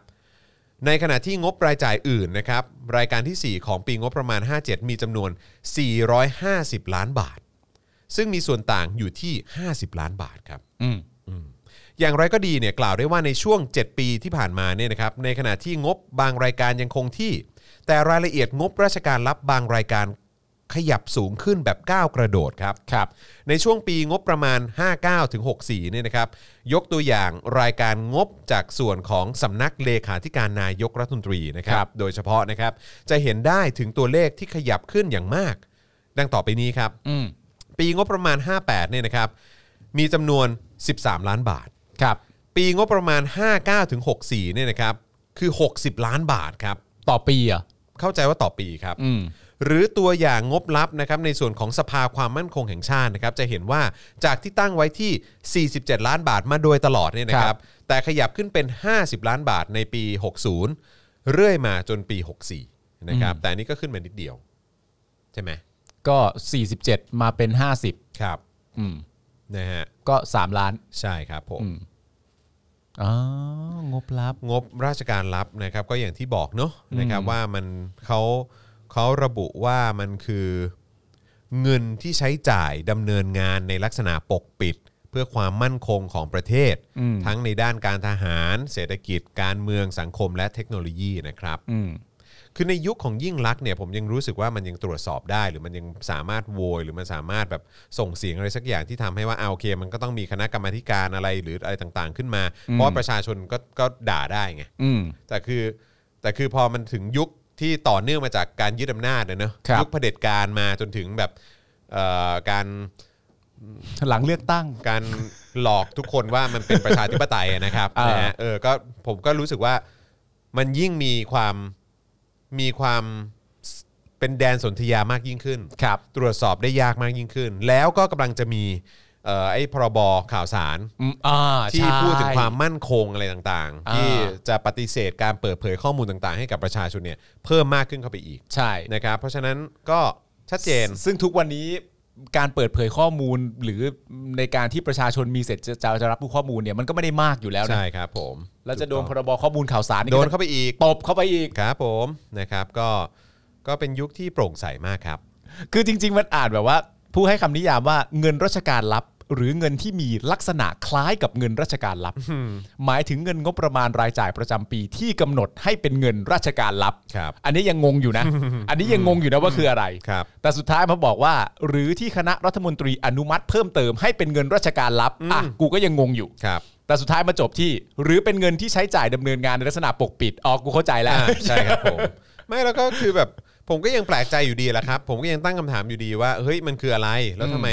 Speaker 2: ในขณะที่งบรายจ่ายอื่นนะครับ รายการที่ 4 ของปีงบประมาณ 57 มีจำนวน 450 ล้านบาท ซึ่งมีส่วนต่างอยู่ที่ 50 ล้านบาทครับ
Speaker 3: อืม
Speaker 2: อย่างไรก็ดีเนี่ยกล่าวได้ว่าในช่วง 7 ปีที่ผ่านมาเนี่ยนะครับในขณะที่งบบางรายการยังคงที่ แต่รายละเอียดงบราชการรับบางรายการขยับสูงขึ้นแบบก้าวกระโดดครับครับ ในช่วงปีงบประมาณ 59ถึง64เนี่ยนะครับยกตัวอย่างรายการงบจากส่วนของสำนักเลขาธิการนายกรัฐมนตรีนะครั
Speaker 3: ครับ บ
Speaker 2: โดยเฉพาะนะครับจะเห็นได้ถึงตัวเลขที่ขยับขึ้นอย่างมาก ดังต่อไปนี้ครับ
Speaker 3: อืม
Speaker 2: ปีงบประมาณ 58เนี่ยนะครับมีจำนวน 13 ล้านบาท
Speaker 3: ครับ
Speaker 2: ปีงบประมาณ 59ถึง64เนี่ยนะครับ คือ 60 ล้านบาทครับ
Speaker 3: ต่อปีเหรอ่ะ
Speaker 2: เข้าใจว่าต่อปีครับ
Speaker 3: อืม
Speaker 2: หรือตัวอย่างงบลับนะครับในส่วนของสภาความมั่นคงแห่งชาตินะครับ จะเห็นว่าจากที่ตั้งไว้ที่ 47 ล้านบาทมาโดยตลอดเนี่ยนะค
Speaker 3: ค
Speaker 2: รั
Speaker 3: รับ บ
Speaker 2: แต่ขยับขึ้นเป็น 50 ล้านบาทในปี 60 เรื่อยมาจนปี 64 นะครับ แต่อันนี้ก็ขึ้นมานิดเดียว ใช่ไหม
Speaker 3: ก็ 47 มาเป็น
Speaker 2: ครับ
Speaker 3: 50 อืม
Speaker 2: นะฮะ
Speaker 3: ก็ 3 ล้าน
Speaker 2: ใช่ครับผม
Speaker 3: อืม อ๋องบลับ
Speaker 2: งบราชการรับนะครับก็อย่างที่บอกเนาะนะครับว่ามันเขาเขาระบุว่ามันคือเงินที่ใช้จ่ายดำเนินงานในลักษณะปกปิด เพื่อความมั่นคงของประเทศ
Speaker 3: อืม
Speaker 2: ทั้งในด้านการทหาร เศรษฐกิจ การเมืองสังคมและเทคโนโลยีนะครับ
Speaker 3: อืม
Speaker 2: คือในยุคของยิ่งลักษณ์เนี่ยผมยังรู้สึกว่ามันยังตรวจสอบได้ หรือมันยังสามารถโวยหรือมันสามารถแบบส่งเสียงอะไรสักอย่างที่ทำให้ว่าเอาโอเค มันก็ต้องมีคณะกรรมาธิการอะไรหรืออะไรต่างๆ ขึ้นมา เพราะว่าประชาชนก็ก็ด่าได้ไง
Speaker 3: อืม
Speaker 2: แต่คือแต่คือพอมันถึงยุคที่ต่อเนื่องมาจากการยึดอำนาจนะเนอะ
Speaker 3: ครับ
Speaker 2: ยุคเผด็จการมาจนถึงแบบเอ่อการ
Speaker 3: หลังเลือกตั้ง
Speaker 2: การหลอกทุกคนว่ามันเป็นประชาธิปไตยอะนะครับ
Speaker 3: อ่าน
Speaker 2: ะฮะเออก็ผมก็รู้สึกว่ามันยิ่งมีความมีความเป็นแดนสนธยามากยิ่งขึ้น
Speaker 3: ครับ
Speaker 2: ตรวจสอบได้ยากมากยิ่งขึ้น แล้วก็กำลังจะมีเอ่อไอ้พรบข่าวสาร
Speaker 3: อืมอ่า
Speaker 2: ที่
Speaker 3: ใช่
Speaker 2: พูดถึงความมั่นคงอะไรต่างๆ
Speaker 3: อ่า
Speaker 2: ที่จะปฏิเสธการเปิดเผยข้อมูลต่างๆ ให้กับประชาชนเนี่ยเพิ่มมากขึ้นเข้าไปอีก
Speaker 3: ใช่
Speaker 2: นะครับเพราะฉะนั้นก็ชัดเจน
Speaker 3: ซึ่งทุกวันนี้การเปิดเผยข้อมูลหรือในการที่ประชาชนมีเสร็จจะจะรับผู้ข้อมูลเนี่ยมันก็ไม่ได้มากอยู่แล้วนะ
Speaker 2: ใช่ครับผม
Speaker 3: แล้วจะโดนพ
Speaker 2: ถูก
Speaker 3: รบข้อมูลข่าวสาร
Speaker 2: ต้อง
Speaker 3: นี่
Speaker 2: โดน
Speaker 3: ก็
Speaker 2: เข้าไปอีก
Speaker 3: ตบเข้าไปอีก
Speaker 2: ครับผมนะครับก็ก็เป็นยุคที่โปร่งใสมากครับ
Speaker 3: คือจริง ๆ มันอ่านแบบว่า ผู้ให้คำนิยามว่าเงินราชการรับ หรือเงินที่มีลักษณะคล้ายกับเงินราชการลับ หมายถึงเงินงบประมาณรายจ่ายประจำปีที่กำหนดให้เป็นเงินราชการลับ
Speaker 2: ครับ
Speaker 3: อันนี้ยังงงอยู่นะ อันนี้ยังงงอยู่นะว่าคืออะไร
Speaker 2: ครับ
Speaker 3: แต่สุดท้ายมาบอกว่า หรือที่คณะรัฐมนตรีอนุมัติเพิ่มเติมให้เป็นเงินราชการลับอ่ะกูก็ยังงงอยู่
Speaker 2: ครับ
Speaker 3: แต่สุดท้ายมาจบที่ หรือเป็นเงินที่ใช้จ่ายดำเนินงานในลักษณะปกปิดออกกูเข้าใจแล้ว
Speaker 2: อ่าใช่ครับผมไม่แล้วก็คือแบบผมก็ยังแปลกใจอยู่ดีแหละครับ ผมก็ยังตั้งคำถามอยู่ดีว่าเฮ้ยมันคืออะไร แล้วทำไม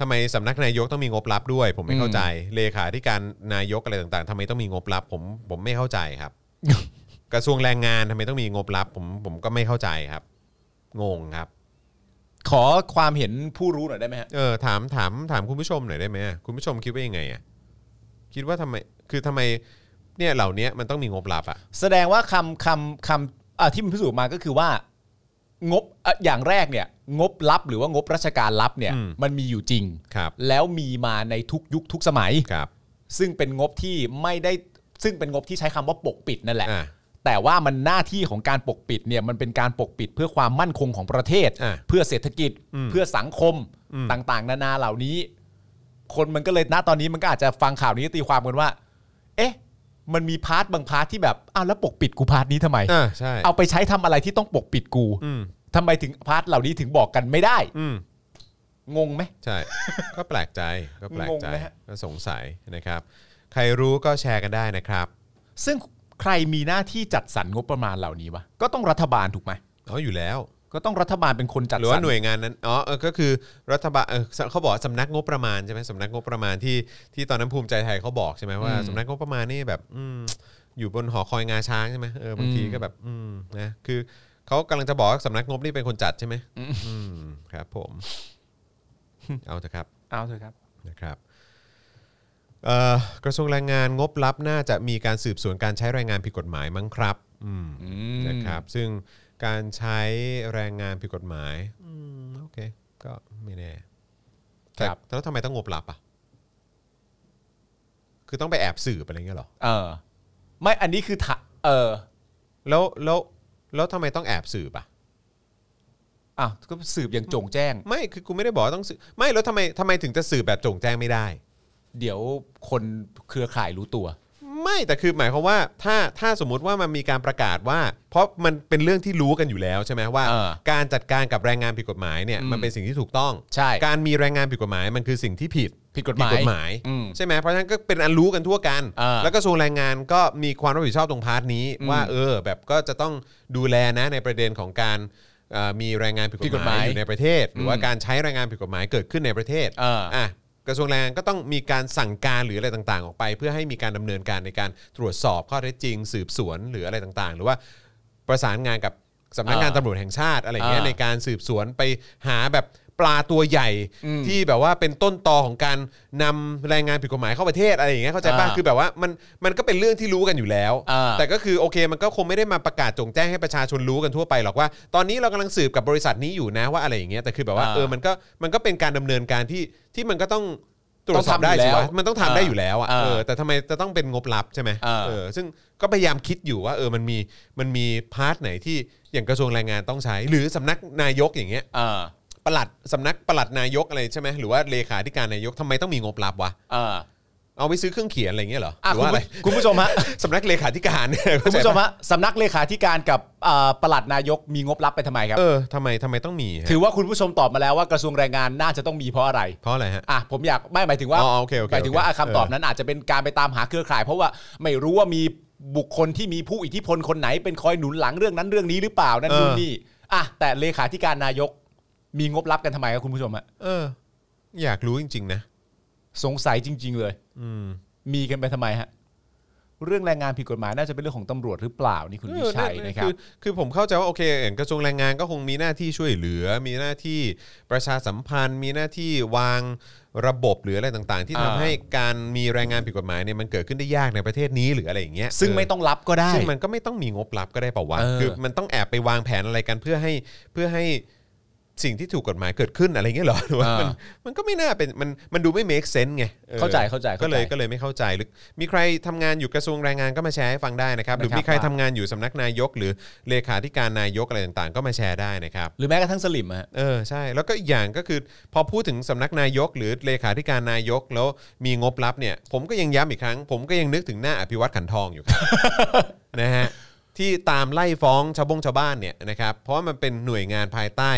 Speaker 2: ทำไมสำนักนายกต้องมีงบลับด้วย ผมไม่เข้าใจเลขาธิการนายกอะไรต่างๆทำไมต้องมีงบลับ ผมผมไม่เข้าใจครับ กระทรวงแรงงานทำไมต้องมีงบลับ ผมผมก็ไม่เข้าใจครับงงครับ
Speaker 3: ขอความเห็นผู้รู้หน่อยได้ไหมฮะ
Speaker 2: เออถามถามถามคุณผู้ชมหน่อยได้ไหมอะคุณผู้ชมคิดว่ายังไงอ่ะคิดว่าทำไมคือทำไมเนี่ยเหล่านี้มันต้องมีงบลับอ่ะ
Speaker 3: แสดงว่าคำคำคำอ่ะที่มันพิสูจน์มาก็คือว่า งบอ่ะอย่างแรกเนี่ย งบลับหรือว่างบราชการลับเนี่ย
Speaker 2: อืม
Speaker 3: มันมีอยู่จริง
Speaker 2: ครับ
Speaker 3: แล้วมีมาในทุกยุคทุกสมัย
Speaker 2: ครับ
Speaker 3: ซึ่งเป็นงบที่ไม่ได้ซึ่งเป็นงบที่ใช้คำว่าปกปิดนั่นแหละ
Speaker 2: อ่ะ
Speaker 3: แต่ว่ามันหน้าที่ของการปกปิดเนี่ยมันเป็นการปกปิดเพื่อความมั่นคงของประเทศ
Speaker 2: อ่ะ
Speaker 3: เพื่อเศรษฐกิจ
Speaker 2: อืม
Speaker 3: เพื่อสังคม
Speaker 2: อืม
Speaker 3: ต่างๆ นานาเหล่านี้ คนมันก็เลยณตอนนี้มันก็อาจจะฟังข่าวนี้ตีความกันว่า เอ๊ะ มันมีพาร์ทบางพาร์ทที่แบบอ้าวแล้วปกปิดกูพาร์ทนี้ทำไม
Speaker 2: อ่ะใช่
Speaker 3: เอาไปใช้ทำอะไรที่ต้องปกปิดกู
Speaker 2: อืม
Speaker 3: ทำไมถึงพาร์ทเหล่านี้ถึงบอกกันไม่ได้
Speaker 2: อืม
Speaker 3: งงไหม
Speaker 2: ใช่ ก็แปลกใจก็แปลกใจ
Speaker 3: งงไหมฮะ
Speaker 2: ก็สงสัยนะครับ ใครรู้ก็แชร์กันได้นะครับ
Speaker 3: ซึ่งใครมีหน้าที่จัดสรรงบประมาณเหล่านี้วะก็ต้องรัฐบาลถูกไหม
Speaker 2: เขาอยู่แล้ว
Speaker 3: ก็ต้องรัฐบาลเป็นคนจัด
Speaker 2: หรือ
Speaker 3: สร
Speaker 2: ว่าร หน่วยงานนั้นอ๋อเออก็คือรัฐบาลเออเขาบอกสำนักงบประมาณใช่ไหมสำนักงบประมาณที่ที่ตอนนั้นภูมิใจไทยเขาบอกใช่ไหมว่า
Speaker 3: อืม
Speaker 2: สำนักงบประมาณนี่แบบอืมอยู่บนหอคอยงาช้างใช่ไหมเออบางที
Speaker 3: อืม
Speaker 2: ก็แบบอืมนะคือเขากำลังจะบอกว่าสำนักงบนี่เป็นคนจัดใช่ไหมอืมครับ ผม เอาเถอะครับ
Speaker 3: เอาเถอะครับ
Speaker 2: นะครับเอ่อกระทรวงแรงงานงบลับน่าจะมีการสืบสวนการใช้แรงงานผิดกฎหมายมั้งครับอืมนะครับ ซึ่งการใช้แรงงานผิดกฎหมายอืมโอเค ก็ไม่แน่แต่
Speaker 3: ครับ
Speaker 2: แล้วทำไมต้องงบลับอ่ะ คือต้องไปแอบสืบอะไรเงี้ยเหรอ
Speaker 3: เออ ไม่อันนี้คือถะเออ
Speaker 2: แล้วแล้วแล้วทำไมต้องแอบสืบอ่ะ
Speaker 3: อ่ะก็สืบอย่างโจงแจ้ง
Speaker 2: ไม่คือกูไม่ได้บอกว่าต้องสืบไม่แล้วทำไมทำไมถึงจะสืบแบบโจงแจ้งไม่ได้
Speaker 3: เดี๋ยวคนเครือข่ายรู้ตัว
Speaker 2: ไม่แต่คือหมายความว่าถ้าถ้าสมมุติว่ามันมีการประกาศว่า เพราะมันเป็นเรื่องที่รู้กันอยู่แล้วใช่ไหมว่า
Speaker 3: เออ
Speaker 2: การจัดการกับแรงงานผิดกฎหมายเนี่ย
Speaker 3: อืม
Speaker 2: มันเป็นสิ่งที่ถูกต้อง
Speaker 3: ใช่
Speaker 2: การมีแรงงานผิดกฎหมาย มันคือสิ่งที่ผิด
Speaker 3: ผิดกฎหมายอืม
Speaker 2: ใช่ไหมเพราะฉะนั้นก็เป็นอันรู้กันทั่วกัน
Speaker 3: เออ
Speaker 2: แล้วก็ส่วนแรงงานก็มีความรับผิดชอบตรงพาร์ทนี้
Speaker 3: อืม
Speaker 2: ว่าเออแบบก็จะต้องดูแลนะในประเด็นของการเอ่อมีแรงงานผิดก
Speaker 3: ผิดก
Speaker 2: ฎ
Speaker 3: ฎ
Speaker 2: หมาม
Speaker 3: หายย
Speaker 2: อยู่ในประเทศ หรือว่า
Speaker 3: อืม
Speaker 2: การใช้แรงงานผิดกฎหมายเกิดขึ้นในประเทศ
Speaker 3: เออ
Speaker 2: อ่ะกระทรวงแรงงานก็ต้องมีการสั่งการหรืออะไรต่างๆ ออกไป เพื่อให้มีการดำเนินการในการตรวจสอบข้อเท็จจริง สืบสวนหรืออะไรต่างๆ หรือว่าประสานงานกับสำนักงานตำ
Speaker 3: อ่าร
Speaker 2: วจแห่งชาติอะไรอย่างเงี้ย
Speaker 3: อ่า
Speaker 2: ในการสืบสวนไปหาแบบปลาตัวใหญ่
Speaker 3: อืม
Speaker 2: ที่แบบว่าเป็นต้นตอของการนำแรงงานผิดกฎหมายเข้าประเทศอะไรอย่างเงี้ยเข้าใจป่ะ
Speaker 3: อ่า
Speaker 2: คือแบบว่ามันมันก็เป็นเรื่องที่รู้กันอยู่แล้ว
Speaker 3: อ่า
Speaker 2: แต่ก็คือโอเคมันก็คงไม่ได้มาประกาศจงแจ้งให้ประชาชนรู้กันทั่วไปหรอกว่า ตอนนี้เรากำลังสืบกับบริษัทนี้อยู่นะว่าอะไรอย่างเงี้ยแต่คือแบบว่า
Speaker 3: อ่า
Speaker 2: เออมันก็มันก็เป็นการดำเนินการที่ที่มันก็ต้องตรวจสอบได้สิวะมันต้องทำได้อยู่แล้วอ่ะ
Speaker 3: อ่า
Speaker 2: เออแต่ทำไมจะต้องเป็นงบลับใช่ไหม
Speaker 3: อ่า
Speaker 2: เออซึ่งก็พยายามคิดอยู่ว่าเออมันมีมันมีพาร์ทไหนที่อย่างกระทรวงแรงงานต้องใช้ หรือสำนักนายกอย่างเงี้ย
Speaker 3: เออ
Speaker 2: ปลัดสำนักปลัดนายกอะไรใช่ไหมหรือว่าเลขาธิการนายกทำไมต้องมีงบลับวะ
Speaker 3: เออ
Speaker 2: เอาไปซื้อเครื่องเขียนอะไรอย่างเงี้ยเหรอ
Speaker 3: อ่ะ
Speaker 2: หรือ
Speaker 3: คุณ
Speaker 2: ว่าอะไร
Speaker 3: ผู้คุณผู้ชม ฮะ
Speaker 2: สำนักเลขาธิการ เนี่ย
Speaker 3: คุ
Speaker 2: เข้า
Speaker 3: ณ
Speaker 2: ใจ
Speaker 3: ผู้ชม
Speaker 2: ปะ
Speaker 3: ฮะสำนักเลขาธิการกับอ่าประหลัดนายกมีงบลับไปทำไมครับ
Speaker 2: เออทำไมทำไมต้องมีฮะ
Speaker 3: ถือว่าคุณผู้ชมตอบมาแล้วว่ากระทรวงแรงงานน่าจะต้องมีเพราะอะไร
Speaker 2: เพราะอะไรฮะ
Speaker 3: อ่ะผมอยากไม่หมายถึงว่า
Speaker 2: อ๋อโอเคโอเค
Speaker 3: หมายถึงว่า
Speaker 2: โอเค
Speaker 3: คำตอบ
Speaker 2: เออ
Speaker 3: นั้นอาจจะเป็นการไปตามหาเครือข่าย เพราะว่าไม่รู้ว่ามีบุคคลที่มีผู้อิทธิพลคนไหนเป็นคอยหนุนหลังเรื่องนั้นเรื่องนี้หรือเปล่านั่นนู่นนี่อ่ะแต่เลขาธิการนายกมีงบลับกันทำไมครับคุณผู้ชมฮะ
Speaker 2: เออ อยากรู้จริง ๆ นะ
Speaker 3: สงสัยจริง ๆ เลย
Speaker 2: อืม
Speaker 3: มีกันไปทำไมฮะ เรื่องแรงงานผิดกฎหมายน่าจะเป็นเรื่องของตำรวจหรือเปล่านี่คุณวิชัย
Speaker 2: เออ
Speaker 3: นะครับ
Speaker 2: อคือผมเข้าใจว่าโอเคอย่างกระทรวงแรงงานก็คงมีหน้าที่ช่วยเหลือ มีหน้าที่ประชาสัมพันธ์ มีหน้าที่วางระบบหรืออะไรต่างๆ ที่ทำ
Speaker 3: อ่า
Speaker 2: ให้การมีแรงงานผิดกฎหมายเนี่ยมันเกิดขึ้นได้ยากในประเทศนี้หรืออะไรอย่างเงี้ย
Speaker 3: ซึ่ง
Speaker 2: เออ
Speaker 3: ไม่ต้องรับก็ได้
Speaker 2: ซึ่งมันก็ไม่ต้องมีงบลับก็ได้เปล่าวะ
Speaker 3: เออ
Speaker 2: คือมันต้องแอบไปวางแผนอะไรกันเพื่อให้เพื่อให้ สิ่งที่ถูกกฎหมายเกิดขึ้นอะไรอย่างเงี้ยเหรอหรือว่า
Speaker 3: อ่ามั
Speaker 2: มันมันก็ไม่น่าเป็นมันมันดูไม่ make sense ไงออ
Speaker 3: เข้าใจเข้าใจ
Speaker 2: ก็เลย
Speaker 3: เข้าใจ
Speaker 2: ก็เลยไม่เข้าใจหรือมีใครทำงานอยู่กระทรวงแรงงานก็มาแชร์ให้ฟังได้นะครับ หรือ
Speaker 3: นะครับ
Speaker 2: มีใครทำงานอยู่สำนักนายก หรือเลขาธิการนายกอะไรต่างๆ ก็มาแชร์ได้นะครับ
Speaker 3: หรือแม้กระทั่งสลิมอะฮะ
Speaker 2: เออใช่แล้วก็อีกอย่างก็คือพอพูดถึงสำนักนายก หรือเลขาธิการนายก แล้วมีงบลับเนี่ย ผมก็ยังย้ำอีกครั้ง ผมก็ยังนึกถึงหน้าอภิวัตขันทองอยู่ ครับ นะฮะที่ตามไล่ฟ้องชาวบงชาวบ้านเนี่ยนะครับเพราะว่ามันเป็นหน่วยงานภายใต้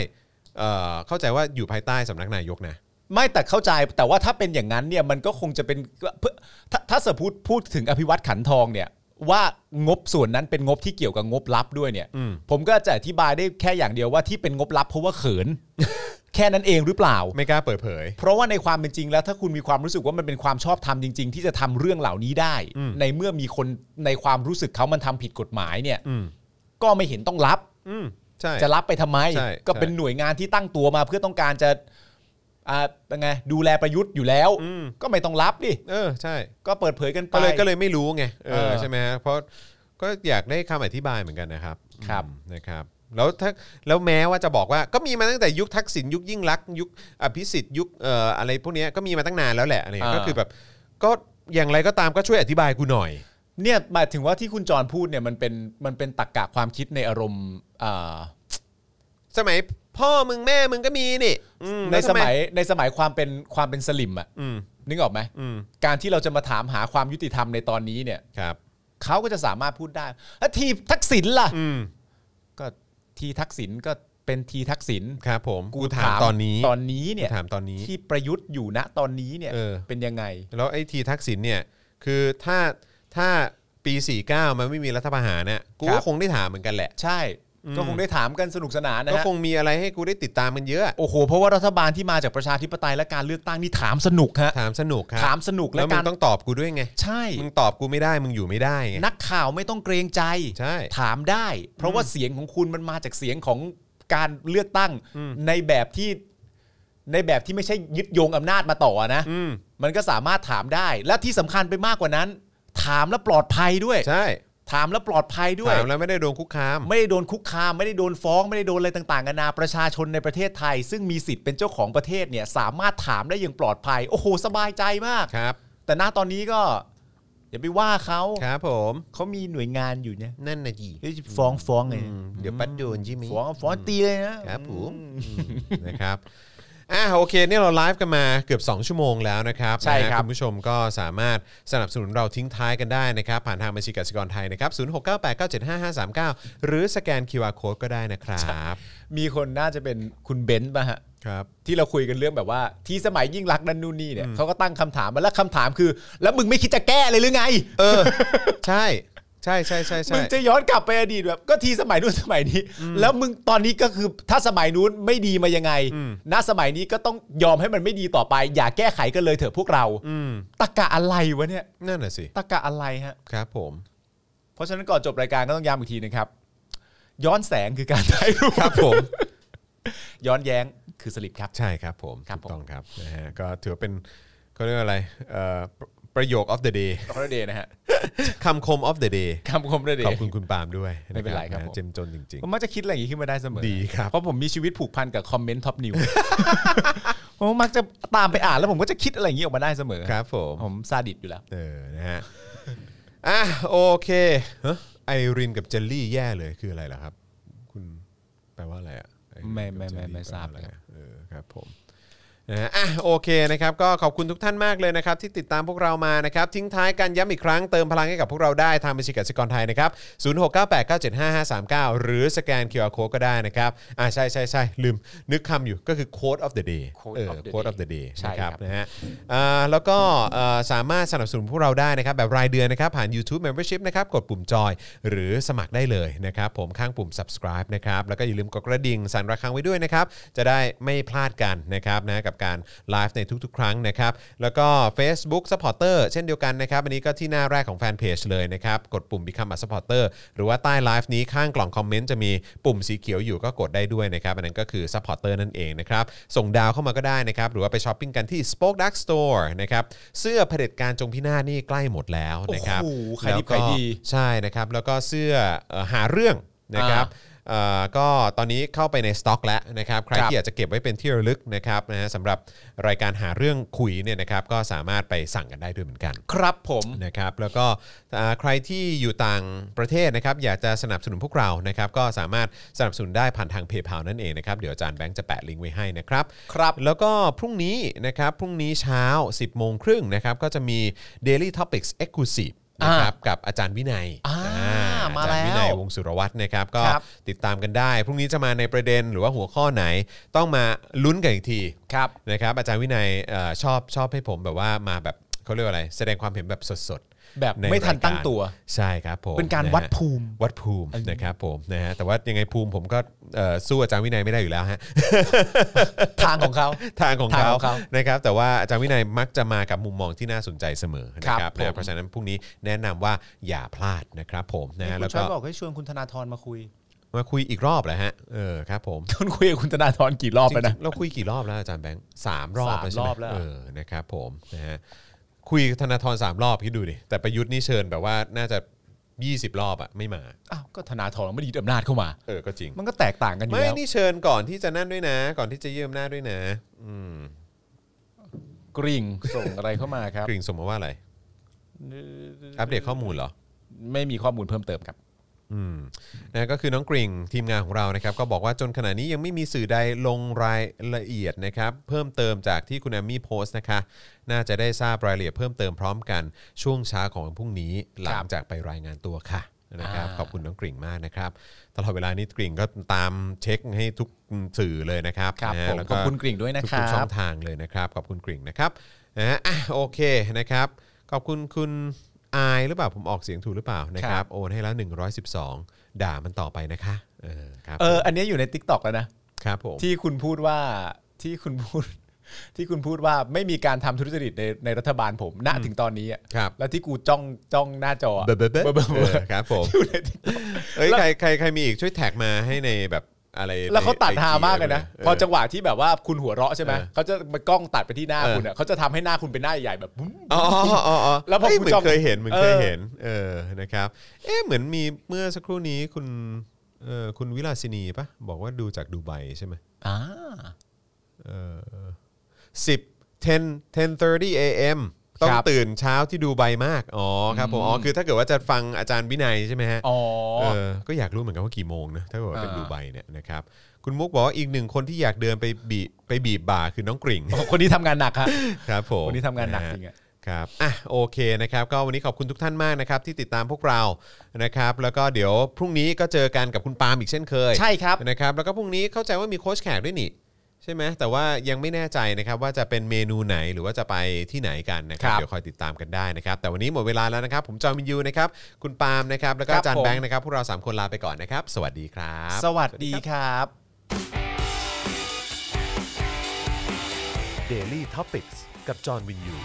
Speaker 2: เอ่อเข้าใจว่าอยู่ภายใต้สำนักนายกนะ
Speaker 3: ไม่แต่เข้าใจแต่ว่าถ้าเป็นอย่างนั้นเนี่ยมันก็คงจะเป็นเพื่อถ้าถ้าสมมติพูดถึงอภิวัตขันทองเนี่ยว่างบส่วนนั้นเป็นงบที่เกี่ยวกับงบลับด้วยเนี่ย
Speaker 2: อืม
Speaker 3: ผมก็จะอธิบายได้แค่อย่างเดียวว่าที่เป็นงบลับเพราะว่าเขิน แค่นั้นเองหรือเปล่า
Speaker 2: ไม่กล้าเปิดเผย
Speaker 3: เพราะว่าในความเป็นจริงแล้วถ้าคุณมีความรู้สึกว่ามันเป็นความชอบธรรมจริง ๆ ที่จะทำเรื่องเหล่านี้ได้
Speaker 2: อืม
Speaker 3: ในเมื่อมีคนในความรู้สึกเขามันทำผิดกฎหมายเนี่ย
Speaker 2: อืม
Speaker 3: ก็ไม่เห็นต้องรับ
Speaker 2: อืมใช่
Speaker 3: จะรับไปทำไม
Speaker 2: ใช่
Speaker 3: ก็
Speaker 2: ใช่
Speaker 3: เป็นหน่วยงานที่ตั้งตัวมา เพื่อต้องการจะอ่าเป็นไงดูแลประยุทธ์อยู่แล้ว
Speaker 2: อืม
Speaker 3: ก็ไม่ต้องรับดิ
Speaker 2: เออใช่
Speaker 3: ก็เปิดเผยกันไป
Speaker 2: ก็เลยก็เลยไม่รู้ไงเอ
Speaker 3: เอ
Speaker 2: อ
Speaker 3: อ
Speaker 2: ใช่ไหมฮะเพราะก็อยากได้คำอธิบายเหมือนกันนะครับ
Speaker 3: ครับ
Speaker 2: อืมนะครับ แล้วถ้าแล้วแม้ว่าจะบอกว่าก็มีมาตั้งแต่ยุคทักษิณยุคยิ่งรักษณ์ยุคอภิสิทธิ์ยุคเอ่ออะไรพวกเนี้ยก็มีมาตั้งนานแล้วแหละอะไรเงี้ยก็คือแบบก็อย่างไรก็ตามก็ช่วยอธิบายกูหน่อย
Speaker 3: เนี่ยหมายถึงว่าที่คุณจรพูดเนี่ยมันเป็นมันเป็นตรกกะความคิดในอารมณ์อ่า
Speaker 2: สมัยพ่อมึงแม่มึงก็มีนี่อื
Speaker 3: ใน
Speaker 2: แล้ว
Speaker 3: ส
Speaker 2: ทำไ
Speaker 3: มัยในสมัยความเป็นความเป็นสลิมอะ
Speaker 2: อืม
Speaker 3: นึกออกไหม
Speaker 2: อืม
Speaker 3: การที่เราจะมาถามหาความยุติธรรมในตอนนี้เนี่ย
Speaker 2: ครับ
Speaker 3: เขาก็จะสามารถพูดได้แล้วทีทักษิณล่ะ
Speaker 2: อืม
Speaker 3: ก็ทีทักษิณก็เป็นทีทักษิณ
Speaker 2: ครับผมกูถามตอนนี้
Speaker 3: ตอนนี้เนี่ย
Speaker 2: กูถามตอนนี้
Speaker 3: ที่ประยุทธ์อยู่ณตอนนี้เนี่ย
Speaker 2: เออ
Speaker 3: เป็นยังไง
Speaker 2: แล้วไอ้ทีทักษิณเนี่ยคือถ้าถ้าปี 49 มันไม่มีรัฐประหารเนี่ยกู
Speaker 3: ครั
Speaker 2: ก็
Speaker 3: บ
Speaker 2: คงได้ถามเหมือนกันแหละ
Speaker 3: ใช่ ก็คงได้ถามกันสนุกสนานนะ
Speaker 2: ก็
Speaker 3: ฮะ
Speaker 2: คงมีอะไรให้กูได้ติดตามกันเยอะ
Speaker 3: โอ้โห เพราะว่ารัฐบาลที่มาจากประชาธิปไตยและการเลือกตั้งนี่ถามสนุกฮะ
Speaker 2: ถามสนุกครับ
Speaker 3: ถามสนุก
Speaker 2: แล้
Speaker 3: และ
Speaker 2: วมึ
Speaker 3: กาง ร
Speaker 2: ต้องตอบกูด้วยไง
Speaker 3: ใช่
Speaker 2: มึงตอบกูไม่ได้มึงอยู่ไม่ได้ไง
Speaker 3: นักข่าวไม่ต้องเกรงใจ
Speaker 2: ใช่
Speaker 3: ถามได้ เพราะว่าเสียงของคุณมันมาจากเสียงของการเลือกตั้งในแบบที่ในแบบที่ไม่ใช่ยึดโยงอำนาจมาต่อนะ
Speaker 2: อืม
Speaker 3: มันก็สามารถถามได้ และที่สำคัญไปมากกว่านั้น ถามแล้วปลอดภัยด้วย
Speaker 2: ใช่
Speaker 3: ถามแล้วปลอดภัยด้วย
Speaker 2: ถามแล้วไม่ได้โดนคุกคาม
Speaker 3: ไม่ได้โดนคุกคามไม่ได้โดนฟ้อง ไม่ได้โดนอะไรต่างๆนานาประชาชนในประเทศไทย ซึ่งมีสิทธิ์เป็นเจ้าของประเทศเนี่ยสามารถถามได้อย่างปลอดภัย โอ้โห สบายใจมาก
Speaker 2: ครับ
Speaker 3: แต่ณตอนนี้ก็อย่าไปว่าเขา
Speaker 2: ครับผม
Speaker 3: เขามีหน่วยงานอยู่เนี่ย
Speaker 2: นั่นนะจี
Speaker 3: เฮ้ยฟ้องฟ้องไง
Speaker 2: เดี๋ยวปัดโดนใช่ไหม
Speaker 3: ฟ้องฟ้องตีเลยนะครับ
Speaker 2: ผมนะครับอ่ะโอเคเนี่ยเราไลฟ์กันมาเกือบ 2 ชั่วโมงแล้วนะครับ
Speaker 3: ใช่ค
Speaker 2: นะ
Speaker 3: รับ
Speaker 2: ฮะคุณผู้ชมก็สามารถสนับสนุนเราทิ้งท้ายกันได้นะครับ ผ่านทางบัญชีกสิกรไทยนะครับ0698975539 หรือสแกน QR Code ก็ได้นะครับ
Speaker 3: มีคนน่าจะเป็นคุณเบนซ์ป่ะฮะ
Speaker 2: ครับ
Speaker 3: ที่เราคุยกันเรื่องแบบว่า ที่สมัยยิ่งรักษณ์นั่นนู่นนี่เนี่ยเขาก็ตั้งคำถามมาแล้วคำถามคือ แล้วมึงไม่คิดจะแก้เลยหรือไง
Speaker 2: เออ ใช่ใช่ใช่ใช่ใช่
Speaker 3: มึงจะย้อนกลับไปอดีตแบบก็ทีสมัยนู้นสมัยนี้ แล้วมึงตอนนี้ก็คือถ้าสมัยนู้นไม่ดีมายังไงณสมัยนี้ก็ต้องยอมให้มันไม่ดีต่อไป อย่าแก้ไขกันเลยเถอะพวกเรา
Speaker 2: อืม
Speaker 3: ตะกะอะไรวะเนี่ย
Speaker 2: นั่นน่ะสิ
Speaker 3: ตะกะอะไรฮะ
Speaker 2: ครับผม
Speaker 3: เพราะฉะนั้นก่อนจบรายการก็ต้องย้ำอีกทีนะครับ ย้อนแสงคือการถ่ายรูป
Speaker 2: ครับผม
Speaker 3: ย้อนแย้งคือสลิปครับ
Speaker 2: ใช่ครับผม
Speaker 3: ครับ
Speaker 2: ถู
Speaker 3: ผม
Speaker 2: กต้องครับนะฮะก็ถือว่าเป็นเขาเรียกว่าอะไรเอ่อประประโยค of the day
Speaker 3: คอนเดย์นะฮะ
Speaker 2: คำคม of the day
Speaker 3: คำคมเลยเด
Speaker 2: ขอบ
Speaker 3: ย์
Speaker 2: คุณคุณปาล์มด้วย
Speaker 3: ไม่เป็นไรครับ
Speaker 2: ะ
Speaker 3: ผม
Speaker 2: เจมจนจริง
Speaker 3: ผมมักจะคิดอะไรอย่างนี้ขึ้นมาได้เสมอ
Speaker 2: ดีครับ
Speaker 3: เพราะผมมีชีวิตผูกพันกับคอมเมนต์ท็อปนิว ผมมักจะตามไปอ่านแล้วผมก็จะคิดอะไรอย่างนี้ออกมาได้เสมอ
Speaker 2: ๆ ครับผม
Speaker 3: ผมซาดิสอยู่แล้ว
Speaker 2: เออนะฮ ะอ่ะโอเคฮะไอรินกับเจลลี่แย่เลยคืออะไรล่ะครับ คุณแปลว่าอะไรอ่ะอ้
Speaker 3: ไม่
Speaker 2: กับ
Speaker 3: ไม่
Speaker 2: เจลลี่
Speaker 3: ไม่ไม่
Speaker 2: แปลว่
Speaker 3: ทราบ
Speaker 2: อะ
Speaker 3: เลยครับ
Speaker 2: อะเออครับผม นะฮะอ่ะโอเคนะครับก็ขอบคุณทุกท่านมากเลยนะครับที่ติดตามพวกเรามานะครับทิ้งท้ายกันย้ำอีกครั้งเติมพลังให้กับพวกเราได้ทางบัญชีกสิกรไทยนะครับ0698975539 หรือสแกน QR Code ก็ได้นะครับอ่าใช่ใช่ใช่ลืมนึกคำอยู่ก็คือ Code of the Day
Speaker 3: Code
Speaker 2: เออ
Speaker 3: of the
Speaker 2: Code
Speaker 3: Day
Speaker 2: of the Day
Speaker 3: ใช่
Speaker 2: นะค
Speaker 3: ครั
Speaker 2: รับบ นะฮะอ่าแล้วก็เอ่อสามารถสนับสนุนพวกเราได้นะครับแบบรายเดือนนะครับผ่าน YouTube Membership นะครับกดปุ่มจอยหรือสมัครได้เลยนะครับผมข้างปุ่ม subscribe นะครับแล้วก็อย่าลืมกดกระดิ่งสั่นระฆังไว้ด้วยนะครับจะได้ไม่พลาดกันนะครับนะกับการไลฟ์ในทุกๆ ครั้งนะครับแล้วก็ Facebook Supporter เช่นเดียวกันนะครับอันนี้ก็ที่หน้าแรกของแฟนเพจเลยนะครับกดปุ่ม Become a Supporter หรือว่าใต้ไลฟ์นี้ข้างกล่องคอมเมนต์จะมีปุ่มสีเขียวอยู่ก็กดได้ด้วยนะครับอันนั้นก็คือ Supporter นั่นเองนะครับส่งดาวเข้ามาก็ได้นะครับหรือว่าไปช้อปปิ้งกันที่ Spoke Dark Store นะครับเสื้อเผด็จการจงพินาศนี่ใกล้หมดแล้วนะครับ
Speaker 3: โอ้โหขายดิบ
Speaker 2: แล้วก็
Speaker 3: ขายดี
Speaker 2: ใช่นะครับแล้วก็เสื้อเอ่อหาเรื่องนะครับ เอ่อก็ตอนนี้เข้าไปในสต็อกแล้วนะครับ ใคร
Speaker 3: ครับ
Speaker 2: ที่อยากจะเก็บไว้เป็นที่ระลึกนะครับนะฮะสำหรับรายการหาเรื่องคุยเนี่ยนะครับก็สามารถไปสั่งกันได้ด้วยเหมือนกัน
Speaker 3: ครับผม
Speaker 2: นะครับแล้วก็อ่าใครที่อยู่ต่างประเทศนะครับอยากจะสนับสนุนพวกเรานะครับก็สามารถสนับสนุนได้ผ่านทางเพย์พานั่นเองนะครับเดี๋ยวอาจารย์แบงค์จะแปะลิงก์ไว้ให้นะครับ
Speaker 3: ครับ
Speaker 2: แล้วก็พรุ่งนี้นะครับพรุ่งนี้เช้า 10 โมงครึ่งนะครับก็จะมี Daily Topics Exclusive นะครับกับอาจารย์วินัย
Speaker 3: อ่า
Speaker 2: อ่
Speaker 3: มา
Speaker 2: อาจารย์วิ
Speaker 3: แล้
Speaker 2: นัยว วงศ์ วงศ์สุรวัตรนะครับก็
Speaker 3: ครับ
Speaker 2: ติดตามกันได้ พรุ่งนี้จะมาในประเด็นหรือว่าหัวข้อไหนต้องมาลุ้นกันอีกทีครับนะครับอาจารย์วินัยเอ่อชอบชอบให้ผมแบบว่ามาแบบเขาเรียกว่าอะไร แสดงความเห็นแบบสดๆ
Speaker 3: แบบ
Speaker 2: ใ
Speaker 3: ไม่ทัน
Speaker 2: รายาร
Speaker 3: ตั้งตัว
Speaker 2: ใช่ครับผม
Speaker 3: เป็นการ
Speaker 2: ะฮะ
Speaker 3: วัดภูมิ
Speaker 2: วัดภูมินะครับผมนะฮะแต่ว่ายังไงภูมิผมก็เอ่อสู้อาจารย์วินัยไม่ได้อยู่แล้วฮะ
Speaker 3: ทางของเขา
Speaker 2: ทางของ
Speaker 3: ทาง
Speaker 2: เขา
Speaker 3: ของเขา
Speaker 2: นะครับแต่ว่าอาจารย์วินัยมักจะมากับมุมมองที่น่าสนใจเสมอนะค
Speaker 3: ครั
Speaker 2: รับบ
Speaker 3: ผม
Speaker 2: นะเพราะฉะนั้นพรุ่งนี้แนะนำว่าอย่าพลาดนะครับผมนะฮะ
Speaker 3: คุ
Speaker 2: แล้ว
Speaker 3: ณชอ
Speaker 2: ก็
Speaker 3: ยบอกให้ชวนคุณธนาธรมาคุย
Speaker 2: มาคุยอีกรอบเหรอฮะเออครับผม
Speaker 3: คุณคุยกับคุณธนาธรกี่รอบแล้วนะ
Speaker 2: จริงๆเราคุยกี่รอบแล้วอาจารย์แบงค์สามรอบ
Speaker 3: สาม
Speaker 2: แล้วใช่ไหม
Speaker 3: รอบแล้ว
Speaker 2: เออนะครับผมนะฮะคุยกับธนาธรสามรอบคิดดูดิแต่ประยุทธ์นี่เชิญแบบว่าน่าจะ 20 รอบอะไม่มา
Speaker 3: อ้าวก็ธนาธรไม่ได้ยึดอำนาจเข้ามา
Speaker 2: เออก็จริง
Speaker 3: มันก็แตกต่างกันอยู่
Speaker 2: ไม่
Speaker 3: แล้ว
Speaker 2: นี่เชิญก่อนที่จะนั่นด้วยนะ ก่อนที่จะเยี่ยมหน้าจด้วยนะ อืม
Speaker 3: กริ่งส่งอะไรเข้ามาครับ
Speaker 2: กริ่งสมมาว่าอะไร อัปเดตข้อมูลเหรอ
Speaker 3: ไม่มีข้อมูลเพิ่มเติมครับ
Speaker 2: อืมนะก็คือน้องกริ่งทีมงานของเรานะครับ ก็บอกว่าจนขณะนี้ยังไม่มีสื่อใดลงรายละเอียดนะครับ เพิ่มเติมจากที่คุณแอมมี่โพสต์นะคะ น่าจะได้ทราบรายละเอียดเพิ่มเติมพร้อมกันช่วงเช้าของวันพรุ่งนี้หลังจากไปรายงานตัวค่ะนะครับ
Speaker 3: อ่า
Speaker 2: ขอบคุณน้องกริ่งมากนะครับ ตลอดเวลานี้กริ่งก็ตามเช็คให้ทุกสื่อเลยนะครับ
Speaker 3: ครับ
Speaker 2: นะฮะ
Speaker 3: ผม
Speaker 2: แล้ว
Speaker 3: ข
Speaker 2: ก็
Speaker 3: อบคุณกริ่งด้วยนะค
Speaker 2: ทุ
Speaker 3: รั
Speaker 2: กๆช่อบ งทางเลยนะครับ ขอบคุณกริ่งนะครับนะฮะอ่ะโอเคนะครับ ขอบคุณคุณอายหรือเปล่าผมออกเสียงถูกหรือเปล่านะค
Speaker 3: ครั
Speaker 2: รับ
Speaker 3: บ
Speaker 2: โอนให้แล้ว 112 ด่ามันต่อไปนะคะ เออครับ
Speaker 3: เอออันนี้อยู่ใน t ิ k t o k แล้วนะ
Speaker 2: ครับผม
Speaker 3: ที่คุณพูดว่าที่คุณพูด ที่คุณพูดว่าไม่มีการทำทุจริตในในรัฐบาลผมณถึงตอนนี้อะ
Speaker 2: ครับ
Speaker 3: แล้วที่กูจ้องจ้องหน้าจออะ
Speaker 2: เบอะเบอะเบอะ
Speaker 3: เบอะเบ
Speaker 2: เออ
Speaker 3: อะ
Speaker 2: ครับผม
Speaker 3: อยู่ใน TikTok
Speaker 2: เอ้ยใครใครใครมีอีกช่วยแท็กมาให้ในแบบอะไร
Speaker 3: แล้วเขาตัด
Speaker 2: ใน
Speaker 3: ฮามากเลยนะ
Speaker 2: IG
Speaker 3: พอจังหวะที่แบบว่าคุณหัวเราะใช่ไหม
Speaker 2: เออ
Speaker 3: เขาจะมากล้องตัดไปที่หน้าคุณอะเขาจะทำให้หน้าคุณเป็นหน้าใหญ่ๆแบบบุ้ม
Speaker 2: อ๋ออ๋ออ๋อ
Speaker 3: แล้วพอ
Speaker 2: เย
Speaker 3: คุ
Speaker 2: เห
Speaker 3: ณ
Speaker 2: มือ
Speaker 3: จอน ม
Speaker 2: เคยเห็นเหมือน
Speaker 3: เออ
Speaker 2: เคยเห็น เออนะครับ เอ๊ะเหมือนมีเมื่อสักครู่นี้คุณเออคุณวิลาสินีปะบอกว่าดูจากดูไบใช่ไหม
Speaker 3: อ่า
Speaker 2: 10 10 10:30 a.m. ต้อ
Speaker 3: ค
Speaker 2: ง
Speaker 3: รับ
Speaker 2: ตื่นเช้าที่ดูใบมาก อ๋อครับผม อ๋อ คือถ้าเกิดว่าจะฟังอาจารย์วินัยใช่ไหมฮะ
Speaker 3: อ๋อ
Speaker 2: เออก็อยากรู้เหมือนกันว่ากี่โมงนะถ้าเกิดว่าเป็น
Speaker 3: อ่า
Speaker 2: ดูใบเนี่ยนะครับ คุณมุกบอกว่าอีกหนึ่งคนที่อยากเดินไปบีบไปบีบบ่าคือน้องกริ่ง
Speaker 3: คนนี้ทำงานหนักครับ
Speaker 2: ครับผม
Speaker 3: คนนี้ทำงานหนัก
Speaker 2: ะฮะ
Speaker 3: จริงอะ
Speaker 2: ครับอ่ะโอเคนะครับ ก็วันนี้ขอบคุณทุกท่านมากนะครับ ที่ติดตามพวกเรานะครับ แล้วก็เดี๋ยวพรุ่งนี้ก็เจอกันกับคุณปาล์มอีกเช่นเคย
Speaker 3: ใช่ครับ
Speaker 2: นะครับแล้วก็พรุ่งนี้เข้าใจว่ามีโค้ชแขกด้วยนี่ใช่ไหมแต่ว่ายังไม่แน่ใจนะครับว่าจะเป็นเมนูไหนหรือว่าจะไปที่ไหนกันนะครับ
Speaker 3: ครับ
Speaker 2: เดี๋ยวคอยติดตามกันได้นะครับแต่วันนี้หมดเวลาแล้วนะครับ ผมจอมินยูนะครับคุณปาล์มนะครับแล้วก็
Speaker 3: ครับ
Speaker 2: อาจาร
Speaker 3: ผ
Speaker 2: ย์
Speaker 3: ม
Speaker 2: แบงค์นะครับพวกเราสามคนลาไปก่อนนะครับ สวัสดีครับ
Speaker 3: สวัสดีครับ
Speaker 1: Daily t o p i c กกับจอห์นวินยู